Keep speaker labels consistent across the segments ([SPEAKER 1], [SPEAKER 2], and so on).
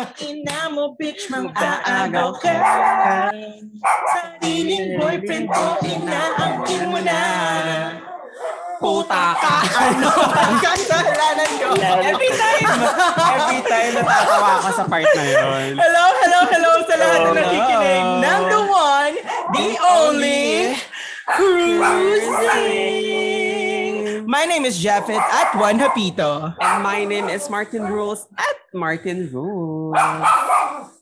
[SPEAKER 1] Ina mo, bitch, mag-aagaw ka. Sariling boyfriend ko, inaangkin mo na.
[SPEAKER 2] Puta ka!
[SPEAKER 1] Ano? Ang kasalanan ko. Every time.
[SPEAKER 2] Every time natatawa ako sa part na yun.
[SPEAKER 1] Hello, hello, hello sa lahat na
[SPEAKER 2] Hello.
[SPEAKER 1] nakikinig ng the one, the only, cruising. My name is Jeffet at Juan Hapito.
[SPEAKER 2] And my name is Martin Rules at Martin Rules.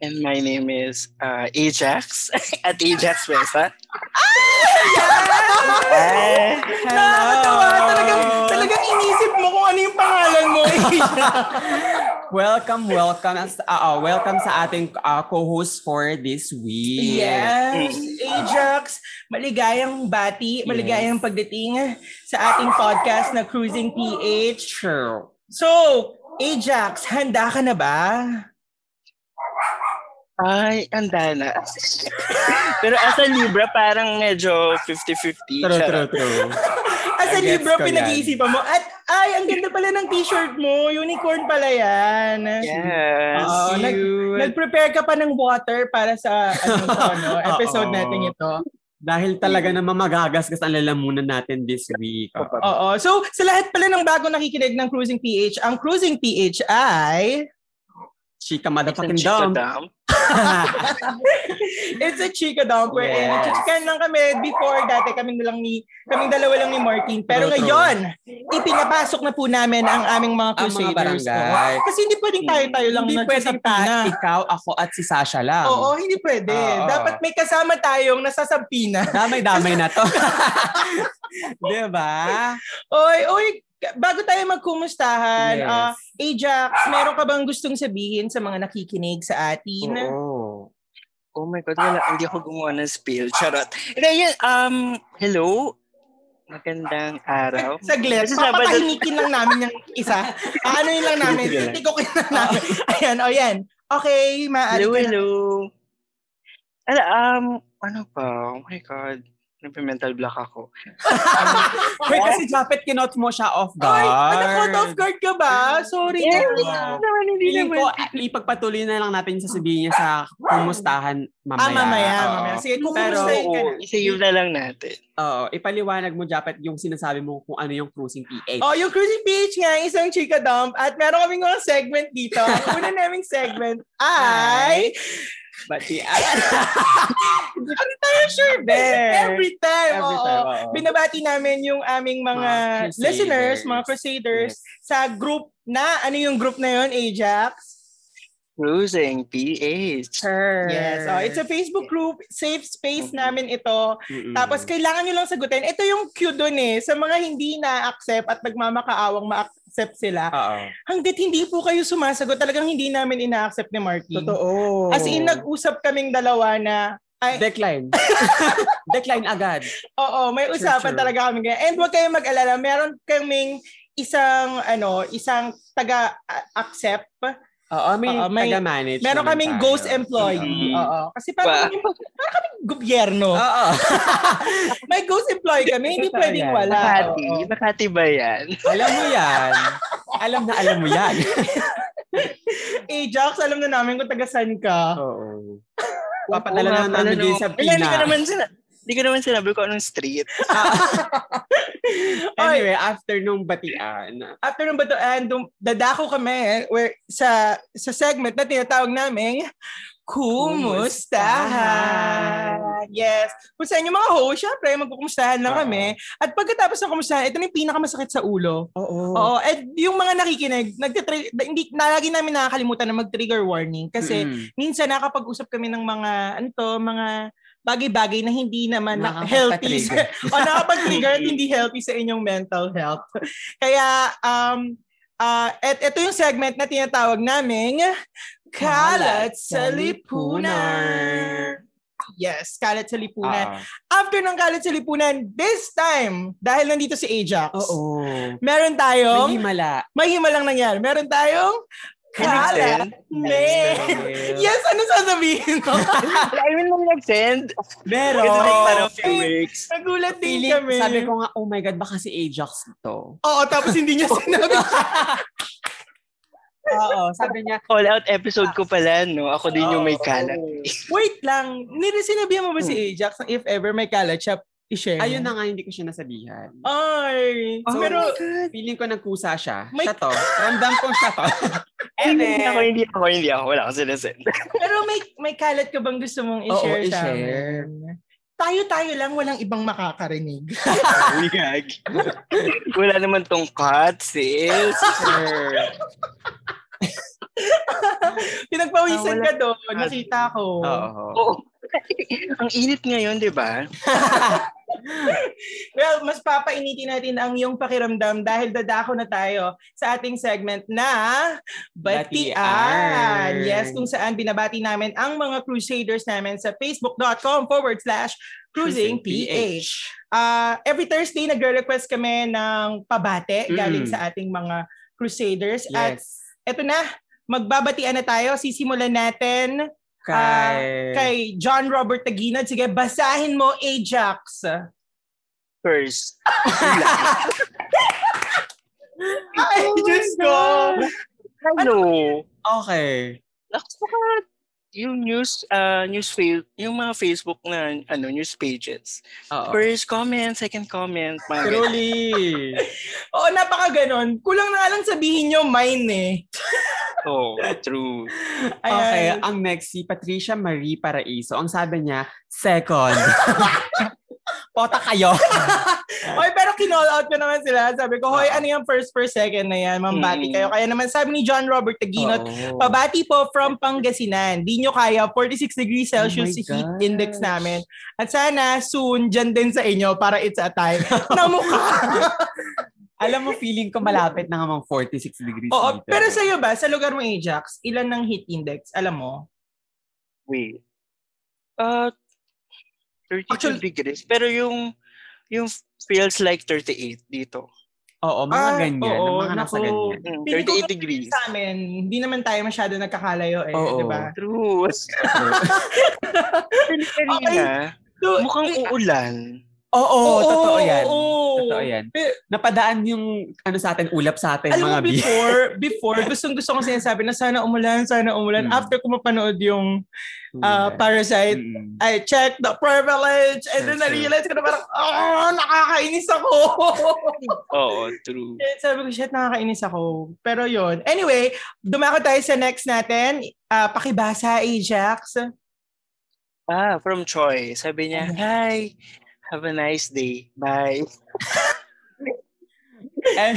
[SPEAKER 3] And my name is uh, Ajax at Ajax Mesa.
[SPEAKER 2] Hello!
[SPEAKER 1] Nakakatawa.
[SPEAKER 2] Ah,
[SPEAKER 1] Talagang, talagang inisip mo kung ano yung pangalan mo.
[SPEAKER 2] Welcome, welcome. as- ah, ah, welcome sa ating ah, co-host for this week.
[SPEAKER 1] yes.
[SPEAKER 2] Mm.
[SPEAKER 1] Ajax, maligayang bati, maligayang pagdating sa ating podcast na Cruising PH.
[SPEAKER 2] True.
[SPEAKER 1] So, Ajax, handa ka na ba?
[SPEAKER 3] Ay, anda na. Pero as a Libra, parang medyo 50-50.
[SPEAKER 2] True,
[SPEAKER 3] Charot.
[SPEAKER 2] true, true.
[SPEAKER 1] As a
[SPEAKER 2] Gets
[SPEAKER 1] libro,
[SPEAKER 2] ko yan.
[SPEAKER 1] pinag-iisipan mo. At, ay, ang ganda pala ng t-shirt mo. Unicorn pala yan.
[SPEAKER 3] Yes.
[SPEAKER 2] Ah,
[SPEAKER 1] Oo,
[SPEAKER 2] Oh,
[SPEAKER 1] nag-
[SPEAKER 2] Cute.
[SPEAKER 1] Nag-prepare ka pa ng water para sa ano, to, ano, episode
[SPEAKER 2] Oo.
[SPEAKER 1] natin ito.
[SPEAKER 2] Dahil talaga naman magagasgas ang lalamunan natin this week. Oh,
[SPEAKER 1] Oo. So, sa lahat pala ng bago nakikinig ng Cruising PH, ang Cruising PH ay...
[SPEAKER 2] Chika
[SPEAKER 3] Isang
[SPEAKER 2] motherfucking dumb.
[SPEAKER 3] chico dumb.
[SPEAKER 1] It's a chika dumper yes. and
[SPEAKER 2] Yes.
[SPEAKER 1] chichikan lang kami before dati kaming lang ni kaming dalawa lang ni Martin. Pero
[SPEAKER 2] True, true.
[SPEAKER 1] ngayon, ipinapasok na po namin ang aming mga
[SPEAKER 2] Ang mga
[SPEAKER 1] crusaders.
[SPEAKER 2] barangay.
[SPEAKER 1] Oo. Kasi hindi pwedeng tayo-tayo lang
[SPEAKER 2] Hindi pwedeng
[SPEAKER 1] nagsasampina.
[SPEAKER 2] ta, ikaw, ako, at si Sasha lang.
[SPEAKER 1] Oo, hindi pwede.
[SPEAKER 2] Oo.
[SPEAKER 1] Dapat may kasama tayong nasasampina.
[SPEAKER 2] Damay-damay na to. Diba? Di ba?
[SPEAKER 1] Oy, oy, bago tayo magkumustahan,
[SPEAKER 2] Yes.
[SPEAKER 1] ah, Ajax, meron ka bang gustong sabihin sa mga nakikinig sa atin?
[SPEAKER 2] Oo.
[SPEAKER 3] Oh my God, wala. Hindi ako gumawa ng spill. Charot. Hindi, yun, um, hello. Magandang araw.
[SPEAKER 1] Saglit.
[SPEAKER 3] Kasi Sabado,
[SPEAKER 1] Papatahimikin lang namin yung isa. Ano yun lang namin.
[SPEAKER 2] Sige lang.
[SPEAKER 1] Tikokin lang namin. Ayan, o yan. Okay, maaari ka
[SPEAKER 3] hello,
[SPEAKER 1] na.
[SPEAKER 3] hello. Ala, um, ano pa? Oh my God. Nag-mental block ako.
[SPEAKER 2] Wait, kasi Japet, kinot mo siya off
[SPEAKER 1] Ay,
[SPEAKER 2] guard.
[SPEAKER 1] nag-caught off guard ka ba? Sorry.
[SPEAKER 3] Eh,
[SPEAKER 1] Yeah.
[SPEAKER 3] hindi naman, hindi
[SPEAKER 2] Feeling
[SPEAKER 3] naman.
[SPEAKER 2] ko, ah, ipagpatuloy na lang natin yung sasabihin niya sa kumustahan mamaya.
[SPEAKER 1] Ah, mamaya,
[SPEAKER 2] Oo.
[SPEAKER 1] mamaya. Sige,
[SPEAKER 2] Pero,
[SPEAKER 1] kumustahin ka na.
[SPEAKER 3] oo, isa-save na lang natin.
[SPEAKER 2] Oo, ipaliwanag mo, Japet, yung sinasabi mo kung ano yung cruising PH.
[SPEAKER 1] Oh, yung Cruising PH nga, isang chika dump. At meron kaming mga segment dito. Ang una naming segment ay...
[SPEAKER 2] Bati,
[SPEAKER 1] Ano tayo sure,
[SPEAKER 2] There.
[SPEAKER 1] Every time.
[SPEAKER 2] every
[SPEAKER 1] oo.
[SPEAKER 2] time. oo.
[SPEAKER 1] Binabati namin yung aming mga,
[SPEAKER 2] Mga crusaders.
[SPEAKER 1] listeners, mga crusaders, sa group na, ano yung group na yon Ajax?
[SPEAKER 3] Cruising PH.
[SPEAKER 1] Sure. Yes. Oh, it's a Facebook group. Safe space
[SPEAKER 3] Mhm.
[SPEAKER 2] Mm-hmm.
[SPEAKER 1] namin ito.
[SPEAKER 2] Mm-mm.
[SPEAKER 1] Tapos kailangan nyo lang sagutin. Ito yung cue dun eh. Sa mga hindi na-accept at nagmamakaawang ma-accept sila.
[SPEAKER 2] Oo.
[SPEAKER 1] Hanggat hindi po kayo sumasagot, talagang hindi namin ina-accept ni Martin.
[SPEAKER 2] Totoo.
[SPEAKER 1] As in, nag-usap kaming dalawa na, ay,
[SPEAKER 2] Decline. Decline agad.
[SPEAKER 1] oo, may
[SPEAKER 2] Sure,
[SPEAKER 1] usapan
[SPEAKER 2] sure.
[SPEAKER 1] talaga kami. ganyan. And huwag kayong mag-alala, meron kaming isang, ano, isang taga-accept.
[SPEAKER 2] Oo, may,
[SPEAKER 1] Oo, may-
[SPEAKER 2] taga-manage.
[SPEAKER 1] Meron
[SPEAKER 2] naman
[SPEAKER 1] kaming
[SPEAKER 2] tayo.
[SPEAKER 1] ghost employee.
[SPEAKER 2] Mm-hmm.
[SPEAKER 3] Mhm.
[SPEAKER 1] Oo. Kasi parang,
[SPEAKER 3] Wow.
[SPEAKER 1] kaming- parang kaming gobyerno.
[SPEAKER 2] Oo.
[SPEAKER 1] May ghost employee kami, hindi
[SPEAKER 2] Totoo
[SPEAKER 1] pwedeng
[SPEAKER 2] yan.
[SPEAKER 1] wala.
[SPEAKER 3] Makati.
[SPEAKER 1] Oo.
[SPEAKER 3] Makati ba yan?
[SPEAKER 2] alam mo yan. Alam na alam mo yan.
[SPEAKER 1] Ajax, Eh, alam na namin kung taga saan ka.
[SPEAKER 2] Oo. Papadala
[SPEAKER 3] Oo nga,
[SPEAKER 2] na namin
[SPEAKER 3] ano,
[SPEAKER 2] din sa
[SPEAKER 3] wala, Hindi ko
[SPEAKER 2] Pina.
[SPEAKER 3] naman sina- hindi ko naman sinabi ko anong street.
[SPEAKER 2] Anyway, after nung batian,
[SPEAKER 1] After ng batuan, dum- dadako kami where, sa sa segment na tinatawag naming Kumustahan. Yes. Kung sa inyo mga ho, syempre, magkukumustahan lang
[SPEAKER 2] Oo.
[SPEAKER 1] kami. At pagkatapos ng kumustahan, ito na yung pinakamasakit sa ulo.
[SPEAKER 2] Oo.
[SPEAKER 1] Oo. At yung mga nakikinig, nagtitri- hindi, na, lagi namin nakakalimutan na mag-trigger warning kasi minsan nakakapag-usap kami ng mga ano to, mga bagay-bagay na hindi naman na- healthy sa, o nakapag-trigger at hindi healthy sa inyong mental health. Kaya um ah, et ito yung segment na tinatawag naming Kalat sa Lipunan. Yes, Kalat sa
[SPEAKER 3] Ah.
[SPEAKER 1] Lipunan. After ng Kalat sa Lipunan, this time, dahil nandito si Ajax,
[SPEAKER 2] Oo.
[SPEAKER 1] meron
[SPEAKER 2] Oo.
[SPEAKER 1] tayong,
[SPEAKER 2] Mahimala.
[SPEAKER 1] may himalang nangyari, meron tayong Kalat Mail. Yes, ano sasabihin ko?
[SPEAKER 3] I mean, nung nag-send,
[SPEAKER 2] Pero,
[SPEAKER 3] it's like parang few weeks.
[SPEAKER 1] Nagulat din
[SPEAKER 2] feeling,
[SPEAKER 1] kami.
[SPEAKER 2] sabi ko nga, oh my God, baka si Ajax to.
[SPEAKER 1] Oo, tapos hindi niya sinabi.
[SPEAKER 2] Oo, sabi niya,
[SPEAKER 3] All out episode ko pala, no? Ako din yung may
[SPEAKER 2] Oo.
[SPEAKER 3] kalat.
[SPEAKER 1] Wait lang. Nire, sinabihan mo ba si Ajax na if ever may kalat siya, i-share?
[SPEAKER 2] Ayun na nga, hindi ko siya nasabihan.
[SPEAKER 1] Ay.
[SPEAKER 3] Oh
[SPEAKER 1] pero,
[SPEAKER 3] my God.
[SPEAKER 2] Feeling ko nagkusa siya.
[SPEAKER 1] May-
[SPEAKER 2] Siya to. Ramdam ko siya to.
[SPEAKER 3] Hindi ako, hindi ako, hindi ako. Wala akong sinasend.
[SPEAKER 1] pero may may kalat ka bang gusto mong
[SPEAKER 2] Oo,
[SPEAKER 1] i-share sa
[SPEAKER 2] i-share.
[SPEAKER 1] amin? Tayo-tayo lang, walang ibang makakarinig.
[SPEAKER 3] Uy, gag. Wala naman tong cut, sis.
[SPEAKER 2] Sure.
[SPEAKER 1] Pinagpawisan
[SPEAKER 3] Ah, wala.
[SPEAKER 1] ka doon, nakita ko.
[SPEAKER 2] Oo.
[SPEAKER 3] Oo. Oh. Ang init ngayon, di ba?
[SPEAKER 1] Well, mas papainitin natin ang iyong pakiramdam dahil dadako na tayo sa ating segment na Batian.
[SPEAKER 2] Batian.
[SPEAKER 1] Yes, kung saan binabati namin ang mga crusaders namin sa facebook.com forward slash cruising PH. Ah, every Thursday, nagre-request kami ng pabate
[SPEAKER 2] Mm.
[SPEAKER 1] galing sa ating mga crusaders. At
[SPEAKER 2] Yes.
[SPEAKER 1] eto na, magbabatian na tayo. Sisimulan natin
[SPEAKER 2] Kay...
[SPEAKER 1] kay John Robert Taginad. Sige, basahin mo Ajax.
[SPEAKER 3] First.
[SPEAKER 1] Ay,
[SPEAKER 2] Oh
[SPEAKER 1] Diyos ko!
[SPEAKER 3] Ano Hello.
[SPEAKER 2] Okay.
[SPEAKER 3] Nakuha yung news uh, news fa- yung mga Facebook na ano news pages.
[SPEAKER 2] Oo.
[SPEAKER 3] First comment, second comment, mga ganyan.
[SPEAKER 2] Truly.
[SPEAKER 1] Oo, napaka ganon. Kulang na nga lang sabihin nyo, mine eh.
[SPEAKER 3] Oh, true.
[SPEAKER 1] Ayan.
[SPEAKER 2] Okay, ang next si Patricia Marie Paraiso. Ang sabi niya, second. Pota kayo.
[SPEAKER 1] Oy, pero kinall out ko naman sila. Sabi ko, hoy,
[SPEAKER 2] Oo.
[SPEAKER 1] ano yung first per second na yan? Mambati
[SPEAKER 3] Mm.
[SPEAKER 1] kayo. Kaya naman sabi ni John Robert Taginot,
[SPEAKER 2] Oo.
[SPEAKER 1] Pabati po from Pangasinan. Di nyo kaya 46 degrees Celsius
[SPEAKER 2] Oh my
[SPEAKER 1] heat
[SPEAKER 2] gosh.
[SPEAKER 1] index namin. At sana soon dyan din sa inyo para it's a time na mukha.
[SPEAKER 2] Alam mo, feeling ko malapit na nga mga 46 degrees
[SPEAKER 1] Oo,
[SPEAKER 2] dito.
[SPEAKER 1] pero sa'yo ba, sa lugar mo Ajax, ilan ng heat index? Alam mo?
[SPEAKER 3] Wait. Uh, 32
[SPEAKER 1] Actually-
[SPEAKER 3] degrees. Pero yung yung feels like 38 dito.
[SPEAKER 2] Oo, mga
[SPEAKER 1] Ah,
[SPEAKER 2] ganyan.
[SPEAKER 1] oo,
[SPEAKER 2] mga nasa
[SPEAKER 1] naku.
[SPEAKER 2] ganyan.
[SPEAKER 3] Mm,
[SPEAKER 1] Feeling ko
[SPEAKER 3] 38 degrees.
[SPEAKER 1] Sa amin, hindi naman tayo masyado nagkakalayo eh,
[SPEAKER 2] Oo.
[SPEAKER 1] di ba?
[SPEAKER 3] True. Karina,
[SPEAKER 1] So,
[SPEAKER 3] mukhang
[SPEAKER 1] eh,
[SPEAKER 3] uulan.
[SPEAKER 2] Oo, totoo yan.
[SPEAKER 1] oo.
[SPEAKER 2] Totoo yan.
[SPEAKER 1] Pe-
[SPEAKER 2] Napadaan yung ano sa atin, ulap sa atin,
[SPEAKER 1] Alam mo,
[SPEAKER 2] mga bi.
[SPEAKER 1] before, before, gustong gusto kong sinasabi na sana umulan, sana umulan.
[SPEAKER 2] Mm.
[SPEAKER 1] After ko mapanood yung ah, Parasite,
[SPEAKER 2] Mm.
[SPEAKER 1] I checked the privilege and
[SPEAKER 2] Sure,
[SPEAKER 1] then
[SPEAKER 2] sure.
[SPEAKER 1] na-realize ko na parang, oh, nakakainis ako.
[SPEAKER 3] Oo, true.
[SPEAKER 1] Eh, Sabi ko, shit, nakakainis ako. Pero yon Anyway, dumako tayo sa next natin. Ah, pakibasa, Ajax.
[SPEAKER 3] Ah, from Troy. Sabi niya, Hi, have a nice day. Bye.
[SPEAKER 2] Eh,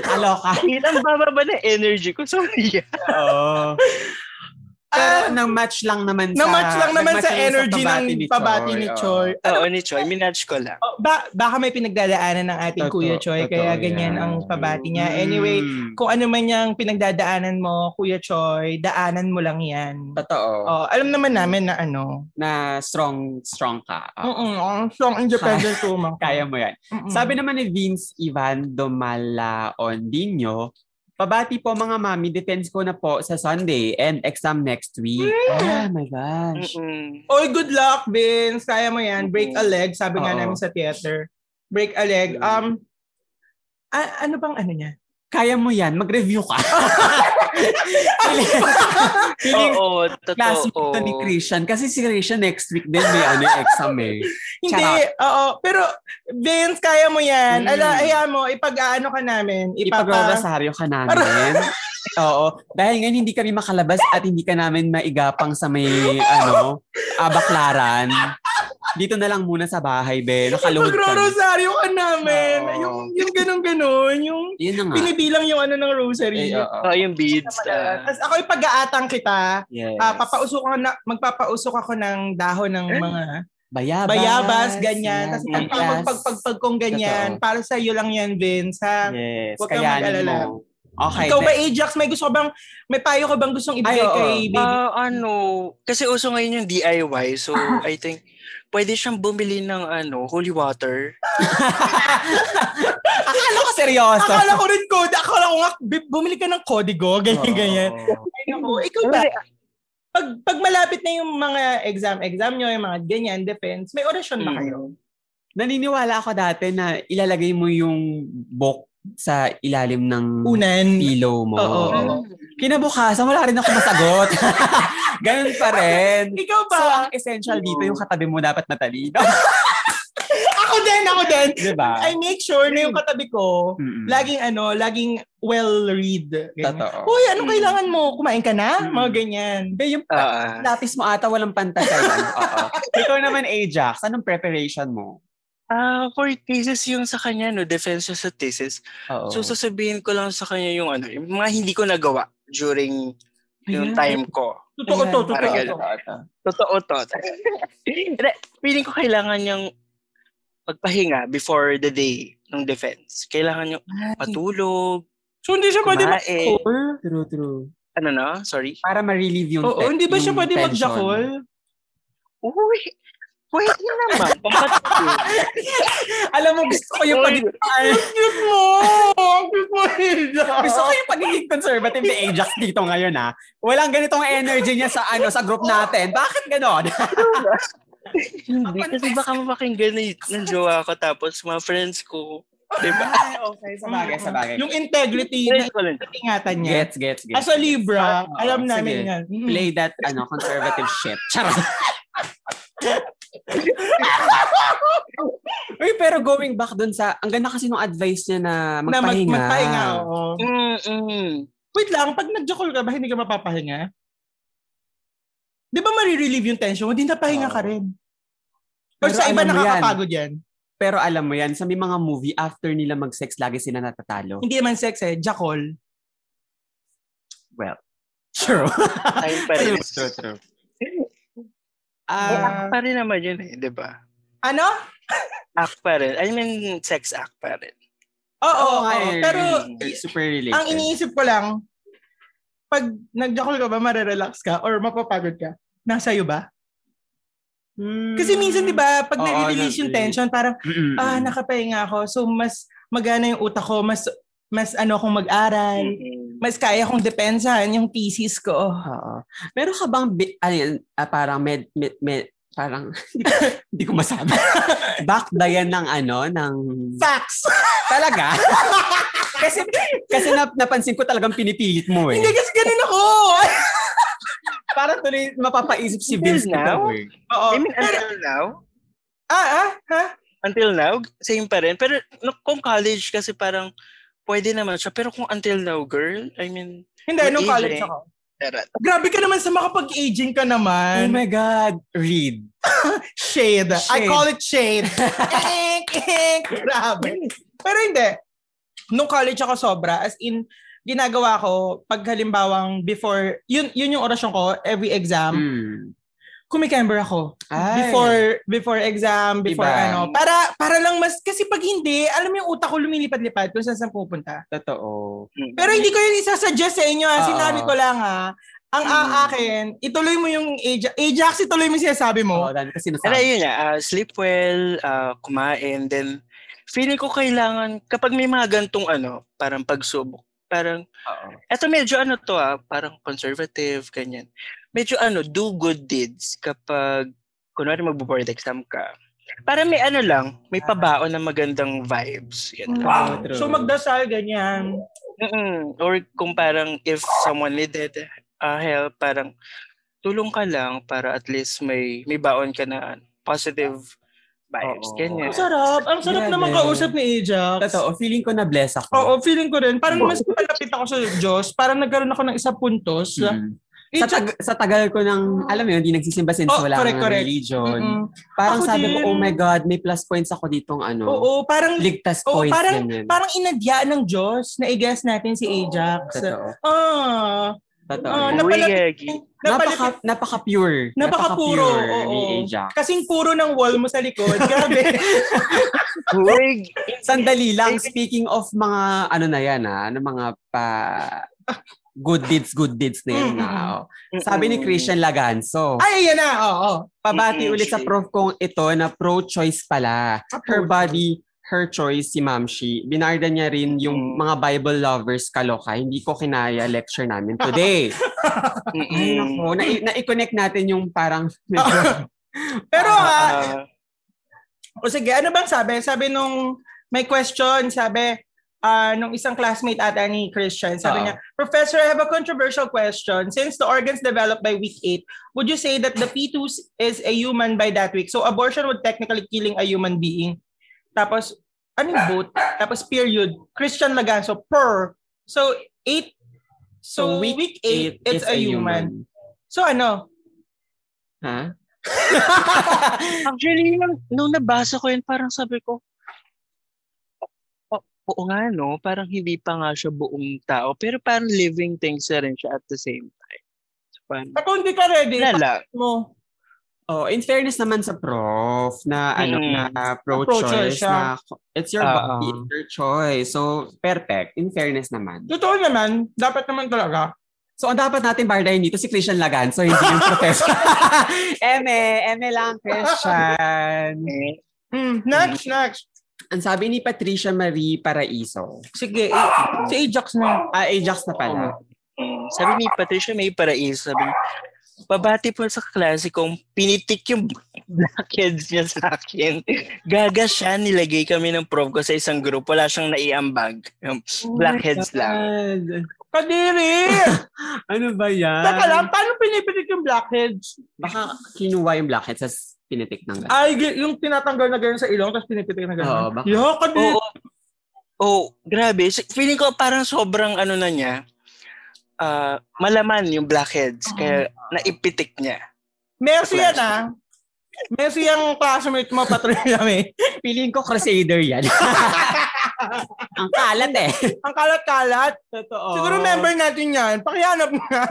[SPEAKER 2] Kaloka.
[SPEAKER 3] Wait, ang baba ba na energy ko? Sorry.
[SPEAKER 2] Oo. Pero
[SPEAKER 1] Ah,
[SPEAKER 2] nang match lang naman sa...
[SPEAKER 1] na-match lang naman
[SPEAKER 2] nang-match
[SPEAKER 1] sa energy
[SPEAKER 2] pabati
[SPEAKER 1] ng pabati ni Choi.
[SPEAKER 3] Oo, ni Troy. Minatch ko lang.
[SPEAKER 1] Oh, ba, baka may pinagdadaanan ng ating
[SPEAKER 2] Totoo-
[SPEAKER 1] Kuya Choi,
[SPEAKER 2] totoo
[SPEAKER 1] kaya ganyan
[SPEAKER 2] yan.
[SPEAKER 1] ang pabati
[SPEAKER 2] Oo.
[SPEAKER 1] niya. Anyway,
[SPEAKER 2] Mm.
[SPEAKER 1] kung ano man yung pinagdadaanan mo, Kuya Choi, daanan mo lang yan.
[SPEAKER 2] Totoo.
[SPEAKER 1] Oh, alam naman namin na ano.
[SPEAKER 2] Na strong, strong ka. Oo.
[SPEAKER 1] Oo, oh, strong independent woman.
[SPEAKER 2] Ah. Kaya mo yan. Sabi naman ni Vince Ivan Domalaondino, Pabati po mga mami, defense ko na po sa Sunday and exam next week. Ah, my gosh.
[SPEAKER 3] Mm-mm.
[SPEAKER 1] Oy, good luck, Vince. Kaya mo yan. Break a leg, sabi nga
[SPEAKER 2] Oo. Mm.
[SPEAKER 1] namin sa theater. Break a leg. Um, a- ano bang ano niya?
[SPEAKER 2] Kaya mo yan, mag-review ka. Feeling- Feeling
[SPEAKER 3] Oo, totoo.
[SPEAKER 2] classmate to ni
[SPEAKER 3] oh.
[SPEAKER 2] Christian. Kasi si Christian next week din may ano yung exam eh.
[SPEAKER 1] Hindi, oo. Pero, Vince, kaya mo yan.
[SPEAKER 2] Mm.
[SPEAKER 1] Ala, hayaan mo, ipag-ano ka namin. Ipapa-
[SPEAKER 2] Ipagrobasaryo ka namin. Oo. Dahil ngayon hindi kami makalabas at hindi ka namin maigapang sa may, ano, ah, baklaran. Dito na lang muna sa bahay, be. Nakaluhod kami.
[SPEAKER 1] Pagro-rosaryo ka namin.
[SPEAKER 2] Oo.
[SPEAKER 1] Yung, yung ganun-ganun. Yung
[SPEAKER 2] Yun na nga.
[SPEAKER 1] binibilang yung ano ng rosary.
[SPEAKER 2] Eh, oo.
[SPEAKER 3] Oo, yung beads. ah.
[SPEAKER 1] Tapos ako ipag-aatang kita.
[SPEAKER 2] Yes.
[SPEAKER 1] Ah, papausok ako na, magpapausok ako ng dahon ng mga
[SPEAKER 2] bayabas.
[SPEAKER 1] bayabas, ganyan. Tapos
[SPEAKER 2] Yes.
[SPEAKER 1] pagpagpagpag kong ganyan.
[SPEAKER 2] Totoo.
[SPEAKER 1] Para sa iyo lang yan, Vince. Ha?
[SPEAKER 2] Yes.
[SPEAKER 1] Huwag kang
[SPEAKER 2] Kayanin
[SPEAKER 1] mag-alala.
[SPEAKER 2] mo. Okay.
[SPEAKER 1] Ikaw ba,
[SPEAKER 2] next.
[SPEAKER 1] Ajax, may gusto ka bang, may payo ka bang gustong ibigay
[SPEAKER 2] Ay, oo.
[SPEAKER 1] kay baby?
[SPEAKER 3] Ah, ano, kasi uso ngayon yung DIY, so I think pwede siyang bumili ng ano, holy water.
[SPEAKER 2] Akala ko seryoso.
[SPEAKER 1] Akala ko rin code. Akala ko nga, bi- bumili ka ng kodigo, ganyan, ganyan.
[SPEAKER 2] Oo.
[SPEAKER 1] Ay, naku, ikaw ba? Pag, pag malapit na yung mga exam-exam nyo, yung mga ganyan,
[SPEAKER 2] Mm.
[SPEAKER 1] defense, may orasyon ba kayo?
[SPEAKER 2] Naniniwala ako dati na ilalagay mo yung book sa ilalim ng
[SPEAKER 1] Unan.
[SPEAKER 2] pillow mo.
[SPEAKER 1] Oo, oo.
[SPEAKER 2] Kinabukasan, wala rin ako masagot. Ganun pa rin.
[SPEAKER 1] Ikaw ba?
[SPEAKER 2] So, ang essential dito, yung katabi mo dapat matalino.
[SPEAKER 1] ako din, ako din.
[SPEAKER 2] Di ba?
[SPEAKER 1] I make sure na yung katabi ko,
[SPEAKER 2] Mm-mm.
[SPEAKER 1] laging ano, laging well-read. Ganyan.
[SPEAKER 2] Totoo.
[SPEAKER 1] Uy, ano
[SPEAKER 3] Mm.
[SPEAKER 1] kailangan mo? Kumain ka na?
[SPEAKER 2] Mm.
[SPEAKER 1] Mga ganyan.
[SPEAKER 2] Be, yung
[SPEAKER 3] Ah,
[SPEAKER 2] lapis mo ata walang pantasya. Oo. Ikaw naman, Ajax, anong preparation mo?
[SPEAKER 3] ah, for thesis yung sa kanya, no? Defense siya sa thesis.
[SPEAKER 2] Oo.
[SPEAKER 3] So, sasabihin ko lang sa kanya yung ano, yung mga hindi ko nagawa during
[SPEAKER 2] Ayan.
[SPEAKER 3] yung time ko.
[SPEAKER 1] Totoo to,
[SPEAKER 2] Ayan,
[SPEAKER 1] totoo
[SPEAKER 3] parang
[SPEAKER 1] to.
[SPEAKER 2] ganun. Totoo.
[SPEAKER 3] Totoo to. Hindi, Feeling ko kailangan yung pagpahinga before the day ng defense. Kailangan yung patulog,
[SPEAKER 1] So, hindi
[SPEAKER 2] Ano
[SPEAKER 1] siya pwede mag
[SPEAKER 3] kumain.
[SPEAKER 2] True, true.
[SPEAKER 3] Ano na? Sorry.
[SPEAKER 2] Para ma-relieve yung
[SPEAKER 1] Oo,
[SPEAKER 2] te-
[SPEAKER 1] hindi ba siya
[SPEAKER 2] yung
[SPEAKER 1] pwede
[SPEAKER 2] tension.
[SPEAKER 1] mag-jackal?
[SPEAKER 3] Uy! Pwede naman. Pampatulog.
[SPEAKER 2] Alam mo, gusto ko yung pag...
[SPEAKER 1] Cute mo! Ang cute mo, Hilda!
[SPEAKER 2] Gusto ko yung pagiging conservative ni Ajax dito ngayon, ha? Walang ganitong energy niya sa ano sa group natin. Bakit ganon?
[SPEAKER 3] Hindi, kasi baka mapakinggan na y- ng jowa ko tapos mga friends ko. Diba?
[SPEAKER 2] okay, sabagay, sabagay.
[SPEAKER 1] Yung integrity na
[SPEAKER 3] Friends ko lang.
[SPEAKER 1] ingatan niya.
[SPEAKER 2] Gets, gets, gets.
[SPEAKER 1] As a Libra,
[SPEAKER 2] Oo,
[SPEAKER 1] alam namin
[SPEAKER 2] sige.
[SPEAKER 1] yan. Mm.
[SPEAKER 2] Play that ano conservative shit. Charot. Uy, pero going back dun sa, ang ganda kasi nung advice niya na
[SPEAKER 1] Na mag-
[SPEAKER 2] magpahinga.
[SPEAKER 1] magpahinga, oo.
[SPEAKER 3] Mm-mm.
[SPEAKER 1] Wait lang, pag nag-jackal ka ba, hindi ka mapapahinga? Di ba marirelieve yung tension? Hindi napahinga
[SPEAKER 2] Oo.
[SPEAKER 1] ka rin. Or
[SPEAKER 2] Pero
[SPEAKER 1] sa iba
[SPEAKER 2] alam mo yan.
[SPEAKER 1] nakakapagod yan.
[SPEAKER 2] Pero alam mo yan, sa may mga movie, after nila mag-sex, lagi sila natatalo.
[SPEAKER 1] Hindi naman sex eh, jackal.
[SPEAKER 2] True.
[SPEAKER 3] Time pa rin.
[SPEAKER 2] true.
[SPEAKER 1] Ah,
[SPEAKER 2] Ah,
[SPEAKER 3] Act pa rin naman yun eh, diba?
[SPEAKER 1] Ano?
[SPEAKER 3] Act pa rin. I mean, sex act pa rin.
[SPEAKER 1] Oo,
[SPEAKER 2] oo
[SPEAKER 1] oo,
[SPEAKER 2] nga
[SPEAKER 1] oo.
[SPEAKER 2] eh.
[SPEAKER 1] Pero
[SPEAKER 2] Related, super related.
[SPEAKER 1] ang iniisip ko lang, pag nag-jackal ka ba, marirelax ka or mapapagod ka? Nasa iyo ba?
[SPEAKER 2] Hmm.
[SPEAKER 1] Kasi minsan 'di ba, pag
[SPEAKER 2] Oo,
[SPEAKER 1] nare-release yung
[SPEAKER 2] nag-
[SPEAKER 1] tension, parang
[SPEAKER 2] Mm-mm.
[SPEAKER 1] ah nakapahinga ako. So mas magana yung utak ko, mas mas ano akong mag-aral,
[SPEAKER 3] Mm-mm.
[SPEAKER 1] mas kaya kong depensahan yung thesis ko.
[SPEAKER 2] Oo. Meron ka bang, bi- ano yun, ah, parang med, med, med, parang, hindi ko- hindi ko masabi. Back ba yan ng ano, ng...
[SPEAKER 1] Facts.
[SPEAKER 2] Talaga? kasi kasi nap- napansin ko talagang pinipilit mo eh.
[SPEAKER 1] Hindi kasi ganun ako.
[SPEAKER 2] Parang tuloy mapapaisip si
[SPEAKER 3] Until
[SPEAKER 2] Vince nito
[SPEAKER 3] now?
[SPEAKER 2] eh.
[SPEAKER 1] Oo.
[SPEAKER 3] I mean, until now,
[SPEAKER 1] Ah, ah, ha?
[SPEAKER 3] until now, same pa rin. Pero no, kung college kasi parang pwede naman siya. Pero kung until now, girl, I mean,
[SPEAKER 1] Hindi,
[SPEAKER 3] With
[SPEAKER 1] nung
[SPEAKER 3] age,
[SPEAKER 1] college
[SPEAKER 3] eh.
[SPEAKER 1] ako.
[SPEAKER 3] darat.
[SPEAKER 1] Grabe ka naman sa makapag-aging ka
[SPEAKER 2] Oh
[SPEAKER 1] naman.
[SPEAKER 2] my God, read.
[SPEAKER 1] shade. I
[SPEAKER 2] Shade.
[SPEAKER 1] call it shade. Ink, ink. Grabe. Pero hindi. Nung college ako sobra, as in, ginagawa ko, pag halimbawang before, yun, yun yung orasyon ko, every exam,
[SPEAKER 2] Mm.
[SPEAKER 1] kumikember ako.
[SPEAKER 2] Ay.
[SPEAKER 1] Before before exam, before
[SPEAKER 2] Diba?
[SPEAKER 1] ano. Para para lang mas, kasi pag hindi, alam mo yung utak ko lumilipad-lipad kung saan saan pupunta.
[SPEAKER 2] Totoo.
[SPEAKER 3] Mm.
[SPEAKER 1] Pero hindi ko yun isasuggest sa inyo. ha.
[SPEAKER 2] Oo. Hmm.
[SPEAKER 1] Sinabi ko lang ha. Ang
[SPEAKER 3] Mm.
[SPEAKER 1] aakin, ituloy mo yung Ajax. Ajax, ituloy mo yung sinasabi mo.
[SPEAKER 2] Oo, dahil kasi
[SPEAKER 3] Pero
[SPEAKER 2] nasabi.
[SPEAKER 3] yun nga, ah, sleep well, ah, kumain, then feeling ko kailangan, kapag may mga gantong ano, parang pagsubok, parang,
[SPEAKER 2] Oo.
[SPEAKER 3] eto medyo ano to ah, parang conservative, ganyan. Medyo ano, do good deeds kapag, kunwari magbo-board exam ka. Para may ano lang, may pabaon ng magandang vibes. Yan.
[SPEAKER 2] Wow.
[SPEAKER 1] So magdasal, ganyan.
[SPEAKER 3] Mm-mm. Or kung parang if someone needed uh, help, parang tulong ka lang para at least may may baon ka na ano, positive vibes.
[SPEAKER 2] Oo.
[SPEAKER 1] Ang
[SPEAKER 3] Ganyan.
[SPEAKER 1] sarap. Ang sarap
[SPEAKER 2] Grabe.
[SPEAKER 1] naman kausap ni Ajax.
[SPEAKER 2] Totoo, feeling ko na-bless ako.
[SPEAKER 1] Oo, feeling ko rin. Parang mas malapit ako sa Diyos. Parang nagkaroon ako ng isa puntos.
[SPEAKER 2] Mm. Sa,
[SPEAKER 1] Ajax,
[SPEAKER 2] tag- sa tagal ko ng, alam mo yun, hindi nagsisimba since
[SPEAKER 1] Oh,
[SPEAKER 2] wala
[SPEAKER 1] correct,
[SPEAKER 2] ng
[SPEAKER 1] correct.
[SPEAKER 2] religion.
[SPEAKER 1] Mm-mm.
[SPEAKER 2] Parang
[SPEAKER 1] Ako
[SPEAKER 2] sabi ko,
[SPEAKER 1] din.
[SPEAKER 2] oh my God, may plus points ako ditong ano.
[SPEAKER 1] Oo, parang
[SPEAKER 2] Ligtas
[SPEAKER 1] Oo,
[SPEAKER 2] points
[SPEAKER 1] parang-
[SPEAKER 2] ganyan.
[SPEAKER 1] parang inadyaan ng Diyos na i-guess natin si Ajax.
[SPEAKER 2] Totoo.
[SPEAKER 1] Ah,
[SPEAKER 2] Totoo.
[SPEAKER 1] Ah,
[SPEAKER 2] yan.
[SPEAKER 1] nap-
[SPEAKER 3] Uy,
[SPEAKER 1] napalapit-
[SPEAKER 3] Gagi.
[SPEAKER 2] napaka,
[SPEAKER 1] napalapit.
[SPEAKER 2] napaka-pure.
[SPEAKER 1] Napaka-puro,
[SPEAKER 2] Napaka-pure ni
[SPEAKER 1] oo.
[SPEAKER 2] Ajax.
[SPEAKER 1] Kasing puro ng wall mo sa likod. Grabe.
[SPEAKER 3] Uy,
[SPEAKER 2] Sandali lang, speaking of mga ano na yan ha, ano mga pa good deeds, good deeds na yan
[SPEAKER 1] Mm-mm.
[SPEAKER 2] na. oh. Sabi ni Christian Laganso,
[SPEAKER 1] Ay, ayan na. Oo. oo.
[SPEAKER 2] pabati
[SPEAKER 3] Mm-mm,
[SPEAKER 2] ulit sa
[SPEAKER 3] sige.
[SPEAKER 2] prof kong ito na pro-choice pala. Her body, her choice si Ma'am Shi. Binarda niya rin yung
[SPEAKER 3] Mm-mm.
[SPEAKER 2] mga Bible lovers kaloka. Hindi ko kinaya lecture namin today.
[SPEAKER 3] Mm-mm.
[SPEAKER 2] Ay, nako. Na, na-connect natin yung parang...
[SPEAKER 1] Pero ah,
[SPEAKER 3] Ah,
[SPEAKER 1] O sige, ano bang sabi? Sabi nung may question, sabi, uh, nung isang classmate ata ni Christian, sabi
[SPEAKER 2] Ah.
[SPEAKER 1] niya, Professor, I have a controversial question. Since the organs developed by week 8, would you say that the fetus is a human by that week? So abortion would technically killing a human being. Tapos, ano yung boat? Tapos period. Christian Laganso, per. So, 8. So, week, 8, it's a human. So, ano?
[SPEAKER 2] Ha?
[SPEAKER 3] Actually, nung, nung nabasa ko yun, parang sabi ko, "O- oo nga no, parang hindi pa nga siya buong tao, pero parang living things na rin siya at the same time. So parang,
[SPEAKER 1] Ako hindi ka ready.
[SPEAKER 3] wala lang.
[SPEAKER 1] Mo.
[SPEAKER 2] Oh, in fairness naman sa prof na ano
[SPEAKER 3] Mm.
[SPEAKER 2] na pro-choice
[SPEAKER 1] Pro-choice siya.
[SPEAKER 2] na it's your
[SPEAKER 3] Ah,
[SPEAKER 2] body,
[SPEAKER 3] ah.
[SPEAKER 2] it's your choice. So, perfect. In fairness naman.
[SPEAKER 1] Totoo naman. Dapat naman talaga.
[SPEAKER 2] So, ang dapat natin bardahin dito si Christian Laganso, hindi yung professor. eme, eme lang, Christian.
[SPEAKER 3] Eh,
[SPEAKER 1] Mm, next, next.
[SPEAKER 2] Ang sabi ni Patricia Marie Paraiso.
[SPEAKER 1] Sige, eh, si Ajax na.
[SPEAKER 2] Ah, Ajax na pala.
[SPEAKER 3] eh, Sabi ni Patricia, may paraiso. Sabi niya, babati po sa klase kong pinitik yung blackheads niya sa akin. Gaga siya, nilagay kami ng prof ko sa isang group. Wala siyang naiambag. Yung Blackheads lang.
[SPEAKER 2] Oh God.
[SPEAKER 1] Kadiri!
[SPEAKER 2] Ano ba yan?
[SPEAKER 1] Teka lang, paano pinipilit yung blackheads?
[SPEAKER 2] Baka kinuha yung blackhead sa pinitik ng ganun.
[SPEAKER 1] Ay, gi- yung tinatanggal na gano'n sa ilong, tapos pinipitik na gano'n.
[SPEAKER 2] Oo, baka.
[SPEAKER 1] Yo, kadiri!
[SPEAKER 3] Oo. Oh, grabe. S- Feeling ko parang sobrang ano na niya. ah, malaman yung blackheads. Kaya naipitik niya.
[SPEAKER 1] Mercy yan ah. Mercy yung classmate mo, Patricia May.
[SPEAKER 2] Feeling ko crusader yan. Ang kalat eh.
[SPEAKER 1] Ang kalat-kalat.
[SPEAKER 2] Totoo.
[SPEAKER 1] Siguro member natin yan. Pakihanap nga.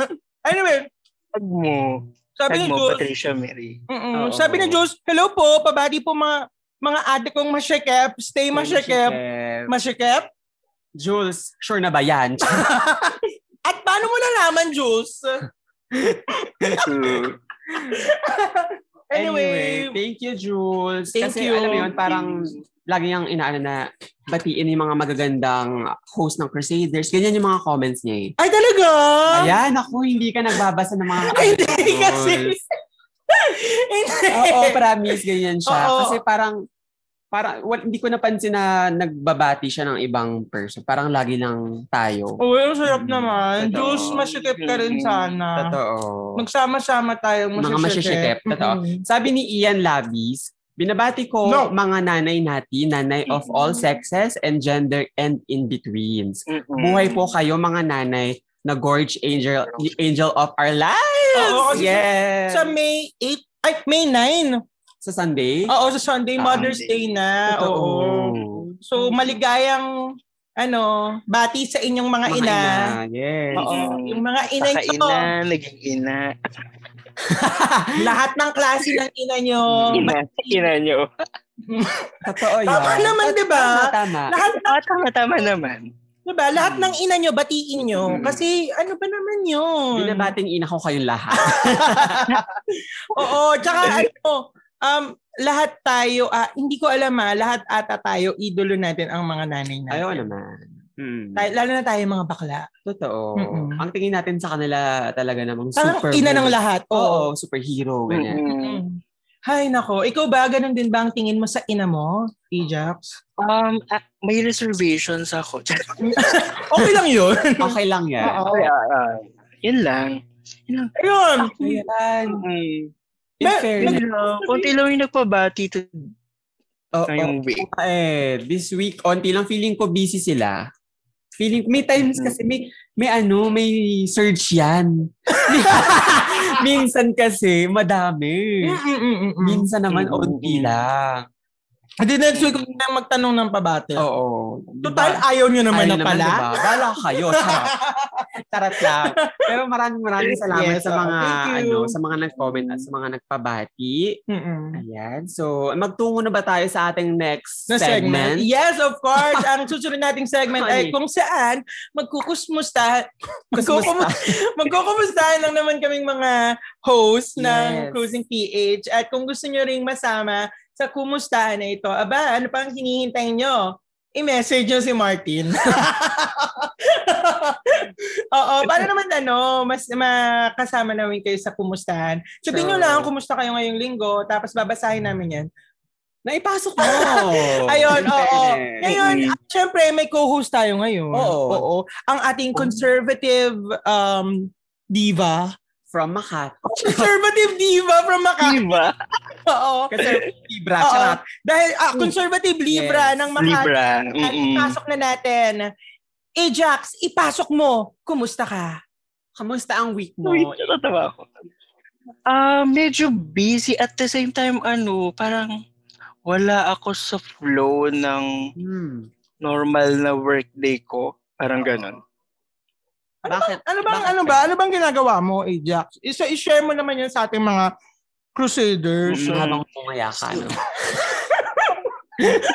[SPEAKER 1] Anyway,
[SPEAKER 3] Tag mo.
[SPEAKER 1] sabi
[SPEAKER 3] Tag
[SPEAKER 1] ni
[SPEAKER 3] mo,
[SPEAKER 1] Jules,
[SPEAKER 3] Patricia Mary.
[SPEAKER 1] Mm-mm.
[SPEAKER 2] Oo.
[SPEAKER 1] sabi ni Jules, hello po, pabati po mga mga ate kong masyekep. Stay masyekep. Masyekep?
[SPEAKER 2] Jules, sure na ba yan?
[SPEAKER 1] At paano mo nalaman, Jules? anyway,
[SPEAKER 2] thank you, Jules.
[SPEAKER 1] Thank
[SPEAKER 2] Kasi
[SPEAKER 1] you.
[SPEAKER 2] alam mo yun, parang lagi niyang inaano na batiin yung mga magagandang host ng Crusaders. Ganyan yung mga comments niya eh.
[SPEAKER 1] ay talaga?
[SPEAKER 2] Ayan, ako, hindi ka nagbabasa ng mga...
[SPEAKER 1] Ah! Hindi
[SPEAKER 2] Jules.
[SPEAKER 1] kasi. Hindi.
[SPEAKER 2] Oo, promise, ganyan siya.
[SPEAKER 1] Oo.
[SPEAKER 2] Kasi parang, parang wal- hindi ko napansin na nagbabati siya ng ibang person. Parang lagi lang tayo.
[SPEAKER 1] Oo, ang sarap
[SPEAKER 2] Mm,
[SPEAKER 1] naman.
[SPEAKER 3] totoo.
[SPEAKER 1] Jules, masyikip ka rin
[SPEAKER 3] Mm,
[SPEAKER 1] sana.
[SPEAKER 2] Totoo.
[SPEAKER 1] Magsama-sama Mm-hmm. tayong
[SPEAKER 2] Mga masyikip, totoo.
[SPEAKER 1] Mm-mm.
[SPEAKER 2] Sabi ni Ian Labis, binabati ko
[SPEAKER 1] No.
[SPEAKER 2] mga nanay natin, nanay of
[SPEAKER 3] Mm.
[SPEAKER 2] all sexes and gender and in-betweens.
[SPEAKER 3] Mm-mm.
[SPEAKER 2] Buhay po kayo mga nanay na gorge angel the angel of our lives.
[SPEAKER 1] Oo, kasi sa-
[SPEAKER 2] yes.
[SPEAKER 1] Sa May 8, ay, May 9.
[SPEAKER 2] Sa Sunday.
[SPEAKER 1] Oo, sa Sunday,
[SPEAKER 2] Sunday.
[SPEAKER 1] Mother's Day na.
[SPEAKER 2] Totoo.
[SPEAKER 1] Oo. So, maligayang, ano, bati sa inyong mga,
[SPEAKER 2] Mga
[SPEAKER 1] ina.
[SPEAKER 2] ina, Yes.
[SPEAKER 1] Oo, yung mga ina
[SPEAKER 3] Saka
[SPEAKER 1] nyo.
[SPEAKER 3] ina, naging ina.
[SPEAKER 1] Lahat ng klase ng ina nyo.
[SPEAKER 3] Ina, ina nyo.
[SPEAKER 2] Totoo yan.
[SPEAKER 1] Tama naman, diba? di ba?
[SPEAKER 2] Tama, tama.
[SPEAKER 1] Lahat,
[SPEAKER 3] Ah, tama, tama naman.
[SPEAKER 1] diba? Lahat ng ina nyo, batiin nyo.
[SPEAKER 3] Mm.
[SPEAKER 1] Kasi, ano ba naman yun?
[SPEAKER 2] Binabating ina ko kayong lahat.
[SPEAKER 1] Oo, tsaka ano, um, lahat tayo, ah, hindi ko alam ah, lahat ata tayo, idolo natin ang mga nanay natin.
[SPEAKER 2] Ayaw naman. Mm.
[SPEAKER 1] Tay- lalo na tayo mga bakla.
[SPEAKER 2] Totoo.
[SPEAKER 1] Mm-mm.
[SPEAKER 2] Ang tingin natin sa kanila talaga namang
[SPEAKER 1] Parang
[SPEAKER 2] super
[SPEAKER 1] ina ng lahat. Oo.
[SPEAKER 2] Oo, superhero, ganyan.
[SPEAKER 3] Mm-mm.
[SPEAKER 1] Mm. Hay nako, ikaw ba ganun din ba ang tingin mo sa ina mo, Ajax?
[SPEAKER 3] Um, ah, may reservations ako.
[SPEAKER 1] Okay lang yun.
[SPEAKER 2] Okay lang yan.
[SPEAKER 1] Oo.
[SPEAKER 3] Ay, ah, ah, yun lang.
[SPEAKER 1] Ayun.
[SPEAKER 2] Ayan.
[SPEAKER 3] Mm.
[SPEAKER 2] In
[SPEAKER 1] May-
[SPEAKER 2] fairness.
[SPEAKER 3] Ano, konti lang yung nagpabati to
[SPEAKER 2] Oo,
[SPEAKER 3] ngayong week.
[SPEAKER 2] eh, this week, onti lang feeling ko busy sila. Feeling, may times kasi may, may ano, may surge yan. Minsan kasi, madami.
[SPEAKER 1] Mm-mm-mm-mm.
[SPEAKER 2] Minsan naman, onti lang.
[SPEAKER 1] Hindi next week na magtanong ng pabate.
[SPEAKER 2] Oo. Diba?
[SPEAKER 1] Total, ayaw nyo naman
[SPEAKER 2] Oh, Ayaw
[SPEAKER 1] na pala.
[SPEAKER 2] diba? Bala kayo. Charot. Charot lang. Pero maraming maraming salamat
[SPEAKER 1] Yes,
[SPEAKER 2] sa
[SPEAKER 1] oh,
[SPEAKER 2] mga
[SPEAKER 1] thank you.
[SPEAKER 2] ano, sa mga nag-comment at sa mga nagpabati.
[SPEAKER 1] Mm-mm.
[SPEAKER 2] Ayan. So, magtungo na ba tayo sa ating next
[SPEAKER 1] na segment.
[SPEAKER 2] segment?
[SPEAKER 1] Yes, of course. Ang susunod nating segment ay
[SPEAKER 2] Funny.
[SPEAKER 1] kung saan magkukusmusta, magkukumu- magkukumustahan lang naman kaming mga host ng
[SPEAKER 2] Yes.
[SPEAKER 1] Cruising PH. At kung gusto nyo ring masama sa kumustahan na ito, aba, ano pang hinihintay nyo? I-message nyo si Martin. Oo, para naman ano, mas makasama namin kayo sa kumustahan. Sabihin nyo
[SPEAKER 2] Sure.
[SPEAKER 1] lang kumusta kayo ngayong linggo, tapos babasahin namin yan.
[SPEAKER 2] Naipasok mo.
[SPEAKER 1] Ayun, oo.
[SPEAKER 2] Oh. Yes.
[SPEAKER 1] Ngayon, ah, syempre, may co-host tayo ngayon.
[SPEAKER 2] Oo.
[SPEAKER 1] Ang ating conservative um, diva.
[SPEAKER 2] From Makati.
[SPEAKER 1] Conservative diva from Makati.
[SPEAKER 3] Diba?
[SPEAKER 1] Oo.
[SPEAKER 2] Kasi Libra,
[SPEAKER 1] Oo.
[SPEAKER 2] charot.
[SPEAKER 1] Dahil ah, conservative Libra
[SPEAKER 2] Yes.
[SPEAKER 1] ng Makati.
[SPEAKER 3] Libra.
[SPEAKER 1] At
[SPEAKER 3] Mm-mm.
[SPEAKER 1] ipasok na natin. Ajax, ipasok mo. Kumusta ka?
[SPEAKER 2] Kamusta ang week mo?
[SPEAKER 3] Wait, natatawa ako. Ah, medyo busy at the same time ano, parang wala ako sa flow ng
[SPEAKER 2] Hmm.
[SPEAKER 3] normal na workday ko. Parang ganon.
[SPEAKER 1] Ano
[SPEAKER 2] Bakit?
[SPEAKER 1] Bang, ano bang
[SPEAKER 2] Bakit
[SPEAKER 1] ano ba? Ano bang ginagawa mo, Ajax? Isa i-share mo naman 'yan sa ating mga crusaders.
[SPEAKER 3] Mm.
[SPEAKER 2] Habang tumaya ka, ano?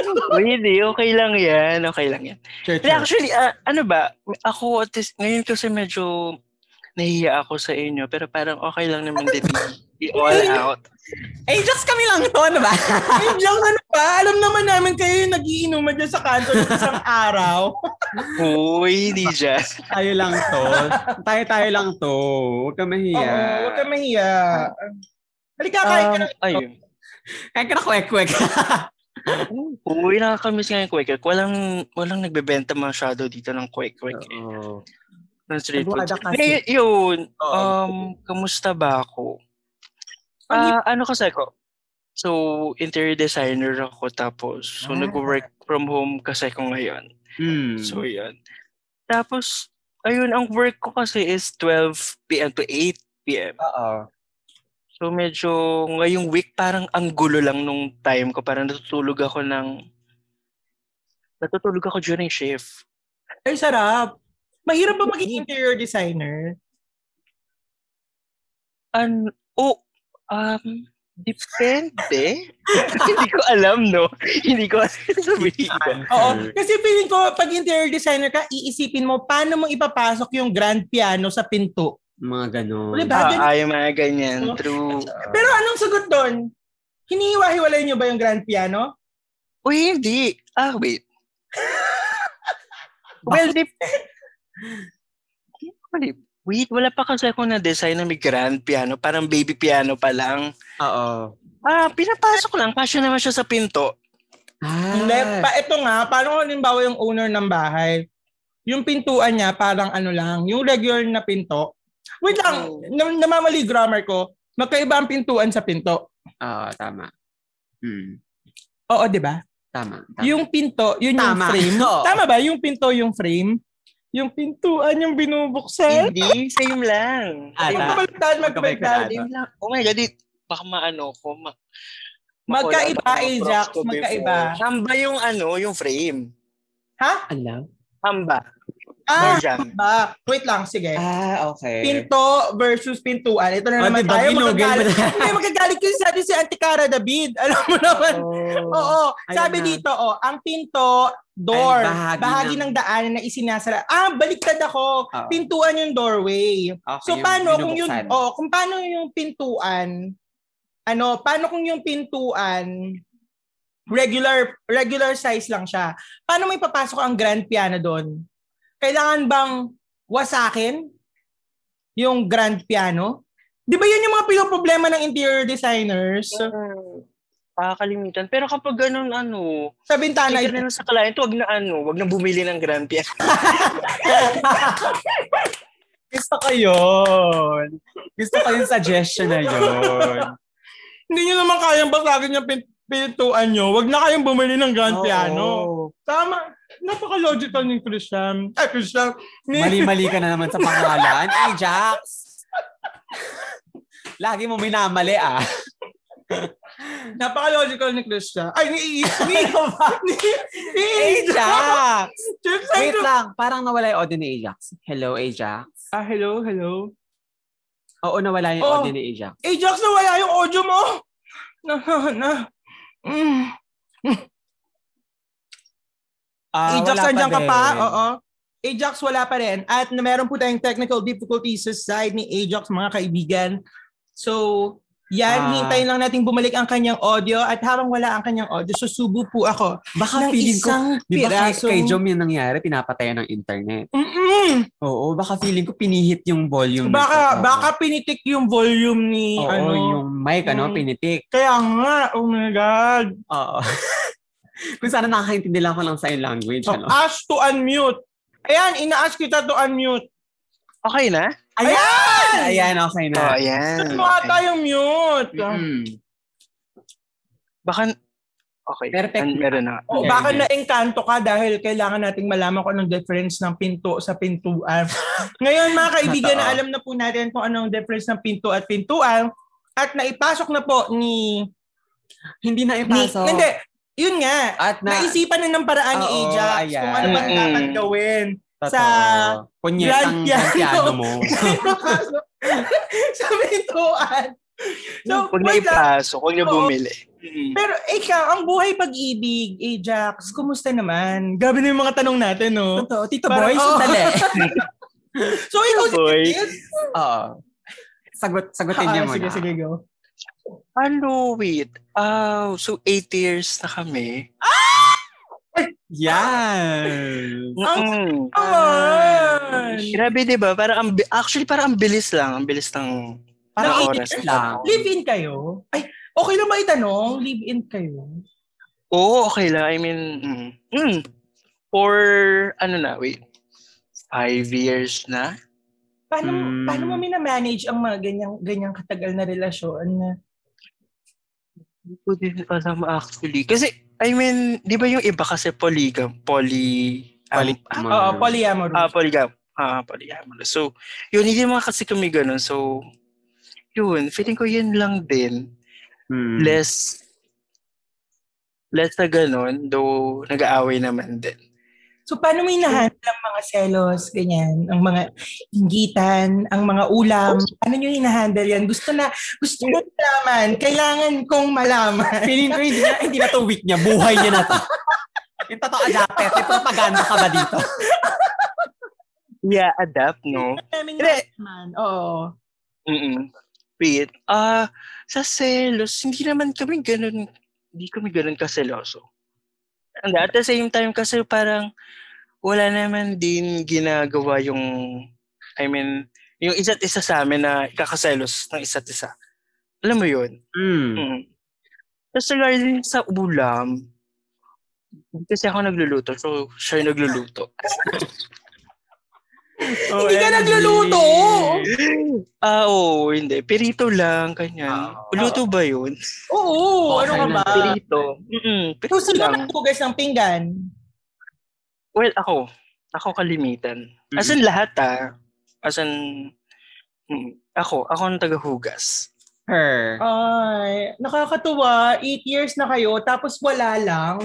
[SPEAKER 2] no?
[SPEAKER 3] O, Hindi, okay lang yan. Okay lang yan.
[SPEAKER 1] Sure,
[SPEAKER 3] Pero
[SPEAKER 1] sure.
[SPEAKER 3] actually, ah, ano ba, ako at this, ngayon kasi medyo nahiya ako sa inyo. Pero parang okay lang naman din. i- all out.
[SPEAKER 2] Ajax Eh, kami lang to, ano ba?
[SPEAKER 1] Ajax, ano ba? Alam naman namin kayo yung nagiinom dyan sa kanto ng isang araw.
[SPEAKER 3] Uy, di dyan.
[SPEAKER 2] tayo lang to. Tayo-tayo lang to. Huwag ka mahiya.
[SPEAKER 1] Oo, huwag ka mahiya. Halika, kahit ka
[SPEAKER 2] ah,
[SPEAKER 3] Um,
[SPEAKER 1] na.
[SPEAKER 3] ayun.
[SPEAKER 2] Ay, ka na kwek-kwek.
[SPEAKER 3] Uy, nakakamiss nga yung kwek-kwek. Walang, walang nagbebenta masyado dito ng kwek-kwek. Eh. Ng street food.
[SPEAKER 1] Abogada kasi.
[SPEAKER 3] Eh, yun.
[SPEAKER 2] Oo.
[SPEAKER 3] Um, kamusta ba ako?
[SPEAKER 1] Ang
[SPEAKER 3] Ah, ano kasi ako? So, interior designer ako tapos. So,
[SPEAKER 2] Ah.
[SPEAKER 3] nag-work from home kasi ako ngayon.
[SPEAKER 2] Hmm.
[SPEAKER 3] So, yun. Tapos, ayun, ang work ko kasi is 12 p.m. to 8 p.m.
[SPEAKER 2] Oo.
[SPEAKER 3] So, medyo ngayong week parang ang gulo lang nung time ko. Parang natutulog ako ng... Natutulog ako during shift.
[SPEAKER 1] Ay, sarap. Mahirap ba
[SPEAKER 2] Mm-hmm.
[SPEAKER 1] maging interior designer?
[SPEAKER 3] An oh, um, depende. Hindi ko alam, no? Hindi ko alam sabihin ko.
[SPEAKER 1] Oo. Kasi feeling ko, pag interior designer ka, iisipin mo paano mo ipapasok yung grand piano sa pinto.
[SPEAKER 2] Mga ganun.
[SPEAKER 1] Diba?
[SPEAKER 3] Ah, ay, mga ganyan. True.
[SPEAKER 1] Pero anong sagot doon? Hinihiwa-hiwalay niyo ba yung grand piano?
[SPEAKER 3] Uy, hindi. Ah, wait. well, dep- Wait, Wait, wala pa kasi ako na-design na may grand piano. Parang baby piano pa lang.
[SPEAKER 2] Oo.
[SPEAKER 3] Ah, pinapasok lang. Pasya naman siya sa pinto.
[SPEAKER 2] Ah.
[SPEAKER 1] Hindi. Pa, ito nga, parang halimbawa yung owner ng bahay, yung pintuan niya parang ano lang, yung regular na pinto. Wait lang,
[SPEAKER 3] Oo.
[SPEAKER 1] nam- namamali grammar ko. Magkaiba ang pintuan sa pinto.
[SPEAKER 2] Oo, tama. Hmm.
[SPEAKER 1] Oo, di ba?
[SPEAKER 2] Tama. tama.
[SPEAKER 1] Yung pinto, yun
[SPEAKER 2] Tama.
[SPEAKER 1] yung frame.
[SPEAKER 2] Oo.
[SPEAKER 1] Tama ba? Yung pinto, yung frame. Yung pintuan yung binubuksan.
[SPEAKER 3] Hindi, same lang.
[SPEAKER 2] Ah,
[SPEAKER 3] Same
[SPEAKER 2] tama.
[SPEAKER 1] Magbaligtad,
[SPEAKER 2] Magkabaliktad.
[SPEAKER 1] magbaligtad.
[SPEAKER 3] Same lang. Oh my God, it, baka maano ko. Ma-
[SPEAKER 1] Magkaiba,
[SPEAKER 3] makolab ako
[SPEAKER 1] Ajax.
[SPEAKER 3] ng props ko
[SPEAKER 1] Magkaiba.
[SPEAKER 3] before. Hamba yung ano, yung frame.
[SPEAKER 2] Alam?
[SPEAKER 3] Hamba.
[SPEAKER 1] Ah,
[SPEAKER 3] or jam.
[SPEAKER 1] ba? Wait lang, sige.
[SPEAKER 2] Ah, okay.
[SPEAKER 1] Pinto versus pintuan. Ito na
[SPEAKER 2] Oh,
[SPEAKER 1] naman
[SPEAKER 2] diba?
[SPEAKER 1] tayo.
[SPEAKER 2] Binugay mo
[SPEAKER 1] Magagalit,
[SPEAKER 2] na.
[SPEAKER 1] Hindi, magagalit kasi sa atin si Auntie Cara David. Alam mo naman. Oo,
[SPEAKER 2] Ayan
[SPEAKER 1] sabi
[SPEAKER 2] na.
[SPEAKER 1] dito, oh, ang pinto, door,
[SPEAKER 2] Ay, bahagi
[SPEAKER 1] bahagi, ng...
[SPEAKER 2] ng-
[SPEAKER 1] daanan na isinasara. Ah, baliktad ako.
[SPEAKER 2] Oo.
[SPEAKER 1] Pintuan yung doorway.
[SPEAKER 2] Ah, Okay,
[SPEAKER 1] So
[SPEAKER 2] yung
[SPEAKER 1] paano kung yung
[SPEAKER 2] binubuksan.
[SPEAKER 1] oh, kung paano yung pintuan? Ano, paano kung yung pintuan regular regular size lang siya? Paano may papasok ang grand piano doon? Kailangan bang wasakin yung grand piano? 'Di ba 'yun yung mga problema ng interior designers?
[SPEAKER 3] Nakakalimutan. Pero kapag ganun, ano,
[SPEAKER 1] Sa bintana
[SPEAKER 3] sige
[SPEAKER 1] yun.
[SPEAKER 3] na lang sa client, wag na ano, wag na bumili ng grand piano.
[SPEAKER 2] Gusto ko yun. Gusto ko yung suggestion na yun.
[SPEAKER 1] Hindi nyo naman kayang basagin yung pin- pintuan nyo. Huwag na kayong bumili ng grand piano.
[SPEAKER 2] Oo.
[SPEAKER 1] Tama. Napaka-logical ni Christian. Ay, Christian. Ni-
[SPEAKER 2] Mali-mali ka na naman sa pangalan. Ay, Jax! Lagi mo minamali ah.
[SPEAKER 1] Napaka-logical ni Christian. Ay, ni ni
[SPEAKER 2] Ano
[SPEAKER 1] ni ni
[SPEAKER 2] Ajax!
[SPEAKER 1] Chicks, I
[SPEAKER 2] Wait
[SPEAKER 1] know.
[SPEAKER 2] lang, parang nawala yung audio ni Ajax. Hello, Ajax.
[SPEAKER 1] Ah, hello, hello.
[SPEAKER 2] Oo, nawala yung
[SPEAKER 1] Oh.
[SPEAKER 2] audio ni Ajax.
[SPEAKER 1] Ajax, nawala yung audio mo. Na, na. Mm.
[SPEAKER 2] Ah,
[SPEAKER 1] Ajax,
[SPEAKER 2] wala
[SPEAKER 1] andyan ka
[SPEAKER 2] din.
[SPEAKER 1] pa? Oo. Ajax, wala pa rin. At meron po tayong technical difficulties sa side ni Ajax, mga kaibigan. So, Yan,
[SPEAKER 2] Ah.
[SPEAKER 1] hintayin lang natin bumalik ang kanyang audio at habang wala ang kanyang audio, susubo po ako
[SPEAKER 2] Baka
[SPEAKER 1] ng
[SPEAKER 2] feeling ko,
[SPEAKER 1] isang
[SPEAKER 2] di ba kay,
[SPEAKER 1] piraso.
[SPEAKER 2] kay Jom yung nangyari, pinapatayan ng internet.
[SPEAKER 1] Mm-mm.
[SPEAKER 2] Oo, baka feeling ko pinihit yung volume.
[SPEAKER 1] Baka,
[SPEAKER 2] nito.
[SPEAKER 1] baka pinitik yung volume ni
[SPEAKER 2] Oo,
[SPEAKER 1] ano.
[SPEAKER 2] yung mic, ano,
[SPEAKER 1] Mm.
[SPEAKER 2] pinitik.
[SPEAKER 1] Kaya nga, oh my God.
[SPEAKER 2] Oo. Kung sana nakakaintindi lang ako ng sign language,
[SPEAKER 1] So,
[SPEAKER 2] ano.
[SPEAKER 1] ask to unmute. Ayan, ina-ask kita to unmute.
[SPEAKER 3] Okay na?
[SPEAKER 1] Ayan!
[SPEAKER 2] Ayan, okay na. Mm.
[SPEAKER 3] Oo, oh, ayan.
[SPEAKER 1] Ano ata yung mute?
[SPEAKER 2] Mm-mm.
[SPEAKER 3] Baka, okay.
[SPEAKER 2] Perfect.
[SPEAKER 3] An- meron na.
[SPEAKER 1] O
[SPEAKER 2] Okay.
[SPEAKER 1] Oh, baka naengkanto ka dahil kailangan nating malaman kung anong difference ng pinto sa pintuan. Ngayon mga kaibigan,
[SPEAKER 2] Totoo.
[SPEAKER 1] na alam na po natin kung anong difference ng pinto at pintuan at naipasok na po ni...
[SPEAKER 2] Hindi na
[SPEAKER 1] ni
[SPEAKER 2] ipasok.
[SPEAKER 1] Hindi, yun nga.
[SPEAKER 2] At na,
[SPEAKER 1] Naisipan na ng paraan ni
[SPEAKER 2] Oo,
[SPEAKER 1] Ajax
[SPEAKER 2] ayan.
[SPEAKER 1] kung ano bang
[SPEAKER 3] Mm-mm.
[SPEAKER 1] dapat gawin.
[SPEAKER 2] totoo.
[SPEAKER 1] sa-
[SPEAKER 2] Punyetang
[SPEAKER 1] Grand Piano.
[SPEAKER 2] piano mo.
[SPEAKER 1] Naipasok sa pintuan. So,
[SPEAKER 3] Huwag na
[SPEAKER 1] wait lang.
[SPEAKER 3] ipasok. Huwag na
[SPEAKER 1] Oo. Mm-hmm.
[SPEAKER 3] bumili. Mm.
[SPEAKER 1] Pero ikaw, ang buhay pag-ibig, Ajax, kumusta naman? Gabi na yung mga tanong natin, no?
[SPEAKER 2] Totoo. Tito
[SPEAKER 1] Parang-
[SPEAKER 2] Boy,
[SPEAKER 1] oo.
[SPEAKER 2] sandali.
[SPEAKER 1] So, ikaw si
[SPEAKER 3] Boy.
[SPEAKER 1] Kit?
[SPEAKER 2] Oo. Sagot, sagutin niya
[SPEAKER 1] Ah,
[SPEAKER 2] muna.
[SPEAKER 1] sige, sige, go.
[SPEAKER 3] Ano, wait. Ah, so, eight years na kami.
[SPEAKER 2] Yan.
[SPEAKER 3] Mm.
[SPEAKER 1] Come on!
[SPEAKER 3] Grabe, di ba? Parang, ang bi- actually, parang ang bilis lang. Ang bilis ng
[SPEAKER 2] Parang
[SPEAKER 1] Nang-
[SPEAKER 3] oras.
[SPEAKER 2] lang.
[SPEAKER 1] Live-in kayo? Ay, okay lang ba itanong? Live-in kayo?
[SPEAKER 3] Oo, okay lang. I mean, mm, mm, for, ano na, wait. Five years na?
[SPEAKER 1] Paano,
[SPEAKER 2] Hmm.
[SPEAKER 1] paano mo minamanage ang mga ganyang, ganyang katagal na relasyon? Na,
[SPEAKER 3] Hindi ko din alam actually. Kasi, I mean, di ba yung iba kasi polygam, poly,
[SPEAKER 2] Poly-
[SPEAKER 3] um,
[SPEAKER 1] oo,
[SPEAKER 2] ano?
[SPEAKER 1] polyamorous.
[SPEAKER 3] ah, polygam, ah, polyamorous. So, yun, hindi naman kasi kami ganun. So, yun, feeling ko yun lang din.
[SPEAKER 2] Hmm.
[SPEAKER 3] Less, less na ganun, though nag-aaway naman din.
[SPEAKER 1] so, paano mo hinahandle ang mga selos, ganyan, ang mga inggitan, ang mga ulam? Paano nyo hinahandle yan? Gusto na, gusto ko malaman. Kailangan kong malaman.
[SPEAKER 2] Feeling ko hindi na, hindi na to week niya. Buhay niya na to. Yung totoo adapted. May propaganda ka ba dito?
[SPEAKER 3] Yeah, adapt, no?
[SPEAKER 1] Maraming
[SPEAKER 3] Hindi.
[SPEAKER 1] malaman. Oo.
[SPEAKER 3] Mm-mm. Wait, ah, sa selos, hindi naman kami ganun, hindi kami ganun kaseloso. And at the same time kasi parang wala naman din ginagawa yung, I mean, yung isa't isa sa amin na kakaselos ng isa't isa. Alam mo yun?
[SPEAKER 2] Hmm.
[SPEAKER 3] Mm. Tapos regarding sa ulam, kasi ako nagluluto, so siya yung nagluluto.
[SPEAKER 1] Hindi ka nagluluto!
[SPEAKER 3] Ah, oo, hindi. Pirito lang, kanyan.
[SPEAKER 2] Ah.
[SPEAKER 3] Luto ba yun?
[SPEAKER 1] Oo, ano ka ba?
[SPEAKER 3] Pirito. Mm-mm, pirito
[SPEAKER 1] Gusto ka
[SPEAKER 3] lang.
[SPEAKER 1] magpugas ng pinggan?
[SPEAKER 3] Well, ako. Ako kalimitan. As in lahat ah. As in, mm, ako. Ako ang tagahugas.
[SPEAKER 2] Her.
[SPEAKER 1] Ay, nakakatuwa. Eight years na kayo, tapos wala lang.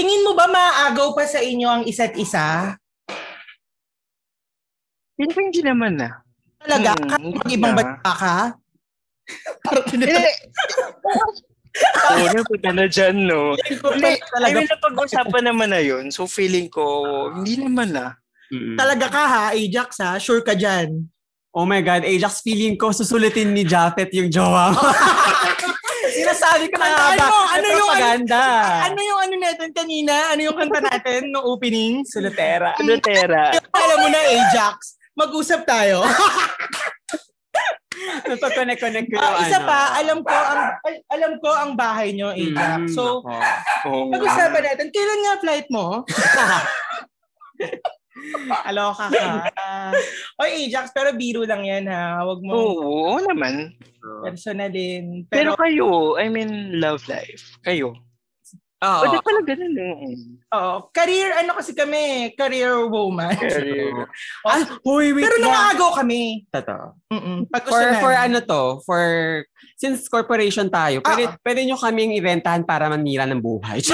[SPEAKER 1] Tingin mo ba maaagaw pa sa inyo ang isa't isa?
[SPEAKER 3] Hindi hindi naman na.
[SPEAKER 1] Talaga?
[SPEAKER 3] Hmm,
[SPEAKER 1] Kahit
[SPEAKER 3] hindi
[SPEAKER 1] mag-ibang
[SPEAKER 3] na.
[SPEAKER 1] bansa ka? Parang
[SPEAKER 3] Hindi. Oo, napunta na dyan, no? Hindi, I
[SPEAKER 1] talaga,
[SPEAKER 3] mean, napag-usapan naman na yun. So, feeling ko, hindi naman ah. na.
[SPEAKER 2] Mm-mm.
[SPEAKER 1] talaga ka ha, Ajax ha? Sure ka dyan?
[SPEAKER 2] Oh my God, Ajax, feeling ko susulitin ni Japet yung jowa mo. Sinasabi ko na
[SPEAKER 1] Kantaan
[SPEAKER 2] ba?
[SPEAKER 1] mo, Oh, ano yung-
[SPEAKER 2] propaganda?
[SPEAKER 1] ano yung ano natin kanina? Ano yung kanta natin no opening?
[SPEAKER 2] Sulutera.
[SPEAKER 3] Ano, Lutera.
[SPEAKER 1] Alam mo na, Ajax. Mag-usap tayo.
[SPEAKER 2] Nagpa-connect-connect ko yung
[SPEAKER 1] Ah, isa
[SPEAKER 2] ano.
[SPEAKER 1] pa, alam ko ang ay, alam ko ang bahay nyo, Ajax.
[SPEAKER 2] Mm,
[SPEAKER 1] So,
[SPEAKER 2] ako.
[SPEAKER 3] Oo.
[SPEAKER 1] pag-usapan natin, kailan nga flight mo?
[SPEAKER 2] aloka ka.
[SPEAKER 1] o Ajax, pero biro lang yan ha. Huwag mo
[SPEAKER 3] Oo, oo naman.
[SPEAKER 1] personalin. Pero,
[SPEAKER 3] Pero kayo, I mean, love life. Kayo.
[SPEAKER 2] Oo.
[SPEAKER 1] Ah.
[SPEAKER 3] Pwede pala ganun, eh.
[SPEAKER 1] oo, career, ano kasi kami, career woman.
[SPEAKER 3] Career.
[SPEAKER 2] Ah, hoy, wait
[SPEAKER 1] Pero
[SPEAKER 2] lang.
[SPEAKER 1] nangaagaw kami.
[SPEAKER 2] Totoo.
[SPEAKER 1] Mm-mm. Pag gusto
[SPEAKER 2] For,
[SPEAKER 1] namin.
[SPEAKER 2] for ano to, for, since corporation tayo,
[SPEAKER 1] Ah,
[SPEAKER 2] pwede, pwede nyo kaming ibentahan para manira ng buhay.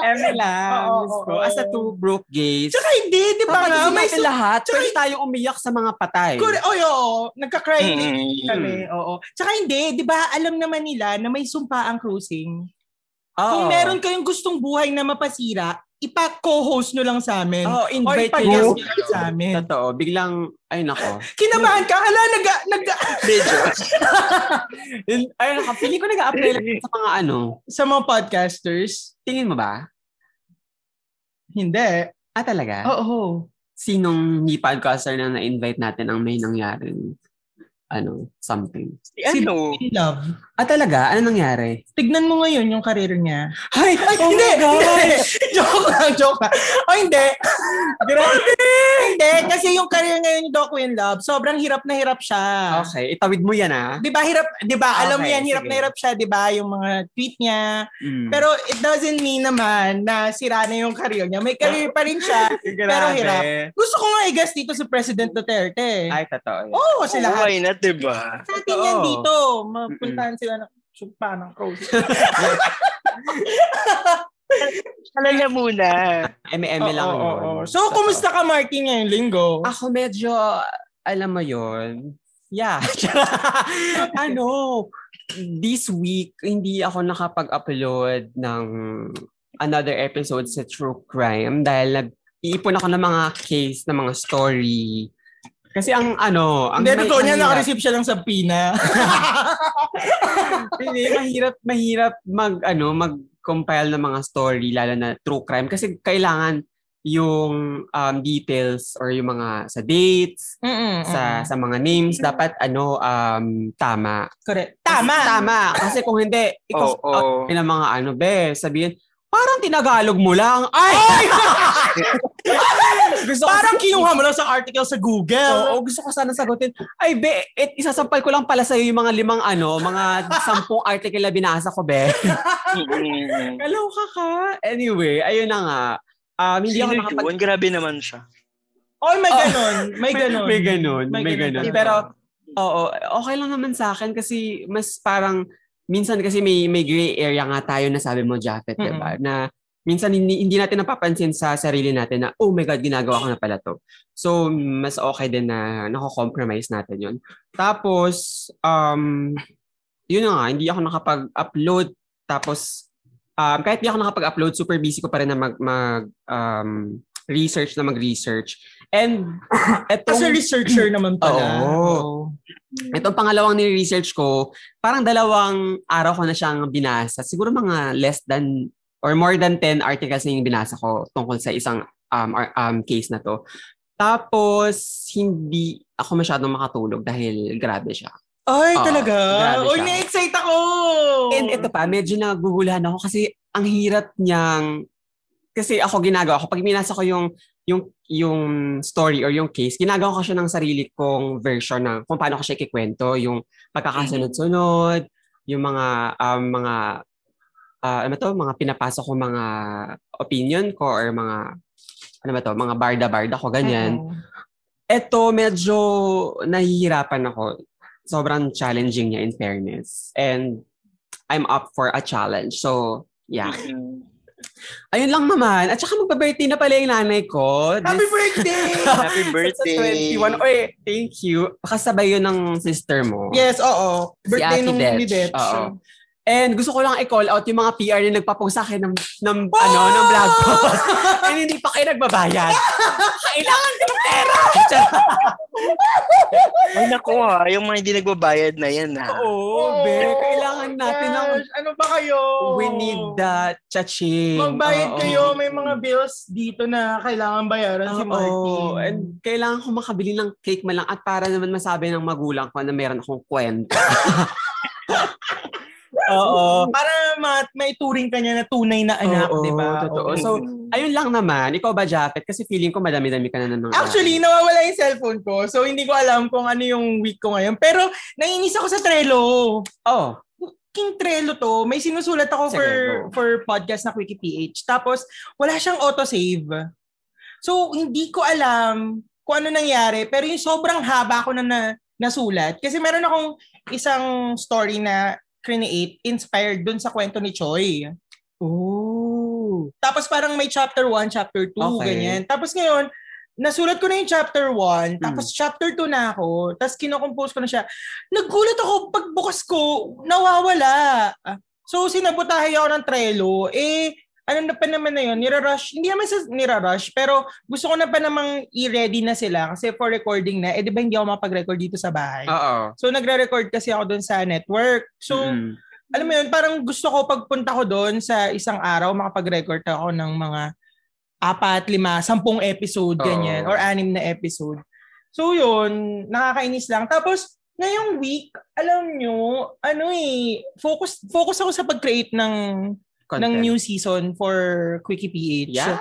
[SPEAKER 2] Eme lang.
[SPEAKER 1] Oo,
[SPEAKER 2] Diyos
[SPEAKER 1] oo,
[SPEAKER 2] ko.
[SPEAKER 1] oo.
[SPEAKER 2] As a two group gays.
[SPEAKER 1] Tsaka hindi, di ba Diba nga?
[SPEAKER 2] Kapag
[SPEAKER 1] May
[SPEAKER 2] natin
[SPEAKER 1] su-
[SPEAKER 2] lahat,
[SPEAKER 1] tsaka-
[SPEAKER 2] pwede tayo umiyak sa mga patay.
[SPEAKER 1] Kore- Oy, oo, nagka-cry din kami,
[SPEAKER 3] Mm.
[SPEAKER 1] oo. Tsaka hindi, di ba alam naman nila na may sumpa ang cruising.
[SPEAKER 2] Oo.
[SPEAKER 1] Kung meron kayong gustong buhay na mapasira, ipa-co-host nyo lang sa amin.
[SPEAKER 2] Oh,
[SPEAKER 1] or
[SPEAKER 2] invite
[SPEAKER 1] ipa-guest
[SPEAKER 2] kayo.
[SPEAKER 1] nyo lang sa amin.
[SPEAKER 2] Totoo, biglang, ay nako.
[SPEAKER 1] Kinabahan ka? Ala, nag... nag
[SPEAKER 3] Medyo.
[SPEAKER 2] ay nako, feeling ko nag-apply lang sa mga ano.
[SPEAKER 1] sa mga podcasters?
[SPEAKER 2] Tingin mo ba?
[SPEAKER 1] Hindi.
[SPEAKER 2] Ah, talaga?
[SPEAKER 1] Oo.
[SPEAKER 2] Sinong ni podcaster na na-invite natin ang may nangyari? Ano, something.
[SPEAKER 3] Si ano?
[SPEAKER 1] In love.
[SPEAKER 2] Ah, talaga? Ano nangyari?
[SPEAKER 1] Tignan mo ngayon yung karir niya.
[SPEAKER 2] Ay,
[SPEAKER 1] Ay,
[SPEAKER 2] oh
[SPEAKER 1] hindi,
[SPEAKER 2] my
[SPEAKER 1] hindi.
[SPEAKER 2] gosh!
[SPEAKER 1] joke lang, joke lang. O hindi. Grabe. hindi, kasi yung career ngayon ni Doc Winlove, sobrang hirap na hirap siya.
[SPEAKER 2] Okay, itawid mo yan ah.
[SPEAKER 1] 'Di ba hirap, 'di ba? Alam mo
[SPEAKER 2] Okay,
[SPEAKER 1] yan, hirap
[SPEAKER 2] sige.
[SPEAKER 1] na hirap siya, 'di ba? Yung mga tweet niya.
[SPEAKER 2] Mm.
[SPEAKER 1] Pero it doesn't mean naman na sira na yung career niya. May career pa rin siya. pero hirap. Gusto ko nga i-guess dito si President Duterte.
[SPEAKER 2] Ay, totoo. yan.
[SPEAKER 1] Oo, oh, kasi
[SPEAKER 3] Oh,
[SPEAKER 1] lahat.
[SPEAKER 3] why not, diba?
[SPEAKER 1] Sa atin yan
[SPEAKER 2] totoo.
[SPEAKER 1] dito. Mapuntahan sila ng sugpa ng rose.
[SPEAKER 3] Alala muna.
[SPEAKER 2] MM lang
[SPEAKER 1] Oo,
[SPEAKER 2] yun.
[SPEAKER 1] oo, oo. So, kumusta ka, Martin, ngayong linggo?
[SPEAKER 2] Ako medyo, alam mo yon yeah. ano, this week, hindi ako nakapag-upload ng another episode sa True Crime dahil nag-iipon ako ng mga case, ng mga story. Kasi ang ano, ang
[SPEAKER 1] Hindi,
[SPEAKER 2] may-
[SPEAKER 1] totoo niya,
[SPEAKER 2] ang hirap-
[SPEAKER 1] nakareceive siya ng sabina.
[SPEAKER 2] Hindi,
[SPEAKER 1] eh.
[SPEAKER 2] mahirap, mahirap mag, ano, mag-compile ng mga story, lalo na true crime. Kasi kailangan yung um, details or yung mga sa dates, sa sa mga names, dapat ano, um, tama.
[SPEAKER 1] Correct. Tama.
[SPEAKER 2] Kasi, tama. Kasi kung hindi, ikaw oh,
[SPEAKER 3] Oo. Oh,
[SPEAKER 2] ng mga ano, be, sabihin, parang tinagalog mo lang. Ay! gusto ko-
[SPEAKER 1] Parang kinuha mo lang sa article sa Google.
[SPEAKER 2] Oo, gusto ko sana sagutin. Ay, be, et, isasampal ko lang pala sa'yo yung mga limang ano, mga sampung article na binasa ko, be. Kalaw ka ka. Anyway, ayun na nga. Um, hindi ako
[SPEAKER 3] Sino
[SPEAKER 2] nakapag...
[SPEAKER 3] yun? Grabe naman siya.
[SPEAKER 1] Or Oh, may ganon. May ganon.
[SPEAKER 2] Oh. May ganun.
[SPEAKER 1] May
[SPEAKER 2] May,
[SPEAKER 1] ganun.
[SPEAKER 2] ganun.
[SPEAKER 1] Diba?
[SPEAKER 2] Pero, oo, okay lang naman sa akin kasi mas parang, minsan kasi may, may gray area nga tayo na sabi mo, Japet,
[SPEAKER 1] Mm-mm.
[SPEAKER 2] diba? Na minsan hindi, hindi natin napapansin sa sarili natin na, oh my God, ginagawa ko na pala to. So, mas okay din na nako-compromise natin yun. Tapos, um, yun na nga, hindi ako nakapag-upload. Tapos, um, kahit hindi ako nakapag-upload, super busy ko pa rin na mag, mag um, research na mag-research. And
[SPEAKER 1] As a
[SPEAKER 2] etong,
[SPEAKER 1] researcher naman pala.
[SPEAKER 2] Oo. etong pangalawang ni-research ko, parang dalawang araw ko na siyang binasa. Siguro mga less than or more than 10 articles na yung binasa ko tungkol sa isang um, ar- um, case na to. Tapos, hindi ako masyadong makatulog dahil grabe siya.
[SPEAKER 1] Ay,
[SPEAKER 2] Oo,
[SPEAKER 1] talaga.
[SPEAKER 2] grabe
[SPEAKER 1] Uy,
[SPEAKER 2] siya.
[SPEAKER 1] na-excite ako.
[SPEAKER 2] And ito pa, medyo nagugulahan ako kasi ang hirap niyang kasi ako ginagawa ko pag minasa ko yung yung yung story or yung case, ginagawa ko siya ng sarili kong version ng kung paano ko siya ikikwento, yung pagkakasunod-sunod, yung mga um, mga ah, ano ba to, mga pinapasok ko mga opinion ko or mga ano ba to, mga barda-barda ko ganyan.
[SPEAKER 1] Oo.
[SPEAKER 2] Eto, medyo nahihirapan ako. Sobrang challenging niya in fairness. And I'm up for a challenge. So, yeah. Ayun lang naman. At saka magpa-birthday na pala yung nanay ko.
[SPEAKER 1] Happy
[SPEAKER 2] This-
[SPEAKER 1] birthday!
[SPEAKER 3] Happy
[SPEAKER 2] Sa
[SPEAKER 3] birthday.
[SPEAKER 2] 21. Oy, thank you. Kasabay yun ng sister mo.
[SPEAKER 1] yes, oo. Birthday
[SPEAKER 2] Ate
[SPEAKER 1] nung
[SPEAKER 2] Dech.
[SPEAKER 1] ni Dech.
[SPEAKER 2] Oo. And gusto ko lang i-call out yung mga PR na nagpapong sa akin ng, ng, ano, ng vlog ko. And hindi pa kayo nagbabayad. Kailangan ko ng pera!
[SPEAKER 3] Ay, naku ha. Yung mga hindi nagbabayad na yan ha.
[SPEAKER 2] Oo, be.
[SPEAKER 1] Oh,
[SPEAKER 2] Kailangan natin ng
[SPEAKER 1] gosh. Ano ba kayo?
[SPEAKER 2] We need that cha-ching.
[SPEAKER 1] Magbayad
[SPEAKER 2] Oo.
[SPEAKER 1] kayo. May mga bills dito na kailangan bayaran si
[SPEAKER 2] Oo.
[SPEAKER 1] Martin.
[SPEAKER 2] And kailangan ko makabili ng cake man lang at para naman masabi ng magulang ko na meron akong kwento. Oo.
[SPEAKER 1] Para ma- may turing ka niya na tunay na anak,
[SPEAKER 2] Oo,
[SPEAKER 1] di ba?
[SPEAKER 2] totoo.
[SPEAKER 1] Oo.
[SPEAKER 2] So, ayun lang naman. Ikaw ba, Japet? Kasi feeling ko madami-dami ka na ng mga...
[SPEAKER 1] Actually, nawawala yung cellphone ko. So, hindi ko alam kung ano yung week ko ngayon. Pero, naiinis ako sa Trello.
[SPEAKER 2] oh,
[SPEAKER 1] King Trello to, may sinusulat ako
[SPEAKER 2] Sige,
[SPEAKER 1] for,
[SPEAKER 2] go.
[SPEAKER 1] for podcast na Quickie PH. Tapos, wala siyang autosave. So, hindi ko alam kung ano nangyari. Pero yung sobrang haba ko na, na nasulat. Kasi meron akong isang story na create inspired dun sa kwento ni Choi.
[SPEAKER 2] oh.
[SPEAKER 1] Tapos parang may chapter 1, chapter 2,
[SPEAKER 2] Okay.
[SPEAKER 1] ganyan. Tapos ngayon, nasulat ko na yung chapter 1,
[SPEAKER 2] Hmm.
[SPEAKER 1] tapos chapter 2 na ako, tapos kinokompose ko na siya. Naggulat ako, pagbukas ko, nawawala. So, sinabotahe ako ng Trello. Eh, ano na pa naman na yun, nirarush, hindi naman sa nirarush, pero gusto ko na pa namang i-ready na sila kasi for recording na, eh di ba hindi ako makapag-record dito sa bahay?
[SPEAKER 2] Oo.
[SPEAKER 1] So nagre-record kasi ako doon sa network. So
[SPEAKER 2] Mm.
[SPEAKER 1] alam mo yun, parang gusto ko pagpunta ko doon sa isang araw, makapag-record ako ng mga apat, lima, sampung episode,
[SPEAKER 2] Oo.
[SPEAKER 1] ganyan, or anim na episode. So yun, nakakainis lang. Tapos, ngayong week, alam nyo, ano eh, focus, focus ako sa pag-create ng, ng
[SPEAKER 2] Content.
[SPEAKER 1] new Ah, season for Quickie PH.
[SPEAKER 2] Yeah.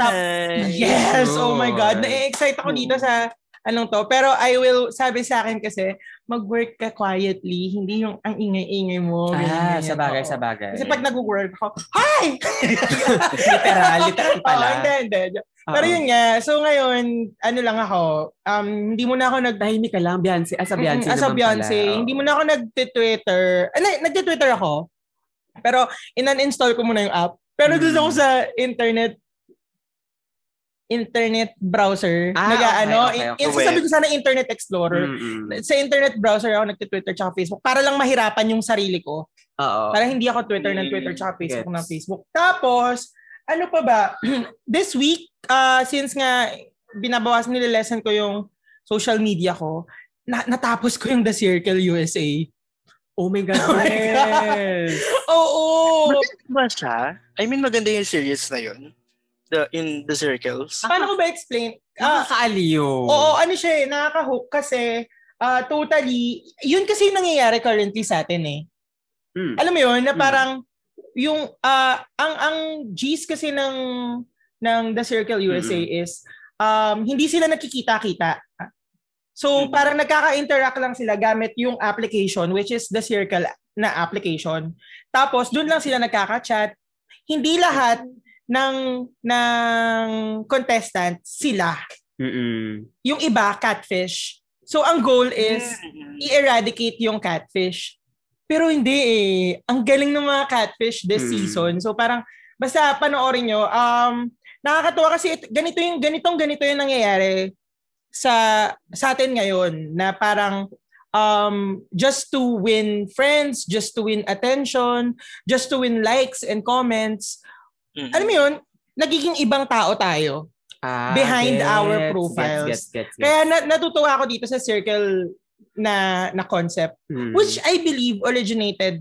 [SPEAKER 3] Aray.
[SPEAKER 1] Yes! Oh
[SPEAKER 2] Sure.
[SPEAKER 1] my God. Na-excite ako dito sa anong to. Pero I will, sabi sa akin kasi, mag-work ka quietly, hindi yung ang ingay-ingay mo.
[SPEAKER 2] Ah,
[SPEAKER 1] ganyan,
[SPEAKER 2] sa
[SPEAKER 1] ganyan.
[SPEAKER 2] bagay,
[SPEAKER 1] Oo.
[SPEAKER 2] sa bagay.
[SPEAKER 1] Kasi pag nag-work ako, hi!
[SPEAKER 2] literal, literal pala.
[SPEAKER 1] Oo, hindi, hindi.
[SPEAKER 2] Oo.
[SPEAKER 1] Pero yun nga, so ngayon, ano lang ako, um, hindi mo na ako nag-
[SPEAKER 2] Tahimik ka lang, Beyonce. As a
[SPEAKER 1] Mm,
[SPEAKER 2] Beyonce
[SPEAKER 1] as a
[SPEAKER 2] naman
[SPEAKER 1] Beyonce,
[SPEAKER 2] pala.
[SPEAKER 1] hindi mo na ako nag-twitter. Ah, na- nag-twitter ako. Pero inan-install ko muna yung app. Pero
[SPEAKER 2] Mm.
[SPEAKER 1] doon ako sa internet internet browser.
[SPEAKER 2] Ah,
[SPEAKER 1] nag
[SPEAKER 2] okay,
[SPEAKER 1] ano,
[SPEAKER 2] okay, Hmm. okay.
[SPEAKER 1] in- sasabi ko sana internet explorer.
[SPEAKER 2] Mm-mm.
[SPEAKER 1] Sa internet browser ako nag-twitter tsaka Facebook para lang mahirapan yung sarili ko.
[SPEAKER 2] Oo.
[SPEAKER 1] Para hindi ako Twitter ng
[SPEAKER 3] Mm,
[SPEAKER 1] Twitter tsaka Facebook
[SPEAKER 2] gets.
[SPEAKER 1] ng Facebook. Tapos, ano pa ba? This week, ah, since nga binabawas nila lesson ko yung social media ko, na- natapos ko yung The Circle USA.
[SPEAKER 2] Oh my God,
[SPEAKER 1] my
[SPEAKER 2] yes!
[SPEAKER 1] Oo!
[SPEAKER 3] Maganda ba Diba siya? I mean, maganda yung series na yun. The, in the circles.
[SPEAKER 1] Paano ko ba explain? Ah,
[SPEAKER 2] Nakakaaliw.
[SPEAKER 1] oo, ano siya eh, nakaka-hook kasi ah, totally, yun kasi yung nangyayari currently sa atin eh.
[SPEAKER 2] Mm.
[SPEAKER 1] Alam mo yun, na
[SPEAKER 2] Mm.
[SPEAKER 1] parang yung ah, ang ang G's kasi ng ng The Circle USA is um hindi sila nakikita-kita. So
[SPEAKER 3] Mm.
[SPEAKER 1] parang nagkaka-interact lang sila gamit yung application which is The Circle na application. Tapos doon lang sila nagkaka-chat. Hindi lahat ng ng contestant sila.
[SPEAKER 2] Mm-mm.
[SPEAKER 1] Yung iba catfish. So ang goal is
[SPEAKER 3] Mm.
[SPEAKER 1] i-eradicate yung catfish. Pero hindi eh. Ang galing ng mga catfish this
[SPEAKER 2] Mm.
[SPEAKER 1] season. So parang, basta panoorin nyo. Um, nakakatuwa kasi it- ganito yung, ganitong ganito yung nangyayari sa, sa atin ngayon na parang um, just to win friends, just to win attention, just to win likes and comments.
[SPEAKER 3] Mm.
[SPEAKER 1] Alam mo yun, nagiging ibang tao tayo.
[SPEAKER 2] Ah,
[SPEAKER 1] Behind
[SPEAKER 2] gets,
[SPEAKER 1] our
[SPEAKER 2] gets,
[SPEAKER 1] profiles.
[SPEAKER 2] Gets, gets, gets,
[SPEAKER 1] Kaya na, natutuwa ako dito sa circle na na concept
[SPEAKER 2] Mm.
[SPEAKER 1] which I believe originated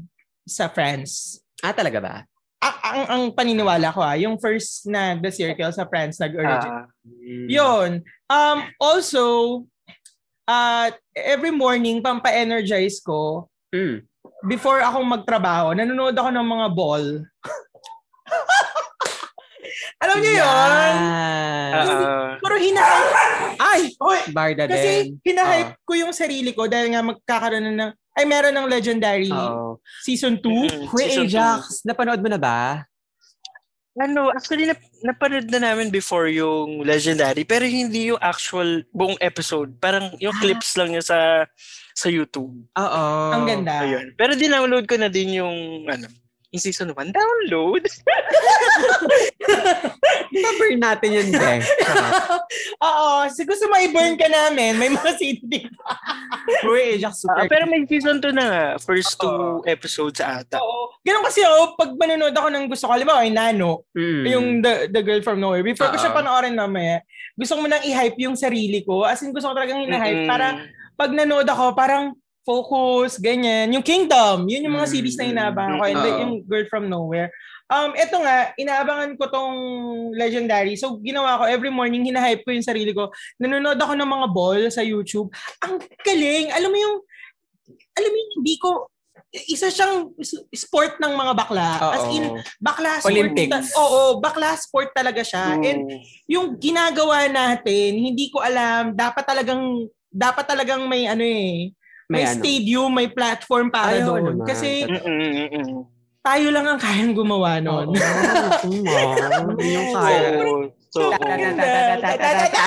[SPEAKER 1] sa France.
[SPEAKER 2] Ah, talaga ba?
[SPEAKER 1] A- ang, ang paniniwala ko ah, yung first na The Circle sa France nag-originate.
[SPEAKER 3] Ah,
[SPEAKER 2] Mm.
[SPEAKER 1] Yun. Um, also, uh, every morning, pampa-energize ko,
[SPEAKER 2] Mm.
[SPEAKER 1] before akong magtrabaho, nanonood ako ng mga ball.
[SPEAKER 2] Ano
[SPEAKER 1] Alam niyo yun?
[SPEAKER 2] Yes.
[SPEAKER 3] ah,
[SPEAKER 1] Pero hina... Ay! Hoy!
[SPEAKER 2] Barda
[SPEAKER 1] Kasi
[SPEAKER 2] din.
[SPEAKER 1] hinahype ko yung sarili ko dahil nga magkakaroon na ng... Ay, meron ng Legendary
[SPEAKER 2] Oo.
[SPEAKER 1] Season 2.
[SPEAKER 3] mm,
[SPEAKER 2] Kuya
[SPEAKER 3] season two.
[SPEAKER 2] Ajax, napanood mo na ba?
[SPEAKER 3] Ano, actually, nap- napanood na namin before yung Legendary, pero hindi yung actual buong episode. Parang
[SPEAKER 2] Ah.
[SPEAKER 3] yung clips lang yun sa sa YouTube.
[SPEAKER 2] Oo.
[SPEAKER 1] Ang ganda.
[SPEAKER 3] Ayun. Pero dinownload ko na din yung, ano, yung season 1. Download?
[SPEAKER 2] Cover natin yun, guys.
[SPEAKER 1] Oo, si gusto may burn ka namin, may mga CD dito.
[SPEAKER 2] Kuya Ajax,
[SPEAKER 3] Ah,
[SPEAKER 2] super.
[SPEAKER 3] pero may season 2 na nga. First
[SPEAKER 1] Oo.
[SPEAKER 3] two episodes ata.
[SPEAKER 1] Oo. Ganun kasi oh, pag manonood ako ng gusto ko, alam mo, ay Nano,
[SPEAKER 2] Mm.
[SPEAKER 1] yung the, the Girl From Nowhere, before ko
[SPEAKER 2] Oo.
[SPEAKER 1] siya panoorin mamaya, gusto ko munang i-hype yung sarili ko. As in, gusto ko talagang hina-hype.
[SPEAKER 3] Mm-mm.
[SPEAKER 1] Para pag nanood ako, parang focus, ganyan. Yung Kingdom, yun yung mga
[SPEAKER 2] Mm,
[SPEAKER 1] series na
[SPEAKER 2] mm,
[SPEAKER 1] inaabangan ko. And the-
[SPEAKER 2] oo.
[SPEAKER 1] yung Girl From Nowhere. Um, eto nga, inaabangan ko tong Legendary. So, ginawa ko every morning, hinahype ko yung sarili ko. Nanonood ako ng mga ball sa YouTube. Ang galing! Alam mo yung, alam mo yung hindi ko, isa siyang s- sport ng mga bakla. As in,
[SPEAKER 2] Oo.
[SPEAKER 1] bakla sport.
[SPEAKER 2] Olympics. Mm.
[SPEAKER 1] ta- Oo, bakla sport talaga siya. And yung ginagawa natin, hindi ko alam, dapat talagang dapat talagang may ano eh, may,
[SPEAKER 2] ano.
[SPEAKER 1] stadium, may platform para
[SPEAKER 2] Ay, oo
[SPEAKER 1] doon.
[SPEAKER 2] naman.
[SPEAKER 1] Kasi
[SPEAKER 3] Mm-mm-mm-mm.
[SPEAKER 1] tayo lang ang kayang gumawa
[SPEAKER 2] Oo.
[SPEAKER 1] noon.
[SPEAKER 2] Oo. Yung kaya.
[SPEAKER 3] So, um,
[SPEAKER 1] Ang ganda.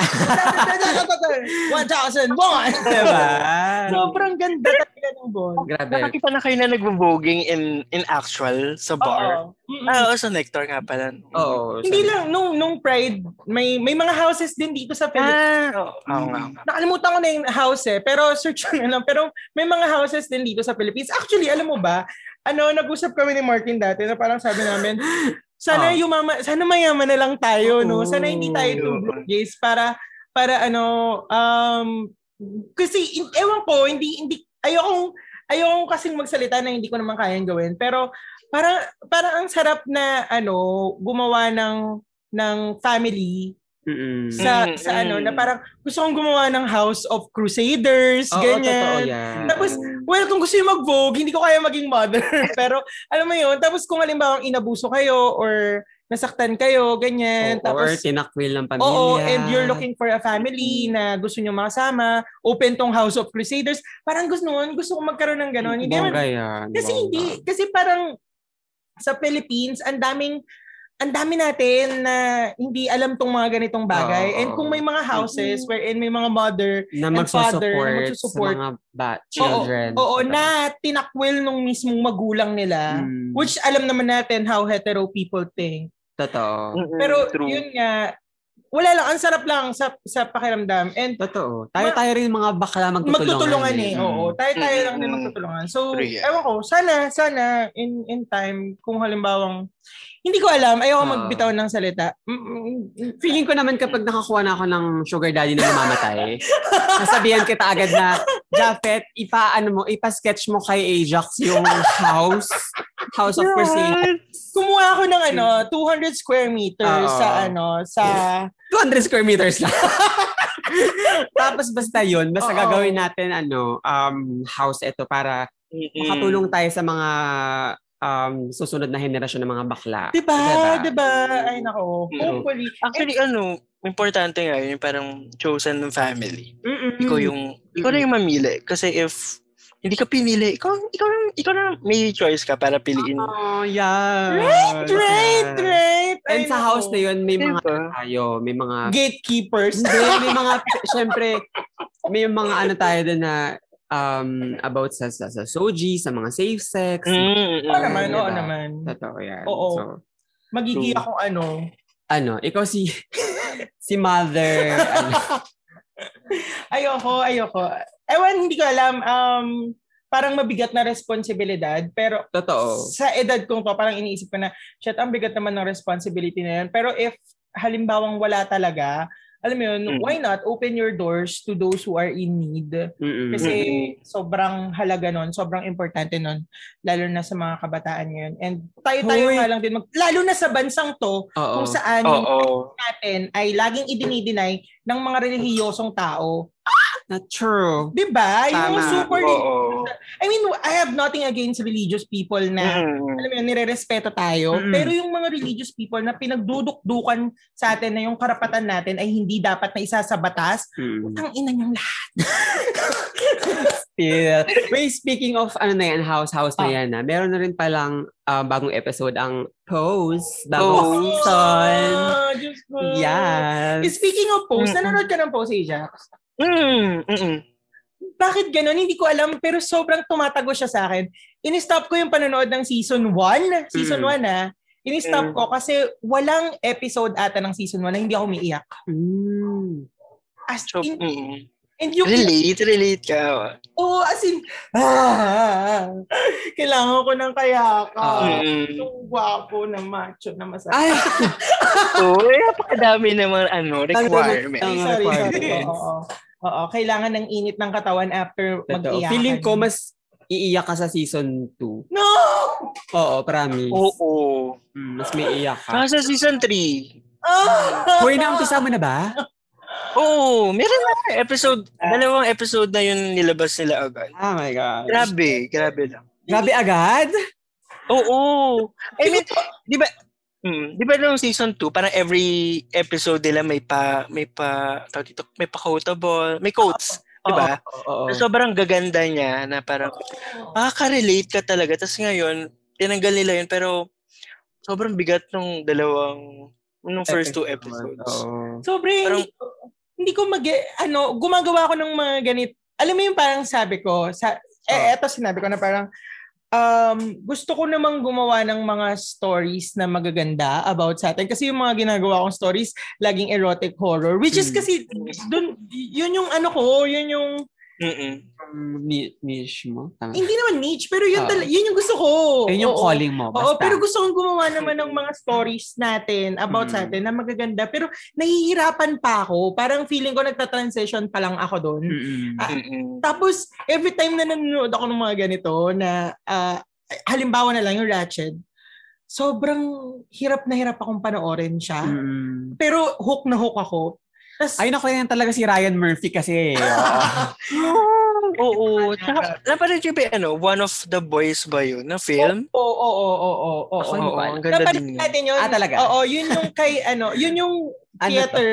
[SPEAKER 1] One thousand one!
[SPEAKER 2] Diba?
[SPEAKER 1] Sobrang ganda talaga ng ball.
[SPEAKER 2] Grabe.
[SPEAKER 3] nakakita na kayo na nagboboging in in actual sa bar.
[SPEAKER 1] Oo. Mm-mm.
[SPEAKER 3] Ah, oh, sa Nectar nga pala.
[SPEAKER 2] Oo.
[SPEAKER 1] Hindi
[SPEAKER 2] sabi-
[SPEAKER 1] lang, nung, nung Pride, may may mga houses din dito sa Philippines.
[SPEAKER 3] Ah, oo oo nga.
[SPEAKER 1] Mm-hmm. Nakalimutan ko na yung house eh, pero search ko na lang. Pero may mga houses din dito sa Philippines. Actually, alam mo ba, ano, nag-usap kami ni Martin dati na parang sabi namin, Sana
[SPEAKER 2] Ah.
[SPEAKER 1] yumama, sana mayaman na lang tayo, no? Sana hindi tayo
[SPEAKER 3] Oo.
[SPEAKER 1] too broke, guys, para para ano um kasi in- ewan ko, hindi hindi ayokong ayokong kasing magsalita na hindi ko naman kayang gawin, pero para para ang sarap na ano gumawa ng ng family
[SPEAKER 2] Mm-mm.
[SPEAKER 1] sa
[SPEAKER 3] Mm,
[SPEAKER 1] sa ano
[SPEAKER 3] mm.
[SPEAKER 1] na parang gusto kong gumawa ng House of Crusaders,
[SPEAKER 2] Oo, totoo
[SPEAKER 1] ganyan.
[SPEAKER 2] yan.
[SPEAKER 1] Tapos, Well, kung gusto niyo mag-vogue, hindi ko kaya maging mother. Pero, alam mo yun, tapos kung halimbawa inabuso kayo or nasaktan kayo, ganyan.
[SPEAKER 2] Oo, or
[SPEAKER 1] tapos,
[SPEAKER 2] tinakwil ng pamilya. Mm-hmm.
[SPEAKER 1] oo, and you're looking for a family na gusto niyo makasama, open tong House of Crusaders. Parang gusto nun, gusto kong magkaroon ng gano'n. Hindi naman-
[SPEAKER 2] Bongga yan.
[SPEAKER 1] kasi
[SPEAKER 2] bongga.
[SPEAKER 1] hindi, kasi parang sa Philippines, ang daming ang dami natin na hindi alam tong mga ganitong bagay.
[SPEAKER 2] Oo.
[SPEAKER 1] And kung may mga houses wherein may mga mother
[SPEAKER 2] Na
[SPEAKER 1] and
[SPEAKER 2] magsusupport,
[SPEAKER 1] father, na
[SPEAKER 2] sa
[SPEAKER 1] magsusupport.
[SPEAKER 2] mga ba- children.
[SPEAKER 1] Oo, na tinakwil nung mismong magulang nila.
[SPEAKER 2] Mm.
[SPEAKER 1] Which alam naman natin how hetero people think.
[SPEAKER 2] Totoo.
[SPEAKER 3] Mm-mm,
[SPEAKER 1] Pero
[SPEAKER 3] true.
[SPEAKER 1] yun nga, wala lang, ang sarap lang sa, sa pakiramdam. And
[SPEAKER 2] Totoo. Tayo-tayo rin mga bakla magtutulungan.
[SPEAKER 1] magtutulungan eh. Oo, tayo-tayo lang din
[SPEAKER 3] Mm-mm.
[SPEAKER 1] magtutulungan. So,
[SPEAKER 3] True yan.
[SPEAKER 1] ewan ko, sana, sana, in in time, kung halimbawang, hindi ko alam, ayoko
[SPEAKER 2] Ah.
[SPEAKER 1] magbitaw ng salita. Mm-mm.
[SPEAKER 2] Mm. Feeling ko naman kapag nakakuha na ako ng sugar daddy na namamatay, sasabihan kita agad na, Japet, ipa, ano mo, ipa-sketch mo kay Ajax yung house. House of Perseid.
[SPEAKER 1] Kumuha ako ng ano, 200 square meters
[SPEAKER 2] Ah.
[SPEAKER 1] sa ano, sa...
[SPEAKER 2] 200 square meters lang. Tapos basta yun, basta
[SPEAKER 1] Oo.
[SPEAKER 2] gagawin natin ano, um, house ito para
[SPEAKER 3] Mm-mm.
[SPEAKER 2] makatulong
[SPEAKER 1] Mm.
[SPEAKER 2] tayo sa mga um, susunod na henerasyon ng mga bakla.
[SPEAKER 1] Diba?
[SPEAKER 2] Diba?
[SPEAKER 1] Diba? Ay, nako.
[SPEAKER 3] Mm.
[SPEAKER 1] Hopefully.
[SPEAKER 3] Actually, ano, importante nga yun, yung parang chosen family.
[SPEAKER 1] Mm-mm.
[SPEAKER 3] Ikaw yung, ikaw na yung mamili. Kasi if hindi ka pinili, ikaw, ikaw, na, ikaw na may choice ka para piliin.
[SPEAKER 2] Oh, yeah.
[SPEAKER 1] Right,
[SPEAKER 2] Ah.
[SPEAKER 1] right, right.
[SPEAKER 2] And
[SPEAKER 1] Ay,
[SPEAKER 2] sa
[SPEAKER 1] nako.
[SPEAKER 2] house na yun, may mga
[SPEAKER 3] Diba?
[SPEAKER 2] tayo, may mga...
[SPEAKER 1] Gatekeepers.
[SPEAKER 2] Hindi, may mga, syempre, may mga ano tayo din na um, about sa, sa, sa soji, sa mga safe sex.
[SPEAKER 3] Mm, Mm-mm.
[SPEAKER 1] Oo naman,
[SPEAKER 2] Diba?
[SPEAKER 1] oo naman.
[SPEAKER 2] Totoo yan.
[SPEAKER 1] Mm. Oo.
[SPEAKER 2] So,
[SPEAKER 1] Magiging
[SPEAKER 2] True.
[SPEAKER 1] ako ano.
[SPEAKER 2] ano, ikaw si si mother. ano,
[SPEAKER 1] Ayoko, ayoko. Ewan, hindi ko alam. Um, parang mabigat na responsibilidad. Pero
[SPEAKER 2] totoo.
[SPEAKER 1] sa edad kong to, parang iniisip ko na, shit, ang bigat naman ng responsibility na yan. Pero if halimbawang wala talaga, alam mo yun,
[SPEAKER 3] Mm.
[SPEAKER 1] why not open your doors to those who are in need?
[SPEAKER 2] Mm-mm.
[SPEAKER 1] Kasi sobrang halaga nun, sobrang importante nun, lalo na sa mga kabataan ngayon. And tayo-tayo
[SPEAKER 2] Hoy.
[SPEAKER 1] nga lang din, mag, lalo na sa bansang to,
[SPEAKER 2] Oo.
[SPEAKER 1] kung saan
[SPEAKER 3] Oo.
[SPEAKER 1] yung natin ay laging idinideny ng mga relihiyosong tao.
[SPEAKER 2] Not true.
[SPEAKER 1] 'Di ba? Yung
[SPEAKER 2] Tama.
[SPEAKER 1] mga super...
[SPEAKER 3] Oo.
[SPEAKER 1] I mean, I have nothing against religious people na,
[SPEAKER 3] Mm.
[SPEAKER 1] alam mo yun, nire-respeto tayo.
[SPEAKER 2] Mm-mm.
[SPEAKER 1] Pero yung mga religious people na pinagdudukdukan sa atin na yung karapatan natin ay hindi dapat na isa sa batas,
[SPEAKER 2] Mm.
[SPEAKER 1] ang ina niyang lahat.
[SPEAKER 2] Still. Wait, speaking of ano na yan, house, house na
[SPEAKER 1] Ah.
[SPEAKER 2] yan na, meron na rin palang ah, bagong episode ang Pose,
[SPEAKER 3] Oh.
[SPEAKER 2] bagong season.
[SPEAKER 1] Ah, Diyos ko. Eh,
[SPEAKER 2] Yes.
[SPEAKER 1] Speaking of post,
[SPEAKER 3] Mm-mm.
[SPEAKER 1] nanonood ka ng post, Asia?
[SPEAKER 3] Mm. Mm-mm.
[SPEAKER 1] Bakit ganun? Hindi ko alam, pero sobrang tumatago siya sa akin. In-stop ko yung panonood ng season 1. Season 1,
[SPEAKER 2] Mm.
[SPEAKER 1] ah. In-stop
[SPEAKER 3] Mm.
[SPEAKER 1] ko kasi walang episode ata ng season 1 na hindi ako umiiyak.
[SPEAKER 2] Mm.
[SPEAKER 1] As
[SPEAKER 3] So,
[SPEAKER 1] in,
[SPEAKER 3] mm.
[SPEAKER 1] and yung,
[SPEAKER 3] Relate, relate ka.
[SPEAKER 1] oh, as in, ah, kailangan ko ng kayaka.
[SPEAKER 2] Ah.
[SPEAKER 3] Mm.
[SPEAKER 1] Yung gwapo na macho na masarap.
[SPEAKER 2] Ay,
[SPEAKER 3] Uy, eh, napakadami naman, ano, requirement.
[SPEAKER 2] Ang
[SPEAKER 1] sorry, sorry.
[SPEAKER 2] requirements.
[SPEAKER 1] Oo, oo. Oo, kailangan ng init ng katawan after
[SPEAKER 2] totoo.
[SPEAKER 1] mag-iyakan.
[SPEAKER 2] Feeling ko mas iiyak ka sa season 2.
[SPEAKER 1] No!
[SPEAKER 2] Oo, promise.
[SPEAKER 3] Oo.
[SPEAKER 2] Mm, mas may iyak ka.
[SPEAKER 3] Ah, sa season 3.
[SPEAKER 1] Ah!
[SPEAKER 2] Hoy, naumpisa mo na ba?
[SPEAKER 3] Oo, meron na episode, dalawang episode na yun nilabas nila agad.
[SPEAKER 2] Oh my God.
[SPEAKER 3] Grabe, grabe lang.
[SPEAKER 2] Grabe agad?
[SPEAKER 3] Oo. I mean, di ba, Hmm, di ba nung season 2, parang every episode nila may pa, may pa, tawag dito, may pa quotable, may quotes, di ba?
[SPEAKER 2] Oo.
[SPEAKER 3] So, sobrang gaganda niya na parang makaka-relate ka talaga. Tapos ngayon, tinanggal nila yun pero sobrang bigat nung dalawang, nung first two episodes.
[SPEAKER 2] Oo.
[SPEAKER 1] Sobre, eh, hindi, ko, hindi ko mag, ano, gumagawa ako ng mga ganit. Alam mo yung parang sabi ko, sa,
[SPEAKER 2] Ah.
[SPEAKER 1] eh, eto sinabi ko na parang, um, gusto ko namang gumawa ng mga stories na magaganda about sa atin. Kasi yung mga ginagawa kong stories, laging erotic horror. Which is
[SPEAKER 2] Mm.
[SPEAKER 1] kasi, dun, yun yung ano ko, yun yung
[SPEAKER 3] Mm-mm.
[SPEAKER 2] ni- niche mo? Tama.
[SPEAKER 1] Hindi naman niche, pero yun,
[SPEAKER 2] Oo.
[SPEAKER 1] tala- yun yung gusto ko.
[SPEAKER 2] Ah. Yun yung
[SPEAKER 1] Oo.
[SPEAKER 2] calling mo. Basta.
[SPEAKER 1] Oo, pero gusto kong gumawa naman ng mga stories natin about
[SPEAKER 2] Mm.
[SPEAKER 1] sa atin na magaganda. Pero nahihirapan pa ako. Parang feeling ko nagta-transition pa lang ako doon.
[SPEAKER 2] Mm-mm.
[SPEAKER 1] Ah,
[SPEAKER 3] Mm-mm.
[SPEAKER 1] Tapos, every time na nanonood ako ng mga ganito, na ah, halimbawa na lang yung Ratchet, sobrang hirap na hirap akong panoorin siya.
[SPEAKER 2] Mm-mm.
[SPEAKER 1] Pero hook na hook ako. Tapos,
[SPEAKER 2] Mm. Ay, naku, yan talaga si Ryan Murphy kasi. eh. Ah, Oo.
[SPEAKER 3] Oo. Tsaka, napanood niyo ba, ano, one of the boys ba yun na film?
[SPEAKER 1] oo, oo, oo, oo, oo,
[SPEAKER 2] Ako
[SPEAKER 1] oo.
[SPEAKER 2] hindi
[SPEAKER 3] Oo,
[SPEAKER 2] pa
[SPEAKER 3] ang ganda
[SPEAKER 1] Napanood
[SPEAKER 3] din yun.
[SPEAKER 1] natin yun.
[SPEAKER 2] Ah, talaga?
[SPEAKER 1] Oo, yun yung kay, ano, yun yung
[SPEAKER 2] Ano
[SPEAKER 1] theater,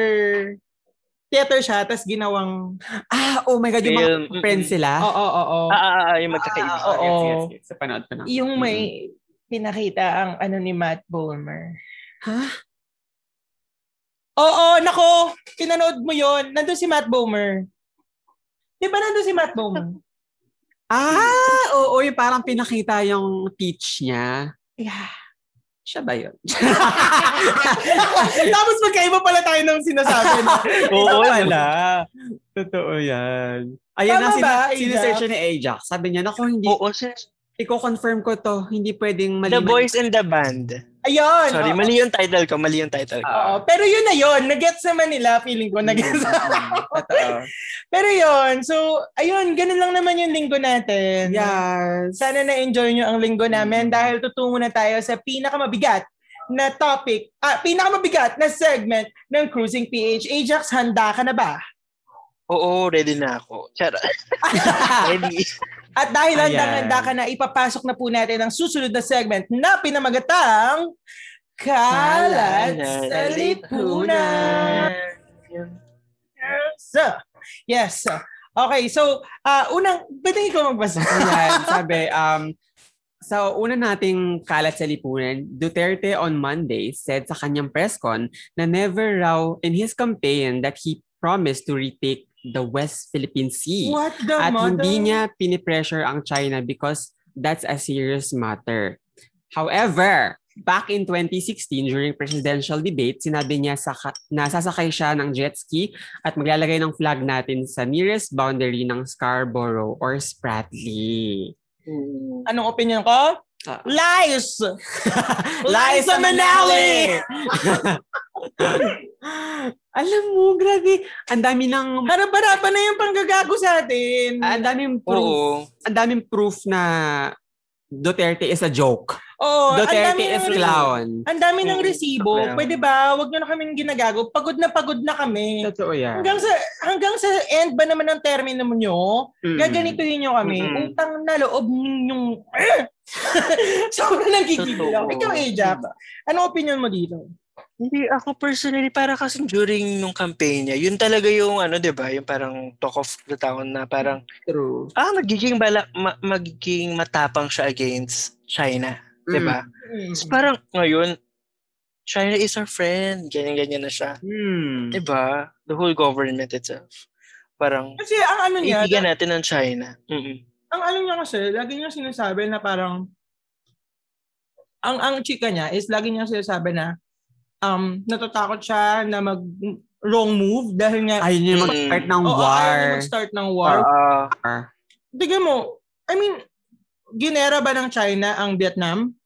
[SPEAKER 1] theater siya, tapos ginawang,
[SPEAKER 2] ah, oh my God, yung mga
[SPEAKER 3] Film. Mm-mm.
[SPEAKER 2] friends
[SPEAKER 1] oo,
[SPEAKER 2] sila.
[SPEAKER 1] oo, oo.
[SPEAKER 3] Ah, ah, ah, yung magkakaibigan.
[SPEAKER 1] Ah, oo.
[SPEAKER 2] Yes, yes, yes. Sa panood ko na.
[SPEAKER 1] Yung may pinakita ang ano ni Matt Bomer.
[SPEAKER 2] Ha?
[SPEAKER 1] Oo, nako, pinanood mo yon. Nandun si Matt Bomer. Di ba nandun si Matt Bomer?
[SPEAKER 2] Ah, oo, yung parang pinakita yung teach niya.
[SPEAKER 1] Yeah.
[SPEAKER 2] Siya ba yun?
[SPEAKER 1] Tapos magkaiba pala tayo ng sinasabi. No?
[SPEAKER 2] Oo, wala. Totoo yan.
[SPEAKER 1] Tama
[SPEAKER 2] Ayan na, sin-
[SPEAKER 1] ba, Ajax?
[SPEAKER 2] sinesearch siya ni Ajax. Sabi niya, naku, hindi,
[SPEAKER 3] Oo, sis.
[SPEAKER 2] i-confirm ko to. Hindi pwedeng mali.
[SPEAKER 3] The Boys and the Band.
[SPEAKER 1] Ayun.
[SPEAKER 3] Sorry,
[SPEAKER 1] oo.
[SPEAKER 3] mali yung title ko, mali yung title ko.
[SPEAKER 1] Oo, pero yun na yun. Nag-gets naman nila. Feeling ko, nag-gets.
[SPEAKER 3] Mm.
[SPEAKER 1] pero yun. So, ayun. Ganun lang naman yung linggo natin.
[SPEAKER 2] Yes.
[SPEAKER 1] Sana na-enjoy nyo ang linggo namin dahil tutungo na tayo sa pinakamabigat na topic, ah, pinakamabigat na segment ng Cruising PH. Ajax, handa ka na ba?
[SPEAKER 3] Oo, ready na ako. Charot. ready.
[SPEAKER 1] At dahil
[SPEAKER 2] Ayan.
[SPEAKER 1] handang-handa ka na, ipapasok na po natin ang susunod na segment na pinamagatang Kalat sa Lipunan. So, yes. Okay, so, ah, unang, pwede ikaw magbasa.
[SPEAKER 2] Ayan, sabi, um, sa una nating kalat sa lipunan, Duterte on Monday said sa kanyang press con na never raw in his campaign that he promised to retake the West Philippine Sea.
[SPEAKER 1] What the
[SPEAKER 2] At
[SPEAKER 1] mother?
[SPEAKER 2] hindi niya pinipressure ang China because that's a serious matter. However, back in 2016 during presidential debate, sinabi niya sa nasasakay siya ng jet ski at maglalagay ng flag natin sa nearest boundary ng Scarborough or Spratly.
[SPEAKER 3] Mm.
[SPEAKER 1] Anong opinion ko?
[SPEAKER 2] Ah.
[SPEAKER 1] Lies! Liza Minnelli!
[SPEAKER 2] Alam mo, grabe. Ang dami ng
[SPEAKER 1] Harap-harapan na ano yung panggagago sa atin.
[SPEAKER 2] ang daming proof,
[SPEAKER 3] Oo.
[SPEAKER 2] ang daming proof na Duterte is a joke.
[SPEAKER 1] Oo, Oh, ang dami
[SPEAKER 2] Duterte
[SPEAKER 1] ng
[SPEAKER 2] is
[SPEAKER 1] resibo.
[SPEAKER 2] clown.
[SPEAKER 1] Ang dami ng
[SPEAKER 3] Mm,
[SPEAKER 1] resibo.
[SPEAKER 3] clown.
[SPEAKER 1] Pwede ba? Huwag nyo na kaming ginagago. Pagod na pagod na kami.
[SPEAKER 2] Totoo yan.
[SPEAKER 1] Hanggang sa hanggang sa end ba naman ng termino nyo,
[SPEAKER 2] Hmm.
[SPEAKER 1] gaganituhin nyo kami.
[SPEAKER 3] Mm-mm.
[SPEAKER 1] Utang na loob ninyong... Sobrang nagigigil ako.
[SPEAKER 3] Totoo.
[SPEAKER 1] Ikaw, Ajax, anong opinion mo dito?
[SPEAKER 3] Hindi ako personally para kasi during nung campaign niya, yun talaga yung ano, 'di ba? Yung parang talk of the town na parang
[SPEAKER 2] True.
[SPEAKER 3] ah magiging bala ma- magiging matapang siya against China, 'di
[SPEAKER 2] Diba?
[SPEAKER 3] ba?
[SPEAKER 1] Mm.
[SPEAKER 3] So, parang ngayon China is our friend, ganyan-ganyan na siya.
[SPEAKER 1] Diba?
[SPEAKER 2] Mm.
[SPEAKER 3] 'Di ba? Diba? The whole government itself. Parang
[SPEAKER 1] Kasi ang ano niya,
[SPEAKER 3] Iibigan natin ng China. Mm-mm.
[SPEAKER 1] ang alam niya kasi, lagi niya sinasabi na parang ang ang chika niya is lagi niya sinasabi na um natatakot siya na mag wrong move dahil nga
[SPEAKER 2] Ayun niya mag-start ng
[SPEAKER 1] oo,
[SPEAKER 2] war.
[SPEAKER 1] ayaw niya mag-start ng war.
[SPEAKER 3] Ah,
[SPEAKER 1] Tignan mo, I mean, ginera ba ng China ang Vietnam?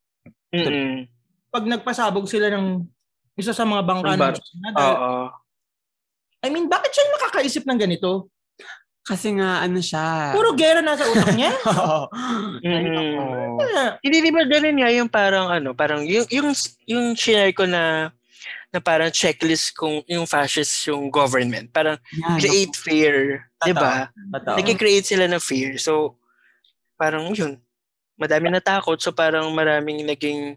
[SPEAKER 3] mm-mm.
[SPEAKER 1] Pag nagpasabog sila ng isa sa mga bangka
[SPEAKER 3] Ang
[SPEAKER 1] ng
[SPEAKER 3] bar-
[SPEAKER 1] China. dahil-
[SPEAKER 3] Oo.
[SPEAKER 1] I mean, bakit siya nakakaisip ng ganito?
[SPEAKER 2] Kasi nga, ano siya.
[SPEAKER 1] Puro gera nasa utak niya.
[SPEAKER 2] Ay,
[SPEAKER 3] Mm-mm.
[SPEAKER 2] nako.
[SPEAKER 1] Kaya,
[SPEAKER 3] Hindi di ba ganun nga yung parang ano, parang yung yung yung share ko na na parang checklist kung yung fascist yung government. Parang
[SPEAKER 2] Yan,
[SPEAKER 3] create fear, 'di ba?
[SPEAKER 2] totoo.
[SPEAKER 3] Nagki-create sila ng fear. So parang yun. Madami na takot so parang maraming naging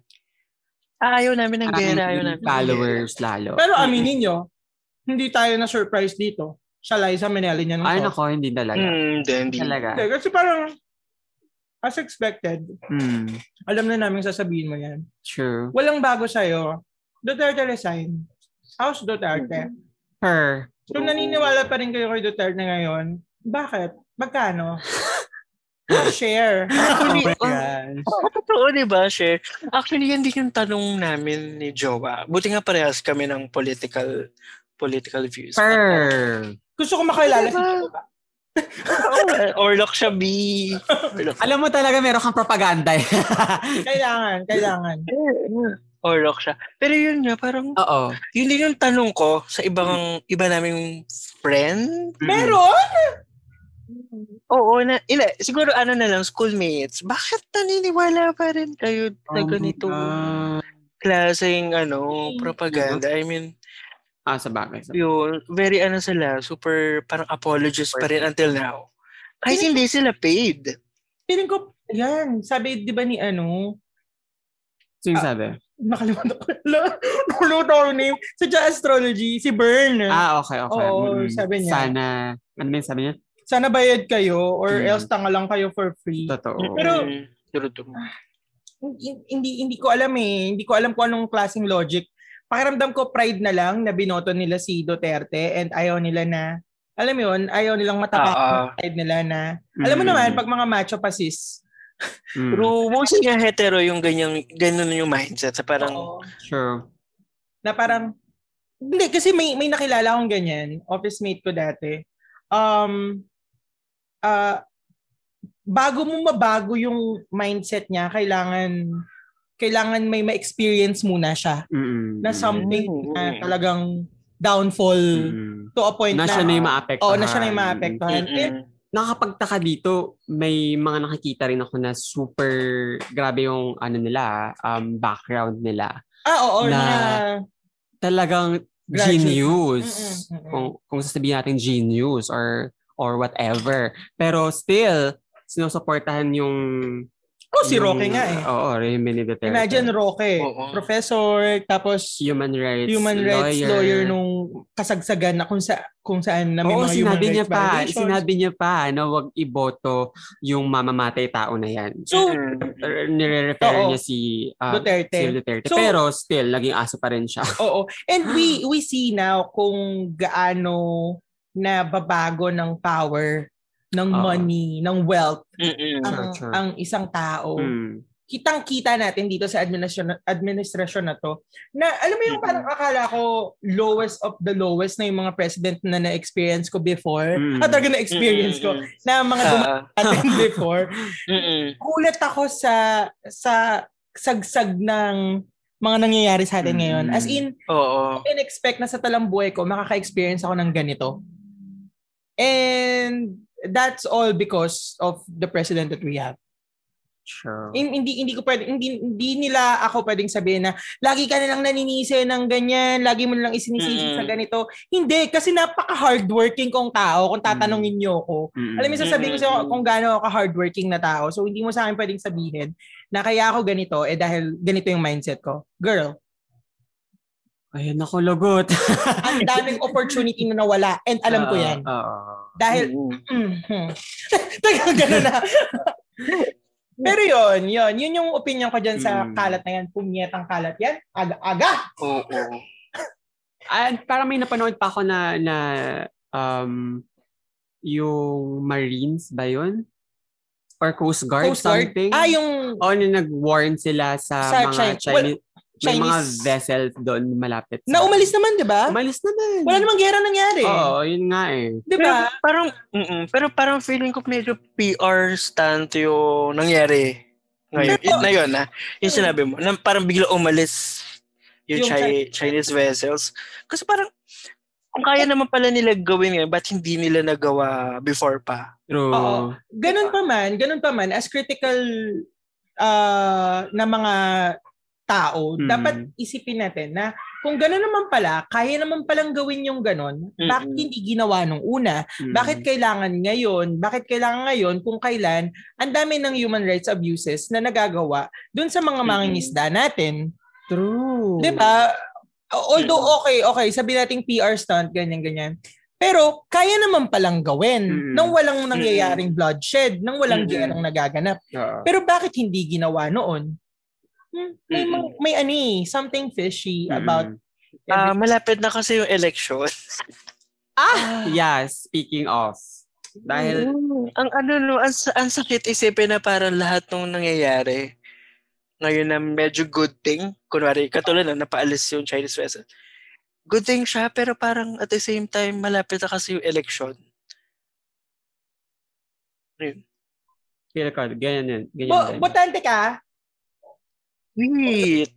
[SPEAKER 3] ah, ayaw namin ng
[SPEAKER 2] Maraming
[SPEAKER 3] gera, ayaw namin. ng
[SPEAKER 2] followers lalo.
[SPEAKER 1] pero aminin niyo, hindi tayo na surprise dito. Siya Liza Minnelli niya nung
[SPEAKER 2] Ay,
[SPEAKER 1] to.
[SPEAKER 2] nako, hindi
[SPEAKER 3] gera.
[SPEAKER 2] talaga.
[SPEAKER 3] Mm, hindi, hindi.
[SPEAKER 2] Talaga.
[SPEAKER 1] Hindi, kasi parang, as expected,
[SPEAKER 2] Mm.
[SPEAKER 1] alam na namin sasabihin mo yan.
[SPEAKER 2] True.
[SPEAKER 1] Walang bago sa'yo. Duterte resign. House Duterte.
[SPEAKER 2] Her.
[SPEAKER 1] Kung naniniwala pa rin kayo kay Duterte ngayon, bakit? Magkano? share.
[SPEAKER 3] Actually,
[SPEAKER 2] Oh my
[SPEAKER 3] oh,
[SPEAKER 2] gosh.
[SPEAKER 3] Oo, totoo, di ba, Sher? Actually, yan din yung tanong namin ni Jowa. Buti nga parehas kami ng political political views.
[SPEAKER 2] Per.
[SPEAKER 1] Gusto ko makilala si
[SPEAKER 3] Diba?
[SPEAKER 1] Jowa.
[SPEAKER 3] Orlok siya, B. Orlok.
[SPEAKER 2] Alam mo talaga, meron kang propaganda. eh.
[SPEAKER 1] Kailangan, kailangan.
[SPEAKER 3] Orlok siya. Pero yun nga, parang,
[SPEAKER 2] Oo.
[SPEAKER 3] yun din yung tanong ko sa ibang, iba naming
[SPEAKER 1] Mm-hmm.
[SPEAKER 3] friend.
[SPEAKER 1] Meron?
[SPEAKER 3] Oo, na, ina, siguro ano na lang, schoolmates. Bakit naniniwala pa rin kayo
[SPEAKER 2] Um,
[SPEAKER 3] na ganito
[SPEAKER 2] ah,
[SPEAKER 3] klaseng, ano, propaganda? I mean,
[SPEAKER 2] ah, sa bagay. Sa
[SPEAKER 3] yun, very ano sila, super parang apologist pa rin until now. Kahit hindi sila paid.
[SPEAKER 1] Feeling ko, yan. Sabi, di ba ni ano, Ah.
[SPEAKER 2] Sino sabi?
[SPEAKER 1] nakalimutan ko. Nakalimutan ko yung name. Sa Jia Astrology, si Bern.
[SPEAKER 2] Ah, okay, okay.
[SPEAKER 1] Oo,
[SPEAKER 2] Mm.
[SPEAKER 1] sabi niya.
[SPEAKER 2] Sana, ano ba yung sabi niya?
[SPEAKER 1] Sana bayad kayo or
[SPEAKER 3] Hmm.
[SPEAKER 2] Mm.
[SPEAKER 1] else tanga lang kayo for free.
[SPEAKER 2] Totoo.
[SPEAKER 1] Pero-
[SPEAKER 3] Mm, true, true.
[SPEAKER 1] Hindi, hindi, hindi ko alam eh. Hindi ko alam kung anong klaseng logic. Pakiramdam ko pride na lang na binoto nila si Duterte and ayaw nila na, alam mo yun, ayaw nilang matapak
[SPEAKER 3] Ah, Hmm. ah.
[SPEAKER 1] yung pride nila na, alam mo
[SPEAKER 2] Mm.
[SPEAKER 1] naman, pag mga macho pa sis,
[SPEAKER 2] Mm.
[SPEAKER 3] True. Mostly nga hetero yung ganyang, ganun yung mindset. Sa parang,
[SPEAKER 1] oo,
[SPEAKER 2] True.
[SPEAKER 1] na parang, hindi, kasi may, may nakilala akong ganyan, office mate ko dati. Um, ah bago mo mabago yung mindset niya, kailangan, kailangan may ma-experience muna siya
[SPEAKER 2] Mm-mm.
[SPEAKER 1] na something
[SPEAKER 3] Mm.
[SPEAKER 1] na talagang downfall
[SPEAKER 2] Mm-mm.
[SPEAKER 1] to a point
[SPEAKER 2] Mm. Na siya na yung maapektuhan.
[SPEAKER 1] Oo, na siya na yung maapektuhan. Eh,
[SPEAKER 3] mm-mm.
[SPEAKER 2] nakakapagtaka dito, may mga nakikita rin ako na super grabe yung ano nila, um, background nila.
[SPEAKER 1] ah, oo,
[SPEAKER 2] Na-
[SPEAKER 1] na,
[SPEAKER 2] Talagang
[SPEAKER 1] Graduate.
[SPEAKER 2] genius.
[SPEAKER 1] Mm-mm, mm-mm.
[SPEAKER 2] Kung, kung sasabihin natin genius or or whatever. Pero still, sinusuportahan yung...
[SPEAKER 1] oh, si
[SPEAKER 2] yung- Oh.
[SPEAKER 1] Roque nga eh.
[SPEAKER 2] Oo, Remy Duterte.
[SPEAKER 1] Imagine Roque,
[SPEAKER 3] Oo.
[SPEAKER 1] professor, tapos
[SPEAKER 2] human rights
[SPEAKER 1] human rights
[SPEAKER 2] lawyer.
[SPEAKER 1] lawyer nung kasagsagan na kung sa kung saan na may
[SPEAKER 2] Oo,
[SPEAKER 1] mga human
[SPEAKER 2] sinabi
[SPEAKER 1] rights
[SPEAKER 2] niya pa,
[SPEAKER 1] violations.
[SPEAKER 2] sinabi niya pa na wag iboto yung mamamatay tao na yan.
[SPEAKER 1] So,
[SPEAKER 3] Mm-mm.
[SPEAKER 2] Er, nire-refer
[SPEAKER 1] Oo.
[SPEAKER 2] niya si ah,
[SPEAKER 1] Duterte.
[SPEAKER 2] si Duterte.
[SPEAKER 1] So-
[SPEAKER 2] Pero still, naging aso pa rin siya.
[SPEAKER 1] oo. And we we see now kung gaano na babago ng power, ng
[SPEAKER 2] Oo.
[SPEAKER 1] money, ng wealth
[SPEAKER 3] Mm-mm.
[SPEAKER 1] ang,
[SPEAKER 2] Sure, sure.
[SPEAKER 1] ang isang tao.
[SPEAKER 2] Mm.
[SPEAKER 1] Kitang-kita natin dito sa administration administration na to na alam mo yung
[SPEAKER 3] Mm-mm.
[SPEAKER 1] parang akala ko lowest of the lowest na yung mga president na na-experience ko before.
[SPEAKER 2] Mm.
[SPEAKER 1] At talaga na-experience ko
[SPEAKER 3] Mm-mm.
[SPEAKER 1] na mga dumating
[SPEAKER 3] Ah,
[SPEAKER 1] before.
[SPEAKER 3] mm-mm.
[SPEAKER 1] gulat ako sa sa sagsag ng mga nangyayari sa atin
[SPEAKER 2] Mm.
[SPEAKER 1] ngayon. As in,
[SPEAKER 3] Oo.
[SPEAKER 1] in-expect na sa talambuhay ko, makaka-experience ako ng ganito. And that's all because of the president that we have.
[SPEAKER 2] Sure.
[SPEAKER 1] Hin- Hindi hindi ko pwede hindi, hindi nila ako pwedeng sabihin na lagi ka na lang naninisi ng ganyan, lagi mo na lang isinisisi
[SPEAKER 3] Mm.
[SPEAKER 1] sa ganito. Hindi kasi napaka-hardworking kong tao kung tatanungin niyo ako.
[SPEAKER 2] Mm.
[SPEAKER 1] Alam mo, sasabihin ko sa'yo
[SPEAKER 3] Mm.
[SPEAKER 1] kung gaano ako hardworking na tao. So, hindi mo sa akin pwedeng sabihin na kaya ako ganito eh dahil ganito yung mindset ko. Girl,
[SPEAKER 2] Ayun ako, lagot.
[SPEAKER 1] ang daming opportunity na nawala and alam ko
[SPEAKER 2] Oo,
[SPEAKER 1] yan.
[SPEAKER 2] Oo.
[SPEAKER 1] Dahil,
[SPEAKER 3] Mm-mm.
[SPEAKER 1] mhm. Teka, ganun na. Pero yun, yun. Yun yung opinion ko dyan sa
[SPEAKER 2] Mm.
[SPEAKER 1] kalat na yan. Punyetang kalat yan. Aga-aga!
[SPEAKER 3] Oo.
[SPEAKER 2] At parang may napanood pa ako na, na um, yung Marines ba yun? Or Coast Guard?
[SPEAKER 1] Coast Guard.
[SPEAKER 2] Something?
[SPEAKER 1] Ah, yung
[SPEAKER 2] Oo, na Oh, ano, nag-warn sila sa,
[SPEAKER 1] Sa
[SPEAKER 2] mga
[SPEAKER 1] Chi-
[SPEAKER 2] Chinese, may mga
[SPEAKER 1] Chinese.
[SPEAKER 2] vessel doon malapit. sa-
[SPEAKER 1] na umalis naman, di ba?
[SPEAKER 2] Umalis naman.
[SPEAKER 1] Wala namang gera nangyari.
[SPEAKER 2] Oo, yun nga eh.
[SPEAKER 1] Di
[SPEAKER 3] Pero
[SPEAKER 1] ba?
[SPEAKER 3] parang, mm-mm. pero parang feeling ko medyo PR stunt yung nangyari. Ngayon,
[SPEAKER 1] Pero-
[SPEAKER 3] yun na yun, ah. Yung sinabi mo, na parang bigla umalis yung,
[SPEAKER 1] Yung
[SPEAKER 3] Chi- mm. Eh Chinese vessels. Kasi parang, kung kaya naman pala nila gawin ngayon, ba't hindi nila nagawa before pa?
[SPEAKER 2] True.
[SPEAKER 1] Oo. Ganun pa man, ganun pa man, as critical ah, na mga tao,
[SPEAKER 2] Mm.
[SPEAKER 1] dapat isipin natin na kung ganun naman pala, kaya naman palang gawin yung ganun,
[SPEAKER 3] Mm-mm.
[SPEAKER 1] bakit hindi ginawa nung una?
[SPEAKER 2] Mm.
[SPEAKER 1] Bakit kailangan ngayon? Bakit kailangan ngayon kung kailan ang dami ng human rights abuses na nagagawa dun sa mga
[SPEAKER 3] Mm-mm.
[SPEAKER 1] mangingisda natin?
[SPEAKER 2] True.
[SPEAKER 1] 'Di ba? Although okay, okay, sabi nating PR stunt ganyan ganyan. Pero kaya naman palang gawin
[SPEAKER 2] Mm-mm.
[SPEAKER 1] nang walang nangyayaring bloodshed, nang walang
[SPEAKER 3] Mm-mm.
[SPEAKER 1] gerang nagaganap.
[SPEAKER 2] Oo.
[SPEAKER 1] Pero bakit hindi ginawa noon? Hmm, may
[SPEAKER 3] Mm-mm.
[SPEAKER 1] mga- may ano eh, something fishy about
[SPEAKER 2] Mm-mm.
[SPEAKER 3] Ah, malapit na kasi yung election.
[SPEAKER 1] ah
[SPEAKER 2] Hmm. Yeah, speaking of. Dahil,
[SPEAKER 3] Oo. ang ano no, ang, sa- ang sakit isipin na parang lahat ng nangyayari ngayon na medyo good thing, kunwari katulad na napaalis yung Chinese vessel. Good thing siya pero parang at the same time malapit na kasi yung election.
[SPEAKER 2] Feel card. Ganyan yan. Ganyan
[SPEAKER 1] Bo-
[SPEAKER 2] yan.
[SPEAKER 1] botante ka?
[SPEAKER 3] Wait.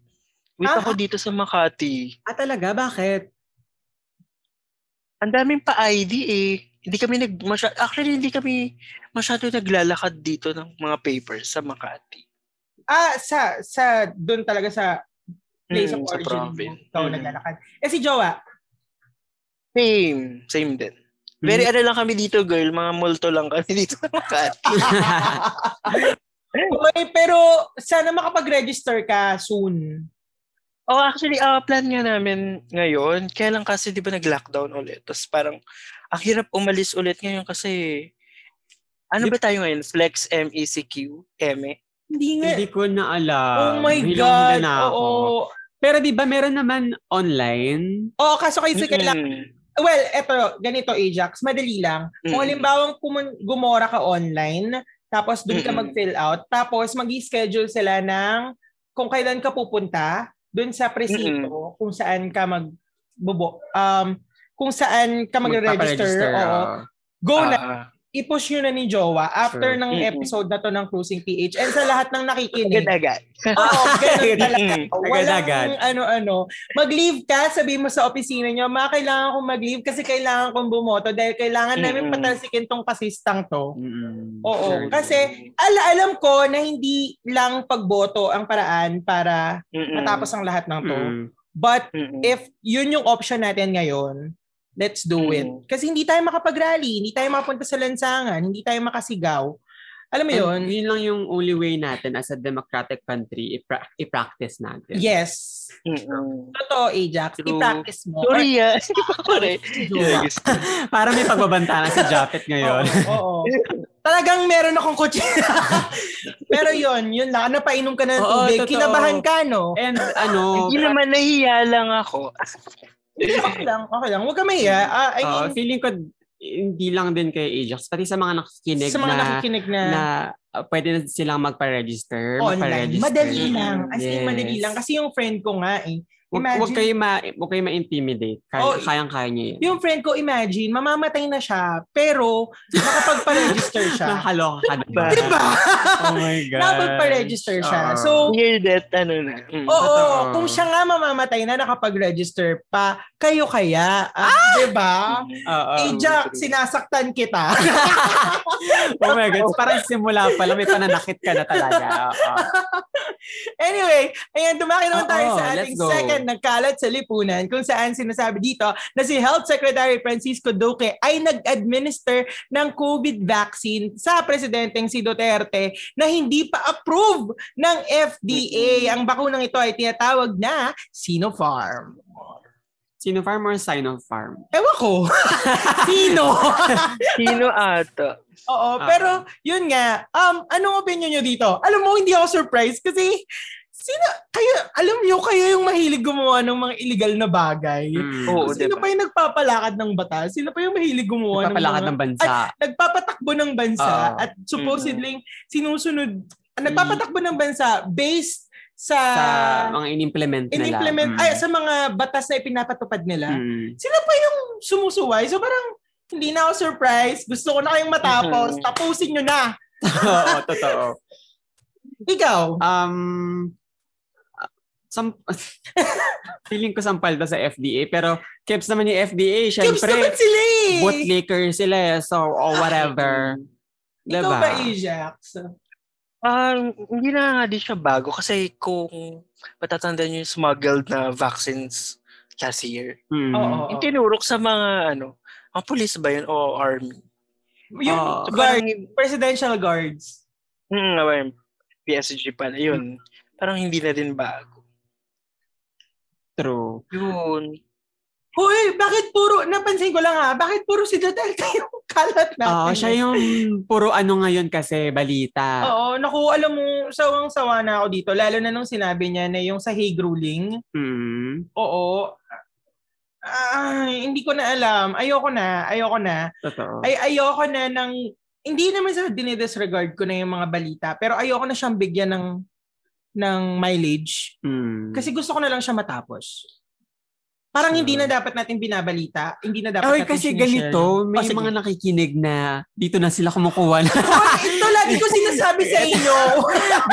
[SPEAKER 3] Wait
[SPEAKER 1] Ah.
[SPEAKER 3] ako dito sa Makati.
[SPEAKER 2] ah, talaga? Bakit?
[SPEAKER 3] Ang daming pa-ID eh. Hindi kami nag masya- actually hindi kami masyado naglalakad dito ng mga papers sa Makati.
[SPEAKER 1] Ah, sa, sa, doon talaga sa place
[SPEAKER 3] Mm,
[SPEAKER 1] of origin.
[SPEAKER 3] province.
[SPEAKER 1] mo. Ikaw
[SPEAKER 3] Mm.
[SPEAKER 1] naglalakad. Eh si Jowa,
[SPEAKER 3] Same. Same din. Very ano lang kami dito, girl. Mga multo lang kami dito sa Makati.
[SPEAKER 1] Okay, pero sana makapag-register ka soon.
[SPEAKER 3] Oh, actually, ah plan nga namin ngayon. Kaya lang kasi, di ba, nag-lockdown ulit. Tapos parang, ang hirap umalis ulit ngayon kasi, ano ba tayo ngayon? Flex, E, MECQ, ME?
[SPEAKER 1] Hindi nga.
[SPEAKER 2] Hindi ko na
[SPEAKER 1] oh
[SPEAKER 2] alam.
[SPEAKER 1] my
[SPEAKER 2] Hilong-hila
[SPEAKER 1] God.
[SPEAKER 2] na ako.
[SPEAKER 1] Oo.
[SPEAKER 2] Pero di ba meron naman online?
[SPEAKER 1] Oo, kaso kayo sa kailangan.
[SPEAKER 3] Mm.
[SPEAKER 1] Well, eto, ganito Ajax, madali lang. Kung
[SPEAKER 3] Mm.
[SPEAKER 1] halimbawa kumun- gumora ka online, tapos doon ka
[SPEAKER 3] Mm-mm.
[SPEAKER 1] mag-fill out, tapos mag schedule sila ng kung kailan ka pupunta doon sa presinto kung saan ka mag bubo um kung saan ka magre-register.
[SPEAKER 2] Magpaparegister,
[SPEAKER 1] Oo.
[SPEAKER 2] ah.
[SPEAKER 1] Go na
[SPEAKER 3] Ah,
[SPEAKER 1] i-push nyo na ni Jowa after
[SPEAKER 2] Sure.
[SPEAKER 1] ng
[SPEAKER 3] Mm-mm.
[SPEAKER 1] episode na to ng Cruising PH and sa lahat ng nakikinig.
[SPEAKER 3] Agad-agad.
[SPEAKER 1] Oo, ganun talaga.
[SPEAKER 3] Mm.
[SPEAKER 1] Oh, Walang
[SPEAKER 2] Agad-agad.
[SPEAKER 1] ano-ano. Mag-leave ka, sabi mo sa opisina nyo, ma, kailangan kong mag-leave kasi kailangan kong bumoto dahil kailangan namin
[SPEAKER 3] Mm-mm.
[SPEAKER 1] patalsikin tong kasistang to.
[SPEAKER 2] Mm-mm.
[SPEAKER 1] Oo,
[SPEAKER 2] Sure.
[SPEAKER 1] kasi- Ala, alam ko na hindi lang pagboto ang paraan para
[SPEAKER 3] Mm-mm.
[SPEAKER 1] matapos ang lahat ng to.
[SPEAKER 2] Mm-mm.
[SPEAKER 1] But
[SPEAKER 3] Mm-mm.
[SPEAKER 1] if yun yung option natin ngayon, let's do it.
[SPEAKER 3] Mm.
[SPEAKER 1] Kasi hindi tayo makapag-rally, hindi tayo mapunta sa lansangan, hindi tayo makasigaw. Alam mo yun?
[SPEAKER 2] And Ano yun lang yung only way natin as a democratic country ipra- i-practice natin.
[SPEAKER 1] Yes.
[SPEAKER 3] Mm-mm.
[SPEAKER 1] Totoo, Ajax.
[SPEAKER 3] True.
[SPEAKER 1] I-practice mo.
[SPEAKER 3] Sorry, ah. Sorry.
[SPEAKER 1] Jowa.
[SPEAKER 2] Para may pagbabantala sa Japet
[SPEAKER 1] Oo,
[SPEAKER 2] ngayon.
[SPEAKER 1] oo. Talagang meron akong kutsi. Pero yun, yun lang. Napainom ka na ng
[SPEAKER 2] Oo,
[SPEAKER 1] tubig.
[SPEAKER 2] totoo.
[SPEAKER 1] Kinabahan ka, no?
[SPEAKER 2] And ano,
[SPEAKER 3] Hindi naman nahiya lang ako.
[SPEAKER 1] Okay lang, okay lang. Huwag ka mahiya. Ah, I
[SPEAKER 2] uh,
[SPEAKER 1] mean,
[SPEAKER 2] feeling ko hindi lang din kay Ajax, pati sa mga
[SPEAKER 1] sa
[SPEAKER 2] nakikinig
[SPEAKER 1] mga
[SPEAKER 2] na,
[SPEAKER 1] nakikinig na,
[SPEAKER 2] na uh, pwede na silang magpa-register.
[SPEAKER 1] online,
[SPEAKER 2] magpa-register.
[SPEAKER 1] madali lang. As in,
[SPEAKER 2] Yes.
[SPEAKER 1] madali lang. Kasi yung friend ko nga eh.
[SPEAKER 2] Huwag
[SPEAKER 1] Imagine-
[SPEAKER 2] huwag kayo, ma, huwag kayo ma-intimidate. Kaya,
[SPEAKER 1] Oh,
[SPEAKER 2] kayang-kaya niya yun.
[SPEAKER 1] Yung friend ko, imagine, mamamatay na siya, pero makapagpa-register siya.
[SPEAKER 2] Nakakaloka ka na ba?
[SPEAKER 1] diba?
[SPEAKER 2] Oh my God.
[SPEAKER 1] Nakapagpa-register siya. So,
[SPEAKER 3] Near death, ano na. Mm.
[SPEAKER 1] Oo,
[SPEAKER 2] Totoo.
[SPEAKER 1] kung siya nga mamamatay na nakapag-register pa, kayo kaya? Ah, 'di ba?
[SPEAKER 3] Mm.
[SPEAKER 2] Oo.
[SPEAKER 1] Eh, Jack, sinasaktan kita.
[SPEAKER 2] Oh my God. Parang simula pa lang, may pananakit ka na talaga. Oo.
[SPEAKER 1] anyway, ayan, dumaki naman
[SPEAKER 2] Oo,
[SPEAKER 1] tayo sa
[SPEAKER 2] let's
[SPEAKER 1] ating
[SPEAKER 2] go.
[SPEAKER 1] second na kalat sa lipunan kung saan sinasabi dito na si Health Secretary Francisco Duque ay nag-administer ng COVID vaccine sa presidenteng si Duterte na hindi pa approve ng
[SPEAKER 2] Mm-hmm.
[SPEAKER 1] FDA. Ang bakunang ito ay tinatawag na Sinopharm.
[SPEAKER 2] Sino farm or Sinopharm?
[SPEAKER 1] Ewan ko. Sino?
[SPEAKER 3] Sino ata?
[SPEAKER 1] Oo,
[SPEAKER 2] Ah.
[SPEAKER 1] pero yun nga, um, anong opinion nyo dito? Alam mo, hindi ako surprised kasi sino, kayo, alam nyo, kayo yung mahilig gumawa ng mga illegal na bagay.
[SPEAKER 2] Mm, Hmm.
[SPEAKER 3] Oo,
[SPEAKER 1] Sino
[SPEAKER 3] diba?
[SPEAKER 1] pa yung nagpapalakad ng batas? Sino pa yung mahilig gumawa ng
[SPEAKER 2] Papalakad
[SPEAKER 1] mga-
[SPEAKER 2] ng bansa.
[SPEAKER 1] nagpapatakbo ng bansa
[SPEAKER 2] Ah.
[SPEAKER 1] at supposedly sinusunod, ah, nagpapatakbo ng bansa based sa,
[SPEAKER 2] sa mga in-implement nila.
[SPEAKER 1] ah, in-implement,
[SPEAKER 2] Mm.
[SPEAKER 1] ay, sa mga batas na ipinapatupad nila.
[SPEAKER 2] Mm.
[SPEAKER 1] sila pa yung sumusuway. So parang, hindi na ako surprised. Gusto ko na kayong matapos.
[SPEAKER 2] Mm-hmm.
[SPEAKER 3] Mhm.
[SPEAKER 1] Tapusin nyo na.
[SPEAKER 2] Oo, totoo.
[SPEAKER 1] Ikaw.
[SPEAKER 2] Um, sam feeling ko sampal to sa FDA, pero kips naman yung FDA,
[SPEAKER 1] Kips naman
[SPEAKER 2] syempre.
[SPEAKER 1] sila eh.
[SPEAKER 2] Bootlicker sila eh, so, or whatever.
[SPEAKER 1] Ikaw
[SPEAKER 2] diba?
[SPEAKER 1] ba, Ajax?
[SPEAKER 3] Um, hindi na nga din siya bago kasi kung patatanda niyo yung smuggled na vaccines last year.
[SPEAKER 2] Mm.
[SPEAKER 1] Oo.
[SPEAKER 3] Yung tinurok sa mga ano, mga police ba yun o army?
[SPEAKER 1] Yung
[SPEAKER 2] Oo.
[SPEAKER 3] So,
[SPEAKER 1] guard,
[SPEAKER 3] parang yun-
[SPEAKER 1] presidential guards.
[SPEAKER 3] mm, ano ba yun? PSG pala, yun. Parang hindi na din bago.
[SPEAKER 2] True.
[SPEAKER 3] Yun.
[SPEAKER 1] Hoy, bakit puro, napansin ko lang ha, bakit puro si Duterte yung kalat natin?
[SPEAKER 2] Oo, siya yung puro ano ngayon kasi, balita.
[SPEAKER 1] Oo, naku, alam mo, sawang-sawa na ako dito. Lalo na nung sinabi niya na yung sa Hague ruling,
[SPEAKER 2] Mm.
[SPEAKER 1] oo, ay, hindi ko na alam. Ayoko na, ayoko na.
[SPEAKER 2] Totoo.
[SPEAKER 1] ay ayoko na ng hindi naman sa dinidisregard ko na yung mga balita pero ayoko na siyang bigyan ng ng mileage
[SPEAKER 2] Mm. Hmm.
[SPEAKER 1] kasi gusto ko na lang siya matapos. Parang hindi na dapat natin binabalita. Hindi na dapat
[SPEAKER 2] Or
[SPEAKER 1] natin
[SPEAKER 2] kasi
[SPEAKER 1] sinishare.
[SPEAKER 2] ganito, may
[SPEAKER 1] Oh, sige.
[SPEAKER 2] mga nakikinig na dito na sila kumukuha na.
[SPEAKER 1] Ito lagi ko sinasabi sa inyo.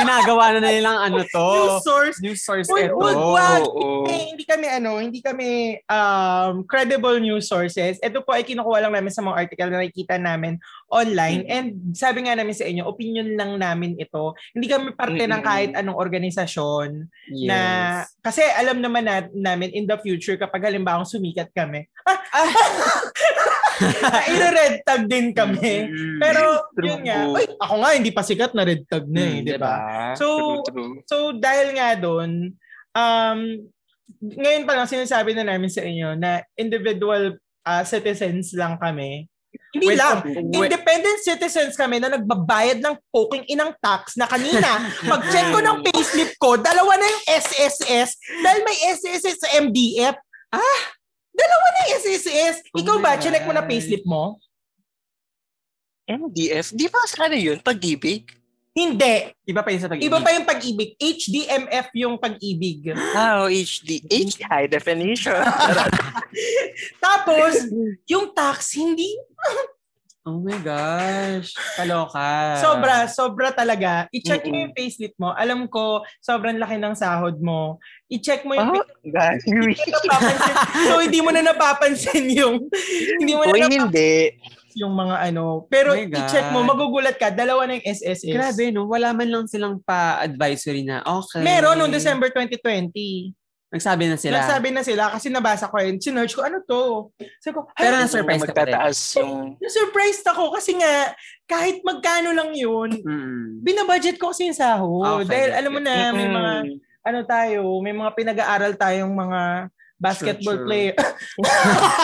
[SPEAKER 2] Ginagawa na nilang ano to.
[SPEAKER 1] Yung source.
[SPEAKER 2] News source
[SPEAKER 1] Uy,
[SPEAKER 2] ito.
[SPEAKER 1] wag, wag.
[SPEAKER 3] Oo. oo.
[SPEAKER 1] Eh, hindi kami ano, hindi kami um, credible news sources. Ito po ay kinukuha lang namin sa mga article na nakikita namin online. And sabi nga namin sa inyo, opinion lang namin ito. Hindi kami parte ng
[SPEAKER 3] Mm-mm.
[SPEAKER 1] kahit anong organisasyon.
[SPEAKER 2] Yes.
[SPEAKER 1] na kasi alam naman na, namin in the future kapag halimbawa sumikat kami ah, na ire-red tag din kami
[SPEAKER 3] Mm-mm.
[SPEAKER 1] pero
[SPEAKER 3] True. Hmm,
[SPEAKER 1] yun nga uy, ako nga hindi pa sikat na red tag na eh
[SPEAKER 2] Mm,
[SPEAKER 1] di ba
[SPEAKER 2] diba?
[SPEAKER 1] so
[SPEAKER 3] True, true.
[SPEAKER 1] so dahil nga doon um ngayon pa lang sinasabi na namin sa inyo na individual ah, citizens lang kami hindi
[SPEAKER 2] With-
[SPEAKER 1] lang
[SPEAKER 2] with-
[SPEAKER 1] Independent citizens kami na nagbabayad ng poking inang tax na kanina, pag-check ko ng payslip ko, dalawa na yung SSS dahil may SSS sa MDF. Ah, dalawa na yung SSS. Ikaw
[SPEAKER 2] Oh my
[SPEAKER 1] ba, chinek mo na
[SPEAKER 2] God.
[SPEAKER 1] payslip mo?
[SPEAKER 3] MDF? Di ba sa ano yun? Pag-ibig?
[SPEAKER 1] Hindi.
[SPEAKER 2] Iba pa yun sa pag-ibig.
[SPEAKER 1] Iba pa yung pag-ibig. HDMF yung pag-ibig.
[SPEAKER 3] Ah, oh, HD. H, high definition.
[SPEAKER 1] Tapos, yung tax, hindi
[SPEAKER 2] Oh my gosh. Kaloka.
[SPEAKER 1] Sobra, sobra talaga. I-check mo
[SPEAKER 3] Mm-mm.
[SPEAKER 1] yung payslip mo. Alam ko, sobrang laki ng sahod mo. I-check mo
[SPEAKER 2] Ah.
[SPEAKER 1] yung
[SPEAKER 3] oh, God.
[SPEAKER 1] napapansin. so hindi mo na napapansin yung hindi mo na
[SPEAKER 3] Uy,
[SPEAKER 1] napapansin
[SPEAKER 3] hindi.
[SPEAKER 1] yung mga ano. Pero
[SPEAKER 2] Oh my God.
[SPEAKER 1] i-check mo, magugulat ka, dalawa na yung SSS.
[SPEAKER 2] Grabe, no? Wala man lang silang pa-advisory na, okay.
[SPEAKER 1] Meron noong December 2020.
[SPEAKER 2] Nagsabi na sila.
[SPEAKER 1] Nagsabi na sila kasi nabasa ko yun. Sinerge ko, ano to? Sabi ko, "Ay,
[SPEAKER 2] Pero na-surprise ka pa rin.
[SPEAKER 3] Magtataas yung...
[SPEAKER 1] na-surprised ako kasi nga, kahit magkano lang yun,
[SPEAKER 2] Mm-mm.
[SPEAKER 1] binabudget ko kasi yung sahod.
[SPEAKER 2] Ah, Okay,
[SPEAKER 1] Dahil
[SPEAKER 2] yes,
[SPEAKER 1] alam mo
[SPEAKER 2] yes.
[SPEAKER 1] na, Ah, may mga,
[SPEAKER 3] Mm.
[SPEAKER 1] ano tayo, may mga pinag-aaral tayong mga basketball
[SPEAKER 2] Sure, sure.
[SPEAKER 1] player.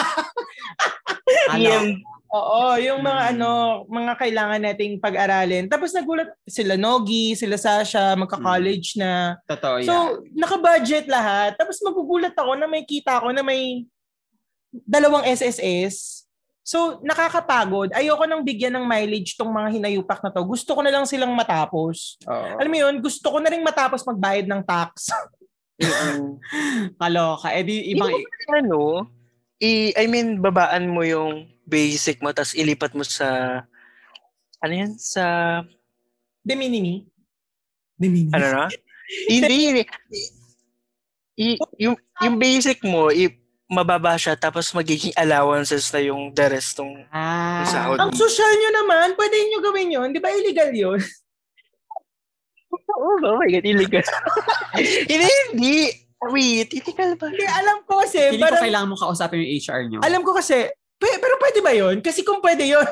[SPEAKER 2] Alam.
[SPEAKER 1] Oo, yung mga
[SPEAKER 2] Mm.
[SPEAKER 1] ano, mga kailangan nating pag-aralin. Tapos nagulat sila Nogi, sila Sasha, magka-college na.
[SPEAKER 2] Totoo yan.
[SPEAKER 1] So, naka-budget lahat. Tapos magugulat ako na may kita ko na may dalawang SSS. So, nakakapagod. Ayoko nang bigyan ng mileage tong mga hinayupak na to. Gusto ko na lang silang matapos.
[SPEAKER 2] Oo.
[SPEAKER 1] Alam mo yun, gusto ko na rin matapos magbayad ng tax.
[SPEAKER 3] Mm-mm.
[SPEAKER 2] Kaloka. Eh di,
[SPEAKER 3] Ibang
[SPEAKER 2] ibang...
[SPEAKER 3] ano, i I mean babaan mo yung basic mo tapos ilipat mo sa ano yan sa
[SPEAKER 1] De minimi.
[SPEAKER 3] ano na? Hindi hindi. I, yung yung basic mo i mababa siya tapos magiging allowances na yung the rest ng
[SPEAKER 2] Ah.
[SPEAKER 3] sahod.
[SPEAKER 1] Ang social nyo naman, pwede nyo gawin yun. Di ba illegal yun?
[SPEAKER 3] Oh, oh my god, illegal. hindi, hindi. Wait, illegal ba?
[SPEAKER 1] Hindi, alam ko kasi,
[SPEAKER 2] Feeling ko
[SPEAKER 1] parang
[SPEAKER 2] kailangan mo kausapin yung HR nyo.
[SPEAKER 1] Alam ko kasi, pe- pero pwede ba yun? Kasi kung pwede yun,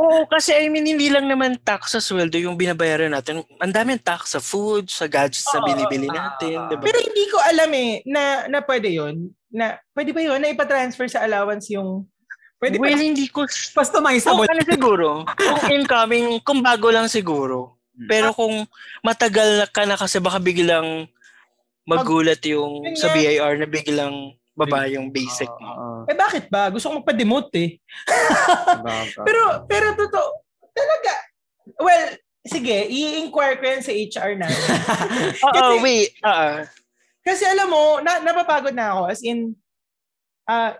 [SPEAKER 3] Oo, kasi I mean, hindi lang naman tax sa sweldo yung binabayaran natin. Ang daming tax sa food, sa gadgets na
[SPEAKER 1] Oo,
[SPEAKER 3] binibili
[SPEAKER 2] oo,
[SPEAKER 3] natin,
[SPEAKER 2] oo.
[SPEAKER 3] di ba?
[SPEAKER 1] pero hindi ko alam eh, na, na pwede yun. Na, pwede ba yun? Na ipatransfer sa allowance yung, pwede
[SPEAKER 3] well,
[SPEAKER 1] ba? Oh,
[SPEAKER 3] hindi ko...
[SPEAKER 2] Basta may
[SPEAKER 3] Kung
[SPEAKER 2] sabon.
[SPEAKER 3] ano siguro, kung incoming, kung bago lang siguro. Pero kung matagal na ka na kasi baka biglang magulat yung
[SPEAKER 1] Yun
[SPEAKER 3] sa
[SPEAKER 1] nga.
[SPEAKER 3] BIR na biglang baba yung basic mo.
[SPEAKER 1] Eh bakit ba? Gusto ko magpa-demote eh. Pero, pero totoo, talaga, well, sige, i-inquire ko yan sa HR na.
[SPEAKER 3] Oo, wait. ah, ah.
[SPEAKER 1] Kasi alam mo, na, napapagod na ako. As in, ah,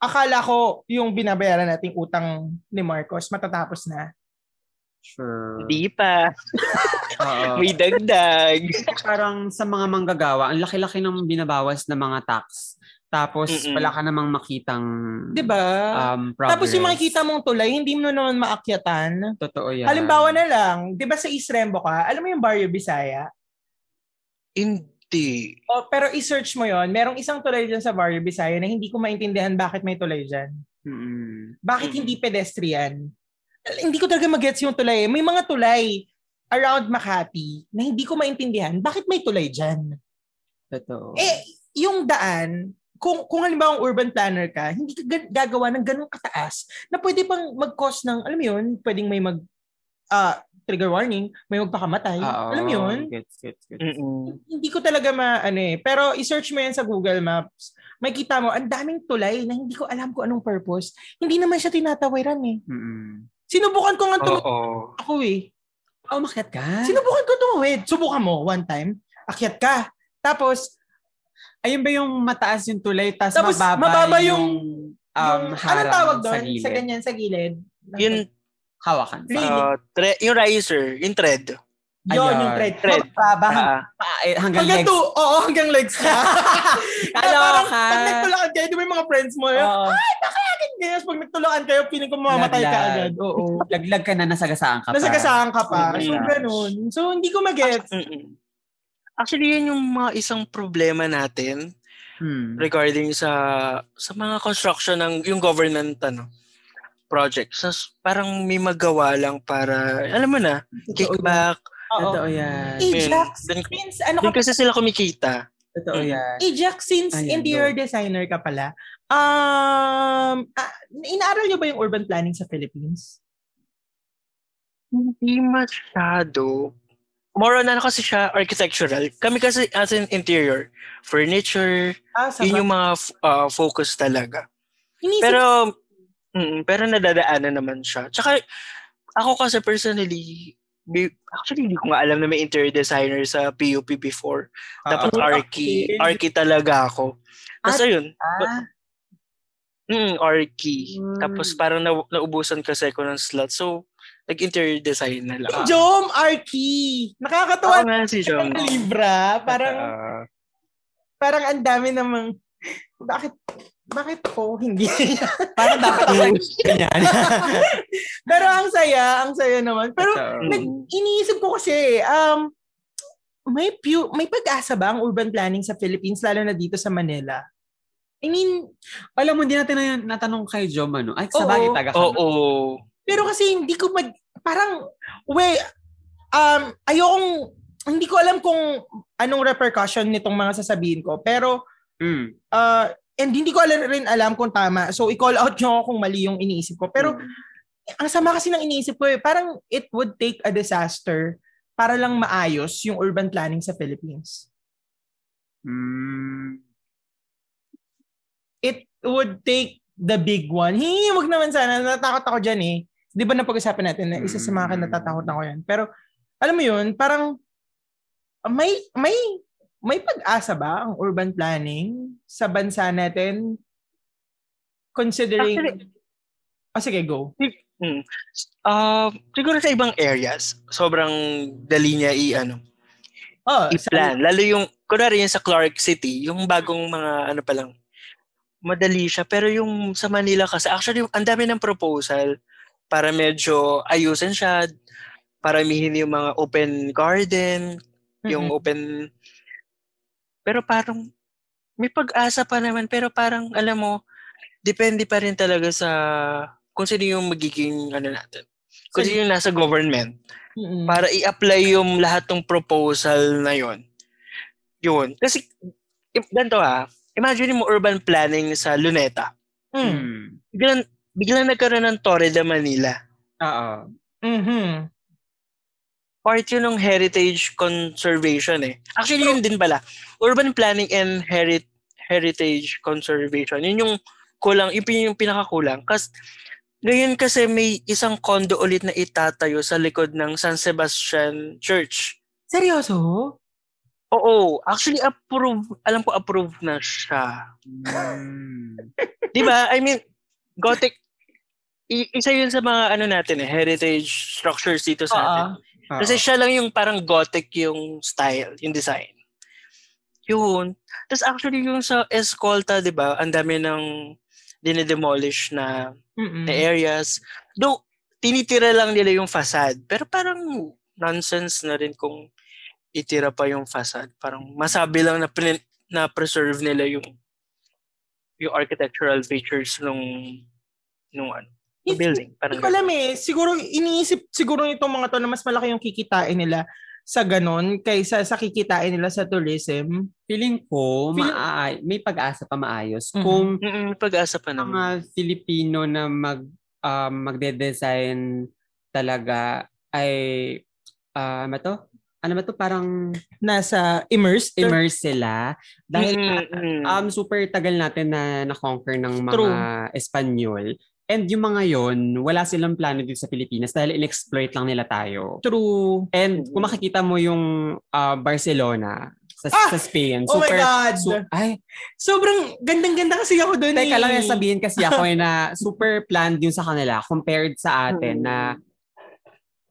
[SPEAKER 1] akala ko yung binabayaran nating utang ni Marcos matatapos na.
[SPEAKER 2] Sure.
[SPEAKER 3] Hindi pa.
[SPEAKER 2] Oo.
[SPEAKER 3] May dagdag.
[SPEAKER 2] parang sa mga manggagawa, ang laki-laki ng binabawas na mga tax. Tapos
[SPEAKER 3] Mm-mm.
[SPEAKER 2] wala ka namang makitang
[SPEAKER 1] 'Di ba?
[SPEAKER 2] um, progress.
[SPEAKER 1] Diba? Tapos yung makikita mong tulay, hindi mo naman maakyatan.
[SPEAKER 2] Totoo yan.
[SPEAKER 1] Halimbawa na lang, 'di ba sa East Rembo ka, alam mo yung Barrio Bisaya?
[SPEAKER 3] Hindi.
[SPEAKER 1] O, pero i-search mo 'yon, merong isang tulay diyan sa Barrio Bisaya na hindi ko maintindihan bakit may tulay diyan.
[SPEAKER 2] Mm-mm.
[SPEAKER 1] Bakit
[SPEAKER 3] Mm.
[SPEAKER 1] hindi pedestrian? Al- Hindi ko talaga magets yung tulay. May mga tulay around Makati na hindi ko maintindihan bakit may tulay diyan.
[SPEAKER 2] Totoo.
[SPEAKER 1] Eh yung daan kung kung halimbawa ang urban planner ka, hindi ka ga- gagawa ng ganung kataas na pwede pang mag-cause ng alam mo 'yun, pwedeng may mag ah, trigger warning, may magpakamatay.
[SPEAKER 2] Ah, Oo.
[SPEAKER 1] alam mo 'yun?
[SPEAKER 2] Gets, gets, gets.
[SPEAKER 3] Mm-mm.
[SPEAKER 1] hindi ko talaga ma ano eh. Pero i-search mo yan sa Google Maps. May kita mo, ang daming tulay na hindi ko alam kung anong purpose. Hindi naman siya tinatawiran eh.
[SPEAKER 2] Mm-mm.
[SPEAKER 1] Sinubukan ko nga tumawid
[SPEAKER 3] Oo.
[SPEAKER 1] ako eh.
[SPEAKER 2] Oh, makiat ka.
[SPEAKER 1] Sinubukan ko tumawid. Subukan mo one time. Akyat ka. Tapos,
[SPEAKER 2] Ayun ba yung mataas yung tulay, tas
[SPEAKER 1] Tapos,
[SPEAKER 2] mababa,
[SPEAKER 1] mababa
[SPEAKER 2] yung, um,
[SPEAKER 1] yung,
[SPEAKER 2] harang
[SPEAKER 1] anong tawag doon?
[SPEAKER 2] sa gilid?
[SPEAKER 1] Sa ganyan, sa gilid.
[SPEAKER 3] Yun,
[SPEAKER 2] Hawakan.
[SPEAKER 1] Really?
[SPEAKER 3] ah, tre- yung riser, yung thread.
[SPEAKER 1] Yun,
[SPEAKER 2] Ayun.
[SPEAKER 1] yung thread.
[SPEAKER 3] Thread.
[SPEAKER 2] Mababa, hang-
[SPEAKER 3] Ah,
[SPEAKER 2] pa- eh, hanggang
[SPEAKER 1] Hanggang
[SPEAKER 2] legs.
[SPEAKER 1] to, oo, hanggang legs ka.
[SPEAKER 2] Kaloka.
[SPEAKER 1] Parang, Pag nagtulakan kayo, di ba yung mga friends mo? yun?
[SPEAKER 2] Oo.
[SPEAKER 1] Yes, pag nagtulakan kayo, feeling ko mamamatay ka
[SPEAKER 2] Laglag.
[SPEAKER 1] agad. Oo.
[SPEAKER 2] Laglag ka na, nasagasaan ka pa.
[SPEAKER 1] Nasagasaan ka pa.
[SPEAKER 3] Mm.
[SPEAKER 1] So, ganun. So, hindi ko mag-gets.
[SPEAKER 3] mm-mm. Actually, yan yung mga isang problema natin
[SPEAKER 2] Hmm.
[SPEAKER 3] regarding sa sa mga construction ng yung government ano projects. Nas- parang may magawa lang para alam mo na, kickback.
[SPEAKER 1] Oo.
[SPEAKER 2] Totoo yan.
[SPEAKER 3] Eh,
[SPEAKER 1] Ajax,
[SPEAKER 3] Then-
[SPEAKER 1] since ano ka
[SPEAKER 3] Doon kasi sila kumikita.
[SPEAKER 2] Totoo
[SPEAKER 3] Mm.
[SPEAKER 2] yan.
[SPEAKER 1] Ajax, since
[SPEAKER 2] Ayan,
[SPEAKER 1] interior designer ka pala, um, ah, inaaral niyo ba yung urban planning sa Philippines?
[SPEAKER 3] Hindi masyado. More on ano kasi siya, architectural. Kami kasi as in interior, furniture,
[SPEAKER 1] Ah, sa
[SPEAKER 3] yun yung mga f- ah, focus talaga.
[SPEAKER 1] Inisip-
[SPEAKER 3] Pero, mm, pero nadadaanan naman siya. Tsaka, ako kasi personally, bi- actually, hindi ko nga alam na may interior designer sa PUP before. Dapat
[SPEAKER 1] Ah,
[SPEAKER 3] Arki.
[SPEAKER 1] okay.
[SPEAKER 3] Arki talaga ako. Tapos ayun,
[SPEAKER 2] Ah,
[SPEAKER 3] mm,
[SPEAKER 1] Hmm.
[SPEAKER 3] Arki.
[SPEAKER 2] Mm.
[SPEAKER 1] Ah,
[SPEAKER 3] Tapos parang na- naubusan kasi ako ng slot. So, nag-interior design na lang.
[SPEAKER 1] Si Jom Arki. Nakakatuwa
[SPEAKER 3] Ako nga si John.
[SPEAKER 1] ng libra. Parang,
[SPEAKER 3] Ah,
[SPEAKER 1] parang ang dami namang, bakit, bakit ko hindi? hmm.
[SPEAKER 2] parang dapat lang ganyan.
[SPEAKER 1] Pero ang saya, ang saya naman. Pero
[SPEAKER 2] Totoo.
[SPEAKER 1] nag,
[SPEAKER 3] mm.
[SPEAKER 1] iniisip ko kasi, um, may pu- may pag-asa ba ang urban planning sa Philippines, lalo na dito sa Manila? I mean,
[SPEAKER 2] Alam mo, hindi natin na- natanong kay Jom, ano? Ay, sa
[SPEAKER 1] Oo.
[SPEAKER 2] bagay, taga
[SPEAKER 3] Oo.
[SPEAKER 2] ka.
[SPEAKER 1] pero kasi hindi ko mag, parang, we, um, ayokong, hindi ko alam kung anong repercussion nitong mga sasabihin ko, pero,
[SPEAKER 2] Mm.
[SPEAKER 1] uh, and hindi ko alam, rin alam kung tama. So, i-call out nyo ako kung mali yung iniisip ko. Pero,
[SPEAKER 2] Mm.
[SPEAKER 1] ang sama kasi ng iniisip ko eh, parang it would take a disaster para lang maayos yung urban planning sa Philippines.
[SPEAKER 2] Mm.
[SPEAKER 1] it would take the big one. Hindi, wag naman sana. Natatakot ako dyan eh. Di ba napag-usapan natin na isa sa
[SPEAKER 3] Hmm.
[SPEAKER 1] mga kinatatakot ako yan. Pero, alam mo yun, parang may, may, may pag-asa ba ang urban planning sa bansa natin? Considering...
[SPEAKER 3] Actually-
[SPEAKER 1] oh, sige, go.
[SPEAKER 3] Ah, siguro sa ibang areas, sobrang dali niya ano, i-ano,
[SPEAKER 1] Oh,
[SPEAKER 3] i-plan. Ah, Lalo yung, kunwari yung sa Clark City, yung bagong mga ano pa lang, madali siya. Pero yung sa Manila kasi, actually, ang dami ng proposal para medyo ayusin siya, para mihin yung mga open garden, yung open... Pero parang, may pag-asa pa naman, pero parang, alam mo, depende pa rin talaga sa kung sino yung magiging ano natin. Kung
[SPEAKER 1] Sa-
[SPEAKER 3] sino yung nasa government
[SPEAKER 1] Mm-mm.
[SPEAKER 3] para i-apply yung lahat ng proposal na yon. Yun. Kasi, i- ganito ha, imagine mo urban planning sa Luneta.
[SPEAKER 1] Mm.
[SPEAKER 2] Mm.
[SPEAKER 3] Biglang, biglang nagkaroon ng Torre de Manila.
[SPEAKER 2] Oo.
[SPEAKER 1] Mhm.
[SPEAKER 3] Part yun ng heritage conservation eh. Actually, yun din pala. Urban planning and heri- heritage conservation. Yun yung kulang, yun yung pinakakulang. Kasi, ngayon kasi may isang condo ulit na itatayo sa likod ng San Sebastian Church.
[SPEAKER 1] Seryoso?
[SPEAKER 3] Oo, actually approve, alam ko approve na siya.
[SPEAKER 2] Mm.
[SPEAKER 3] 'Di ba? I mean, Gothic i- isa 'yun sa mga ano natin eh, heritage structures dito sa atin.
[SPEAKER 1] Oo.
[SPEAKER 2] Oo.
[SPEAKER 3] Kasi siya lang yung parang Gothic yung style, yung design. Yun. Tapos actually yung sa Escolta, 'di ba? Ang dami ng dinedemolish na,
[SPEAKER 1] Mm-mm.
[SPEAKER 3] na areas. Though tinitira lang nila yung facade, pero parang nonsense na rin kung itira pa yung facade. Parang masabi lang na prin- na preserve nila yung yung architectural features nung nung ano, nung
[SPEAKER 1] Hindi-
[SPEAKER 3] building. Parang
[SPEAKER 1] Hindi ko alam eh. Siguro, iniisip siguro itong mga to na mas malaki yung kikitain nila sa ganon kaysa sa kikitain nila sa tourism.
[SPEAKER 2] Feeling ko,
[SPEAKER 1] Feeling-
[SPEAKER 2] maaa- may pag-asa pa maayos
[SPEAKER 1] Mhm.
[SPEAKER 2] kung
[SPEAKER 3] ganun. Mm, mm, pag-asa pa naman.
[SPEAKER 1] Ah,
[SPEAKER 2] mga Filipino na mag ah, magde-design talaga ay ah, ano ba to? Ano ba to? Parang
[SPEAKER 1] Nasa immersed.
[SPEAKER 2] immerse sila dahil
[SPEAKER 3] Mm, mm.
[SPEAKER 2] um super tagal natin na na-conquer ng mga
[SPEAKER 1] Hmm. True.
[SPEAKER 2] Espanyol. And yung mga yon, wala silang plano dito sa Pilipinas dahil inexploit lang nila tayo.
[SPEAKER 1] True.
[SPEAKER 2] And kung makikita mo yung ah, Barcelona, Sa,
[SPEAKER 1] Ah!
[SPEAKER 2] sa Spain.
[SPEAKER 1] Oh my
[SPEAKER 2] Super,
[SPEAKER 1] God!
[SPEAKER 2] su- ay,
[SPEAKER 1] Sobrang gandang-ganda kasi ako doon.
[SPEAKER 2] teka
[SPEAKER 1] eh.
[SPEAKER 2] lang yung sabihin kasi ako eh, na super planned yun sa kanila compared sa atin na
[SPEAKER 1] Hmm.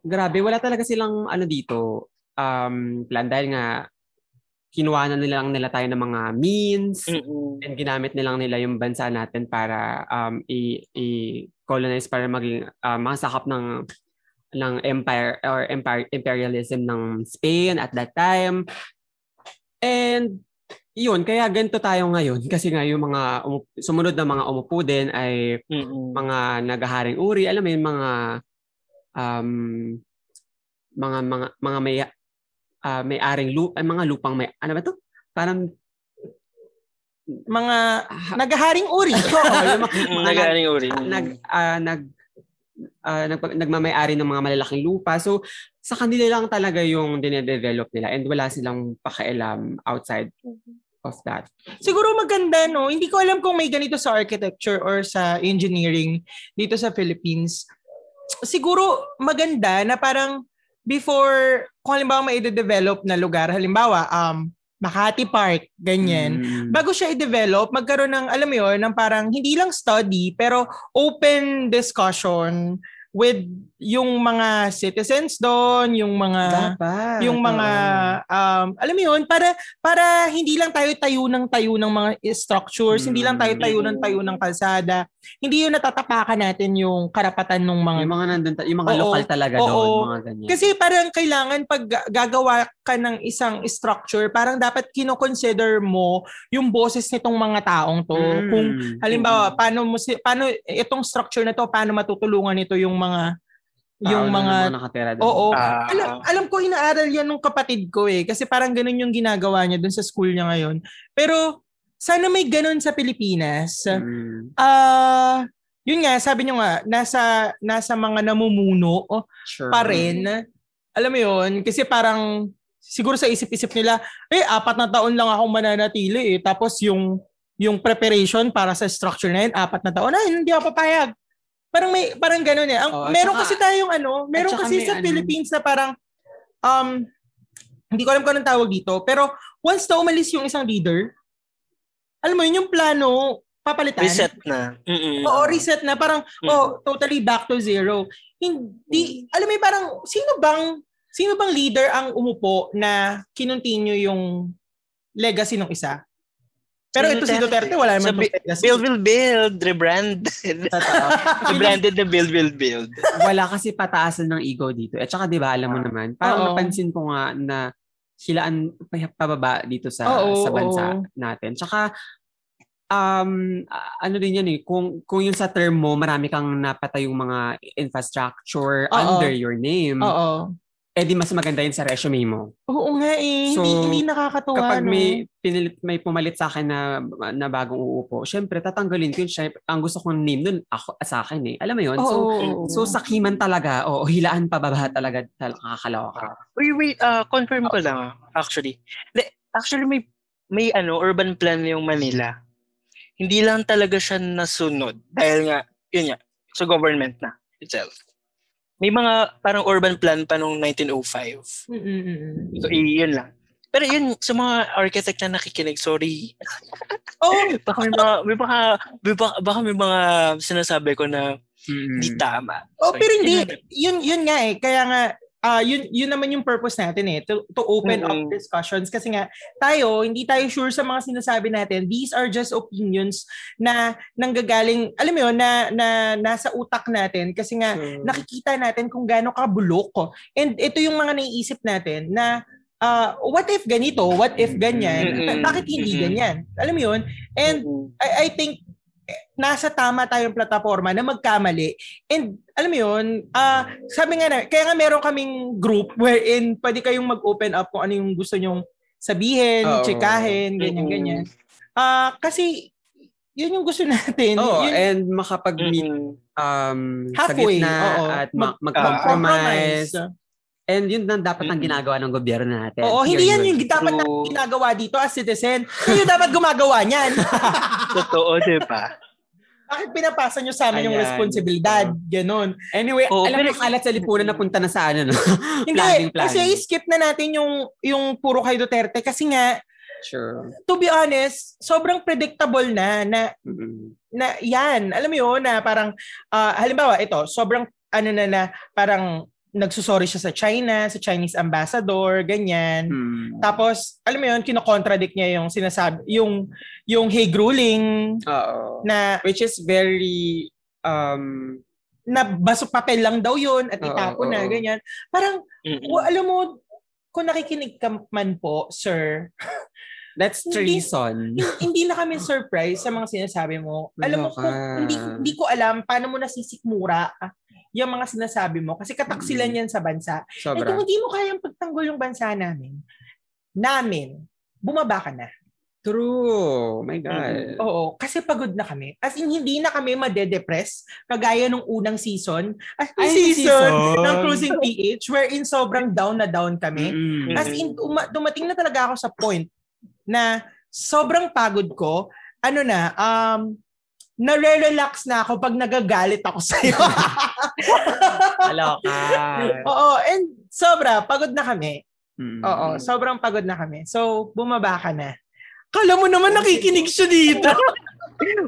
[SPEAKER 2] grabe, wala talaga silang ano dito um, plan dahil nga kinuha na nila lang nila tayo ng mga means
[SPEAKER 3] Mm-mm.
[SPEAKER 2] and ginamit nilang nila yung bansa natin para um, i- i-colonize para maging uh, masakap ng ng empire or empire, imperialism ng Spain at that time. And yun, kaya ganito tayo ngayon kasi nga yung mga umup- sumunod na mga umupo din ay
[SPEAKER 3] Mm-mm.
[SPEAKER 2] mga nagaharing uri, alam mo yun, mga um, mga mga mga may ah, may-aring lupa, mga lupang may ano ba 'to? Parang
[SPEAKER 1] Mga
[SPEAKER 2] ah,
[SPEAKER 1] naghaharing uri.
[SPEAKER 2] Oo, yung mga-
[SPEAKER 3] Mm-mm,
[SPEAKER 2] mga
[SPEAKER 3] Nag-aaring uri.
[SPEAKER 2] nag
[SPEAKER 3] Mm-mm.
[SPEAKER 2] nag ah, nag ah, nagpa- nagmamay-ari ng mga malalaking lupa. So sa kanila lang talaga yung dinedevelop nila and wala silang pakialam outside of that.
[SPEAKER 1] Siguro maganda, no? Hindi ko alam kung may ganito sa architecture or sa engineering dito sa Philippines. Siguro maganda na parang before, kung halimbawa may develop na lugar, halimbawa, um, Makati Park, ganyan.
[SPEAKER 2] Mm.
[SPEAKER 1] bago siya i-develop, magkaroon ng, alam mo yun, ng parang hindi lang study, pero open discussion with yung mga citizens doon, yung mga
[SPEAKER 2] Dapat.
[SPEAKER 1] ah, yung mga um, alam mo yun para para hindi lang tayo tayo ng tayo ng mga eh, structures hindi lang tayo tayo ng tayo ng kalsada hindi yun natatapakan natin yung karapatan ng
[SPEAKER 2] Oo.
[SPEAKER 1] mga
[SPEAKER 2] yung mga nandun, ta- yung mga
[SPEAKER 1] Oo.
[SPEAKER 2] lokal talaga
[SPEAKER 1] Oo.
[SPEAKER 2] doon, mga ganyan.
[SPEAKER 1] kasi parang kailangan pag ga- gagawa ka ng isang structure, parang dapat kinoconsider mo yung boses nitong mga taong to.
[SPEAKER 2] Mm.
[SPEAKER 1] Kung halimbawa,
[SPEAKER 3] Mm.
[SPEAKER 2] Mm-hmm.
[SPEAKER 1] paano mo si- paano itong structure na to, paano matutulungan nito yung mga
[SPEAKER 2] Tao
[SPEAKER 1] yung
[SPEAKER 2] na
[SPEAKER 1] mga
[SPEAKER 2] nakatira doon.
[SPEAKER 1] Oo.
[SPEAKER 3] Ah.
[SPEAKER 1] alam, alam ko inaaral yan nung kapatid ko eh kasi parang ganun yung ginagawa niya dun sa school niya ngayon. Pero sana may ganun sa Pilipinas.
[SPEAKER 2] Mm.
[SPEAKER 1] Ah, yun nga, sabi niyo nga nasa nasa mga namumuno oh,
[SPEAKER 2] Sure.
[SPEAKER 1] pa rin. Alam mo yun? Kasi parang siguro sa isip-isip nila, eh, apat na taon lang akong mananatili eh. Tapos yung, yung preparation para sa structure na yun, apat na taon, ay, hindi ako papayag. Parang may parang ganoon eh. Ang
[SPEAKER 2] Oo, Oh, at
[SPEAKER 1] meron
[SPEAKER 2] saka-
[SPEAKER 1] kasi tayong ano, meron
[SPEAKER 2] saka
[SPEAKER 1] kasi
[SPEAKER 2] may
[SPEAKER 1] sa
[SPEAKER 2] ano.
[SPEAKER 1] Philippines na parang um hindi ko alam kung anong tawag dito, pero once na umalis yung isang leader, alam mo yun, yung plano papalitan.
[SPEAKER 3] Reset na. Mm-mm.
[SPEAKER 1] Oo, reset na. Parang,
[SPEAKER 3] Mm.
[SPEAKER 1] oh, totally back to zero.
[SPEAKER 2] Mm.
[SPEAKER 1] Hindi, alam mo yun, parang, sino bang, sino bang leader ang umupo na kinontinue yung legacy ng isa? Pero ito si Duterte, wala naman
[SPEAKER 3] Sabi-
[SPEAKER 1] itong legacy.
[SPEAKER 3] Build, will build. Rebrand.
[SPEAKER 2] Totoo.
[SPEAKER 3] Rebranded na build, will build.
[SPEAKER 2] wala kasi pataasan ng ego dito. At saka 'di ba alam mo naman, parang
[SPEAKER 1] Ah. Oo.
[SPEAKER 2] napansin ko nga na sila ang pa- pababa dito sa
[SPEAKER 1] Oo,
[SPEAKER 2] sa bansa
[SPEAKER 1] oo.
[SPEAKER 2] natin. Tsaka um a- ano din 'yan eh, kung kung yung sa term mo, marami kang napatayong mga infrastructure
[SPEAKER 1] Oo.
[SPEAKER 2] under your name,
[SPEAKER 1] Oo.
[SPEAKER 2] eh di mas maganda yun sa resume mo.
[SPEAKER 1] Oo nga eh.
[SPEAKER 2] So,
[SPEAKER 1] hindi, hindi nakakatuwa.
[SPEAKER 2] Kapag
[SPEAKER 1] no?
[SPEAKER 2] may pinilit, may pumalit sa akin na na bagong uupo, syempre tatanggalin ko yun. Syempre, ang gusto kong name nun ako sa akin eh. Alam mo 'yun?
[SPEAKER 1] Oo,
[SPEAKER 2] So
[SPEAKER 1] oo, oo.
[SPEAKER 2] So sakiman talaga, o hilaan pababa talaga talaga kakalawa
[SPEAKER 3] Wait, wait. ah, confirm ko lang, ah, actually. Le- Actually, may, may ano, urban plan yung Manila. Hindi lang talaga siya nasunod. Dahil nga, yun nga, sa government na itself. May mga parang urban plan pa noong 1905.
[SPEAKER 1] Mm-mm, mm-mm.
[SPEAKER 3] So, i- yun lang. Pero yun, sa mga architect na nakikinig, sorry.
[SPEAKER 1] Oo.
[SPEAKER 3] Baka may mga, may baka, may baka, baka may mga sinasabi ko na hindi tama.
[SPEAKER 1] Oh,
[SPEAKER 3] So,
[SPEAKER 1] pero hindi.
[SPEAKER 3] yun lang.
[SPEAKER 1] Yun, yun nga eh. Kaya nga, ah, yun, yun naman yung purpose natin eh. To, to open up
[SPEAKER 3] Mm-mm.
[SPEAKER 1] discussions. Kasi nga, tayo, hindi tayo sure sa mga sinasabi natin. These are just opinions na nanggagaling, alam mo yun, na, na nasa utak natin. Kasi nga, nakikita natin kung gaano kabulok. And ito yung mga naiisip natin na ah, what if ganito? What if ganyan?
[SPEAKER 3] Mm-mm.
[SPEAKER 1] Bakit hindi
[SPEAKER 3] Mm-mm.
[SPEAKER 1] ganyan? Alam mo yun? And I, I think eh, nasa tama tayong plataforma na magkamali. And alam mo yun, ah, sabi nga na, kaya nga meron kaming group wherein pwede kayong mag-open up kung ano yung gusto nyong sabihin,
[SPEAKER 2] Oo. Mm.
[SPEAKER 1] tsikahin,
[SPEAKER 3] Mm-mm.
[SPEAKER 1] ganyan-ganyan. Ah, kasi yun yung gusto natin. Yun-
[SPEAKER 2] Oo, eh, Oh, and makapag-meet
[SPEAKER 3] Mm-mm.
[SPEAKER 2] um, sa
[SPEAKER 1] Halfway,
[SPEAKER 2] gitna
[SPEAKER 1] oo.
[SPEAKER 2] at ma-
[SPEAKER 1] compromise.
[SPEAKER 2] mag-compromise. and yun ang dapat ang
[SPEAKER 3] Mm-mm.
[SPEAKER 2] ginagawa ng gobyerno natin.
[SPEAKER 1] Oo, hindi yan
[SPEAKER 2] Yun yun.
[SPEAKER 1] yung dapat
[SPEAKER 3] True.
[SPEAKER 1] natin ginagawa dito as citizen. Kayo dapat gumagawa niyan.
[SPEAKER 3] Totoo, di ba?
[SPEAKER 1] Bakit pinapasa nyo sa amin yung
[SPEAKER 2] Ayan.
[SPEAKER 1] responsibilidad? Ganon.
[SPEAKER 2] Anyway,
[SPEAKER 3] Oo,
[SPEAKER 2] alam
[SPEAKER 3] pero-
[SPEAKER 2] mo, kalat sa lipunan na punta na sa ano, no?
[SPEAKER 1] Hindi,
[SPEAKER 2] Planning,
[SPEAKER 1] kasi
[SPEAKER 2] planning.
[SPEAKER 1] skip na natin yung, yung puro kay Duterte kasi nga,
[SPEAKER 2] Sure.
[SPEAKER 1] to be honest, sobrang predictable na na,
[SPEAKER 2] Mm-mm.
[SPEAKER 1] na yan. Alam mo yun na parang, ah, halimbawa ito, sobrang ano na na parang nagsusorry siya sa China, sa Chinese ambassador, ganyan.
[SPEAKER 2] Mm.
[SPEAKER 3] Hmm.
[SPEAKER 1] Tapos, alam mo yun, kinokontradict niya yung sinasabi, yung, yung Hague ruling
[SPEAKER 2] Oo.
[SPEAKER 1] na,
[SPEAKER 2] Which is very, um,
[SPEAKER 1] na basok papel lang daw yun at
[SPEAKER 2] Oo,
[SPEAKER 1] itapon na,
[SPEAKER 2] oo.
[SPEAKER 1] ganyan. Parang,
[SPEAKER 3] Mm-mm.
[SPEAKER 1] wa- alam mo, kung nakikinig ka man po, sir,
[SPEAKER 2] that's
[SPEAKER 1] Hindi-
[SPEAKER 2] treason.
[SPEAKER 1] hin- hindi na kami surprised sa mga sinasabi mo. Alam mo,
[SPEAKER 2] Wala
[SPEAKER 1] kung,
[SPEAKER 2] ka.
[SPEAKER 1] hindi, hindi ko alam paano mo nasisikmura ah, yung mga sinasabi mo kasi kataksilan yan sa bansa. Eh
[SPEAKER 2] Sobra.
[SPEAKER 1] kung hindi mo kayang pagtanggol yung bansa namin, namin, bumaba ka na.
[SPEAKER 2] True. My God.
[SPEAKER 1] Oo, kasi pagod na kami. As in, hindi na kami madedepress kagaya nung unang season. As in,
[SPEAKER 2] Ay,
[SPEAKER 1] season,
[SPEAKER 2] season.
[SPEAKER 1] ng Cruising PH wherein sobrang down na down kami.
[SPEAKER 2] Mm-mm.
[SPEAKER 1] As in, uma- dumating na talaga ako sa point na sobrang pagod ko. Ano na, um, nare-relax na ako pag nagagalit ako sa'yo.
[SPEAKER 2] Kaloka.
[SPEAKER 1] Oo, and sobra, pagod na kami.
[SPEAKER 2] Mm.
[SPEAKER 1] Oo, sobrang pagod na kami. So, bumaba ka na. Kala mo naman nakikinig siya dito.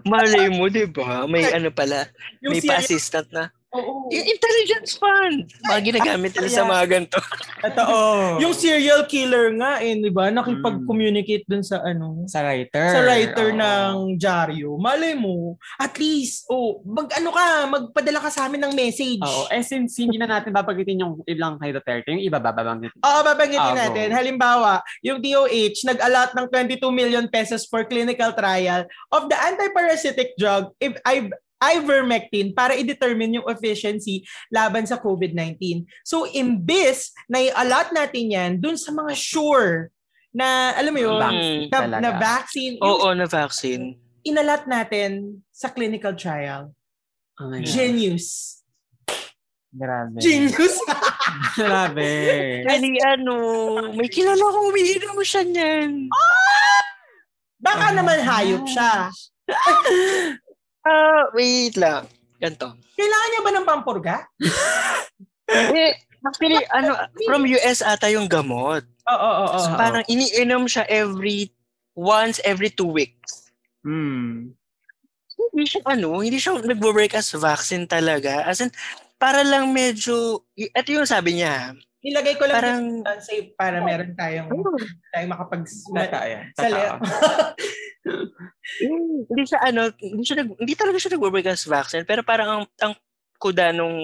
[SPEAKER 3] Malay mo, di ba? May ano pala,
[SPEAKER 1] Yung
[SPEAKER 3] may
[SPEAKER 1] serious-
[SPEAKER 3] pa-assistant na.
[SPEAKER 1] Oo.
[SPEAKER 3] I- Intelligence fund! Mga ginagamit nila sa mga ganito.
[SPEAKER 1] Totoo. Yung serial killer nga eh, di ba? Nakipag-communicate dun sa ano,
[SPEAKER 2] sa writer.
[SPEAKER 1] sa writer
[SPEAKER 2] Oo.
[SPEAKER 1] ng dyaryo. Malay mo, at least, oh, mag ano ka, magpadala ka sa amin ng message.
[SPEAKER 2] Oo. Eh, since hindi na natin babagitin yung ilang kay Duterte, yung iba bababanggitin.
[SPEAKER 1] Oo, babanggitin
[SPEAKER 2] Ah, go.
[SPEAKER 1] natin. Halimbawa, yung DOH nag-allot ng 22 million pesos for clinical trial of the antiparasitic drug if I ivermectin para i-determine yung efficiency laban sa COVID-19. So, imbis na i-allot natin yan dun sa mga sure na, alam mo yun, na,
[SPEAKER 2] Vaccine
[SPEAKER 3] Mm.
[SPEAKER 2] talaga. Oh.
[SPEAKER 1] na vaccine, yung
[SPEAKER 3] Oo, na vaccine.
[SPEAKER 1] inalat natin sa clinical trial.
[SPEAKER 2] Oh my God.
[SPEAKER 1] Genius.
[SPEAKER 2] Grabe.
[SPEAKER 1] Genius.
[SPEAKER 2] Grabe.
[SPEAKER 3] Kasi ano, may kilala kong umiinom mo siya niyan.
[SPEAKER 1] Baka naman hayop siya.
[SPEAKER 3] Ah, wait lang. Ganto.
[SPEAKER 1] Kailangan niya ba ng pampurga?
[SPEAKER 3] Eh, actually, ano, from US ata yung gamot.
[SPEAKER 1] Oo, oo, oo.
[SPEAKER 3] So,
[SPEAKER 2] Oo.
[SPEAKER 3] parang iniinom siya every once every two weeks.
[SPEAKER 2] Mm.
[SPEAKER 3] Hindi siya, ano, hindi siya nagbo-break as vaccine talaga. As in, para lang medyo, y- ito yung sabi niya,
[SPEAKER 1] Nilagay ko lang
[SPEAKER 3] Parang-
[SPEAKER 1] yung unsafe para meron tayong tayong makapag
[SPEAKER 2] Tata, ayan.
[SPEAKER 1] Sa
[SPEAKER 2] Tata.
[SPEAKER 3] hindi siya ano, hindi, siya nag, hindi talaga siya nag-work as vaccine, pero parang ang, ang kuda nung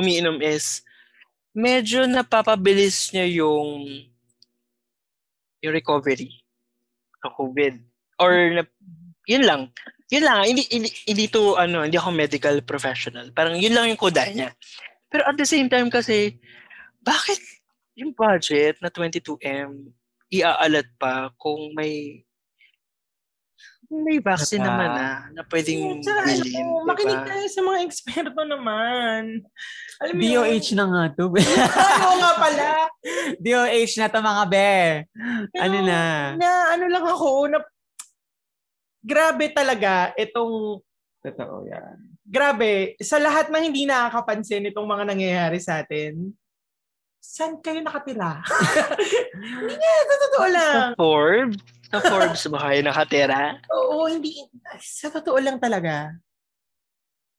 [SPEAKER 3] umiinom is medyo napapabilis niya yung yung recovery sa COVID. Or na, yun lang. Yun lang. Hindi, hindi, hindi to, ano, hindi ako medical professional. Parang yun lang yung kuda niya. Pero at the same time kasi, bakit yung budget na 22M iaalat pa kung may kung may vaccine
[SPEAKER 2] Diba?
[SPEAKER 3] naman na na pwedeng
[SPEAKER 1] Ah. Tsaka, alam
[SPEAKER 3] bilhin.
[SPEAKER 1] mo, makinig tayo sa mga eksperto naman. Alam mo yun?
[SPEAKER 2] DOH na nga to.
[SPEAKER 1] Ay, oo nga pala.
[SPEAKER 2] DOH na to mga be. Ano na?
[SPEAKER 1] Na ano lang ako, na grabe talaga itong
[SPEAKER 2] Totoo yan.
[SPEAKER 1] grabe sa lahat ng hindi nakakapansin itong mga nangyayari sa atin. Saan kayo nakatira? hindi nga, sa totoo lang.
[SPEAKER 3] Sa Forbes? Sa Forbes ba kayo nakatira?
[SPEAKER 1] Oo, hindi. Sa totoo lang talaga.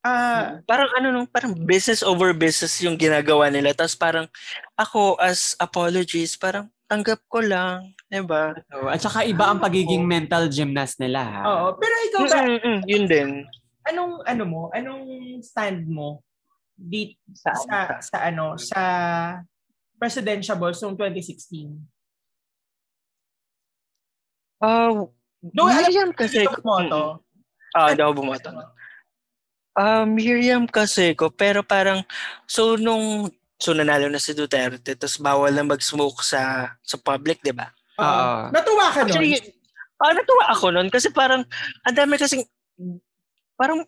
[SPEAKER 1] Ah,
[SPEAKER 3] Parang ano nung, parang business over business yung ginagawa nila. Tapos parang ako as apologies, parang tanggap ko lang. Diba?
[SPEAKER 2] Totoo. At saka iba ang pagiging mental gymnast nila. Ha?
[SPEAKER 1] oo. Pero ikaw ba,
[SPEAKER 3] Mm-mm-mm, mm, yun din.
[SPEAKER 1] anong ano mo, anong stand mo di
[SPEAKER 3] Sa,
[SPEAKER 1] sa sa ano sa presidential balls noong 2016?
[SPEAKER 3] Ah,
[SPEAKER 1] No, alam
[SPEAKER 3] Miriam kasi...
[SPEAKER 1] Ikaw mo to.
[SPEAKER 3] Ah, hindi ako bumoto. Ah, Miriam kasi ko, pero parang, so nung, so nanalo na si Duterte, tapos bawal na mag-smoke sa, sa public, di ba?
[SPEAKER 1] Oo.
[SPEAKER 2] Oo.
[SPEAKER 1] Natuwa ka nun?
[SPEAKER 3] Actually, ah, natuwa ako nun kasi parang, ang dami kasing, parang,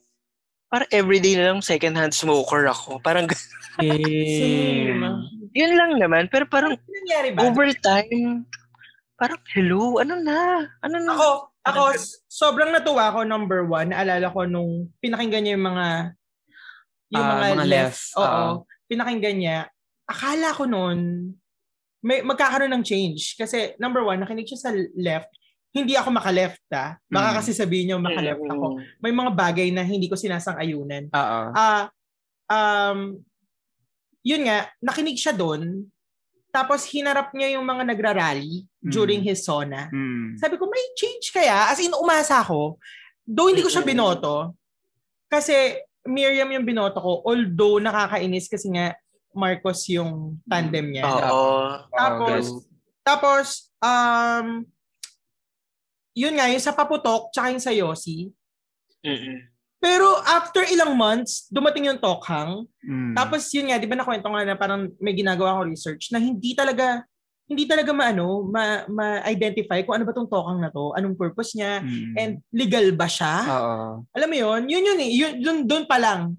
[SPEAKER 3] parang everyday na lang second hand smoker ako. Parang, gan-
[SPEAKER 2] Same.
[SPEAKER 1] Mm.
[SPEAKER 3] yun lang naman, pero parang
[SPEAKER 1] Ano nangyari ba?
[SPEAKER 3] over time, parang, hello, ano na? Ano na?
[SPEAKER 1] Ako, Ako, sobrang natuwa ako, number one. Naalala ko nung pinakinggan niya yung mga... Yung
[SPEAKER 2] Ah,
[SPEAKER 1] mga,
[SPEAKER 2] mga
[SPEAKER 1] left.
[SPEAKER 2] left,
[SPEAKER 1] Oo.
[SPEAKER 2] ah.
[SPEAKER 1] pinakinggan niya. Akala ko noon, may, magkakaroon ng change. Kasi, number one, nakinig siya sa left. Hindi ako makaleft, ah. Baka
[SPEAKER 2] Mm.
[SPEAKER 1] kasi sabihin niyo makaleft ako.
[SPEAKER 3] Mm.
[SPEAKER 1] May mga bagay na hindi ko sinasang-ayunan.
[SPEAKER 2] Oo.
[SPEAKER 1] Ah, um, yun nga, nakinig siya doon. Tapos, hinarap niya yung mga nagrarally during
[SPEAKER 2] Mm.
[SPEAKER 1] his sauna.
[SPEAKER 2] Mm.
[SPEAKER 1] Sabi ko, may change kaya? As in, umasa ako. Though hindi ko siya
[SPEAKER 3] Mm-mm.
[SPEAKER 1] binoto. Kasi Miriam yung binoto ko. Although nakakainis kasi nga Marcos yung tandem niya.
[SPEAKER 3] Mm. Oo.
[SPEAKER 1] Tapos, tapos, um, yun nga, yung sa Paputok, tsaka yung sa Yossi.
[SPEAKER 3] Mm-mm.
[SPEAKER 1] Pero after ilang months, dumating yung Tokhang.
[SPEAKER 2] Mm.
[SPEAKER 1] Tapos yun nga, di ba nakwento nga na parang may ginagawa akong research na hindi talaga, hindi talaga maano, ma, ma-identify kung ano ba tong Tokhang na to, anong purpose niya,
[SPEAKER 2] Mm.
[SPEAKER 1] and legal ba siya?
[SPEAKER 2] Oo.
[SPEAKER 1] Alam mo yun? Yun yun eh. Yun, dun, dun pa lang.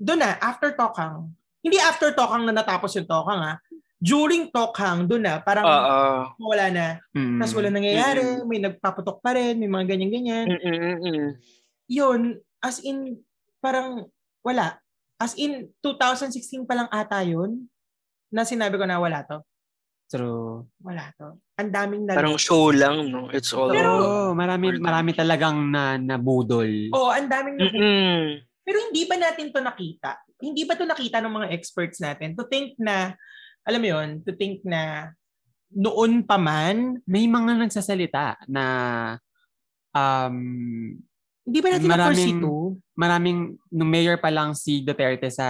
[SPEAKER 1] Dun na, after Tokang. Hindi after Tokang na natapos yung Tokang ah. During Tokang, dun na, parang
[SPEAKER 3] Oo.
[SPEAKER 1] wala na.
[SPEAKER 2] Mm.
[SPEAKER 1] Tapos wala nangyayari, may nagpaputok pa rin, may mga ganyan-ganyan.
[SPEAKER 3] Mm-mm, mm-mm.
[SPEAKER 1] Yun, as in, parang wala. As in, 2016 pa lang ata yun na sinabi ko na wala to.
[SPEAKER 2] True.
[SPEAKER 1] Wala to. Ang daming na...
[SPEAKER 3] Parang show lang, no? It's all...
[SPEAKER 1] Pero-
[SPEAKER 2] Oo, marami, marami talagang na, nabudol.
[SPEAKER 1] Oo, ang daming na...
[SPEAKER 3] Mm-mm.
[SPEAKER 1] Pero hindi ba natin to nakita? Hindi ba to nakita ng mga experts natin? To think na, alam mo yun, to think na noon pa man,
[SPEAKER 2] May mga nagsasalita na um,
[SPEAKER 1] hindi ba natin na-foresee
[SPEAKER 2] maraming,
[SPEAKER 1] to?
[SPEAKER 2] maraming, nung mayor pa lang si Duterte sa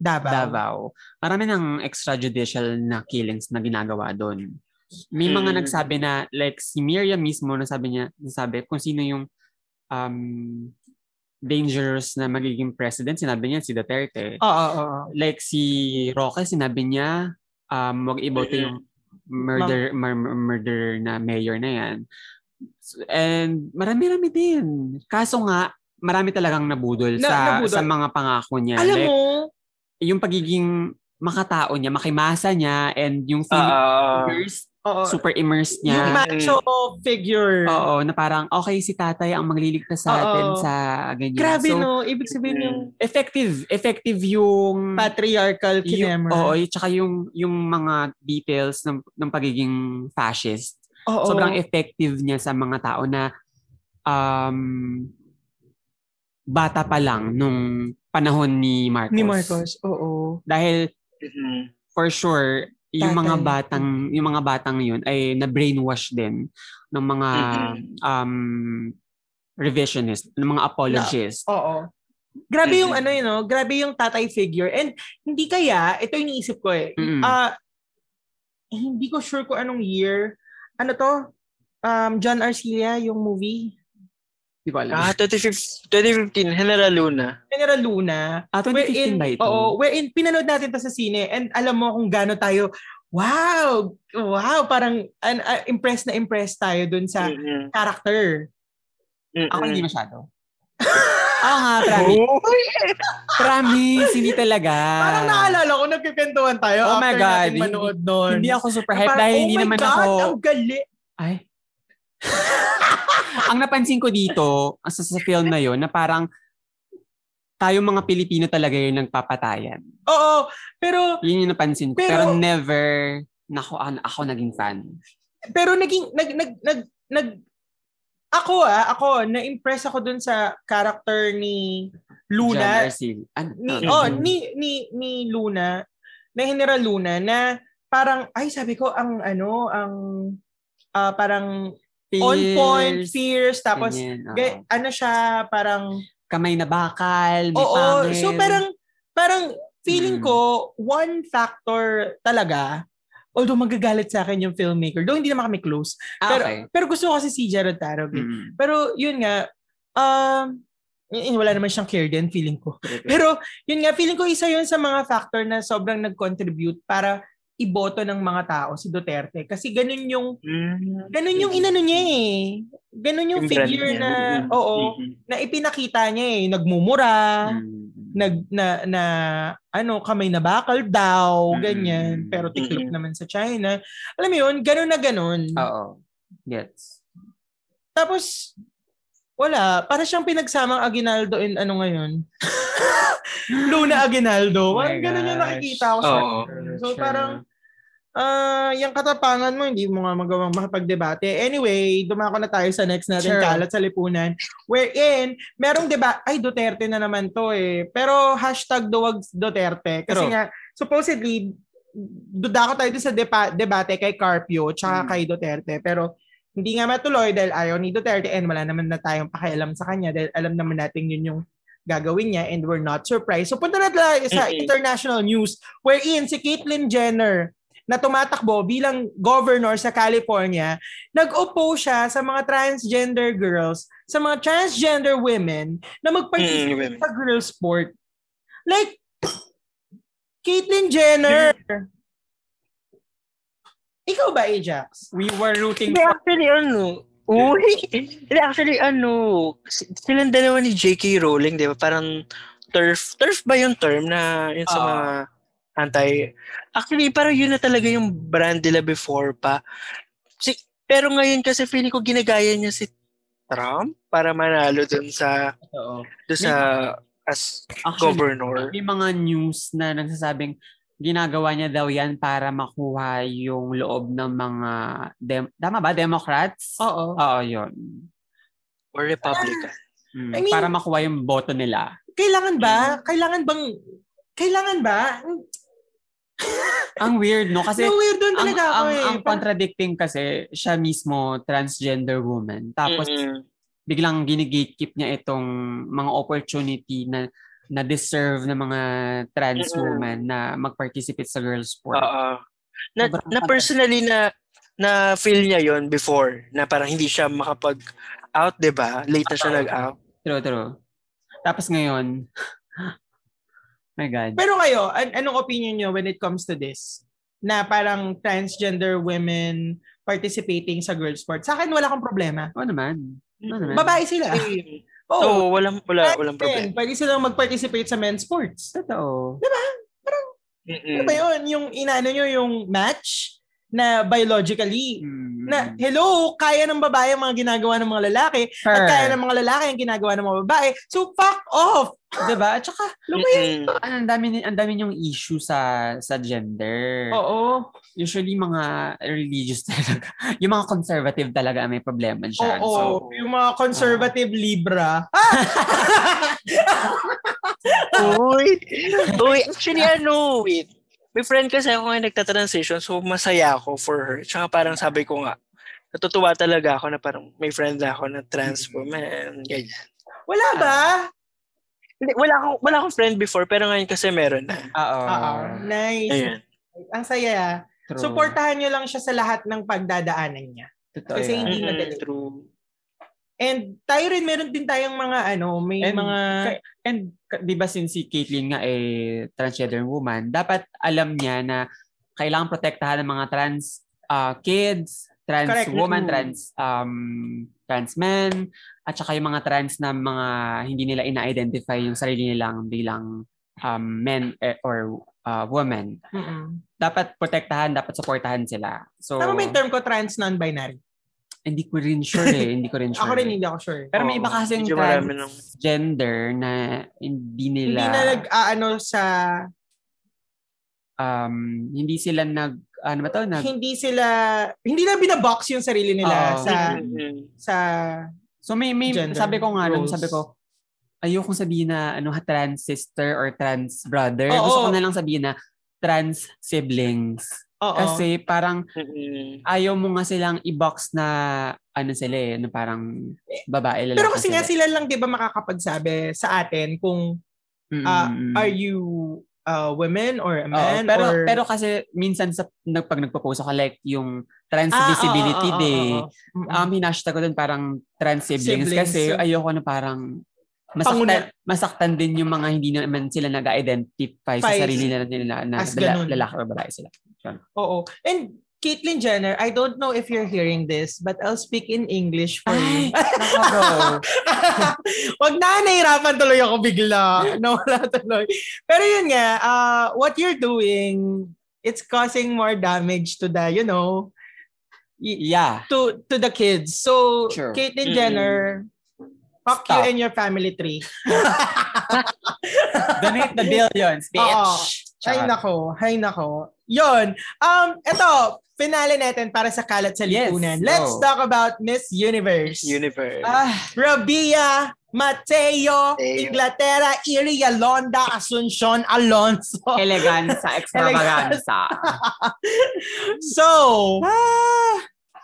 [SPEAKER 1] Davao.
[SPEAKER 2] Davao, marami ng extrajudicial na killings na ginagawa doon. May mga
[SPEAKER 3] Mm.
[SPEAKER 2] nagsabi na, like si Miriam mismo, nasabi niya, nasabi kung sino yung um, dangerous na magiging president, sinabi niya si Duterte.
[SPEAKER 1] Oo, oo, oo.
[SPEAKER 2] Like si Roque, sinabi niya, um, wag iboto
[SPEAKER 1] Eh,
[SPEAKER 3] Mm-mm.
[SPEAKER 2] yung murder, mar- murder na mayor na yan. So, And marami-rami din. Kaso nga, marami talagang nabudol,
[SPEAKER 1] Na-
[SPEAKER 2] sa,
[SPEAKER 1] nabudol.
[SPEAKER 2] sa mga pangako niya.
[SPEAKER 1] Alam
[SPEAKER 2] Like,
[SPEAKER 1] mo,
[SPEAKER 2] yung pagiging makatao niya, makimasa niya, and yung feeling
[SPEAKER 3] Ah,
[SPEAKER 2] immersed,
[SPEAKER 1] oo,
[SPEAKER 2] super immersed niya.
[SPEAKER 1] yung macho figure.
[SPEAKER 2] Oo, na parang, okay, si tatay ang magliligtas sa
[SPEAKER 1] Oo.
[SPEAKER 2] atin sa ganyan.
[SPEAKER 1] Grabe
[SPEAKER 2] so, mm.
[SPEAKER 1] no, ibig sabihin yung
[SPEAKER 2] Effective. Effective yung...
[SPEAKER 1] patriarchal
[SPEAKER 2] yung
[SPEAKER 1] kinemer.
[SPEAKER 2] oo, y- tsaka yung, yung mga details ng, ng pagiging fascist.
[SPEAKER 1] Oo.
[SPEAKER 2] Sobrang effective niya sa mga tao na um, bata pa lang nung panahon ni Marcos.
[SPEAKER 1] ni Marcos. Oo.
[SPEAKER 2] Dahil
[SPEAKER 3] mm-mm.
[SPEAKER 2] for sure yung
[SPEAKER 1] Tatay.
[SPEAKER 2] mga batang yung mga batang yun ay na brainwash din ng mga
[SPEAKER 1] ah,
[SPEAKER 3] Mm-mm.
[SPEAKER 2] um revisionist ng mga apologists
[SPEAKER 1] Oo. Grabe yung
[SPEAKER 2] Mm.
[SPEAKER 3] Mhm.
[SPEAKER 1] ano yun, no? grabe yung tatay figure. And hindi kaya, ito yung iniisip ko eh.
[SPEAKER 2] Mm-mm.
[SPEAKER 1] Ah, eh, hindi ko sure kung anong year. Ano to? Um, John Arcilla, yung movie.
[SPEAKER 2] di ko alam
[SPEAKER 3] Ah, 2015, 2015, General Luna.
[SPEAKER 1] General Luna.
[SPEAKER 2] ah 2015
[SPEAKER 1] wherein-
[SPEAKER 2] ba ito
[SPEAKER 1] Oo, wherein pinanood natin to sa sine. And alam mo kung gaano tayo, wow! Wow! Parang an, ah, impressed na impressed tayo dun sa
[SPEAKER 2] Mm.
[SPEAKER 3] Mm-mm.
[SPEAKER 1] character.
[SPEAKER 3] Mm-mm.
[SPEAKER 2] ako hindi masyado ah nga promise
[SPEAKER 3] Oh,
[SPEAKER 2] promise hindi talaga
[SPEAKER 1] Parang naalala ko, nagkikentuhan tayo
[SPEAKER 2] Ah. Oh my
[SPEAKER 1] after
[SPEAKER 2] God.
[SPEAKER 1] natin manood nun.
[SPEAKER 2] hindi ako super
[SPEAKER 1] Na
[SPEAKER 2] hype
[SPEAKER 1] parang,
[SPEAKER 2] dahil
[SPEAKER 1] oh
[SPEAKER 2] hindi
[SPEAKER 1] my
[SPEAKER 2] naman
[SPEAKER 1] God,
[SPEAKER 2] ako
[SPEAKER 1] ang gali.
[SPEAKER 2] Ay. ang napansin ko dito, sa, sa film na yon na parang tayo mga Pilipino talaga yung nagpapatayan.
[SPEAKER 1] Oo, pero
[SPEAKER 2] Yun yung napansin ko.
[SPEAKER 1] Pero-
[SPEAKER 2] Pero, never, nako, an- ako naging fan.
[SPEAKER 1] pero naging nag nag nag, nag ako ah, ako na-impress ako dun sa character ni Luna.
[SPEAKER 2] John Arcil. An-
[SPEAKER 1] Ni,
[SPEAKER 2] ano?
[SPEAKER 1] oh, ni ni ni Luna na General Luna na parang ay sabi ko ang ano ang ah, parang on point
[SPEAKER 2] Fierce.
[SPEAKER 1] fierce tapos
[SPEAKER 2] Ganyan, oo.
[SPEAKER 1] ga- ano siya parang
[SPEAKER 2] kamay na bakal, may
[SPEAKER 1] oo
[SPEAKER 2] pangil.
[SPEAKER 1] so parang parang feeling
[SPEAKER 2] Mm.
[SPEAKER 1] ko one factor talaga although magagalit sa akin yung filmmaker though hindi naman kami close
[SPEAKER 2] Ah,
[SPEAKER 1] pero,
[SPEAKER 2] okay.
[SPEAKER 1] pero gusto ko kasi si Jared Tarog. eh.
[SPEAKER 2] Mm.
[SPEAKER 1] Pero yun nga, um, y- y- wala naman siyang care din, feeling ko. Pero yun nga, feeling ko isa yun sa mga factor na sobrang nag-contribute para iboto ng mga tao si Duterte. Kasi ganun yung,
[SPEAKER 3] mm.
[SPEAKER 1] ganun yung inano niya eh. Ganun yung
[SPEAKER 3] brand
[SPEAKER 1] figure
[SPEAKER 3] niya.
[SPEAKER 1] na,
[SPEAKER 2] Mm-hmm.
[SPEAKER 3] Mm-mm.
[SPEAKER 1] oo,
[SPEAKER 3] Mm-mm.
[SPEAKER 1] na ipinakita niya eh. Nagmumura,
[SPEAKER 2] Mm.
[SPEAKER 1] nag, na, na, ano, kamay na bakal daw,
[SPEAKER 2] Mm.
[SPEAKER 1] ganyan. Pero tiklop
[SPEAKER 3] Mm-mm. Ah.
[SPEAKER 1] naman sa China. Alam mo yun, ganun na ganun.
[SPEAKER 2] Oo. Gets.
[SPEAKER 1] Tapos, wala. Para siyang pinagsamang Aguinaldo in ano ngayon. Luna Aguinaldo.
[SPEAKER 2] Oh my
[SPEAKER 1] parang ganun yung
[SPEAKER 2] gosh.
[SPEAKER 1] nakikita ko sa
[SPEAKER 3] Oo.
[SPEAKER 1] So parang, ah yung katapangan mo, hindi mo nga magawang makapag-debate. Anyway, dumako na tayo sa next natin,
[SPEAKER 2] Sure.
[SPEAKER 1] kalat sa lipunan. Wherein, merong debate, ay Duterte na naman to eh. Pero hashtag duwag Duterte. Kasi
[SPEAKER 2] True.
[SPEAKER 1] nga, supposedly, dudako tayo dun sa depa- debate kay Carpio tsaka
[SPEAKER 2] Mm.
[SPEAKER 1] kay Duterte. Pero hindi nga matuloy dahil ayaw ni Duterte and wala naman na tayong pakialam sa kanya dahil alam naman natin yun yung gagawin niya and we're not surprised. So punta na tayo sa
[SPEAKER 3] Mm-mm.
[SPEAKER 1] international news wherein si Caitlyn Jenner na tumatakbo bilang governor sa California, nag-oppose siya sa mga transgender girls, sa mga transgender women na mag-participate
[SPEAKER 3] Mm, women.
[SPEAKER 1] sa girl sport. Like, Caitlyn Jenner! Ikaw ba, Ajax?
[SPEAKER 2] We were rooting
[SPEAKER 3] Hindi,
[SPEAKER 2] for...
[SPEAKER 3] actually, ano, Uy! Hindi, actually, ano, si- silang dalawa ni J.K. Rowling, di ba? Parang turf, turf ba yung term na yun sa
[SPEAKER 2] Oo.
[SPEAKER 3] mga anti... Actually, parang yun na talaga yung brand nila before pa. Si, pero ngayon kasi feeling ko ginagaya niya si Trump para manalo dun sa,
[SPEAKER 2] Oo.
[SPEAKER 3] dun sa as
[SPEAKER 2] Actually,
[SPEAKER 3] governor.
[SPEAKER 2] may mga news na nagsasabing ginagawa niya daw yan para makuha yung loob ng mga... Dem- Tama ba? Democrats?
[SPEAKER 1] Oo.
[SPEAKER 2] Oo, yun.
[SPEAKER 3] Or Republican.
[SPEAKER 2] Mm,
[SPEAKER 1] I mean-
[SPEAKER 2] para makuha yung boto nila.
[SPEAKER 1] Kailangan
[SPEAKER 2] Mm.
[SPEAKER 1] ba? Kailangan bang... Kailangan ba?
[SPEAKER 2] Ang weird, no? Kasi
[SPEAKER 1] no, weird doon
[SPEAKER 2] ang,
[SPEAKER 1] talaga ako
[SPEAKER 2] ang,
[SPEAKER 1] eh.
[SPEAKER 2] ang contradicting kasi siya mismo transgender woman. Tapos
[SPEAKER 3] Mm-mm.
[SPEAKER 2] biglang ginigatekeep niya itong mga opportunity na na deserve ng mga trans
[SPEAKER 3] Mm-mm.
[SPEAKER 2] woman na mag-participate sa girls sport.
[SPEAKER 3] Oo. Na,
[SPEAKER 2] Sobrang
[SPEAKER 3] na personally na na feel niya yon before na parang hindi siya makapag out, 'di ba? Later siya
[SPEAKER 2] Oo.
[SPEAKER 3] nag-out.
[SPEAKER 2] True, true. Tapos ngayon, my God.
[SPEAKER 1] Pero kayo, an- anong opinion nyo when it comes to this? Na parang transgender women participating sa girl sports. Sa akin, wala akong problema.
[SPEAKER 2] Oo naman. Oo naman.
[SPEAKER 1] Babae sila.
[SPEAKER 3] Oo,
[SPEAKER 1] Oo.
[SPEAKER 3] walang wala
[SPEAKER 1] Trans
[SPEAKER 3] walang
[SPEAKER 1] din.
[SPEAKER 3] problema.
[SPEAKER 1] Pwede silang mag-participate sa men's sports.
[SPEAKER 2] Totoo. Mm.
[SPEAKER 1] Ano ba yun? Yung inano nyo yung match na biologically
[SPEAKER 2] Mm.
[SPEAKER 1] na hello, kaya ng babae ang mga ginagawa ng mga lalaki at
[SPEAKER 2] Sure.
[SPEAKER 1] kaya ng mga lalaki ang ginagawa ng mga babae. So, fuck off!
[SPEAKER 2] diba? At saka,
[SPEAKER 3] Mm-mm.
[SPEAKER 2] ano, ang dami, ni- ang dami niyong issue sa sa gender.
[SPEAKER 1] Oo.
[SPEAKER 2] usually mga religious talaga. Yung mga conservative talaga ang may problema dyan.
[SPEAKER 1] Oo.
[SPEAKER 2] So, ah.
[SPEAKER 1] yung mga conservative Libra. Ah,
[SPEAKER 3] Uy. Uy, actually ano, wait. May friend kasi ako ngayon nagta-transition, so masaya ako for her. Tsaka parang sabi ko nga, natutuwa talaga ako na parang may friend na ako na trans woman, ganyan.
[SPEAKER 1] Wala
[SPEAKER 2] Ah.
[SPEAKER 1] ba?
[SPEAKER 3] Hindi, wala akong, wala akong friend before, pero ngayon kasi meron na.
[SPEAKER 2] Oo.
[SPEAKER 1] Oo. Nice.
[SPEAKER 3] Ayun.
[SPEAKER 1] Ang saya.
[SPEAKER 2] Ah. True.
[SPEAKER 1] Suportahan nyo lang siya sa lahat ng pagdadaanan niya.
[SPEAKER 2] Totoo
[SPEAKER 1] kasi
[SPEAKER 2] yan.
[SPEAKER 1] hindi
[SPEAKER 3] Mm-mm,
[SPEAKER 1] madali.
[SPEAKER 3] True.
[SPEAKER 1] And tayo rin, meron din tayong mga ano, may
[SPEAKER 2] And-
[SPEAKER 1] mga...
[SPEAKER 2] ka- And ka- 'di ba since si Caitlyn nga eh transgender woman, dapat alam niya na kailangan protektahan ng mga trans ah, kids, trans
[SPEAKER 1] Correct.
[SPEAKER 2] woman,
[SPEAKER 1] Mm.
[SPEAKER 2] trans um trans men at saka yung mga trans na mga hindi nila ina-identify yung sarili nilang bilang um, men eh, or ah, women.
[SPEAKER 1] Mm-mm.
[SPEAKER 2] dapat protektahan, dapat supportahan sila. So,
[SPEAKER 1] Tama ba yung term ko, trans non-binary?
[SPEAKER 2] hindi ko rin sure eh. hindi ko rin sure.
[SPEAKER 1] Ako rin hindi ako sure.
[SPEAKER 2] Pero may
[SPEAKER 3] Oo.
[SPEAKER 2] iba kasing
[SPEAKER 3] Medyo marami ng-
[SPEAKER 2] transgender na hindi nila,
[SPEAKER 1] Hindi na nag-aano sa...
[SPEAKER 2] um, hindi sila nag, ano ba to, nag,
[SPEAKER 1] Hindi sila... Hindi na binabox yung sarili nila
[SPEAKER 2] Oo.
[SPEAKER 1] sa...
[SPEAKER 3] Mm-mm.
[SPEAKER 1] sa
[SPEAKER 2] so may, may,
[SPEAKER 1] Gender
[SPEAKER 2] sabi ko nga, nung
[SPEAKER 1] roles.
[SPEAKER 2] sabi ko, ayokong sabihin na, ano, ha, trans sister or trans brother.
[SPEAKER 1] Oo.
[SPEAKER 2] Gusto ko na lang sabihin na, trans siblings.
[SPEAKER 1] Oo.
[SPEAKER 2] Kasi parang
[SPEAKER 3] Mm-mm.
[SPEAKER 2] ayaw mo nga silang i-box na ano sila eh, na parang babae lalaki
[SPEAKER 1] Pero kasi nga
[SPEAKER 2] sila.
[SPEAKER 1] sila lang 'di ba makakapagsabi sa atin kung ah,
[SPEAKER 2] Mm-mm.
[SPEAKER 1] are you a women or a
[SPEAKER 2] Hmm. Oo,
[SPEAKER 1] man
[SPEAKER 2] pero
[SPEAKER 1] or
[SPEAKER 2] pero kasi minsan sa nag- pag nagpo-post ako like yung trans
[SPEAKER 1] Ah, oo,
[SPEAKER 2] visibility
[SPEAKER 1] oo, oo,
[SPEAKER 2] day.
[SPEAKER 1] oo. Mm-mm.
[SPEAKER 2] Um hinashtag ko dun parang trans siblings,
[SPEAKER 1] Siblings.
[SPEAKER 2] kasi ayoko na parang masaktan, masaktan din yung mga hindi naman sila nag-identify sa
[SPEAKER 1] Fine.
[SPEAKER 2] sarili nila nila na
[SPEAKER 1] As
[SPEAKER 2] lala-
[SPEAKER 1] ganun.
[SPEAKER 2] lalaki o babae sila.
[SPEAKER 1] Oo. And Caitlyn Jenner, I don't know if you're hearing this, but I'll speak in English for
[SPEAKER 2] Ay,
[SPEAKER 1] you.
[SPEAKER 2] nako bro.
[SPEAKER 1] Wag na, nahirapan tuloy ako bigla. Nawala tuloy. Pero yun nga, uh, what you're doing, it's causing more damage to the, you know,
[SPEAKER 2] Y- yeah.
[SPEAKER 1] to to the kids. So,
[SPEAKER 2] Sure.
[SPEAKER 1] Caitlyn
[SPEAKER 3] Mm.
[SPEAKER 1] Jenner, fuck you
[SPEAKER 2] Stop.
[SPEAKER 1] and your family tree.
[SPEAKER 2] Donate the billions, bitch.
[SPEAKER 1] Oo. Hay
[SPEAKER 2] Charot.
[SPEAKER 1] nako, hay nako. Yun. Um, eto, finale natin para sa kalat sa
[SPEAKER 2] Yes, Oh.
[SPEAKER 1] lipunan. Let's
[SPEAKER 2] go.
[SPEAKER 1] talk about Miss Universe.
[SPEAKER 3] Universe.
[SPEAKER 2] Ah,
[SPEAKER 1] Rabia Mateo,
[SPEAKER 3] Mateo.
[SPEAKER 1] Inglaterra, Iri Yolanda, Asuncion, Alonso.
[SPEAKER 2] eleganza, extravaganza.
[SPEAKER 1] So,
[SPEAKER 2] ah,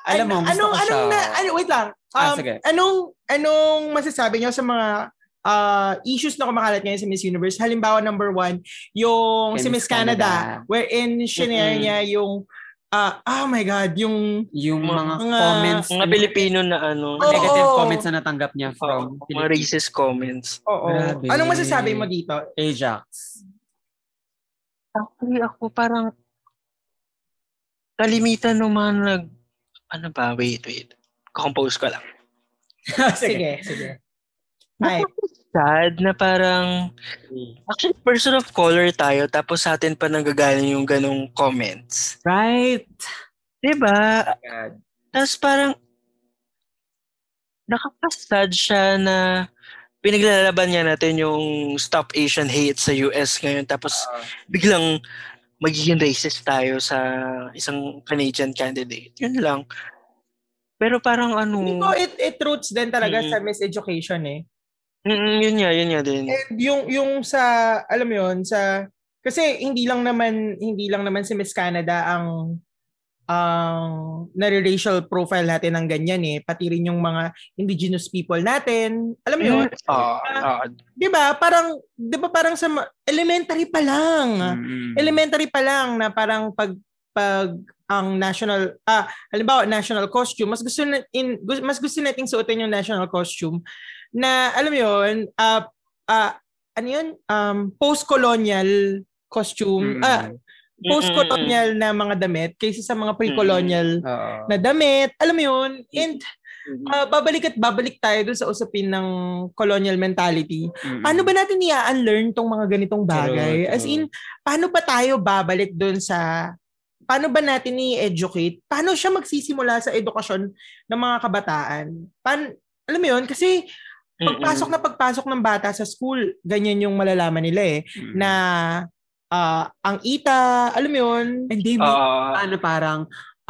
[SPEAKER 2] alam mo,
[SPEAKER 1] an-
[SPEAKER 2] gusto
[SPEAKER 1] anong,
[SPEAKER 2] ko siya.
[SPEAKER 1] anong, na, ano, wait lang. Um,
[SPEAKER 2] Ah, sige.
[SPEAKER 1] Anong, anong masasabi niyo sa mga ah, issues na kumakalat ngayon sa Miss Universe? Halimbawa, number one, yung
[SPEAKER 2] Kay
[SPEAKER 1] si Miss
[SPEAKER 2] Miss
[SPEAKER 1] Canada,
[SPEAKER 2] Canada.
[SPEAKER 1] wherein shinare
[SPEAKER 3] Mm-mm.
[SPEAKER 1] niya yung, ah, oh my God, yung,
[SPEAKER 2] yung
[SPEAKER 3] Mga-
[SPEAKER 2] mga,
[SPEAKER 1] mga-
[SPEAKER 2] comments,
[SPEAKER 3] mga Pilipino na ano,
[SPEAKER 1] Oo.
[SPEAKER 2] negative comments na natanggap niya from
[SPEAKER 3] oh, mga
[SPEAKER 2] Philippines.
[SPEAKER 3] racist comments.
[SPEAKER 1] oo.
[SPEAKER 2] Grabe.
[SPEAKER 1] Anong masasabi mo dito?
[SPEAKER 2] Ajax.
[SPEAKER 3] Actually, ako parang kalimitan ng mga nag... Ano ba? Wait, wait. Compose ko lang.
[SPEAKER 1] Sige, sige. Ay,
[SPEAKER 3] Sad na parang...
[SPEAKER 2] Mm.
[SPEAKER 3] Actually, person of color tayo tapos sa atin pa nanggagaling yung ganong comments.
[SPEAKER 2] Right?
[SPEAKER 3] Diba? Tapos parang nakakasad siya na pinaglalaban niya natin yung Stop Asian Hate sa US ngayon. Tapos biglang magiging racist tayo sa isang Canadian candidate. Yun lang. Pero parang
[SPEAKER 1] Hindi
[SPEAKER 3] ano,
[SPEAKER 1] ko, it, it roots din talaga
[SPEAKER 3] Mm.
[SPEAKER 1] sa miseducation eh.
[SPEAKER 3] mm, yun nga, yun nga din.
[SPEAKER 1] And yung, yung sa, alam mo yun, sa, kasi hindi lang naman, hindi lang naman si Miss Canada ang, ang nare-racial profile natin ng ganyan eh. Pati rin yung mga indigenous people natin. Alam mo ano yun?
[SPEAKER 3] Yun, ah, ah,
[SPEAKER 1] Di ba? Parang, di ba parang sa ma- elementary pa lang.
[SPEAKER 2] Mm-mm.
[SPEAKER 1] Mm-hmm. Elementary pa lang na parang pag, pag ang national ah halimbawa national costume mas gusto na, in, gu- mas gusto nating suotin yung national costume na alam mo yun ah ah, ano yun um post-colonial costume
[SPEAKER 2] Mm-mm.
[SPEAKER 1] ah
[SPEAKER 3] Mm,
[SPEAKER 1] post-colonial na mga damit kaysa sa mga pre-colonial
[SPEAKER 2] Oo.
[SPEAKER 1] na damit alam mo yun and
[SPEAKER 3] Mm,
[SPEAKER 1] ah, babalik at babalik tayo dun sa usapin ng colonial mentality
[SPEAKER 2] Mm-mm.
[SPEAKER 1] paano Ano ba natin i-unlearn tong mga ganitong bagay?
[SPEAKER 2] True,
[SPEAKER 1] As in, paano ba tayo babalik doon sa paano ba natin i-educate? Paano siya magsisimula sa edukasyon ng mga kabataan? Pan alam mo yun? Kasi
[SPEAKER 3] mm,
[SPEAKER 1] pagpasok na pagpasok ng bata sa school, ganyan yung malalaman nila eh.
[SPEAKER 2] Mm-mm.
[SPEAKER 1] Na ah, ang ita, alam mo yun?
[SPEAKER 2] Hindi
[SPEAKER 3] mm,
[SPEAKER 2] mo.
[SPEAKER 3] ah,
[SPEAKER 2] ano parang,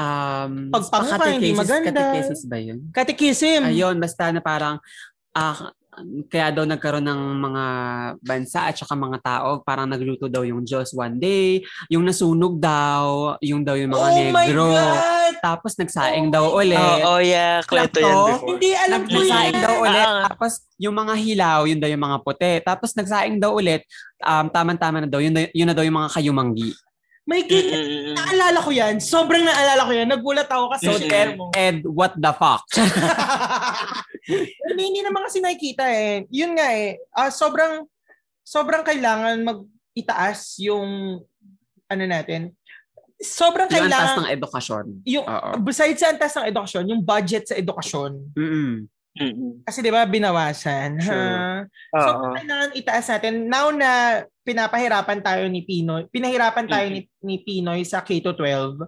[SPEAKER 2] um,
[SPEAKER 1] Pagpanguha, hindi
[SPEAKER 2] catechesis-
[SPEAKER 1] maganda.
[SPEAKER 2] catechesis ba yun?
[SPEAKER 1] Katekisim.
[SPEAKER 2] Ayun, basta na parang ah, kaya daw nagkaroon ng mga bansa at saka mga tao, parang nagluto daw yung Diyos one day, yung nasunog daw, yung daw yung mga
[SPEAKER 1] oh my
[SPEAKER 2] negro.
[SPEAKER 1] God!
[SPEAKER 2] Tapos
[SPEAKER 1] Oh
[SPEAKER 2] nagsaing daw
[SPEAKER 1] my
[SPEAKER 2] ulit.
[SPEAKER 3] ah, oh, yeah, kwento yan
[SPEAKER 2] Laptop?
[SPEAKER 3] before.
[SPEAKER 1] Hindi alam ko
[SPEAKER 2] Nagsaing
[SPEAKER 1] yan.
[SPEAKER 2] daw ulit.
[SPEAKER 3] Ah, ah.
[SPEAKER 2] Tapos yung mga hilaw, yun daw yung mga puti. Tapos nagsaing daw ulit, um, tama-tama na daw, yun, na- yun na daw yung mga kayumanggi.
[SPEAKER 1] May
[SPEAKER 3] Mm,
[SPEAKER 1] ganyan.
[SPEAKER 3] mm, mm.
[SPEAKER 1] Naalala ko yan. Sobrang naalala ko yan. Nagulat ako kasi
[SPEAKER 3] So,
[SPEAKER 1] mm mo.
[SPEAKER 2] And what the fuck?
[SPEAKER 1] hindi, hindi naman kasi nakikita eh. Yun nga eh. ah, sobrang, sobrang kailangan mag itaas yung ano natin. Sobrang
[SPEAKER 2] yung antas
[SPEAKER 1] kailangan
[SPEAKER 2] ng Ah. edukasyon.
[SPEAKER 1] yung
[SPEAKER 2] Oo.
[SPEAKER 1] besides sa antas ng edukasyon, yung budget sa edukasyon.
[SPEAKER 2] Mm-mm.
[SPEAKER 3] Mm, mm.
[SPEAKER 1] Kasi 'di ba binawasan.
[SPEAKER 2] Sure.
[SPEAKER 1] ha?
[SPEAKER 3] Ah,
[SPEAKER 1] So,
[SPEAKER 3] ah.
[SPEAKER 1] kailangan itaas natin. Now na pinapahirapan tayo ni Pinoy, pinahirapan tayo ni, ni Pinoy sa K-12,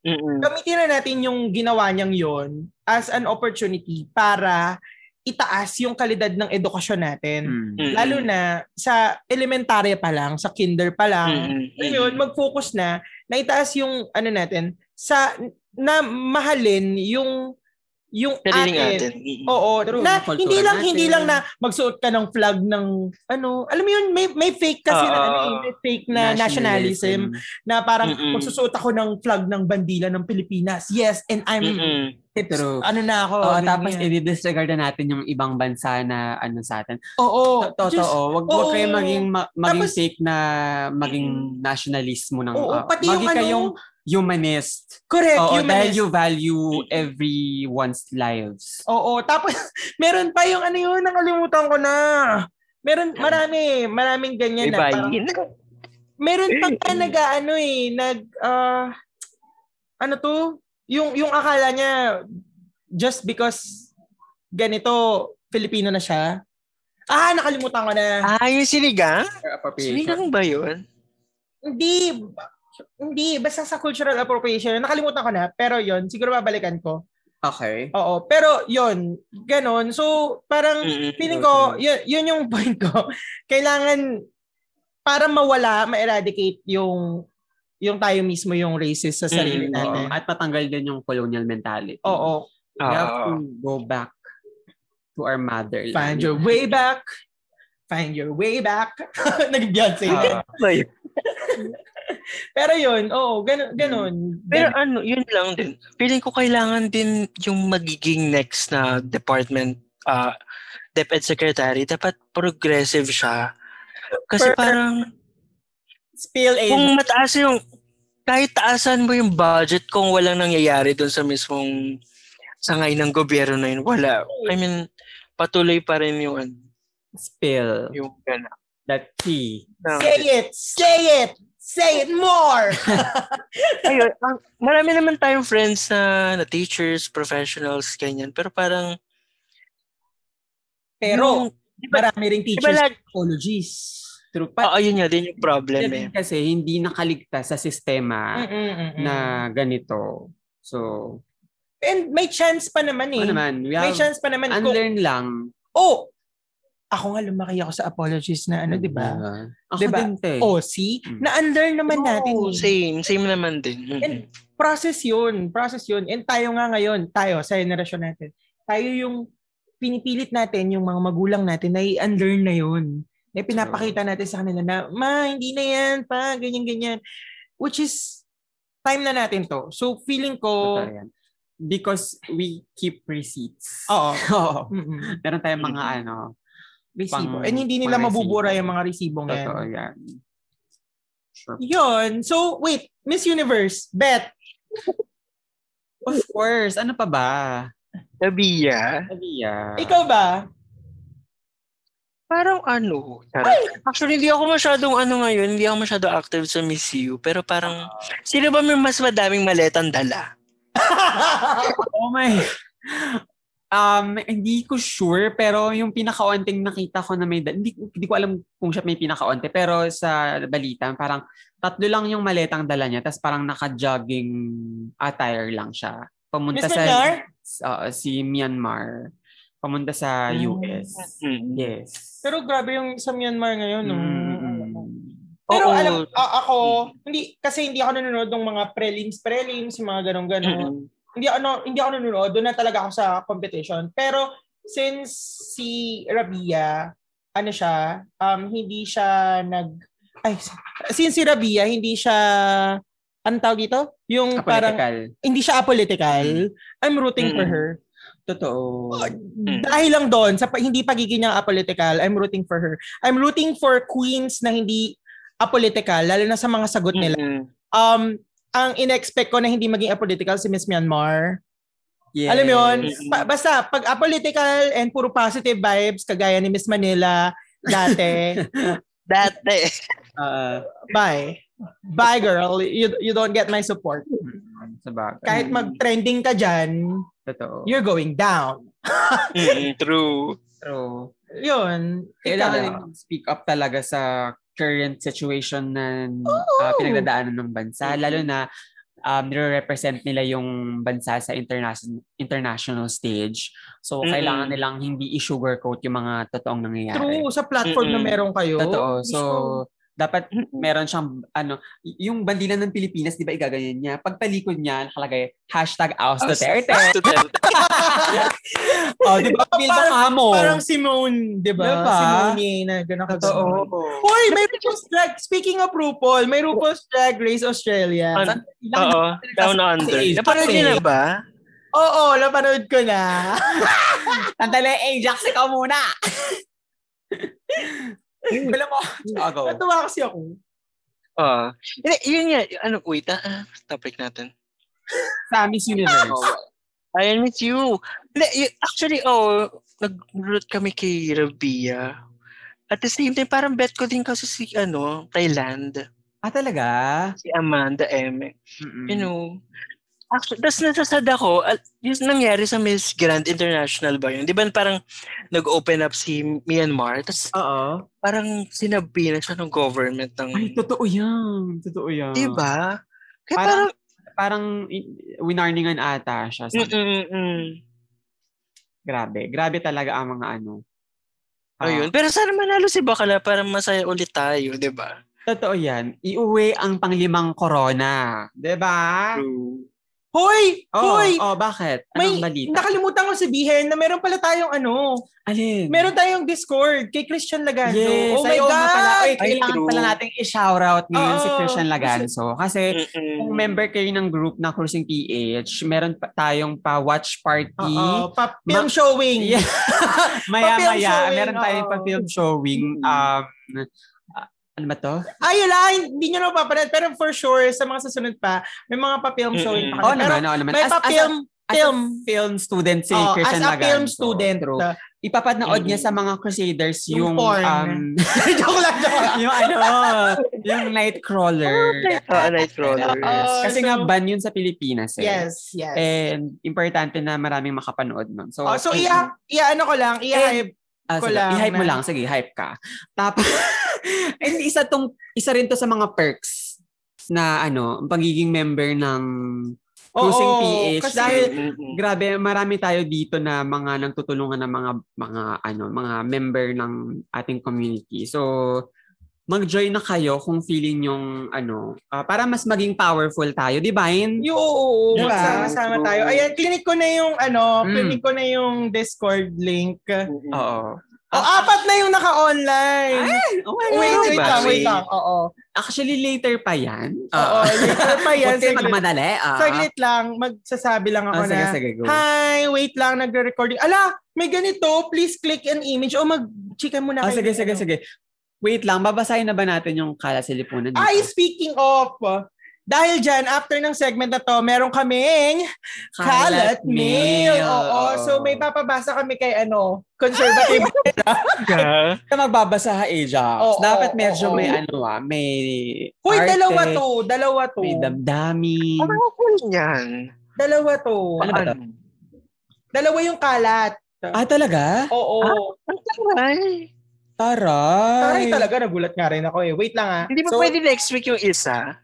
[SPEAKER 3] Mm, mm.
[SPEAKER 1] gamitin na natin yung ginawa niyang yon as an opportunity para itaas yung kalidad ng edukasyon natin.
[SPEAKER 2] Mm.
[SPEAKER 3] Mm, mm.
[SPEAKER 1] Lalo na sa elementarya pa lang, sa kinder pa lang.
[SPEAKER 3] Mm, mm, mm.
[SPEAKER 1] Ngayon, mag-focus na na itaas yung ano natin sa na mahalin yung yung
[SPEAKER 3] Sariling
[SPEAKER 1] atin.
[SPEAKER 3] atin. Mm, mm.
[SPEAKER 1] Oo,
[SPEAKER 2] True,
[SPEAKER 1] na
[SPEAKER 2] yung kultura
[SPEAKER 1] hindi lang
[SPEAKER 2] natin.
[SPEAKER 1] hindi lang na magsuot ka ng flag ng ano, alam mo yun, may may fake kasi na ano,
[SPEAKER 3] Ah,
[SPEAKER 1] eh, may fake na nationalism na parang
[SPEAKER 3] Mm-mm.
[SPEAKER 1] magsusuot ako ng flag ng bandila ng Pilipinas. Yes, and I'm
[SPEAKER 3] Mm, mm.
[SPEAKER 1] tips.
[SPEAKER 2] True.
[SPEAKER 1] Ano na ako.
[SPEAKER 2] Oo,
[SPEAKER 1] ganyan.
[SPEAKER 2] tapos eh, i-disregard na natin yung ibang bansa na ano sa atin.
[SPEAKER 1] Oo. Oh, Just-
[SPEAKER 2] Totoo. Wag, wag
[SPEAKER 1] oo.
[SPEAKER 2] kayo maging, ma- maging
[SPEAKER 1] Tapos-
[SPEAKER 2] fake na maging nationalismo ng...
[SPEAKER 1] Oo,
[SPEAKER 2] ah,
[SPEAKER 1] pati yung
[SPEAKER 2] maging
[SPEAKER 1] ano.
[SPEAKER 2] kayong humanist.
[SPEAKER 1] correct,
[SPEAKER 2] Oo,
[SPEAKER 1] humanist.
[SPEAKER 2] dahil you value everyone's lives.
[SPEAKER 1] Oo. Tapos, meron pa yung ano yun, nakalimutan ko na. Meron, marami, maraming ganyan
[SPEAKER 3] May
[SPEAKER 1] na. Parang-
[SPEAKER 3] buy-in.
[SPEAKER 1] meron pa nga nag, ano eh, nag, ah, ano to? Yung, yung akala niya, just because ganito, Filipino na siya. Ah, nakalimutan ko na.
[SPEAKER 3] Ah, yung sinigang?
[SPEAKER 2] Appropriation.
[SPEAKER 3] Sinigang ba yun?
[SPEAKER 1] Hindi, Hindi, basta sa cultural appropriation. Nakalimutan ko na, pero yon siguro babalikan ko.
[SPEAKER 2] Okay.
[SPEAKER 1] Oo, pero yon ganon. So, parang
[SPEAKER 3] Mm-mm.
[SPEAKER 1] feeling ko, yun, yun yung point ko. Kailangan, para mawala, ma-eradicate yung yung tayo mismo yung racist sa sarili
[SPEAKER 3] Mm,
[SPEAKER 1] natin.
[SPEAKER 2] At patanggal din yung colonial mentality.
[SPEAKER 1] Oo,
[SPEAKER 2] We have to
[SPEAKER 3] Oo.
[SPEAKER 2] go back to our motherland.
[SPEAKER 1] find your way back. Find your way back. Nag-Beyonce.
[SPEAKER 2] Ah.
[SPEAKER 3] Ba yun?
[SPEAKER 1] Pero yun, oo, ganun. ganun.
[SPEAKER 3] Pero ano, yun lang din. Feeling ko kailangan din yung magiging next na department, uh, DepEd Secretary, dapat progressive siya. Kasi
[SPEAKER 1] Per-
[SPEAKER 3] parang,
[SPEAKER 1] Spill
[SPEAKER 3] kung
[SPEAKER 1] and
[SPEAKER 3] mataas yung, kahit taasan mo yung budget kung walang nangyayari doon sa mismong sangay ng gobyerno na yun, wala. I mean, patuloy pa rin yung, ano,
[SPEAKER 2] Spill
[SPEAKER 3] yung, ano,
[SPEAKER 2] that tea.
[SPEAKER 3] na-
[SPEAKER 1] say it, say it, say it more.
[SPEAKER 3] Ayun, ang, marami naman tayong friends na, na teachers, professionals, ganyan. Pero parang,
[SPEAKER 1] Pero
[SPEAKER 3] yung- di ba,
[SPEAKER 1] marami ring
[SPEAKER 3] di ba
[SPEAKER 1] teachers
[SPEAKER 3] lag-
[SPEAKER 1] apologies.
[SPEAKER 2] True.
[SPEAKER 3] Oo,
[SPEAKER 2] But
[SPEAKER 3] yun ah, nga din yung problem eh.
[SPEAKER 2] kasi hindi nakaligtas sa sistema na ganito. So,
[SPEAKER 1] And may chance pa naman eh.
[SPEAKER 2] ano naman, we
[SPEAKER 1] May
[SPEAKER 2] have
[SPEAKER 1] chance pa naman kung,
[SPEAKER 2] unlearn lang.
[SPEAKER 1] oh, ako nga lumaki ako sa apologies na ano, di ba?
[SPEAKER 2] Diba? Ako
[SPEAKER 1] Diba?
[SPEAKER 2] din, te.
[SPEAKER 1] Oh, see?
[SPEAKER 2] Mm.
[SPEAKER 1] Na-unlearn naman natin. eh.
[SPEAKER 3] Oo, same. Same naman din. Mm.
[SPEAKER 1] And process yun. Process yun. And tayo nga ngayon, tayo sa generation natin, tayo yung pinipilit natin yung mga magulang natin na i-unlearn na yun. Na pinapakita natin sa kanila na, ma, hindi na yan, pa, ganyan-ganyan. Which is, time na natin to. So, feeling ko,
[SPEAKER 2] Totoo yan. Because we keep receipts.
[SPEAKER 1] oo.
[SPEAKER 2] Oo.
[SPEAKER 1] Oh, Mm-mm.
[SPEAKER 2] Meron tayong mga
[SPEAKER 3] Mhm.
[SPEAKER 2] ano.
[SPEAKER 1] Resibo.
[SPEAKER 2] Pang-
[SPEAKER 1] And hindi nila
[SPEAKER 2] pang
[SPEAKER 1] mabubura
[SPEAKER 2] resibo.
[SPEAKER 1] yung mga resibo
[SPEAKER 2] Totoo
[SPEAKER 1] ngayon.
[SPEAKER 2] yan. Sure.
[SPEAKER 1] Yun. So, wait. Miss Universe, bet.
[SPEAKER 2] Of course. Ano pa ba?
[SPEAKER 3] Tabia,
[SPEAKER 2] Nadia.
[SPEAKER 1] Ikaw ba?
[SPEAKER 3] parang ano. charot. Actually, hindi ako masyadong ano ngayon. Hindi ako masyadong active sa Miss You. Pero parang, sino ba may mas madaming maletang dala?
[SPEAKER 2] Oh my. Um, hindi ko sure, pero yung pinakaunting nakita ko na may, da- hindi, hindi ko alam kung siya may pinakaunti, pero sa balita, parang tatlo lang yung maletang dala niya, tapos parang naka-jogging attire lang siya. Pamunta
[SPEAKER 1] Miss
[SPEAKER 2] sa,
[SPEAKER 1] Manyar?
[SPEAKER 2] Oo, si Myanmar. Pamunta sa
[SPEAKER 1] Mm.
[SPEAKER 2] US.
[SPEAKER 3] Mm.
[SPEAKER 2] Yes.
[SPEAKER 1] Pero grabe yung sa Myanmar ngayon. No?
[SPEAKER 2] Mm.
[SPEAKER 1] Pero
[SPEAKER 3] Oo.
[SPEAKER 1] alam, a- ako, hindi, kasi hindi ako nanonood ng mga prelims-prelims, yung mga ganong-ganon.
[SPEAKER 3] Mm.
[SPEAKER 1] Hindi, ako, na- hindi ako nanonood. Doon na talaga ako sa competition. Pero since si Rabia, ano siya, um, hindi siya nag... Ay, since si Rabia, hindi siya... Anong tawag dito? Yung parang
[SPEAKER 2] Apolitical.
[SPEAKER 1] hindi siya apolitical. I'm rooting for
[SPEAKER 3] Mm.
[SPEAKER 1] her.
[SPEAKER 2] Totoo.
[SPEAKER 1] Dahil lang doon, sa pa- hindi pagiging niya apolitical, I'm rooting for her. I'm rooting for queens na hindi apolitical, lalo na sa mga sagot nila.
[SPEAKER 3] Mm.
[SPEAKER 1] Um, ang in-expect ko na hindi maging apolitical si Miss Myanmar.
[SPEAKER 2] Yes.
[SPEAKER 1] Alam mo yun?
[SPEAKER 3] Mm.
[SPEAKER 1] Pa- basta, pag apolitical and puro positive vibes, kagaya ni Miss Manila dati,
[SPEAKER 3] Dati.
[SPEAKER 2] Oo.
[SPEAKER 1] Ah. bye. Bye, girl. You, you don't get my support.
[SPEAKER 2] Mm-hmm. sa bagay.
[SPEAKER 1] Kahit mag-trending ka dyan,
[SPEAKER 2] Totoo.
[SPEAKER 1] you're going down. Mm-hmm.
[SPEAKER 3] Mm, True.
[SPEAKER 2] True.
[SPEAKER 1] Yun. Ikaw.
[SPEAKER 2] Kailangan speak up talaga sa current situation na ah, pinagdadaanan ng bansa.
[SPEAKER 3] Mhm.
[SPEAKER 2] Lalo na um, nire-represent nila yung bansa sa international international stage. So,
[SPEAKER 3] Mm-mm.
[SPEAKER 2] kailangan nilang hindi i-sugarcoat yung mga totoong nangyayari.
[SPEAKER 1] True, sa platform na
[SPEAKER 3] Mm-mm.
[SPEAKER 1] meron kayo.
[SPEAKER 2] Totoo. So,
[SPEAKER 1] True.
[SPEAKER 2] dapat meron siyang, ano, y- yung bandila ng Pilipinas, di ba igaganyan niya? Pagtalikod niya, nakalagay, hashtag Aus Duterte.
[SPEAKER 3] Duterte.
[SPEAKER 2] Oh, di ba? Bill
[SPEAKER 1] Parang-
[SPEAKER 2] Bangamo.
[SPEAKER 1] Parang Simone, di ba?
[SPEAKER 2] Diba?
[SPEAKER 1] Simone na gano'n ka. Hoy, may RuPaul's Drag, speaking of RuPaul, may RuPaul's Drag Race Australia.
[SPEAKER 3] Ano?
[SPEAKER 1] San- ilang-
[SPEAKER 3] Oo. Down under.
[SPEAKER 2] Kasi-
[SPEAKER 3] Napanood niyo na ba?
[SPEAKER 1] Oo, napanood ko na.
[SPEAKER 2] Tandali, Ajax, ikaw muna.
[SPEAKER 1] Hmm.
[SPEAKER 2] Alam mo.
[SPEAKER 1] Ah,
[SPEAKER 2] Oh, go.
[SPEAKER 1] Natuwa kasi ako.
[SPEAKER 3] Oo. Hindi, Yun nga. Ano, wait ah, ah. Topic natin.
[SPEAKER 2] Sa Miss
[SPEAKER 1] Ah,
[SPEAKER 2] Universe.
[SPEAKER 3] I am with you. Hindi, y- Actually, oh, nag-root kami kay Rabia. At the same time, parang bet ko din kasi si, ano, Thailand.
[SPEAKER 2] ah, talaga?
[SPEAKER 3] Mm. Si Amanda M. You know, Actually, tapos nasasad ako, at yung nangyari sa Miss Grand International ba yun? Di ba parang nag-open up si Myanmar, tapos
[SPEAKER 2] Oo.
[SPEAKER 3] parang sinabi na siya ng government ng...
[SPEAKER 2] Ay, totoo yan. Totoo yan.
[SPEAKER 3] Di
[SPEAKER 1] Diba?
[SPEAKER 3] ba? Kaya
[SPEAKER 2] Parang-
[SPEAKER 3] Mm. parang, mm,
[SPEAKER 2] Parang i- winarningan ata siya. Sa,
[SPEAKER 3] Mm-mm-mm.
[SPEAKER 2] grabe. Grabe talaga ang mga ano. Ah,
[SPEAKER 3] Ayun. Pero sana manalo si Bacala para masaya ulit tayo, di ba?
[SPEAKER 2] Totoo yan. Iuwi ang panglimang corona. 'Di ba?
[SPEAKER 3] True.
[SPEAKER 1] Hoy!
[SPEAKER 2] Oh,
[SPEAKER 1] hoy!
[SPEAKER 2] oh, bakit?
[SPEAKER 1] may
[SPEAKER 2] Anong balita?
[SPEAKER 1] nakalimutan ko sabihin na meron pala tayong ano,
[SPEAKER 2] Alin?
[SPEAKER 1] meron tayong Discord kay Christian Laganzo.
[SPEAKER 2] Yes.
[SPEAKER 1] oh my
[SPEAKER 2] Ay, oo nga
[SPEAKER 1] God!
[SPEAKER 2] Pala. Ay,
[SPEAKER 1] Ay,
[SPEAKER 2] kailangan
[SPEAKER 3] true.
[SPEAKER 2] pala natin i-shoutout ngayon si
[SPEAKER 1] Oo.
[SPEAKER 2] Christian Laganzo. Kasi
[SPEAKER 3] Mm-mm.
[SPEAKER 2] kung member kayo ng group na Cruising PH, meron pa tayong pa-watch party.
[SPEAKER 1] Oo, pa- film showing.
[SPEAKER 2] Yeah. Maya-maya,
[SPEAKER 1] Pa-film showing,
[SPEAKER 2] meron tayong
[SPEAKER 1] oo.
[SPEAKER 2] pa-film showing.
[SPEAKER 3] Mm.
[SPEAKER 2] Um, ah, ano ba to?
[SPEAKER 1] Ay, wala, hindi nyo na mapapanood. Pero for sure, sa mga susunod pa, may mga pa-film
[SPEAKER 3] Mm-mm.
[SPEAKER 1] showing pa.
[SPEAKER 2] Oo
[SPEAKER 1] kami. Pero
[SPEAKER 2] naman, oo naman.
[SPEAKER 1] may
[SPEAKER 2] As- as a-
[SPEAKER 1] pa-film,
[SPEAKER 2] as a
[SPEAKER 1] film.
[SPEAKER 2] film student si
[SPEAKER 1] Oo,
[SPEAKER 2] Christian
[SPEAKER 1] oh, as a
[SPEAKER 2] Laganzo.
[SPEAKER 1] film student.
[SPEAKER 2] True.
[SPEAKER 1] Uh,
[SPEAKER 2] Ipapanood niya
[SPEAKER 3] Mm.
[SPEAKER 2] sa mga Crusaders
[SPEAKER 1] Yung
[SPEAKER 2] yung,
[SPEAKER 1] porn.
[SPEAKER 2] um,
[SPEAKER 1] joke lang, joke lang.
[SPEAKER 2] yung ano, yung Nightcrawler.
[SPEAKER 3] Ah, Nightcrawler.
[SPEAKER 1] Oo. so-
[SPEAKER 2] Kasi nga ban yun sa Pilipinas eh. eh,
[SPEAKER 1] Yes, yes.
[SPEAKER 2] And importante na maraming makapanood nun. So,
[SPEAKER 1] Oh, so, iya, iya, ano ko lang, iya,
[SPEAKER 2] Ah,
[SPEAKER 1] ko
[SPEAKER 2] sige,
[SPEAKER 1] lang
[SPEAKER 2] I-hype mo
[SPEAKER 1] na-
[SPEAKER 2] lang. Sige, hype ka. Tapos, and isa, tong, isa rin to sa mga perks na ano, ang pagiging member ng Cruising
[SPEAKER 1] Oo,
[SPEAKER 2] PH.
[SPEAKER 1] kasi-
[SPEAKER 2] Dahil,
[SPEAKER 3] Mm-mm.
[SPEAKER 2] grabe, marami tayo dito na mga nagtutulungan ng mga, mga, ano, mga member ng ating community. So, mag-join na kayo kung feeling yung ano, ah, para mas maging powerful tayo, divine?
[SPEAKER 1] Yo, oo, oo.
[SPEAKER 2] Diba?
[SPEAKER 1] Magsama-sama
[SPEAKER 3] True.
[SPEAKER 1] tayo. Ayan, clinic ko na yung, ano,
[SPEAKER 2] Mm.
[SPEAKER 1] clinic ko na yung Discord link.
[SPEAKER 3] Mm-mm.
[SPEAKER 2] Oo.
[SPEAKER 1] Oh,
[SPEAKER 2] Ah.
[SPEAKER 1] apat na yung naka-online.
[SPEAKER 2] Oh my
[SPEAKER 1] wait,
[SPEAKER 2] God.
[SPEAKER 1] wait
[SPEAKER 3] diba?
[SPEAKER 1] lang, wait
[SPEAKER 3] Wait.
[SPEAKER 1] lang. Oo,
[SPEAKER 2] Actually, later pa yan.
[SPEAKER 1] oo. Later pa yan.
[SPEAKER 2] Ah. Huwag kayo
[SPEAKER 1] saglit.
[SPEAKER 2] magmadali. ah.
[SPEAKER 1] Saglit lang, magsasabi lang ako
[SPEAKER 2] Ah, sige,
[SPEAKER 1] na,
[SPEAKER 2] sige, go.
[SPEAKER 1] Hi, wait lang, nagre-recording. Ala, may ganito, please click an image. O mag-chicken muna
[SPEAKER 2] Ah,
[SPEAKER 1] kayo.
[SPEAKER 2] sige, sige, sige. Wait lang, babasahin na ba natin yung kalasilipunan dito?
[SPEAKER 1] Ay, speaking of, dahil dyan, after ng segment na to, meron kaming Kalat Mail. Oo, so may papabasa kami kay ano, conservative.
[SPEAKER 3] Ah.
[SPEAKER 2] Ka magbabasa ha, Ajax.
[SPEAKER 1] Oo,
[SPEAKER 2] Dapat
[SPEAKER 1] oo,
[SPEAKER 2] medyo
[SPEAKER 1] oo.
[SPEAKER 2] may ano ah, may
[SPEAKER 1] Hoy,
[SPEAKER 2] arte,
[SPEAKER 1] dalawa to, dalawa to.
[SPEAKER 2] May damdamin.
[SPEAKER 3] Parang cool niyan.
[SPEAKER 1] Dalawa to.
[SPEAKER 2] Ano ba to?
[SPEAKER 3] Oh, Ano?
[SPEAKER 1] Dalawa yung kalat.
[SPEAKER 2] Ah, talaga?
[SPEAKER 1] Oo.
[SPEAKER 3] Ang taray.
[SPEAKER 2] Taray.
[SPEAKER 1] Taray talaga, nagulat nga rin ako eh. Wait lang ah.
[SPEAKER 3] Hindi ba
[SPEAKER 1] So-
[SPEAKER 3] pwede next week yung isa?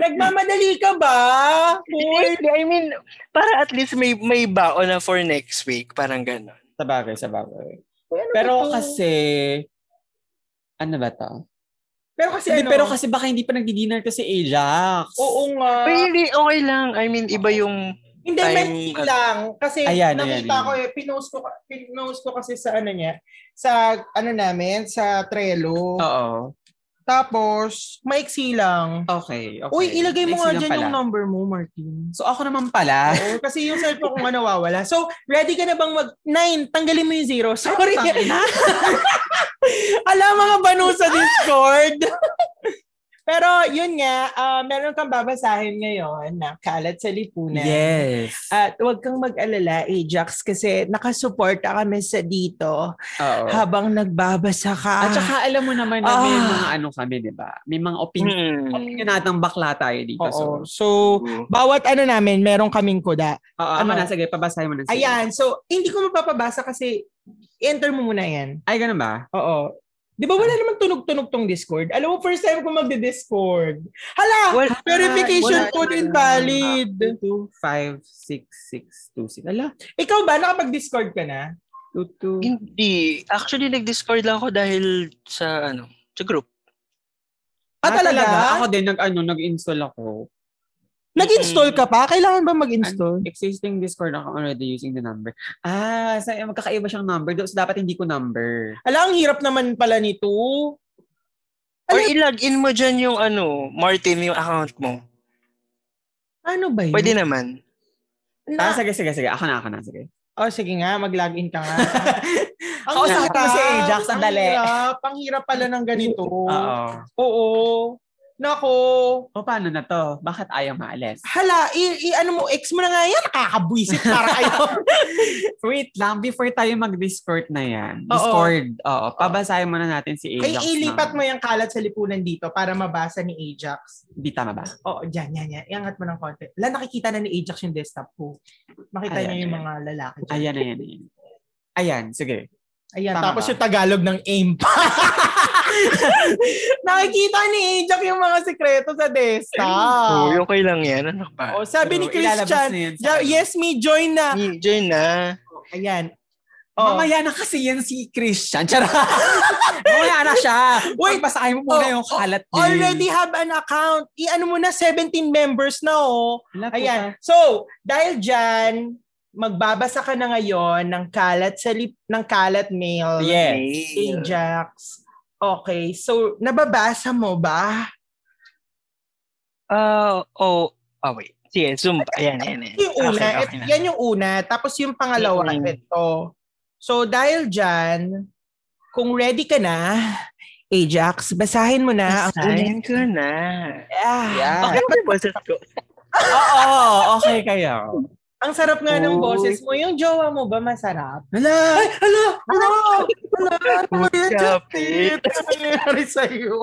[SPEAKER 1] Nagmamadali ka ba? Hoy.
[SPEAKER 3] Hindi, I mean, para at least may may baon na for next week. Parang gano'n.
[SPEAKER 2] Sabagay, sabagay.
[SPEAKER 1] Hoy, ano ba
[SPEAKER 2] Pero
[SPEAKER 1] to?
[SPEAKER 2] kasi, ano ba to?
[SPEAKER 1] pero kasi
[SPEAKER 2] Hindi,
[SPEAKER 1] ano?
[SPEAKER 2] pero kasi baka hindi pa nagdi-dinner to si Ajax.
[SPEAKER 1] Oo nga.
[SPEAKER 3] Pero hindi, okay lang. I mean, iba yung...
[SPEAKER 1] Hindi,
[SPEAKER 3] time-
[SPEAKER 1] message lang. Kasi
[SPEAKER 2] Ayan,
[SPEAKER 1] nakita
[SPEAKER 2] ayan,
[SPEAKER 1] ko eh, pinost ko, pinost ko kasi sa ano niya, sa ano namin, sa Trello.
[SPEAKER 2] Oo.
[SPEAKER 1] Tapos, maiksi lang.
[SPEAKER 2] Okay, okay.
[SPEAKER 1] Uy, ilagay mo
[SPEAKER 2] Next
[SPEAKER 1] nga
[SPEAKER 2] lang
[SPEAKER 1] dyan
[SPEAKER 2] pala.
[SPEAKER 1] yung number mo, Martin.
[SPEAKER 2] So ako naman pala.
[SPEAKER 1] Oo, kasi yung cellphone ko nga nawawala. So, ready ka na bang mag... Nine, tanggalin mo yung zero. Sorry. Alam mga banu sa Discord. Pero yun nga, ah, meron kang babasahin ngayon na kalat sa lipunan.
[SPEAKER 2] Yes.
[SPEAKER 1] At huwag kang mag-alala, Ajax, kasi nakasuporta kami sa dito
[SPEAKER 2] Oo.
[SPEAKER 1] habang nagbabasa ka.
[SPEAKER 2] At saka alam mo naman na may
[SPEAKER 1] Ah.
[SPEAKER 2] mga ano kami, di ba? May mga opinion.
[SPEAKER 3] Mm.
[SPEAKER 2] Opinion natang bakla tayo dito. So,
[SPEAKER 1] Oo. So, bawat ano namin, meron kaming kuda.
[SPEAKER 2] Oo,
[SPEAKER 1] Ano?
[SPEAKER 2] ano? na, sige, pabasahin mo na. sige.
[SPEAKER 1] Ayan, so hindi ko mapapabasa kasi enter mo muna yan.
[SPEAKER 2] Ay, ganun ba?
[SPEAKER 1] Oo. Di ba wala namang tunog-tunog tong Discord? Alam mo, first time ko magdi-Discord. Hala!
[SPEAKER 3] Well,
[SPEAKER 1] verification
[SPEAKER 2] wala
[SPEAKER 1] code
[SPEAKER 2] naman.
[SPEAKER 1] invalid.
[SPEAKER 2] 2, 5, 6, 6, 2, 6. Ala,
[SPEAKER 1] Ikaw ba? Nakapag-Discord ka na?
[SPEAKER 2] 2, 2.
[SPEAKER 3] hindi. Actually, nag-discord lang ako dahil sa ano sa group.
[SPEAKER 1] Ah, talaga?
[SPEAKER 2] Ako din, nag, ano, nag-install ako.
[SPEAKER 1] Nag-install ka pa? Kailangan ba mag-install?
[SPEAKER 2] Existing Discord ako already using the number. Ah, sa, magkakaiba siyang number. So, dapat hindi ko number.
[SPEAKER 1] Ala, ang hirap naman pala nito.
[SPEAKER 3] Or
[SPEAKER 1] Ano-
[SPEAKER 3] ilagin mo dyan yung ano, Martin, yung account mo.
[SPEAKER 1] Ano ba yun?
[SPEAKER 3] Pwede naman.
[SPEAKER 2] Ah,
[SPEAKER 1] Na-
[SPEAKER 2] sige, sige, sige. Ako na, ako na. Sige.
[SPEAKER 1] oh, sige nga, mag-login ka nga. ang
[SPEAKER 2] Kausapin mo si Ajax, ang dali.
[SPEAKER 1] hirap. Ang hirap pala ng ganito.
[SPEAKER 2] Oo.
[SPEAKER 1] Oo. Nako.
[SPEAKER 2] O paano na to? Bakit ayaw maalis?
[SPEAKER 1] Hala, i, i- ano mo, ex mo na nga yan, nakakabwisit para kayo.
[SPEAKER 2] Wait lang, before tayo mag-discord na yan.
[SPEAKER 1] Oo.
[SPEAKER 2] Discord. Oo. Pabasahin muna natin si
[SPEAKER 1] Ay,
[SPEAKER 2] Ajax.
[SPEAKER 1] ilipat
[SPEAKER 2] ng-
[SPEAKER 1] mo yung kalat sa lipunan dito para mabasa ni Ajax.
[SPEAKER 2] Di tama ba?
[SPEAKER 1] Oo, dyan, yan, yan. Iangat mo ng konti. Wala, nakikita na ni Ajax yung desktop ko. Makita
[SPEAKER 2] Ayan,
[SPEAKER 1] niya yung
[SPEAKER 2] ayan.
[SPEAKER 1] mga lalaki. dyan.
[SPEAKER 2] Ayan, ayan, ayan. Ayan, sige.
[SPEAKER 1] Ayan,
[SPEAKER 2] Tama
[SPEAKER 1] tapos
[SPEAKER 2] ba?
[SPEAKER 1] yung Tagalog ng aim pa. Nakikita ni Ajak yung mga sekreto sa
[SPEAKER 3] Oo,
[SPEAKER 1] desktop.
[SPEAKER 3] okay lang yan. Ano pa?
[SPEAKER 1] O, sabi ni
[SPEAKER 2] Pero ilalabas
[SPEAKER 1] Christian,
[SPEAKER 2] na yan sa ano."
[SPEAKER 1] "Ja-
[SPEAKER 2] kanya.
[SPEAKER 1] yes me, join na.
[SPEAKER 3] Enjoy na.
[SPEAKER 1] Ayan. Oh.
[SPEAKER 2] Oh. Mamaya na kasi yan si Christian. Charot. Mamaya na siya.
[SPEAKER 1] Wait.
[SPEAKER 2] Pagbasahin mo muna
[SPEAKER 1] Oh,
[SPEAKER 2] yung kalat niya.
[SPEAKER 1] Already have an account. I-ano mo na, 17 members na oh.
[SPEAKER 2] Wala po
[SPEAKER 1] Ayan. So, dahil dyan, magbabasa ka na ngayon ng kalat sa lip, ng kalat mail.
[SPEAKER 2] ka. Oh, Yes.
[SPEAKER 3] Hey.
[SPEAKER 1] Ajax. Okay. So, nababasa mo ba?
[SPEAKER 3] Ah, oh, ah, wait. Sige, zoom. pa. Ayan, ayan, ayan.
[SPEAKER 1] Yung una,
[SPEAKER 3] Okay,
[SPEAKER 1] et-
[SPEAKER 3] okay na.
[SPEAKER 1] yan yung una. Tapos yung pangalawa,
[SPEAKER 3] Mm.
[SPEAKER 1] ito. So, dahil dyan, kung ready ka na, Ajax, basahin mo na. ang
[SPEAKER 3] Asahin Ah, ko na.
[SPEAKER 1] Ah,
[SPEAKER 2] Yeah.
[SPEAKER 3] Okay, ba yung boses ko?
[SPEAKER 2] Oo, okay kayo.
[SPEAKER 1] Ang sarap nga ng
[SPEAKER 3] Uy.
[SPEAKER 1] boses mo. Yung jowa mo ba masarap?
[SPEAKER 2] Wala.
[SPEAKER 1] Hala! Hala! Hala! Ano yan?
[SPEAKER 3] Kapit.
[SPEAKER 1] Justin? Ano nangyari sa'yo?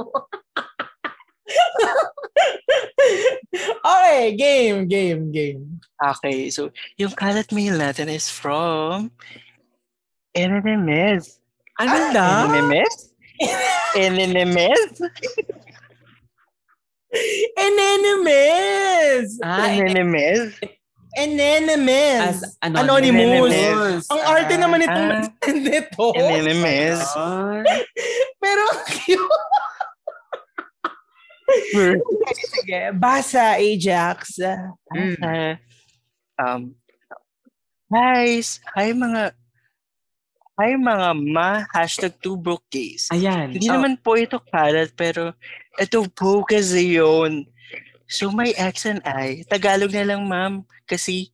[SPEAKER 1] okay, game, game, game.
[SPEAKER 3] Okay, so, yung kalat mail natin is from NNMS.
[SPEAKER 2] Ano na?
[SPEAKER 3] NNMS? NNMS?
[SPEAKER 1] Anonymous!
[SPEAKER 2] Ah,
[SPEAKER 3] NNMS?
[SPEAKER 1] Anonymous!
[SPEAKER 2] as
[SPEAKER 1] Anonymous.
[SPEAKER 2] Anonymous.
[SPEAKER 1] Ang arte naman itong
[SPEAKER 3] ah.
[SPEAKER 1] nag-send nito.
[SPEAKER 3] NNMS?
[SPEAKER 1] Oh
[SPEAKER 2] Ah.
[SPEAKER 1] Pero ang cute. Sige, basa, Ajax.
[SPEAKER 2] Mm.
[SPEAKER 3] Ah, um, guys, hi mga hi mga ma hashtag two broke gays.
[SPEAKER 2] Ayan.
[SPEAKER 3] Hindi
[SPEAKER 2] Oh,
[SPEAKER 3] naman po ito kalat pero ito po kasi yun. So my ex and I, Tagalog na lang ma'am kasi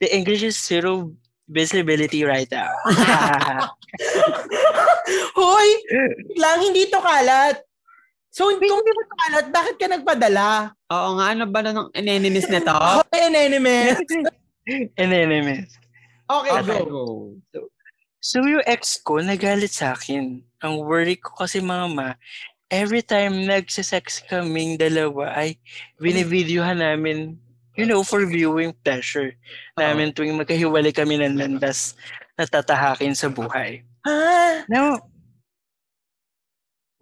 [SPEAKER 3] the English is zero visibility right now.
[SPEAKER 1] Hoy! Lang, hindi to kalat. So, kung hindi mo to kalat, bakit ka nagpadala?
[SPEAKER 2] Oo nga, ano ba na nung enemies na to?
[SPEAKER 1] Okay, Anonymous.
[SPEAKER 3] and then I miss.
[SPEAKER 1] Okay,
[SPEAKER 2] Okay,
[SPEAKER 1] go.
[SPEAKER 2] go.
[SPEAKER 3] So yung ex ko nagalit sa akin. Ang worry ko kasi mama, every time nagsisex kaming dalawa ay binivideohan namin, you know, for viewing pleasure. Namin tuwing magkahiwalay kami ng landas na tatahakin sa buhay.
[SPEAKER 1] Ha?
[SPEAKER 3] Now,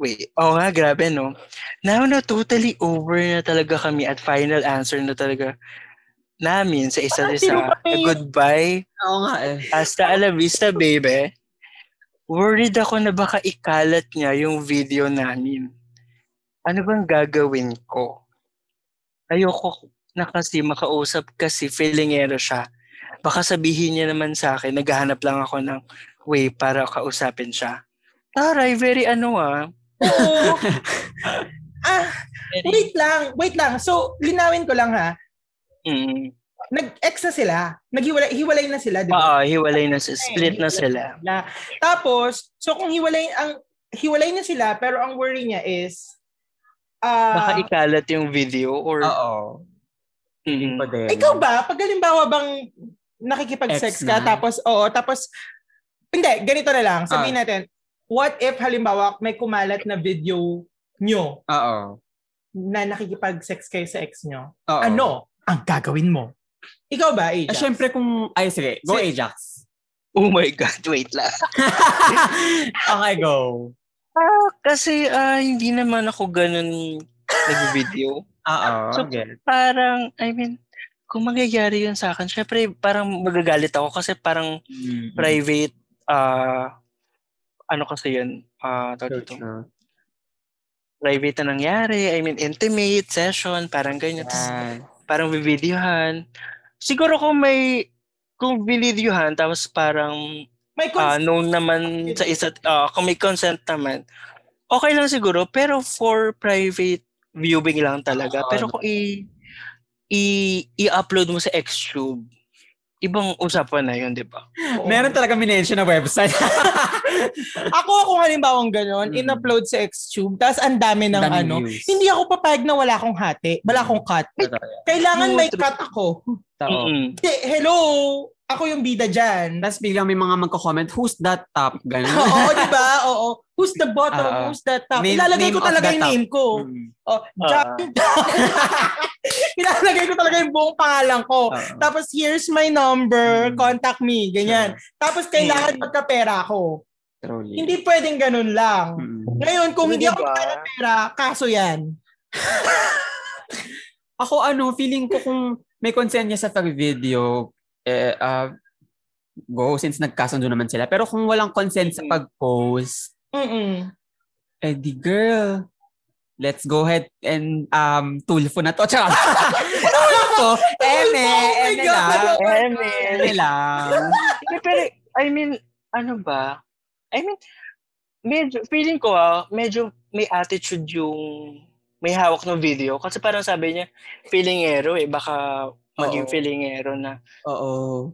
[SPEAKER 3] wait. Oo nga, grabe, no? Now na totally over na talaga kami at final answer na talaga namin sa isa't
[SPEAKER 1] Parang sino
[SPEAKER 3] isa.
[SPEAKER 1] ba may-
[SPEAKER 3] Goodbye.
[SPEAKER 2] Oo nga eh.
[SPEAKER 3] Hasta la vista, baby. Worried ako na baka ikalat niya yung video namin. Ano bang gagawin ko? Ayoko na kasi makausap kasi feelingero siya. Baka sabihin niya naman sa akin, naghahanap lang ako ng way para kausapin siya. Taray, very ano ah.
[SPEAKER 1] Oo. ah,
[SPEAKER 3] Very,
[SPEAKER 1] wait lang. Wait lang. So, linawin ko lang ha.
[SPEAKER 3] mm,
[SPEAKER 1] Nag-ex na sila. Naghiwalay hiwalay na sila, di ba?
[SPEAKER 3] oo, hiwalay na sila. Split na sila.
[SPEAKER 1] Na- Tapos, so kung hiwalay, ang hiwalay na sila, pero ang worry niya is, ah,
[SPEAKER 3] Baka ikalat yung video or...
[SPEAKER 2] Oo.
[SPEAKER 3] Mm,
[SPEAKER 2] Pwede.
[SPEAKER 1] Ikaw ba, pag halimbawa bang nakikipag-sex
[SPEAKER 2] Ex
[SPEAKER 1] ka,
[SPEAKER 2] na.
[SPEAKER 1] tapos, oo, tapos, hindi, ganito na lang, sabihin
[SPEAKER 3] Ah.
[SPEAKER 1] natin, what if halimbawa may kumalat na video nyo
[SPEAKER 2] Oo.
[SPEAKER 1] na nakikipag-sex kayo sa ex nyo,
[SPEAKER 2] Oo.
[SPEAKER 1] ano ang gagawin mo? Ikaw ba,
[SPEAKER 2] Ah,
[SPEAKER 1] Ajax?
[SPEAKER 2] syempre kung... Ay, sige. Go,
[SPEAKER 1] Sige.
[SPEAKER 2] Ajax.
[SPEAKER 3] Oh my God, wait lang.
[SPEAKER 2] okay, go.
[SPEAKER 3] Ah, kasi ah, hindi naman ako ganun nag-video.
[SPEAKER 2] Oo.
[SPEAKER 3] So-
[SPEAKER 2] okay.
[SPEAKER 3] parang, I mean, kung mangyayari yun sa akin, syempre parang magagalit ako kasi
[SPEAKER 2] Hmm.
[SPEAKER 3] parang
[SPEAKER 2] mm-hmm.
[SPEAKER 3] private, ah, ano kasi yun, ah, tawag dito,
[SPEAKER 2] na.
[SPEAKER 3] private na nangyari, I mean, intimate session, parang ganyan. Tas
[SPEAKER 2] Ayan.
[SPEAKER 3] parang bibidyohan. Siguro kung may, kung binidyohan, tapos parang
[SPEAKER 1] may
[SPEAKER 3] ah
[SPEAKER 1] cons-
[SPEAKER 3] known naman sa isa't ah, kung may consent naman okay lang siguro pero for private viewing lang talaga
[SPEAKER 2] Oo,
[SPEAKER 3] pero
[SPEAKER 2] no.
[SPEAKER 3] kung i i i-upload mo sa Xtube ibang usapan na yun, di ba?
[SPEAKER 1] Oo.
[SPEAKER 2] Meron talaga minention na website.
[SPEAKER 1] Ako, kung halimbawang ganun,
[SPEAKER 2] Mm.
[SPEAKER 1] in-upload sa Xtube, tapos ang dami ng
[SPEAKER 2] Daming
[SPEAKER 1] ano.
[SPEAKER 2] views. Mm.
[SPEAKER 1] Hindi ako papayag na wala akong hati, wala akong cut.
[SPEAKER 2] Totoo yan.
[SPEAKER 1] Kailangan
[SPEAKER 3] No,
[SPEAKER 1] may
[SPEAKER 3] true.
[SPEAKER 1] cut ako.
[SPEAKER 2] Totoo.
[SPEAKER 3] Mm-mm.
[SPEAKER 1] Hindi, hello! Ako yung bida dyan.
[SPEAKER 2] Tapos biglang may mga magko-comment, who's that top? Ganun.
[SPEAKER 1] Oo, di ba? Oo. Who's the bottom?
[SPEAKER 2] Oo.
[SPEAKER 1] Who's the top?
[SPEAKER 2] Ah, Name-
[SPEAKER 1] Ilalagay ko
[SPEAKER 2] name of
[SPEAKER 1] talaga
[SPEAKER 2] the
[SPEAKER 1] yung
[SPEAKER 2] top.
[SPEAKER 1] name ko.
[SPEAKER 2] Mm.
[SPEAKER 1] Oh, Jack. Ilalagay ko talaga yung buong pangalan ko.
[SPEAKER 2] Oo.
[SPEAKER 1] Tapos, here's my number.
[SPEAKER 2] Ah. Mm.
[SPEAKER 1] Contact me. Ganyan. Tapos, kailangan
[SPEAKER 3] Mm.
[SPEAKER 1] magkapera ako.
[SPEAKER 2] Truly.
[SPEAKER 1] Hindi pwedeng ganun lang.
[SPEAKER 2] Mm.
[SPEAKER 1] Ngayon, kung hindi
[SPEAKER 3] Hindi
[SPEAKER 1] ako
[SPEAKER 3] ba?
[SPEAKER 1] magkano pera, kaso yan.
[SPEAKER 2] Ako ano, feeling ko kung may konsenya sa pag-video, eh, ah, go since nagkasundo naman sila. Pero kung walang consent sa pag-post,
[SPEAKER 1] Mm-mm.
[SPEAKER 2] eh di girl, let's go ahead and um, tulfo na to. Charot! tulfo! Eme!
[SPEAKER 1] Oh my
[SPEAKER 2] Eme
[SPEAKER 1] God!
[SPEAKER 2] lang!
[SPEAKER 3] Eh,
[SPEAKER 2] Eme
[SPEAKER 3] man.
[SPEAKER 2] lang!
[SPEAKER 3] Hindi, pero, I mean, ano ba? I mean, medyo, feeling ko ah, medyo may attitude yung may hawak ng video. Kasi parang sabi niya, feelingero eh, baka maging
[SPEAKER 2] Oo.
[SPEAKER 3] feelingero na
[SPEAKER 2] Oo.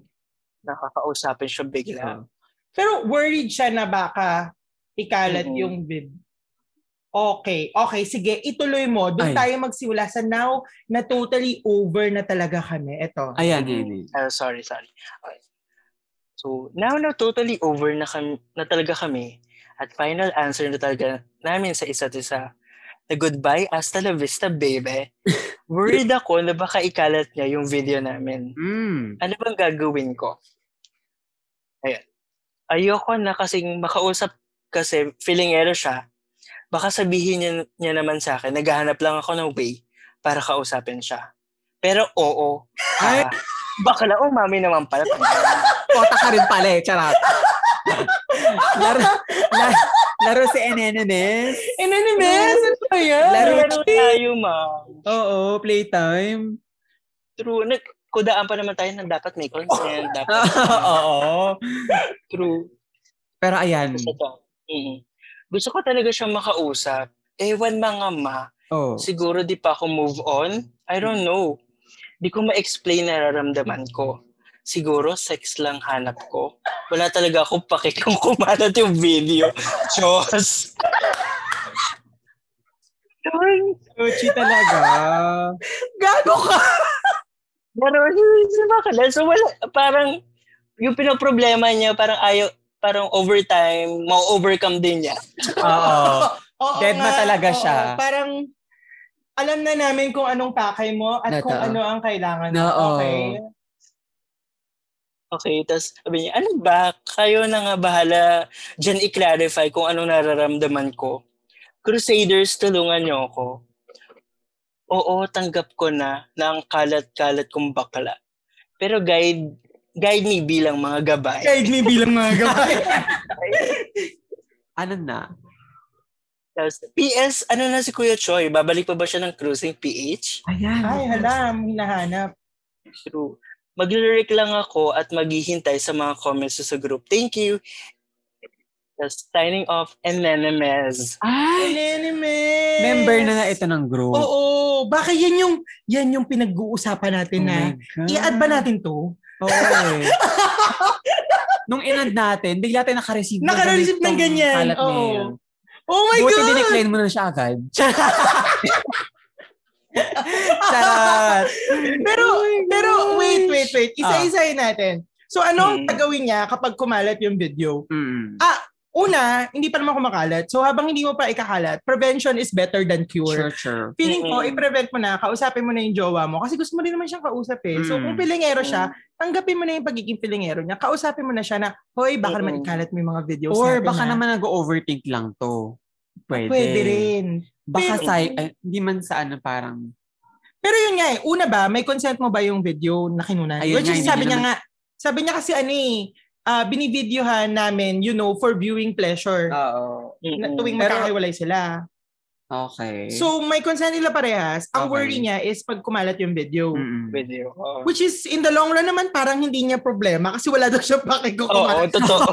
[SPEAKER 3] nakakausapin siya bigla.
[SPEAKER 1] Pero worried siya na baka ikalat
[SPEAKER 3] Mm-mm.
[SPEAKER 1] yung bid. Okay, okay, sige, ituloy mo. Doon
[SPEAKER 2] Ay.
[SPEAKER 1] tayo magsiwala sa now na totally over na talaga kami. Ito.
[SPEAKER 2] Ayan, ayan, ayan.
[SPEAKER 3] Ah, sorry, sorry. Okay. So, now na totally over na, kami, na talaga kami at final answer na talaga namin sa isa't isa na goodbye, hasta la vista, baby. Worried ako na baka ikalat niya yung video namin.
[SPEAKER 2] Mm.
[SPEAKER 3] Ano bang gagawin ko? Ayan. Ayoko na kasing makausap kasi feeling error siya. Baka sabihin niya, niya naman sa akin, naghahanap lang ako ng way para kausapin siya. Pero oo.
[SPEAKER 2] Ay.
[SPEAKER 3] Ah, bakla, umami naman pala.
[SPEAKER 2] Kota ka rin pala eh, charot. laro, la- laro si Enenemes.
[SPEAKER 1] Anonymous, ano ba yan?
[SPEAKER 3] Laro tayo, ma'am.
[SPEAKER 2] Oo, playtime.
[SPEAKER 3] True. Nagkudaan pa naman tayo na dapat may consent.
[SPEAKER 2] Ah.
[SPEAKER 3] Dapat,
[SPEAKER 2] Oo.
[SPEAKER 3] true.
[SPEAKER 2] Pero ayan.
[SPEAKER 3] Gusto ko. Mm. Gusto ko talaga siyang makausap. Ewan mga ma,
[SPEAKER 2] Oh.
[SPEAKER 3] siguro di pa ako move on. I don't know. Di ko ma-explain na nararamdaman ko. Siguro sex lang hanap ko. Wala talaga akong pake kung kumalat yung video. Diyos!
[SPEAKER 2] Uchi talaga.
[SPEAKER 1] Gago ka!
[SPEAKER 3] Pero hindi bakla. So wala, parang yung pinoproblema niya, parang ayaw, parang overtime, ma-overcome din niya.
[SPEAKER 2] Oo.
[SPEAKER 1] Oo
[SPEAKER 2] Dead na
[SPEAKER 1] nga,
[SPEAKER 2] talaga
[SPEAKER 1] oo,
[SPEAKER 2] siya.
[SPEAKER 1] Parang alam na namin kung anong pakay mo at kung
[SPEAKER 2] Totoo.
[SPEAKER 1] ano ang kailangan mo.
[SPEAKER 2] Oo.
[SPEAKER 1] Okay.
[SPEAKER 3] Okay, tapos sabi niya, ano ba? Kayo na nga bahala. Diyan i-clarify kung anong nararamdaman ko. Crusaders, tulungan niyo ako. Oo, tanggap ko na na ang kalat-kalat kong bakla. Pero guide, guide me bilang mga gabay.
[SPEAKER 1] Guide me bilang mga gabay.
[SPEAKER 2] Ano na?
[SPEAKER 3] Tapos, PS, ano na si Kuya Choi? Babalik pa ba siya ng cruising PH?
[SPEAKER 2] Ayan.
[SPEAKER 1] Ay, hala, hinahanap.
[SPEAKER 3] True. Maglirik lang ako at maghihintay sa mga comments sa group. Thank you. Tapos, signing off, Anonymous.
[SPEAKER 2] Ay.
[SPEAKER 1] Anonymous!
[SPEAKER 2] Member na na ito ng group.
[SPEAKER 1] Oo. Baka yan yung, yan yung pinag-uusapan natin na,
[SPEAKER 2] Oh God.
[SPEAKER 1] i-add ba natin to?
[SPEAKER 2] Oo eh. Nung in-add natin, bigla tayo nakareceive. ng
[SPEAKER 1] Nakareceive ng
[SPEAKER 2] ganitong
[SPEAKER 1] ganyan,
[SPEAKER 2] kalat
[SPEAKER 1] oo.
[SPEAKER 2] mail.
[SPEAKER 1] Oh my
[SPEAKER 2] Buti
[SPEAKER 1] God!
[SPEAKER 2] dinecline mo na siya agad. Charot.
[SPEAKER 1] Pero,
[SPEAKER 2] Oh
[SPEAKER 1] pero, wait, wait, wait.
[SPEAKER 2] Ah.
[SPEAKER 1] Isa-isahin natin. So, ano ang
[SPEAKER 3] Hmm.
[SPEAKER 1] gagawin niya kapag kumalat yung video?
[SPEAKER 2] Mm.
[SPEAKER 1] Una, hindi pa naman kumakalat. So, habang hindi mo pa ikakalat, prevention is better than cure.
[SPEAKER 2] Sure, sure.
[SPEAKER 1] Feeling ko,
[SPEAKER 3] Mm-mm.
[SPEAKER 1] i-prevent mo na, kausapin mo na yung jowa mo. Kasi gusto mo rin naman siyang kausap eh. So, kung
[SPEAKER 2] Mm.
[SPEAKER 1] pilingero siya, tanggapin mo na yung pagiging pilingero niya. Kausapin mo na siya na, hoy, baka naman
[SPEAKER 3] Mm-mm.
[SPEAKER 1] ikalat mo yung mga videos natin,
[SPEAKER 2] Or baka
[SPEAKER 1] ha?"
[SPEAKER 2] naman nag-overthink lang to. Ah, Pwede.
[SPEAKER 1] Pwede rin.
[SPEAKER 2] Baka
[SPEAKER 1] Pero-
[SPEAKER 2] sa, ay, hindi man sa ano parang,
[SPEAKER 1] Pero yun nga eh, una ba, may consent mo ba yung video na kinunan?
[SPEAKER 2] Ayun
[SPEAKER 1] Which
[SPEAKER 2] nga,
[SPEAKER 1] is
[SPEAKER 2] hindi
[SPEAKER 1] sabi
[SPEAKER 2] niya
[SPEAKER 1] niya nga, sabi niya kasi ano eh, ah, binivideohan namin, you know, for viewing pleasure.
[SPEAKER 2] oo,
[SPEAKER 1] na
[SPEAKER 3] Mm-mm.
[SPEAKER 1] tuwing
[SPEAKER 2] Ah. Pero-
[SPEAKER 1] magkakahiwalay sila.
[SPEAKER 2] okay.
[SPEAKER 1] So, may consent nila parehas. Ang
[SPEAKER 2] Okay. Hmm.
[SPEAKER 1] worry niya is pag kumalat yung video.
[SPEAKER 2] Mm-mm.
[SPEAKER 3] video. Oo,
[SPEAKER 1] Which is, in the long run naman, parang hindi niya problema kasi wala daw siya pake kung
[SPEAKER 3] Oo,
[SPEAKER 1] kumalat.
[SPEAKER 3] totoo.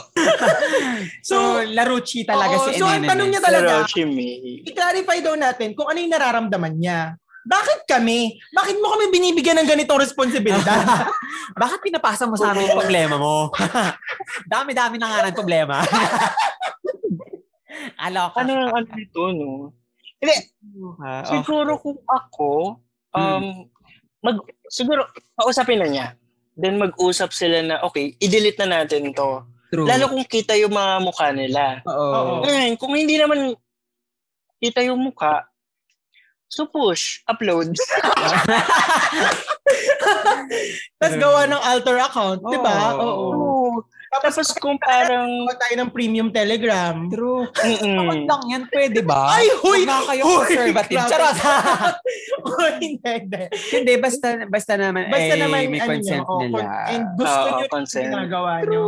[SPEAKER 1] So,
[SPEAKER 2] so, laruchi talaga
[SPEAKER 1] oo,
[SPEAKER 2] si
[SPEAKER 1] so ang
[SPEAKER 2] Enenes.
[SPEAKER 1] tanong niya
[SPEAKER 3] Pero
[SPEAKER 1] talaga,
[SPEAKER 3] Chimay.
[SPEAKER 1] i-clarify daw natin kung ano yung nararamdaman niya. Bakit kami? Bakit mo kami binibigyan ng ganitong responsibilidad?
[SPEAKER 2] Bakit pinapasa mo sa amin yung problema mo? Dami-dami na nga ng problema. Aloka. Ah,
[SPEAKER 3] Ano ang ano nito, no? Hindi, Ah. siguro kung ako, um, mag, siguro, kausapin na niya. Then mag-usap sila na, okay, i-delete na natin to.
[SPEAKER 2] True.
[SPEAKER 3] Lalo kung kita yung mga mukha nila.
[SPEAKER 2] Oo.
[SPEAKER 1] Oo.
[SPEAKER 3] Ngayon, kung hindi naman kita yung mukha, so push, upload.
[SPEAKER 1] Tapos gawa ng alter account, di ba?
[SPEAKER 2] Oo.
[SPEAKER 1] Oo.
[SPEAKER 3] Oo. Tapos kung parang,
[SPEAKER 1] Gawa tayo ng premium telegram.
[SPEAKER 2] True. Kapag
[SPEAKER 3] mm
[SPEAKER 2] lang yan, pwede ba?
[SPEAKER 1] Ay, huy!
[SPEAKER 2] Huwag na kayo
[SPEAKER 1] Huy!
[SPEAKER 2] conservative.
[SPEAKER 1] Grabe.
[SPEAKER 2] Charot!
[SPEAKER 1] Huy, hindi, hindi.
[SPEAKER 2] Hindi, basta, basta naman,
[SPEAKER 1] Basta
[SPEAKER 2] eh,
[SPEAKER 1] naman,
[SPEAKER 2] may
[SPEAKER 1] ano
[SPEAKER 2] consent
[SPEAKER 1] nyo, oo,
[SPEAKER 2] nila.
[SPEAKER 1] con- And gusto
[SPEAKER 3] Oo,
[SPEAKER 1] nyo yung
[SPEAKER 3] consent.
[SPEAKER 1] ginagawa nyo.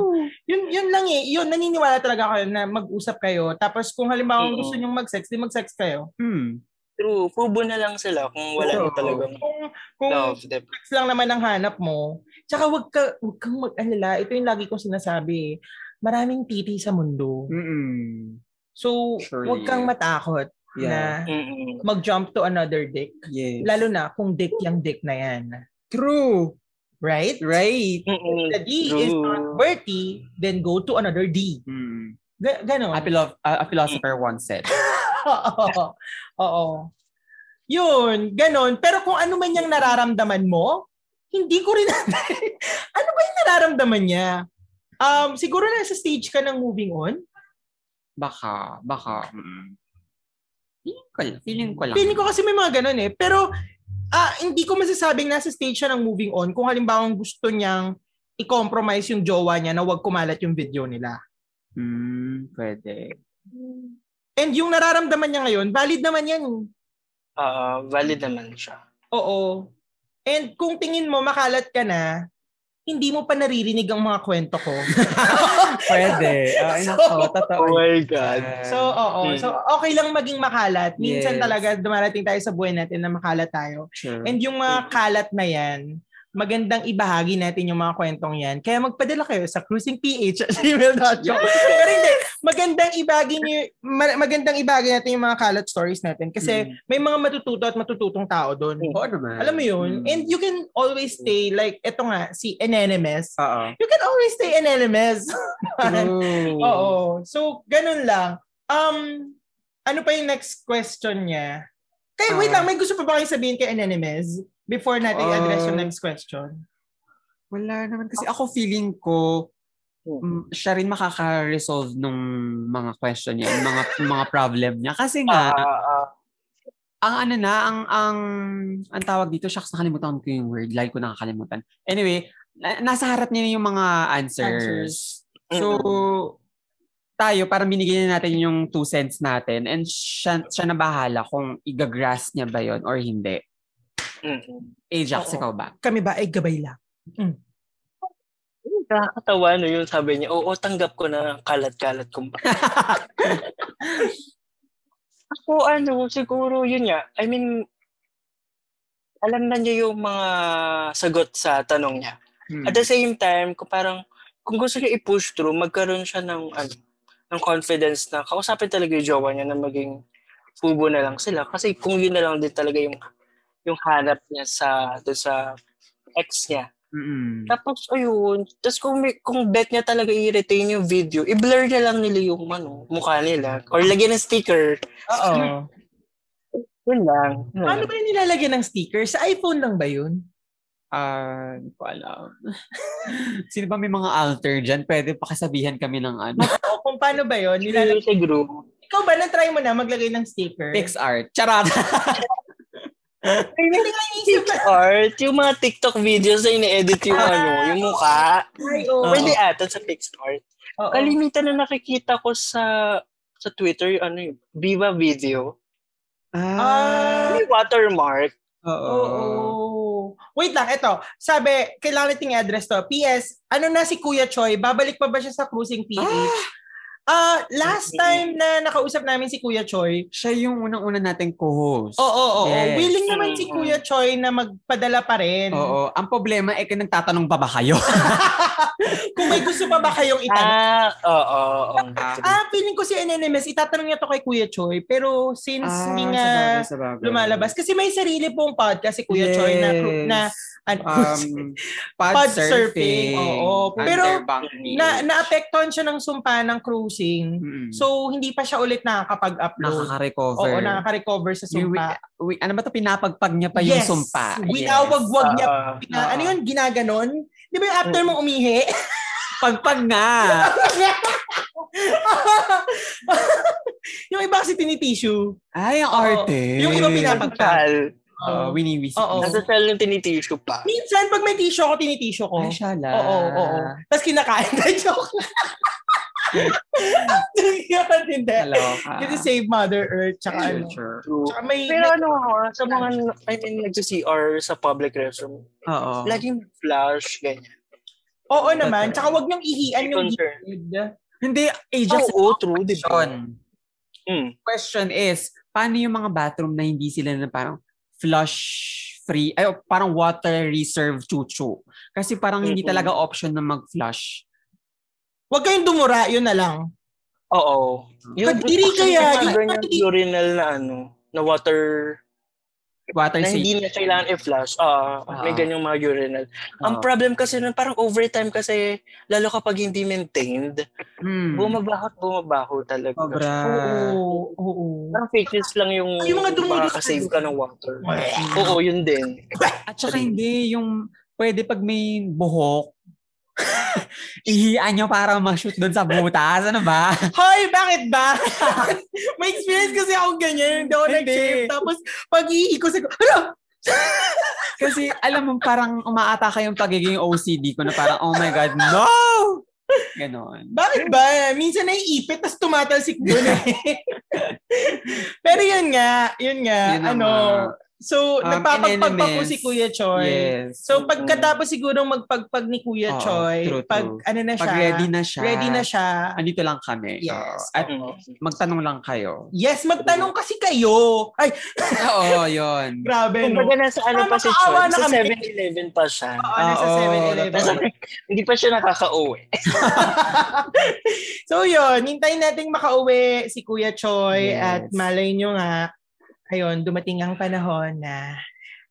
[SPEAKER 1] Yun, yun lang eh. Yun, naniniwala talaga ako na mag-usap kayo. Tapos kung halimbawa
[SPEAKER 3] Oo.
[SPEAKER 1] gusto nyo mag-sex, di mag-sex kayo.
[SPEAKER 2] Hmm.
[SPEAKER 3] True, pubo na lang sila kung wala na
[SPEAKER 1] Oo.
[SPEAKER 3] talagang
[SPEAKER 1] Kung, kung
[SPEAKER 3] love. diba?
[SPEAKER 1] sex lang naman ang hanap mo, tsaka wag, ka, wag kang mag-alala. Ito yung lagi kong sinasabi eh. Maraming titi sa mundo.
[SPEAKER 2] Mm-mm.
[SPEAKER 1] So,
[SPEAKER 2] Surely.
[SPEAKER 1] wag kang matakot
[SPEAKER 2] Yeah.
[SPEAKER 1] na
[SPEAKER 3] Mm-mm.
[SPEAKER 1] mag-jump to another dick.
[SPEAKER 2] Yes.
[SPEAKER 1] Lalo na kung dick yung dick na yan.
[SPEAKER 2] True.
[SPEAKER 1] Right?
[SPEAKER 2] Right.
[SPEAKER 1] If
[SPEAKER 3] Mm-mm.
[SPEAKER 1] the D is
[SPEAKER 3] True.
[SPEAKER 1] not worthy, then go to another D.
[SPEAKER 2] Mm.
[SPEAKER 1] G- ganon.
[SPEAKER 2] A, philo- a, a philosopher once said.
[SPEAKER 1] Oo. Oo. Yun, ganon. Pero kung ano man yung nararamdaman mo, hindi ko rin ano ba yung nararamdaman niya? Um, siguro na sa stage ka ng moving on.
[SPEAKER 2] Baka, baka. Mm. Feeling ko lang. Feeling ko lang.
[SPEAKER 1] Feeling ko kasi may mga ganon eh. Pero ah, hindi ko masasabing nasa stage siya ng moving on kung halimbawa gusto niyang i-compromise yung jowa niya na wag kumalat yung video nila.
[SPEAKER 2] Mm, pwede.
[SPEAKER 1] And yung nararamdaman niya ngayon, valid naman yan.
[SPEAKER 3] Ah, valid naman siya.
[SPEAKER 1] Oo. And kung tingin mo makalat ka na, hindi mo pa naririnig ang mga kwento ko.
[SPEAKER 2] Pwede. Ah, Ay,
[SPEAKER 1] So-
[SPEAKER 2] nako, totoo.
[SPEAKER 3] Oh my God.
[SPEAKER 2] yan. oh,
[SPEAKER 1] So, oo.
[SPEAKER 3] Hmm.
[SPEAKER 1] So, okay lang maging makalat. Minsan
[SPEAKER 2] Yes.
[SPEAKER 1] talaga dumarating tayo sa buhay natin na makalat tayo.
[SPEAKER 2] Sure.
[SPEAKER 1] And yung mga kalat na yan, magandang ibahagi natin yung mga kwentong yan. Kaya magpadala kayo sa cruisingph.gmail.com Pero hindi, magandang ibahagi, niyo, ma- magandang ibahagi natin yung mga kalat stories natin kasi
[SPEAKER 2] Mm.
[SPEAKER 1] may mga matututo at matututong tao doon.
[SPEAKER 3] Mm.
[SPEAKER 2] Oo naman.
[SPEAKER 1] Alam mo yun?
[SPEAKER 2] Mm.
[SPEAKER 1] And you can always stay, like, eto nga, si NNMS.
[SPEAKER 2] Oo.
[SPEAKER 1] You can always stay NNMS.
[SPEAKER 2] True.
[SPEAKER 1] Oo. So, ganun lang. Um, ano pa yung next question niya? Kay, wait
[SPEAKER 2] Ah.
[SPEAKER 1] lang, may gusto pa ba kayong sabihin kay Anonymous before natin
[SPEAKER 2] Ah.
[SPEAKER 1] address yung next question?
[SPEAKER 2] Wala naman. Kasi ako feeling ko, mm, siya rin makaka-resolve nung mga question niya, yung mga, mga problem niya. Kasi nga,
[SPEAKER 3] Ah, ah,
[SPEAKER 2] ang ano na, ang, ang, ang tawag dito, shucks, nakalimutan ko yung word. Lagi ko nakakalimutan. Anyway, na- nasa harap niya na yung mga answers. So, tayo, parang binigyan na natin yung two cents natin and siya, siya na bahala kung igagrass niya ba yon or hindi.
[SPEAKER 3] mm-mm.
[SPEAKER 2] Ajax,
[SPEAKER 1] Oo.
[SPEAKER 2] ikaw ba?
[SPEAKER 1] Kami ba ay gabay lang?
[SPEAKER 3] Nakakatawa no yun, sabi niya, oo, tanggap ko na kalat-kalat kung pa. Ako, ano, siguro, yun nga, I mean, alam na niya yung mga sagot sa tanong niya.
[SPEAKER 2] Hmm.
[SPEAKER 3] At the same time, kung parang, kung gusto niya i-push through, magkaroon siya ng, ano, ng confidence na kausapin talaga yung jowa niya na maging pubo na lang sila. Kasi kung yun na lang din talaga yung, yung hanap niya sa, doon sa ex niya.
[SPEAKER 2] Mm-mm.
[SPEAKER 3] Tapos, ayun. Tapos, kung, may- kung bet niya talaga i-retain yung video, i-blur na lang nila yung ano, mukha nila. Or lagyan ng sticker.
[SPEAKER 1] Oo.
[SPEAKER 3] Yun lang. Yun
[SPEAKER 1] Ano
[SPEAKER 3] lang.
[SPEAKER 1] ba yung nilalagyan ng sticker? Sa iPhone lang ba yun?
[SPEAKER 2] Ah, hindi ko alam. Sino ba may mga alter dyan? Pwede pakasabihan kami ng ano?
[SPEAKER 1] Oo, kung paano ba yun? Nilalagyan.
[SPEAKER 3] Yung sa group.
[SPEAKER 1] Ikaw ba, na-try mo na maglagay ng sticker?
[SPEAKER 2] PixArt. Charot!
[SPEAKER 1] Hindi nga iisip ka.
[SPEAKER 3] Art, yung mga TikTok videos na ine-edit yung
[SPEAKER 1] Ah.
[SPEAKER 3] ano, yung mukha.
[SPEAKER 1] Ay, oo.
[SPEAKER 3] Pwede ata sa PixArt.
[SPEAKER 1] Oo.
[SPEAKER 3] Kalimitan na nakikita ko sa sa Twitter, yung ano yung Viva Video.
[SPEAKER 1] Ah,
[SPEAKER 3] May watermark.
[SPEAKER 2] oo.
[SPEAKER 1] Oo. Wait lang, eto. Sabi, kailangan nating address to. PS, ano na si Kuya Choi? Babalik pa ba siya sa cruising PH? Ah, last time na nakausap namin si Kuya Choi,
[SPEAKER 2] Siya yung unang-una nating
[SPEAKER 1] oo,
[SPEAKER 2] co-host.
[SPEAKER 1] oo, oo,
[SPEAKER 2] Yes.
[SPEAKER 1] willing naman si Kuya Choi na magpadala pa rin.
[SPEAKER 2] Oo. Ang problema, eh, ka nagtatanong pa ba kayo?
[SPEAKER 1] Kung may gusto pa ba kayong itanong.
[SPEAKER 3] Ah, oo, oo.
[SPEAKER 1] Ah, feeling ko si NNMS, itatanong niya to kay Kuya Choi, pero since
[SPEAKER 2] Ah,
[SPEAKER 1] hindi nga lumalabas, kasi may sarili pong podcast si Kuya Choi na, na ano,
[SPEAKER 2] um, pod,
[SPEAKER 1] Pod surfing,
[SPEAKER 2] surfing.
[SPEAKER 1] oo. Pero,
[SPEAKER 2] underbunking.
[SPEAKER 1] na naapektuhan siya ng sumpa ng cruising.
[SPEAKER 2] Mm-mm.
[SPEAKER 1] So, hindi pa siya ulit nakakapag-upload.
[SPEAKER 2] nakaka-recover.
[SPEAKER 1] Oo, nakaka-recover sa
[SPEAKER 2] Yung wi-
[SPEAKER 1] sumpa.
[SPEAKER 2] wi- ano ba to pinapagpag niya pa yung sumpa?
[SPEAKER 1] Winawagwag niya.
[SPEAKER 3] Ah,
[SPEAKER 1] pina- ano yun? Ginaganon? Di ba yung after
[SPEAKER 2] Mm.
[SPEAKER 1] mong umihi?
[SPEAKER 2] Pagpag nga.
[SPEAKER 1] yung iba kasi tinitissue.
[SPEAKER 2] Ay, ang arte.
[SPEAKER 1] Yung iba
[SPEAKER 3] Ang
[SPEAKER 1] pinapag-
[SPEAKER 3] tal.
[SPEAKER 2] Oo, winiwisik.
[SPEAKER 1] Oo.
[SPEAKER 2] Nasa-
[SPEAKER 3] Nasa tal ng tinitissue pa.
[SPEAKER 1] Minsan, pag may tissue ako, tinitissue ko.
[SPEAKER 2] Ay, shala.
[SPEAKER 1] Oo, oo, oo. Tapos kinakain na joke na. Yun, hindi.
[SPEAKER 2] Kaloka.
[SPEAKER 1] Kasi save Mother Earth, tsaka ano.
[SPEAKER 2] Sure.
[SPEAKER 3] True.
[SPEAKER 1] Tsaka may,
[SPEAKER 3] Pero ano, ah, sa mga, I mean, nag-CR sa public restroom,
[SPEAKER 2] Oo.
[SPEAKER 3] laging flash, ganyan.
[SPEAKER 1] oo naman. Tsaka wag niyong ihian yung
[SPEAKER 3] Concern.
[SPEAKER 1] gilid.
[SPEAKER 2] Hindi, Ajax,
[SPEAKER 3] Just oh, oh, true, di ba?
[SPEAKER 2] question.
[SPEAKER 3] Mm.
[SPEAKER 2] Question is, paano yung mga bathroom na hindi sila na parang flush free, ay, o parang water reserve chuchu. Kasi parang hindi
[SPEAKER 3] Mm-mm.
[SPEAKER 2] talaga option na mag-flush.
[SPEAKER 1] Huwag kayong dumura, yun na lang.
[SPEAKER 3] Oo.
[SPEAKER 1] Kadiri kaya,
[SPEAKER 3] Yung
[SPEAKER 1] yung
[SPEAKER 3] ganyan
[SPEAKER 1] kadiri.
[SPEAKER 3] urinal na ano, na water,
[SPEAKER 2] Water
[SPEAKER 3] na
[SPEAKER 2] safe.
[SPEAKER 3] hindi na kailangan i-flush. Ah,
[SPEAKER 2] Ah.
[SPEAKER 3] may ganyang mga urinal.
[SPEAKER 1] Ah.
[SPEAKER 3] Ang
[SPEAKER 2] Oo.
[SPEAKER 3] problem kasi nun, parang overtime kasi, lalo kapag hindi maintained,
[SPEAKER 1] Hmm.
[SPEAKER 2] Mm.
[SPEAKER 3] bumabahot, bumabaho talaga.
[SPEAKER 2] Sobra. Ah.
[SPEAKER 1] Oo, oo.
[SPEAKER 3] Parang fixes lang yung,
[SPEAKER 1] Ay, Ah, yung mga dumudus-
[SPEAKER 3] makakasave ka ng water.
[SPEAKER 1] Bleh.
[SPEAKER 3] Oo, yun din.
[SPEAKER 2] Hmm. At saka hindi, yung pwede pag may buhok, ihian nyo para ma-shoot doon sa butas. Ano ba?
[SPEAKER 1] Hoy, bakit ba? May experience kasi akong ganyan. Hindi ako
[SPEAKER 2] Hindi.
[SPEAKER 1] nag-shave. Tapos, pag iikos ako, hala!
[SPEAKER 2] Kasi alam mo, parang umaata kayong pagiging OCD ko na parang, oh my God, no! Ganon.
[SPEAKER 1] Bakit ba? Minsan naiipit, tapos tumatalsik doon eh. Pero yun nga, yun nga,
[SPEAKER 3] Ah,
[SPEAKER 2] Yun ang
[SPEAKER 1] ano.
[SPEAKER 2] mga-
[SPEAKER 1] So,
[SPEAKER 2] Um,
[SPEAKER 1] nagpapagpagpag ko
[SPEAKER 2] elements.
[SPEAKER 1] si Kuya Choi.
[SPEAKER 2] Yes.
[SPEAKER 1] So, pagkatapos siguro magpagpag ni Kuya
[SPEAKER 2] Oo,
[SPEAKER 1] Choi,
[SPEAKER 2] true, true.
[SPEAKER 1] pag ano na siya,
[SPEAKER 2] Pag ready na siya.
[SPEAKER 1] ready na siya.
[SPEAKER 2] Andito lang kami.
[SPEAKER 1] Yes.
[SPEAKER 2] Oo. At
[SPEAKER 1] Hmm.
[SPEAKER 3] Mm.
[SPEAKER 2] magtanong lang kayo.
[SPEAKER 1] Yes, magtanong kasi kayo. Ay,
[SPEAKER 2] Oo, yun.
[SPEAKER 1] grabe,
[SPEAKER 3] Kumbaga
[SPEAKER 1] no? Ah,
[SPEAKER 3] nasa ano pa si
[SPEAKER 1] Nakakaawa
[SPEAKER 3] Chon,
[SPEAKER 1] na
[SPEAKER 3] sa
[SPEAKER 1] kami. Ah,
[SPEAKER 3] 7-Eleven pa siya.
[SPEAKER 1] Oo, nasa
[SPEAKER 2] Oo,
[SPEAKER 1] 7-Eleven.
[SPEAKER 2] totoo.
[SPEAKER 3] Hindi pa siya nakaka-uwi.
[SPEAKER 1] so yun, hintayin nating makauwi si Kuya Choi
[SPEAKER 2] Yes.
[SPEAKER 1] at malay nyo nga, ayun, dumating ang panahon na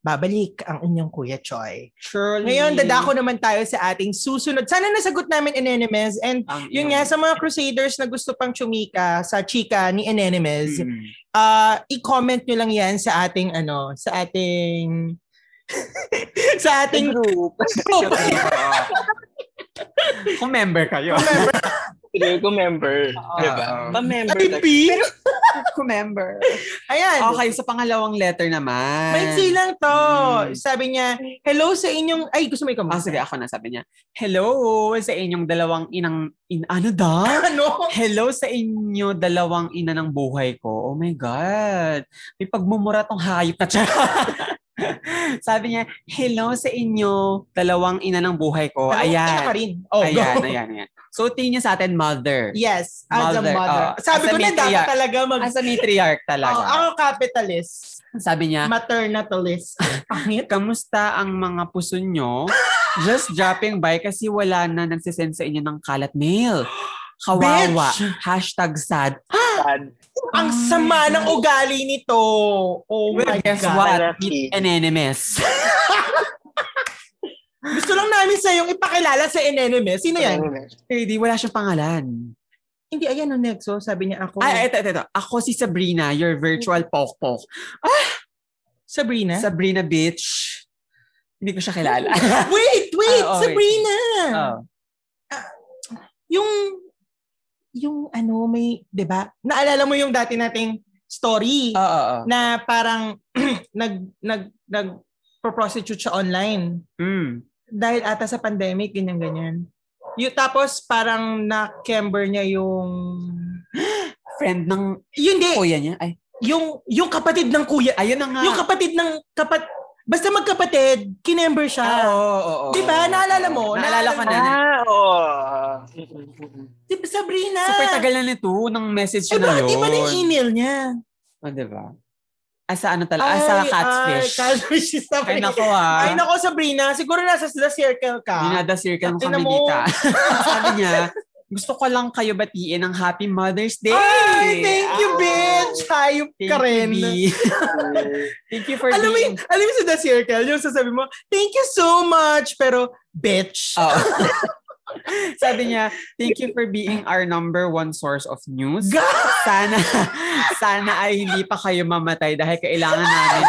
[SPEAKER 1] babalik ang inyong Kuya Choi.
[SPEAKER 2] Surely.
[SPEAKER 1] Ngayon, dadako naman tayo sa ating susunod. Sana nasagot namin Enemies and
[SPEAKER 2] Ang
[SPEAKER 1] yun
[SPEAKER 2] iyong-
[SPEAKER 1] nga, sa mga crusaders na gusto pang chumika sa chika ni Enemies,
[SPEAKER 2] Mm.
[SPEAKER 1] ah i-comment nyo lang yan sa ating ano, sa ating sa ating
[SPEAKER 3] group.
[SPEAKER 1] group.
[SPEAKER 2] Oo. Kung member kayo.
[SPEAKER 3] Kung member.
[SPEAKER 1] Ah,
[SPEAKER 3] Diba?
[SPEAKER 2] Oo.
[SPEAKER 3] Pa-member.
[SPEAKER 1] Ay,
[SPEAKER 3] tayo.
[SPEAKER 1] B.
[SPEAKER 2] Kung member.
[SPEAKER 1] Ayan.
[SPEAKER 2] Okay, sa pangalawang letter naman.
[SPEAKER 1] Maiksi lang to.
[SPEAKER 2] Mm.
[SPEAKER 1] Sabi niya, hello sa inyong... Ay, gusto mo ikaw mo?
[SPEAKER 2] Ah, sige, ako na sabi niya. Hello sa inyong dalawang inang... In, ano daw?
[SPEAKER 1] Ano?
[SPEAKER 2] Hello sa inyo dalawang ina ng buhay ko. Oh my God. May pagmumura tong hayop na siya. Sabi niya, hello sa inyo dalawang ina ng buhay ko.
[SPEAKER 1] Ano ka
[SPEAKER 2] Ayan.
[SPEAKER 1] rin? Oh,
[SPEAKER 2] ayan,
[SPEAKER 1] go.
[SPEAKER 2] ayan, ayan. So, tingin niya sa atin, mother.
[SPEAKER 1] Yes, as a
[SPEAKER 2] Mother,
[SPEAKER 1] mother.
[SPEAKER 2] oo.
[SPEAKER 1] Sabi
[SPEAKER 2] As a
[SPEAKER 1] ko na dapat
[SPEAKER 2] matriarch.
[SPEAKER 1] talaga mag...
[SPEAKER 2] As a matriarch
[SPEAKER 1] Oo, ako
[SPEAKER 2] talaga.
[SPEAKER 1] capitalist.
[SPEAKER 2] Sabi niya,
[SPEAKER 1] Maternatalist. Pangit.
[SPEAKER 2] kamusta ang mga puso nyo? Just dropping by kasi wala na nagsisend sa inyo ng kalat mail. Kawawa. Hashtag sad.
[SPEAKER 3] Sad.
[SPEAKER 1] Ang sama ng ugali nito. Oh my
[SPEAKER 2] Well, guess
[SPEAKER 1] God.
[SPEAKER 2] what? Meet
[SPEAKER 3] Malaki.
[SPEAKER 2] an enemies.
[SPEAKER 1] Gusto lang namin sa yung ipakilala sa NNMS. Sino Ano yan?
[SPEAKER 2] Eh, di, wala siyang pangalan.
[SPEAKER 1] Hindi, ayan o Nexo. Sabi niya ako.
[SPEAKER 2] Ay, eto, eto, eto. Ako si Sabrina, your virtual pokpok.
[SPEAKER 1] Sabrina?
[SPEAKER 2] Sabrina, bitch. Hindi ko siya kilala.
[SPEAKER 1] wait, wait!
[SPEAKER 2] Ah, oh, wait.
[SPEAKER 1] Sabrina!
[SPEAKER 2] Oh.
[SPEAKER 1] yung yung ano may 'di ba? Naalala mo yung dati nating story
[SPEAKER 2] Oo, oo, oo.
[SPEAKER 1] na parang nag nag nag prostitute siya online
[SPEAKER 2] Mm.
[SPEAKER 1] dahil ata sa pandemic ganyan ganyan. Yung tapos parang na-camber niya yung
[SPEAKER 2] Friend ng
[SPEAKER 1] yun di,
[SPEAKER 2] kuya niya. Ay,
[SPEAKER 1] yung yung kapatid ng kuya.
[SPEAKER 2] ayun na nga.
[SPEAKER 1] Yung kapatid ng kapat Basta magkapatid, kinember siya.
[SPEAKER 2] Ah, Oo, oo, oo.
[SPEAKER 1] Ah, Diba? Naalala mo?
[SPEAKER 2] Naalala ko na.
[SPEAKER 3] Ah, oo.
[SPEAKER 1] Si Sabrina!
[SPEAKER 2] Super tagal na nito ng message
[SPEAKER 1] Eh,
[SPEAKER 2] na
[SPEAKER 1] bakit
[SPEAKER 2] yun.
[SPEAKER 1] iba na yung email niya?
[SPEAKER 2] Oh, diba? Asa ano talaga? Asa
[SPEAKER 1] Ay,
[SPEAKER 2] catfish.
[SPEAKER 1] catfish si
[SPEAKER 2] Ay,
[SPEAKER 1] Sabrina.
[SPEAKER 2] nako ah.
[SPEAKER 1] Ay, nako, Sabrina. Siguro nasa the circle ka.
[SPEAKER 2] Dinada circle mo
[SPEAKER 1] Tingnan
[SPEAKER 2] kami
[SPEAKER 1] mo.
[SPEAKER 2] dita. Sabi niya, gusto ko lang kayo batiin ng Happy Mother's Day. Ah,
[SPEAKER 1] Ay, thank you, bitch! Hayop
[SPEAKER 2] Thank
[SPEAKER 1] ka
[SPEAKER 2] you,
[SPEAKER 1] rin.
[SPEAKER 2] B. thank you for
[SPEAKER 1] Alam mo,
[SPEAKER 2] being...
[SPEAKER 1] yun- alam mo sa The Circle, yung sasabi mo, thank you so much, pero, bitch.
[SPEAKER 2] Oo. Sabi niya, thank you for being our number one source of news.
[SPEAKER 1] God!
[SPEAKER 2] Sana, sana ay hindi pa kayo mamatay dahil kailangan namin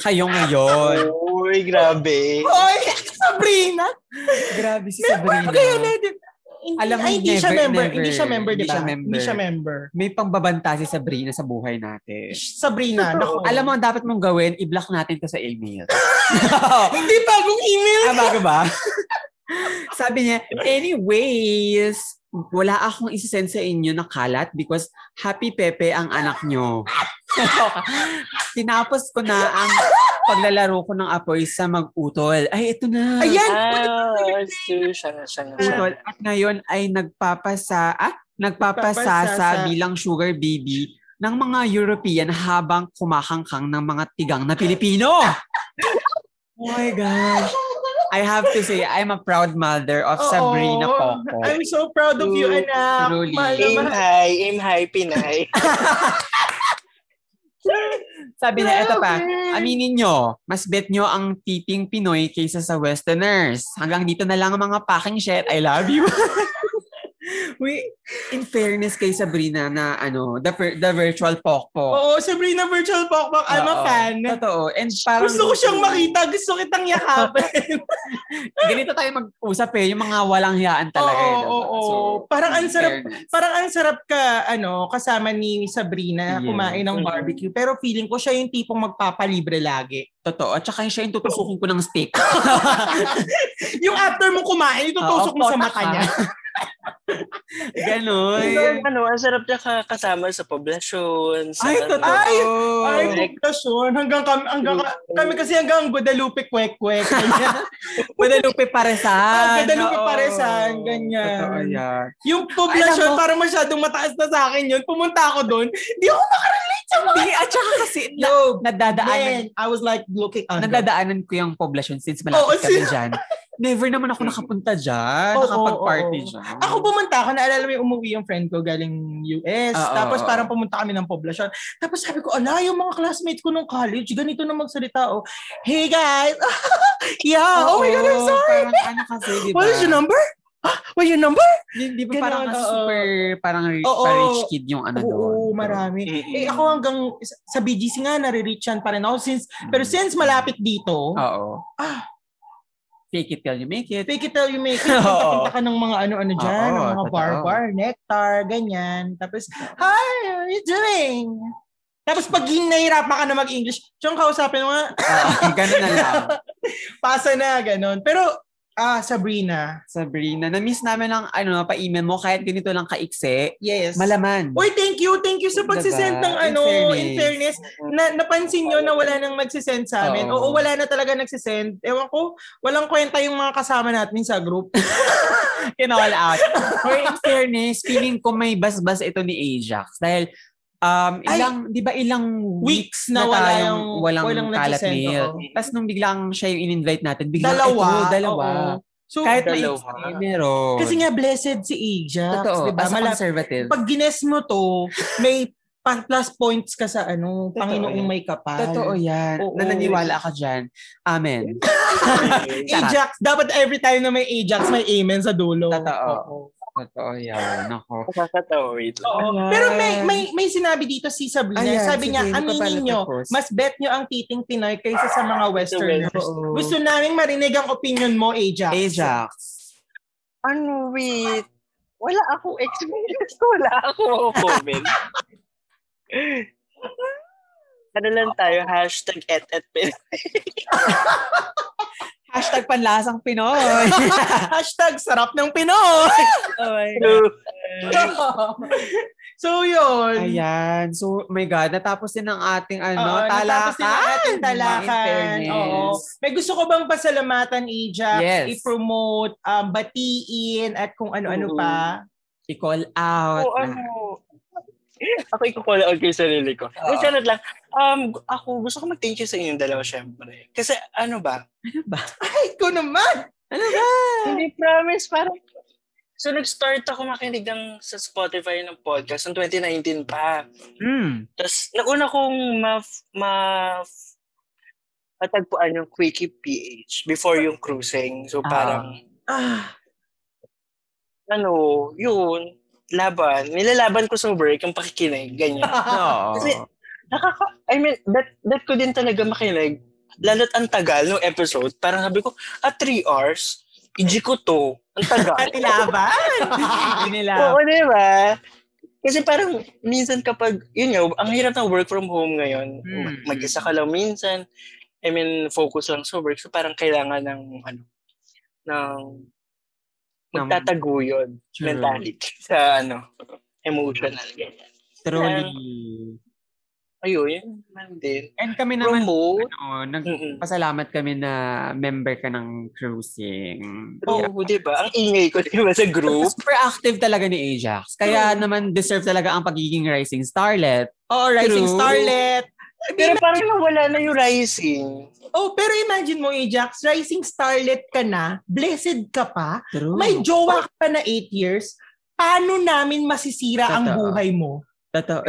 [SPEAKER 2] kayo ngayon.
[SPEAKER 3] Uy, grabe.
[SPEAKER 1] Hoy, Sabrina!
[SPEAKER 2] Grabe si
[SPEAKER 1] Sabrina.
[SPEAKER 2] Sabrina.
[SPEAKER 1] Kaya na, di- hindi,
[SPEAKER 2] Alam mo,
[SPEAKER 1] ay, hindi siya
[SPEAKER 2] never,
[SPEAKER 1] member.
[SPEAKER 2] never.
[SPEAKER 1] Hindi siya member, di
[SPEAKER 2] Hindi
[SPEAKER 1] ba?
[SPEAKER 2] siya member.
[SPEAKER 1] Hindi siya member.
[SPEAKER 2] May pangbabanta si Sabrina sa buhay natin.
[SPEAKER 1] Sabrina, naku.
[SPEAKER 2] Alam mo, ang dapat mong gawin, i-block natin ka sa email.
[SPEAKER 1] hindi bagong email.
[SPEAKER 2] Tama ka ba? Sabi niya, anyways, wala akong isisend sa inyo na kalat because happy Pepe ang anak nyo. Tinapos ko na ang paglalaro ko ng apoy sa mag-utol. Ay, ito na.
[SPEAKER 1] Ayan!
[SPEAKER 3] Ah, so, siya na, siya na, siya na.
[SPEAKER 2] Utol. At ngayon ay nagpapasa, ah,
[SPEAKER 1] Nagpapasasa.
[SPEAKER 2] nagpapasasa bilang sugar baby ng mga European habang kumakangkang ng mga tigang na Pilipino. oh my gosh. I have to say, I'm a proud mother of
[SPEAKER 1] Oo.
[SPEAKER 2] Sabrina Poco.
[SPEAKER 1] I'm so proud of you,
[SPEAKER 3] True,
[SPEAKER 1] anak.
[SPEAKER 2] truly.
[SPEAKER 1] Mahal na
[SPEAKER 3] Aim
[SPEAKER 1] mahal.
[SPEAKER 3] high, aim high, Pinay.
[SPEAKER 2] Sabi niya, eto pa,
[SPEAKER 1] Grabe.
[SPEAKER 2] aminin nyo, mas bet nyo ang titing Pinoy kaysa sa Westerners. Hanggang dito na lang ang mga packing shit. I love you. We, in fairness kay Sabrina na ano, the, vir- the virtual pokpok.
[SPEAKER 1] Oo, Sabrina Virtual Pokpok, I'm a
[SPEAKER 2] Oo.
[SPEAKER 1] fan.
[SPEAKER 2] Totoo. And parang,
[SPEAKER 1] Gusto ko siyang makita. Gusto kitang yakapin.
[SPEAKER 2] Ganito tayo mag-usap eh. Yung mga walang hiyaan
[SPEAKER 1] Oo,
[SPEAKER 2] talaga. eh, diba?
[SPEAKER 1] oo, oo. Parang
[SPEAKER 2] in
[SPEAKER 1] ang sarap-
[SPEAKER 2] fairness.
[SPEAKER 1] Parang ang sarap ka, ano, kasama ni Sabrina
[SPEAKER 2] Yeah.
[SPEAKER 1] kumain ng
[SPEAKER 3] Mm.
[SPEAKER 1] barbecue. Pero feeling ko siya yung tipong magpapalibre lagi.
[SPEAKER 2] Totoo. At saka siya yung tutusukin ko ng steak.
[SPEAKER 1] Yung after mo kumain, itutusok
[SPEAKER 2] Ah. Oo,
[SPEAKER 1] mo sa
[SPEAKER 2] potak
[SPEAKER 1] mata
[SPEAKER 2] ka.
[SPEAKER 1] niya.
[SPEAKER 2] Ganon.
[SPEAKER 3] Pero, ano, ang sarap niya ka- kasama sa poblasyon. Sa,
[SPEAKER 2] Ay, totoo.
[SPEAKER 3] ano,
[SPEAKER 1] Ay, Ay,
[SPEAKER 2] Ay,
[SPEAKER 1] poblasyon. Hanggang kami, hanggang, kami kasi hanggang Guadalupe kwek-kwek. ganyan.
[SPEAKER 2] Guadalupe Paresan.
[SPEAKER 1] Ah, Guadalupe
[SPEAKER 2] Oo.
[SPEAKER 1] Paresan, ganyan.
[SPEAKER 2] Totoo yan.
[SPEAKER 1] yung poblasyon,
[SPEAKER 2] Alam mo-
[SPEAKER 1] parang masyadong mataas na sa akin yun. Pumunta ako doon. Di ako makarelate sa mga...
[SPEAKER 2] Hindi, at saka kasi, na,
[SPEAKER 1] Yo,
[SPEAKER 2] nadadaanan,
[SPEAKER 1] then, I was like looking under.
[SPEAKER 2] nadadaanan ko yung poblasyon since malapit
[SPEAKER 1] Oo,
[SPEAKER 2] kami
[SPEAKER 1] sin-
[SPEAKER 2] dyan. Never naman ako nakapunta dyan.
[SPEAKER 1] Oo,
[SPEAKER 2] nakapag-party
[SPEAKER 1] oo, oo.
[SPEAKER 2] dyan.
[SPEAKER 1] Ako pumunta ako, naalala mo yung umuwi yung friend ko galing US.
[SPEAKER 2] Oo,
[SPEAKER 1] tapos
[SPEAKER 2] Ah, oo.
[SPEAKER 1] parang pumunta kami ng poblasyon. Tapos sabi ko, ala, yung mga classmates ko nung college, ganito na magsalita. Oh. Hey guys! yeah! Oh, my God, I'm
[SPEAKER 2] Oo,
[SPEAKER 1] sorry!
[SPEAKER 2] Parang ano kasi, di ba?
[SPEAKER 1] What is your number? Huh? What your number?
[SPEAKER 2] Di, di
[SPEAKER 1] Ganon,
[SPEAKER 2] ba parang kasi
[SPEAKER 1] oo.
[SPEAKER 2] super, parang ri-
[SPEAKER 1] Oo.
[SPEAKER 2] rich kid yung ano doon.
[SPEAKER 1] Oo, marami.
[SPEAKER 3] Mm-mm.
[SPEAKER 1] Eh, ako hanggang sa BGC nga, nare-reachan pa rin ako. Since,
[SPEAKER 2] Mm.
[SPEAKER 1] pero since malapit dito,
[SPEAKER 2] Oo.
[SPEAKER 1] Ah.
[SPEAKER 2] Fake it till you make it.
[SPEAKER 1] fake it till you make it.
[SPEAKER 2] Oo.
[SPEAKER 1] Punta-punta ka ng mga ano-ano dyan,
[SPEAKER 2] Oo,
[SPEAKER 1] ng mga
[SPEAKER 2] totoo.
[SPEAKER 1] bar-bar, nectar, ganyan. Tapos, hi, how are you doing? Tapos pag nahihirapan ka na mag-English, siyang kausapin mo, nga,
[SPEAKER 2] Oo, Ah, ganun na lang.
[SPEAKER 1] pasa na, ganun. Pero, ah, Sabrina.
[SPEAKER 2] Sabrina, na-miss namin lang, ano, pa-email mo, kahit ganito lang kaikse.
[SPEAKER 1] Yes.
[SPEAKER 2] Malaman.
[SPEAKER 1] Uy, thank you. Thank you sa
[SPEAKER 2] Diba?
[SPEAKER 1] pagsisend ng
[SPEAKER 2] In
[SPEAKER 1] ano,
[SPEAKER 2] fairness.
[SPEAKER 1] in fairness. Na, napansin nyo na wala nang nagsisend sa amin. Oo,
[SPEAKER 2] Oo.
[SPEAKER 1] wala na talaga nagsisend. Ewan ko, walang kwenta yung mga kasama natin sa group.
[SPEAKER 2] kinall out. Or in fairness, feeling ko may basbas ito ni Ajax. Dahil, um,
[SPEAKER 1] Ay,
[SPEAKER 2] ilang, di ba ilang weeks
[SPEAKER 1] Weeks na, wala
[SPEAKER 2] tayong
[SPEAKER 1] yung,
[SPEAKER 2] walang,
[SPEAKER 1] walang
[SPEAKER 2] kalat
[SPEAKER 1] nagsisend.
[SPEAKER 2] mail.
[SPEAKER 1] Oo.
[SPEAKER 2] Tapos nung biglang siya yung in-invite natin, biglang
[SPEAKER 1] Dalawa.
[SPEAKER 2] ito, dalawa.
[SPEAKER 1] oo. So,
[SPEAKER 2] Kahit
[SPEAKER 3] Dalawa.
[SPEAKER 2] may meron.
[SPEAKER 1] kasi nga blessed si Ajax.
[SPEAKER 2] Totoo,
[SPEAKER 1] diba?
[SPEAKER 2] as a
[SPEAKER 1] Malapit
[SPEAKER 2] conservative.
[SPEAKER 1] pag gines mo to, may pa- plus points ka sa ano, Panginoong
[SPEAKER 2] yan.
[SPEAKER 1] may kapal.
[SPEAKER 2] Totoo yan.
[SPEAKER 1] Oo.
[SPEAKER 2] Nananiwala ka dyan. Amen. Charot.
[SPEAKER 1] Ajax, dapat every time na may Ajax, may amen sa dulo.
[SPEAKER 2] Totoo.
[SPEAKER 1] Oo.
[SPEAKER 2] Totoo yan. Ako.
[SPEAKER 3] Nakakatawa, wait lang.
[SPEAKER 1] Oo.
[SPEAKER 2] Ayan.
[SPEAKER 1] Pero may, may may sinabi dito si Sabrina,
[SPEAKER 2] Ayan,
[SPEAKER 1] sabi
[SPEAKER 2] sige,
[SPEAKER 1] niya,
[SPEAKER 2] hindi ko pala
[SPEAKER 1] aminin nyo,
[SPEAKER 2] tapos."
[SPEAKER 1] mas bet nyo ang titing Pinoy kaysa sa mga Westerners.
[SPEAKER 2] Oo.
[SPEAKER 1] Gusto naming marinig ang opinion mo, Ajax.
[SPEAKER 2] Ajax.
[SPEAKER 3] Ano, wait. Wala akong experience. Wala akong comment. ano lang tayo, hashtag et et pin.
[SPEAKER 2] Hashtag panlasang Pinoy.
[SPEAKER 1] Hashtag sarap ng Pinoy!
[SPEAKER 3] True.
[SPEAKER 1] So, yun.
[SPEAKER 2] Ayan. So, my God, natapos din ang ating
[SPEAKER 1] Oo,
[SPEAKER 2] ano,
[SPEAKER 1] natapos din ang
[SPEAKER 2] talakan.
[SPEAKER 1] ating talakan.
[SPEAKER 2] In fairness.
[SPEAKER 1] Oo. May gusto ko bang pasalamatan, Ajax?
[SPEAKER 2] Yes.
[SPEAKER 1] I-promote, um, batiin, at kung ano-ano
[SPEAKER 3] Oo.
[SPEAKER 1] pa.
[SPEAKER 2] I-call out.
[SPEAKER 3] Oo,
[SPEAKER 2] na.
[SPEAKER 3] ano. Ako i-call out kay sarili ko.
[SPEAKER 2] Oo.
[SPEAKER 3] Uh, Charot lang. Um, ako, gusto ko mag-thank you sa inyong dalawa, syempre. Kasi ano ba?
[SPEAKER 1] Ay, ko naman!
[SPEAKER 3] Hindi promise, parang... So, nag-start ako makinig ng, sa Spotify ng podcast noong 2019 pa.
[SPEAKER 2] Mm.
[SPEAKER 3] Tapos, nauna kong ma... ma matagpuan yung Quickie PH before yung cruising. So,
[SPEAKER 2] Ah.
[SPEAKER 3] parang,
[SPEAKER 1] Ah,
[SPEAKER 3] ano, yun, laban. Nilalaban ko sa work yung pakikinig, ganyan.
[SPEAKER 2] Oo.
[SPEAKER 3] Kasi- nakaka I mean that that ko din talaga makinig lalo't ang tagal ng episode parang sabi ko at 3 hours iji ko to ang tagal
[SPEAKER 1] katilaban! Katilaban.
[SPEAKER 3] oo di ba kasi parang minsan kapag yun nga ang hirap ng work from home ngayon
[SPEAKER 2] Mm.
[SPEAKER 3] mag- isa ka lang minsan I mean focus lang sa work so parang kailangan ng ano ng magtataguyod
[SPEAKER 2] True.
[SPEAKER 3] mentality sa ano emotional ganyan
[SPEAKER 2] Truly.
[SPEAKER 3] ayun yun man din
[SPEAKER 2] And kami naman,
[SPEAKER 3] promote
[SPEAKER 2] ano, nag-
[SPEAKER 3] Mm-mm.
[SPEAKER 2] pasalamat kami na member ka ng cruising.
[SPEAKER 3] Oo, di ba? Ang ingay ko, di ba, sa group?
[SPEAKER 2] Super active talaga ni Ajax. Kaya naman deserve talaga ang pagiging rising starlet.
[SPEAKER 1] Oo, Rising
[SPEAKER 2] True.
[SPEAKER 1] Starlet.
[SPEAKER 3] Pero parang nawala na yung rising.
[SPEAKER 1] Oh, pero imagine mo, Ajax, rising starlet ka na, blessed ka pa,
[SPEAKER 2] True.
[SPEAKER 1] may jowa ka pa na 8 years, paano namin masisira ang
[SPEAKER 2] Totoo.
[SPEAKER 1] buhay mo?
[SPEAKER 2] Totoo.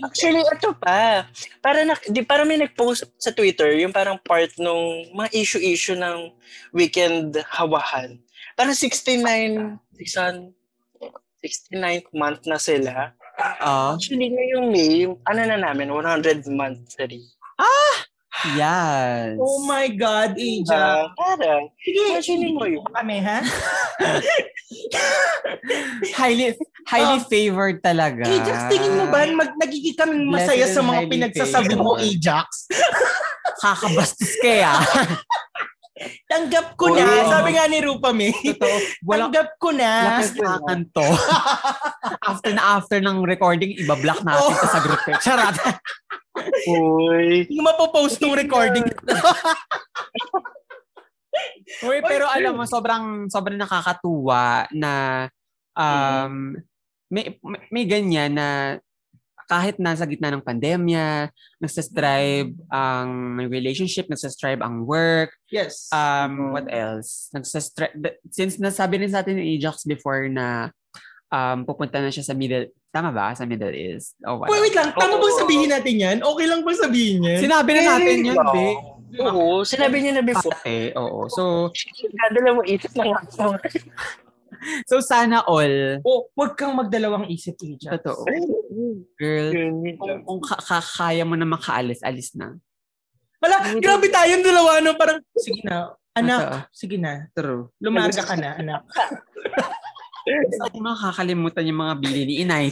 [SPEAKER 3] Actually, ito pa. Para na, di, parang may nag-post sa Twitter, yung parang part nung mga issue-issue ng weekend hawahan. Parang 69, 69 69th month na sila.
[SPEAKER 2] Oo.
[SPEAKER 3] Actually, ngayong May, yung, ano na namin, 100 month na rin.
[SPEAKER 2] Yes.
[SPEAKER 1] Oh my God, Ajax.
[SPEAKER 2] Diba?
[SPEAKER 3] Ah, parang,
[SPEAKER 1] Sige,
[SPEAKER 3] imagine mo yun.
[SPEAKER 1] kami ha?
[SPEAKER 2] Highly, highly favored talaga.
[SPEAKER 1] Ajax, tingin mo ba mag, nagiging kaming masaya
[SPEAKER 2] Blessed
[SPEAKER 1] sa
[SPEAKER 2] and
[SPEAKER 1] mga
[SPEAKER 2] highly
[SPEAKER 1] pinagsasabi mo, eh,
[SPEAKER 2] favored.
[SPEAKER 1] Ajax?
[SPEAKER 2] Kakabastos kaya.
[SPEAKER 1] Tanggap ko na.
[SPEAKER 3] Oo.
[SPEAKER 1] Sabi nga ni Rupa May.
[SPEAKER 2] Totoo. Walang
[SPEAKER 1] Tanggap ko na.
[SPEAKER 2] lakas to. after na after ng recording, ibablock natin to sa group. eh. Charot.
[SPEAKER 3] Uy.
[SPEAKER 1] Hindi ko mapopost ng recording.
[SPEAKER 2] Uy, pero alam mo, sobrang, sobrang nakakatuwa na um, may, may, may ganyan na kahit nasa gitna ng pandemya, nagsastrive ang relationship, nagsastrive ang work,
[SPEAKER 1] Yes.
[SPEAKER 2] um, what else? Nagsastrive, since nasabi rin sa atin ni Ajax before na um, pupunta na siya sa Middle, tama ba? Sa Middle East? Oh,
[SPEAKER 1] Wait, wait lang. Tama
[SPEAKER 3] Oo.
[SPEAKER 1] bang sabihin natin yan? Okay lang bang sabihin yan?
[SPEAKER 2] Sinabi na natin yun, Ah. Vic.
[SPEAKER 3] Oo, sinabi niya na before.
[SPEAKER 2] Pate, oo. So,
[SPEAKER 3] Dadala mo isip na nga ako.
[SPEAKER 2] so sana all,
[SPEAKER 1] Oh, wag kang magdalawang isip, Ajax.
[SPEAKER 2] totoo. Girl,
[SPEAKER 3] Yun, yun
[SPEAKER 2] kung,
[SPEAKER 3] lang.
[SPEAKER 2] kung ka- ka- kaya mo na makaalis, alis na.
[SPEAKER 1] Wala, grabe tayong dalawa, no? Parang, sige na, anak,
[SPEAKER 2] Totoo.
[SPEAKER 1] sige na.
[SPEAKER 2] True.
[SPEAKER 1] Lumarga ka na, anak.
[SPEAKER 2] Saan mo makakalimutan yung mga bili ni inay?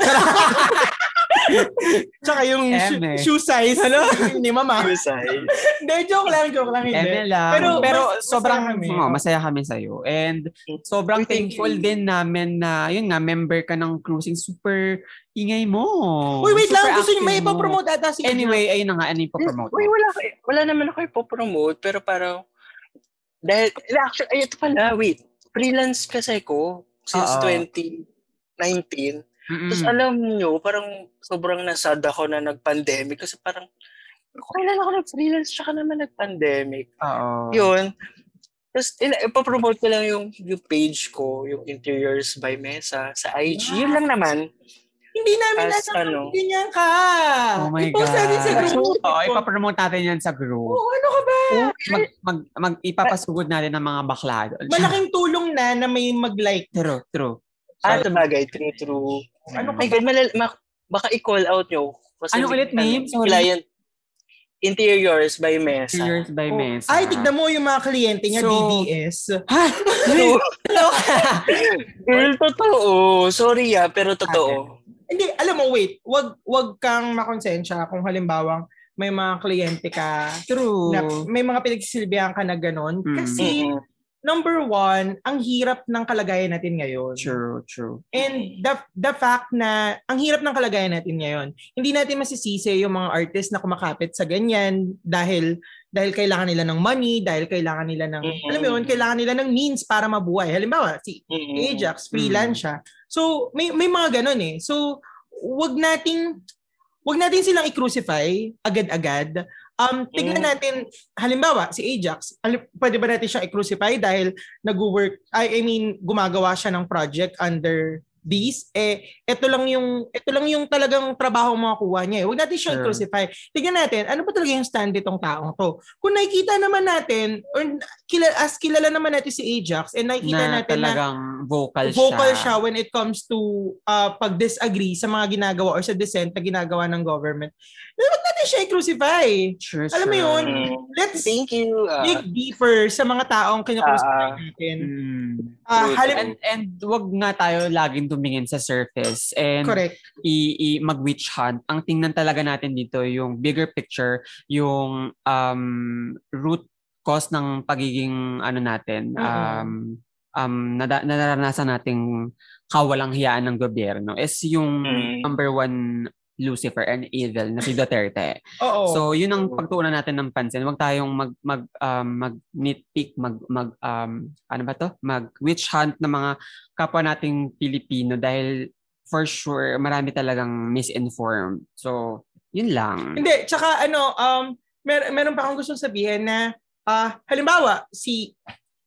[SPEAKER 1] Tsaka yung
[SPEAKER 2] M,
[SPEAKER 1] shoe-
[SPEAKER 2] eh.
[SPEAKER 1] shoe size ano? ni mama.
[SPEAKER 3] Suicide.
[SPEAKER 1] Hindi, joke lang, joke lang. Hindi.
[SPEAKER 2] Eme lang.
[SPEAKER 1] Pero,
[SPEAKER 2] Pero,
[SPEAKER 1] mas-
[SPEAKER 2] sobrang
[SPEAKER 1] masaya kami.
[SPEAKER 2] masaya kami. masaya kami sa'yo. And sobrang
[SPEAKER 3] Uy, thank
[SPEAKER 2] thankful
[SPEAKER 3] you.
[SPEAKER 2] din namin na, yun nga, member ka ng cruising. Super ingay mo.
[SPEAKER 1] Uy,
[SPEAKER 2] eh.
[SPEAKER 1] wait lang, gusto niyo,
[SPEAKER 2] niyo
[SPEAKER 1] may ipapromote ata si
[SPEAKER 2] Anyway, ayun na nga, ano yung papromote
[SPEAKER 3] Uy,
[SPEAKER 2] mo?
[SPEAKER 3] wala, ko- wala naman ako ipopromote, pero parang, dahil, eh, actually, ay, ito pala, wait. Freelance kasi ko since
[SPEAKER 2] Oo. Hmm.
[SPEAKER 3] 2019.
[SPEAKER 2] Mm-mm.
[SPEAKER 3] Tapos
[SPEAKER 1] ano?
[SPEAKER 3] alam nyo, parang sobrang nasad ako na nag-pandemic kasi parang, kailan ako nag-freelance tsaka naman nag-pandemic.
[SPEAKER 2] Oo.
[SPEAKER 3] Yun. Tapos, ina- ipapromote ko lang yung, yung page ko, yung Interiors by Mesa sa IG. Yun lang naman.
[SPEAKER 1] Hindi namin
[SPEAKER 3] As
[SPEAKER 1] nasa
[SPEAKER 3] ano?
[SPEAKER 1] ano? ganyan ka.
[SPEAKER 2] Oh my
[SPEAKER 1] I-post natin sa
[SPEAKER 2] God.
[SPEAKER 1] group.
[SPEAKER 2] Oo, ipapromote natin yan sa group.
[SPEAKER 1] Oo, ano ka ba?
[SPEAKER 2] Mag, mag, mag, ipapasugod natin ng mga bakla. doon.
[SPEAKER 1] Malaking tulong na na may mag-like.
[SPEAKER 2] True, true.
[SPEAKER 3] Ah, sabagay. True, true.
[SPEAKER 1] Ano
[SPEAKER 3] My God, malal- ma- baka i-call out nyo. Kasi
[SPEAKER 2] Ano ulit,
[SPEAKER 3] may-
[SPEAKER 2] name? Sorry.
[SPEAKER 3] Client. Interiors by Mesa.
[SPEAKER 2] Years by Mesa.
[SPEAKER 1] Oh. Ay, tignan mo yung mga kliyente niya,
[SPEAKER 2] So-
[SPEAKER 1] DDS.
[SPEAKER 2] Ha?
[SPEAKER 3] True. Girl, totoo. Sorry ah, pero totoo.
[SPEAKER 1] Hindi, alam mo, wait. Wag, wag kang makonsensya kung halimbawang may mga kliyente ka
[SPEAKER 2] True.
[SPEAKER 1] na may mga pinagsisilbihan ka na gano'n.
[SPEAKER 2] Mm.
[SPEAKER 1] Kasi
[SPEAKER 3] Mm-mm.
[SPEAKER 1] number one, ang hirap ng kalagayan natin ngayon.
[SPEAKER 2] True, true.
[SPEAKER 1] And the, the fact na ang hirap ng kalagayan natin ngayon, hindi natin masisisi yung mga artist na kumakapit sa ganyan dahil dahil kailangan nila ng money, dahil kailangan nila ng,
[SPEAKER 3] Mhm.
[SPEAKER 1] alam mo yun, kailangan nila ng means para mabuhay. Halimbawa, si
[SPEAKER 2] Mm-hmm.
[SPEAKER 1] Ajax, freelance siya. So, may, may mga ganun eh. So, wag nating wag natin silang i-crucify agad-agad. Um, tignan
[SPEAKER 2] Mm-hmm.
[SPEAKER 3] Mm.
[SPEAKER 1] natin, halimbawa, si Ajax, alim- pwede ba natin siya i-crucify dahil nag-work, I, I mean, gumagawa siya ng project under these, eh, ito lang yung, ito lang yung talagang trabaho makakuha niya. eh. Huwag natin siya
[SPEAKER 2] Sure.
[SPEAKER 1] i-crucify. Tignan natin, ano ba talaga yung stand nitong taong to? Kung nakikita naman natin, or kila, as kilala naman natin si Ajax, and nakikita
[SPEAKER 2] Na
[SPEAKER 1] natin na
[SPEAKER 2] talagang vocal,
[SPEAKER 1] vocal
[SPEAKER 2] siya.
[SPEAKER 1] siya when it comes to uh, pag-disagree sa mga ginagawa or sa dissent na ginagawa ng government. Eh, Huwag natin siya i-crucify.
[SPEAKER 2] True,
[SPEAKER 1] Alam mo
[SPEAKER 2] sure.
[SPEAKER 1] yun? Let's
[SPEAKER 3] Thank you.
[SPEAKER 2] uh,
[SPEAKER 3] ah.
[SPEAKER 1] dig deeper sa mga taong kinukrucify
[SPEAKER 3] Ah, ah.
[SPEAKER 1] natin.
[SPEAKER 2] Mm.
[SPEAKER 1] Ah,
[SPEAKER 3] True,
[SPEAKER 1] halim-
[SPEAKER 2] uh, And, and wag nga tayo laging tumingin sa surface. And
[SPEAKER 1] correct.
[SPEAKER 2] i, i mag witch hunt ang tingnan talaga natin dito yung bigger picture yung um root cause ng pagiging ano natin
[SPEAKER 1] Oo.
[SPEAKER 2] um um nada- nararanasan nating kawalang hiyaan ng gobyerno is yung
[SPEAKER 3] Mm.
[SPEAKER 2] number one Lucifer and evil na si Duterte.
[SPEAKER 1] Oo.
[SPEAKER 2] So yun ang pagtuunan natin ng pansin. Huwag tayong mag mag um, mag nitpick, mag mag um, ano ba to? Mag witch hunt ng mga kapwa nating Pilipino dahil for sure marami talagang misinformed. So yun lang.
[SPEAKER 1] Hindi, tsaka ano, um, mer- meron pa akong gustong sabihin na, ah, halimbawa, si,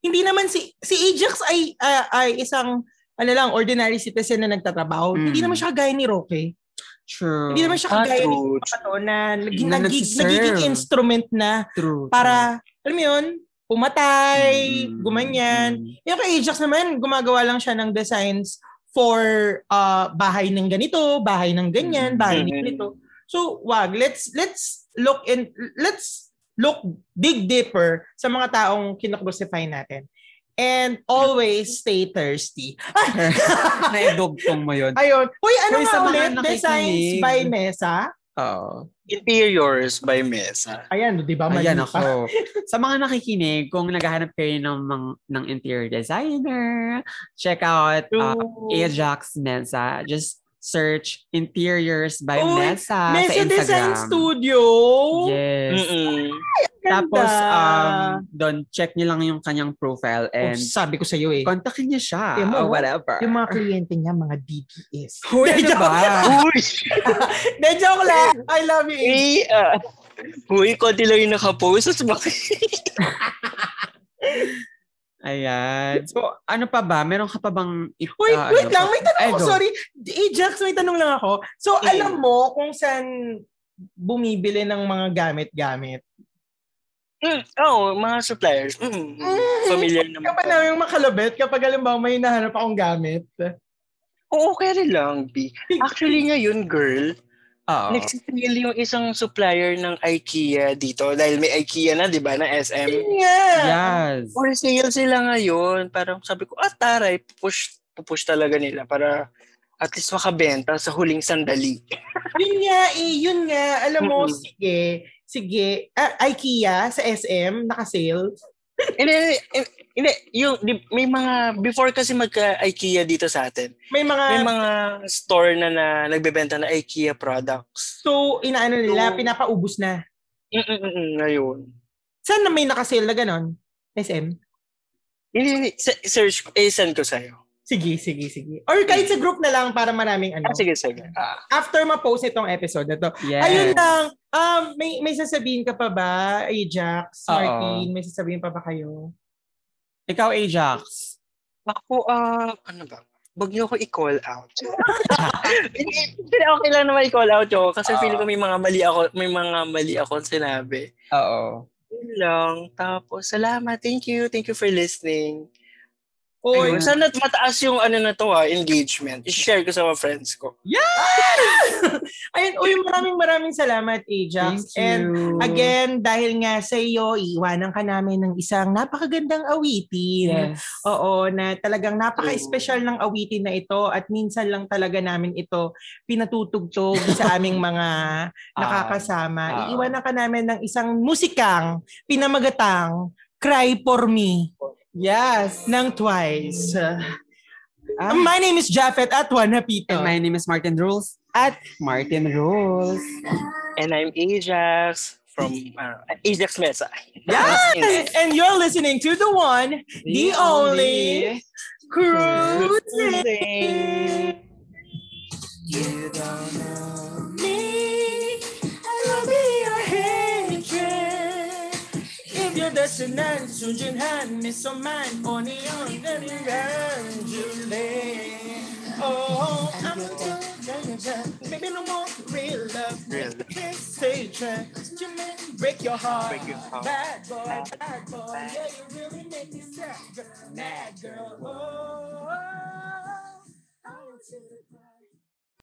[SPEAKER 1] hindi naman si, si Ajax ay, ah, ay isang, ano lang, ordinary citizen na nagtatrabaho.
[SPEAKER 2] Mm.
[SPEAKER 1] Hindi naman siya kagaya ni Roque.
[SPEAKER 2] True.
[SPEAKER 1] Hindi naman siya
[SPEAKER 3] Ah,
[SPEAKER 1] kagaya ni
[SPEAKER 3] true.
[SPEAKER 1] ano, na, naging-
[SPEAKER 2] Na
[SPEAKER 1] nagiging-
[SPEAKER 2] nagsiserve.
[SPEAKER 1] nagiging instrument na
[SPEAKER 2] true.
[SPEAKER 1] para, Mm. alam mo yun, pumatay,
[SPEAKER 2] Mm,
[SPEAKER 1] gumanyan.
[SPEAKER 2] mm.
[SPEAKER 1] Yung kay Ajax naman, gumagawa lang siya ng designs for ah, bahay ng ganito, bahay ng ganyan,
[SPEAKER 2] Mm.
[SPEAKER 1] bahay ng
[SPEAKER 3] Mm.
[SPEAKER 1] ganito. So, wag. Let's let's look and let's look dig deeper sa mga taong kinocrucify natin. And always stay thirsty.
[SPEAKER 2] Naidugtong mo yun.
[SPEAKER 1] Ayun. Uy, ano
[SPEAKER 2] Uy,
[SPEAKER 1] nga
[SPEAKER 2] sa mga
[SPEAKER 1] ulit?
[SPEAKER 2] nakikinig.
[SPEAKER 1] Designs by Mesa?
[SPEAKER 2] Oo.
[SPEAKER 3] Interiors by Mesa.
[SPEAKER 1] Ayan, di ba? Mali pa.
[SPEAKER 2] Ayan ako. Sa mga nakikinig, kung naghahanap kayo ng, mga- ng interior designer, check out uh, Ajax Mensa. Just search Interiors by
[SPEAKER 1] Uy,
[SPEAKER 2] Mensa sa
[SPEAKER 1] Mesa
[SPEAKER 2] Instagram.
[SPEAKER 1] Design Studio.
[SPEAKER 2] Yes.
[SPEAKER 3] Mm-mm.
[SPEAKER 1] Ganda.
[SPEAKER 2] Tapos, um, doon, check niyo lang yung kanyang profile
[SPEAKER 1] Oh,
[SPEAKER 2] and
[SPEAKER 1] sabi ko sa iyo eh.
[SPEAKER 2] kontakin niyo siya
[SPEAKER 1] Yung mga-
[SPEAKER 2] or whatever.
[SPEAKER 1] Yung mga kliyente niya, mga DPS.
[SPEAKER 2] Hoy,
[SPEAKER 1] Hindi,
[SPEAKER 2] ano
[SPEAKER 1] joke.
[SPEAKER 2] ba?
[SPEAKER 3] Uy!
[SPEAKER 1] De, joke lang. I love you. Ace.
[SPEAKER 3] Eh, ah. Uy, konti lang yung nakapost. Tapos bakit?
[SPEAKER 2] Ayan. So, ano pa ba? Meron ka pa bang... i-
[SPEAKER 1] Wait,
[SPEAKER 2] ah,
[SPEAKER 1] wait
[SPEAKER 2] ano
[SPEAKER 1] lang.
[SPEAKER 2] pa?
[SPEAKER 1] May tanong
[SPEAKER 2] Ay,
[SPEAKER 1] ako.
[SPEAKER 2] go.
[SPEAKER 1] Sorry. Ajax, may tanong lang ako. So,
[SPEAKER 3] Eh.
[SPEAKER 1] alam mo kung saan bumibili ng mga gamit-gamit.
[SPEAKER 3] Mm, Oo, mga suppliers. Mm,
[SPEAKER 1] Mm.
[SPEAKER 3] familiar naman.
[SPEAKER 1] Kapag namin yung makalabit, kapag alam ba, may hinahanap akong gamit.
[SPEAKER 3] Oo, kaya lang, B. Actually ngayon, girl,
[SPEAKER 2] Oo.
[SPEAKER 3] nagsisale yung isang supplier ng IKEA dito. Dahil may IKEA na, di ba, na SM.
[SPEAKER 1] Yeah.
[SPEAKER 2] Yes.
[SPEAKER 3] For sale sila ngayon. Parang sabi ko, ah, taray, push, push talaga nila para at least makabenta sa huling sandali.
[SPEAKER 1] Yun nga eh. Yun nga. Alam mo,
[SPEAKER 3] Mm-mm.
[SPEAKER 1] sige. Sige. Ah, IKEA sa SM, naka-sale.
[SPEAKER 3] Hindi, hindi, eh, hindi, yung, di- may mga, before kasi magka-IKEA dito sa atin,
[SPEAKER 1] May mga,
[SPEAKER 3] may mga store na, na nagbebenta na IKEA products.
[SPEAKER 1] so, inaano nila,
[SPEAKER 3] So-
[SPEAKER 1] pinapaubos na.
[SPEAKER 3] Mm-mm-mm, ngayon.
[SPEAKER 1] Saan na may naka-sale na ganon? SM?
[SPEAKER 3] Hindi, hindi, se- search, eh, send ko sa'yo.
[SPEAKER 1] Sige, sige, sige. Or kahit sa group na lang para maraming ano.
[SPEAKER 3] Ah, sige, sige. Ah.
[SPEAKER 1] After ma-post itong episode na to.
[SPEAKER 2] Yes.
[SPEAKER 1] Ayun lang. Um, may, may sasabihin ka pa ba, Ajax,
[SPEAKER 2] Oo.
[SPEAKER 1] Martin? May sasabihin pa ba kayo?
[SPEAKER 2] Ikaw, Ajax.
[SPEAKER 3] Ako, ah, ano ba? Huwag niyo ako i-call out. eh. Hindi, Pero okay lang naman i-call out ako kasi
[SPEAKER 2] Ah.
[SPEAKER 3] feeling ko may mga mali ako, may mga mali ako sinabi.
[SPEAKER 2] Oo.
[SPEAKER 3] Yun lang. Tapos, salamat. Thank you. Thank you for listening.
[SPEAKER 1] Oy,
[SPEAKER 3] Ayun, sana mataas yung ano na to ah, engagement. I-share ko sa mga friends ko.
[SPEAKER 1] ayun, uy, maraming maraming salamat, Ajax. And again, dahil nga sa iyo, iiwanan ka namin ng isang napakagandang awitin.
[SPEAKER 2] yes.
[SPEAKER 1] Oo, na talagang napaka-special ng awitin na ito at minsan lang talaga namin ito pinatutugtog sa aming mga nakakasama.
[SPEAKER 2] ah.
[SPEAKER 1] Iiwanan ka namin ng isang musikang, pinamagatang, Cry For Me.
[SPEAKER 2] Yes.
[SPEAKER 1] ng Twice. Um,
[SPEAKER 2] Ah.
[SPEAKER 1] My name is Japheth at Juan Hapito.
[SPEAKER 2] And my name is Martin Rules at Martin Rules.
[SPEAKER 3] And I'm Ajax from uh, Ajax Mesa.
[SPEAKER 1] Yes! And you're listening to the one, the only, Cruising. me. I will be your hatred. If you're destined to join hand, me some man on the young and evangelist. Oh, I'm a danger, baby, no more real love.
[SPEAKER 3] Real love.
[SPEAKER 1] Can't stay trapped. You may break your heart.
[SPEAKER 3] Break your heart.
[SPEAKER 1] Bad boy, bad boy,
[SPEAKER 3] Bad.
[SPEAKER 1] yeah, you really make me sad. girl. Mad girl, oh.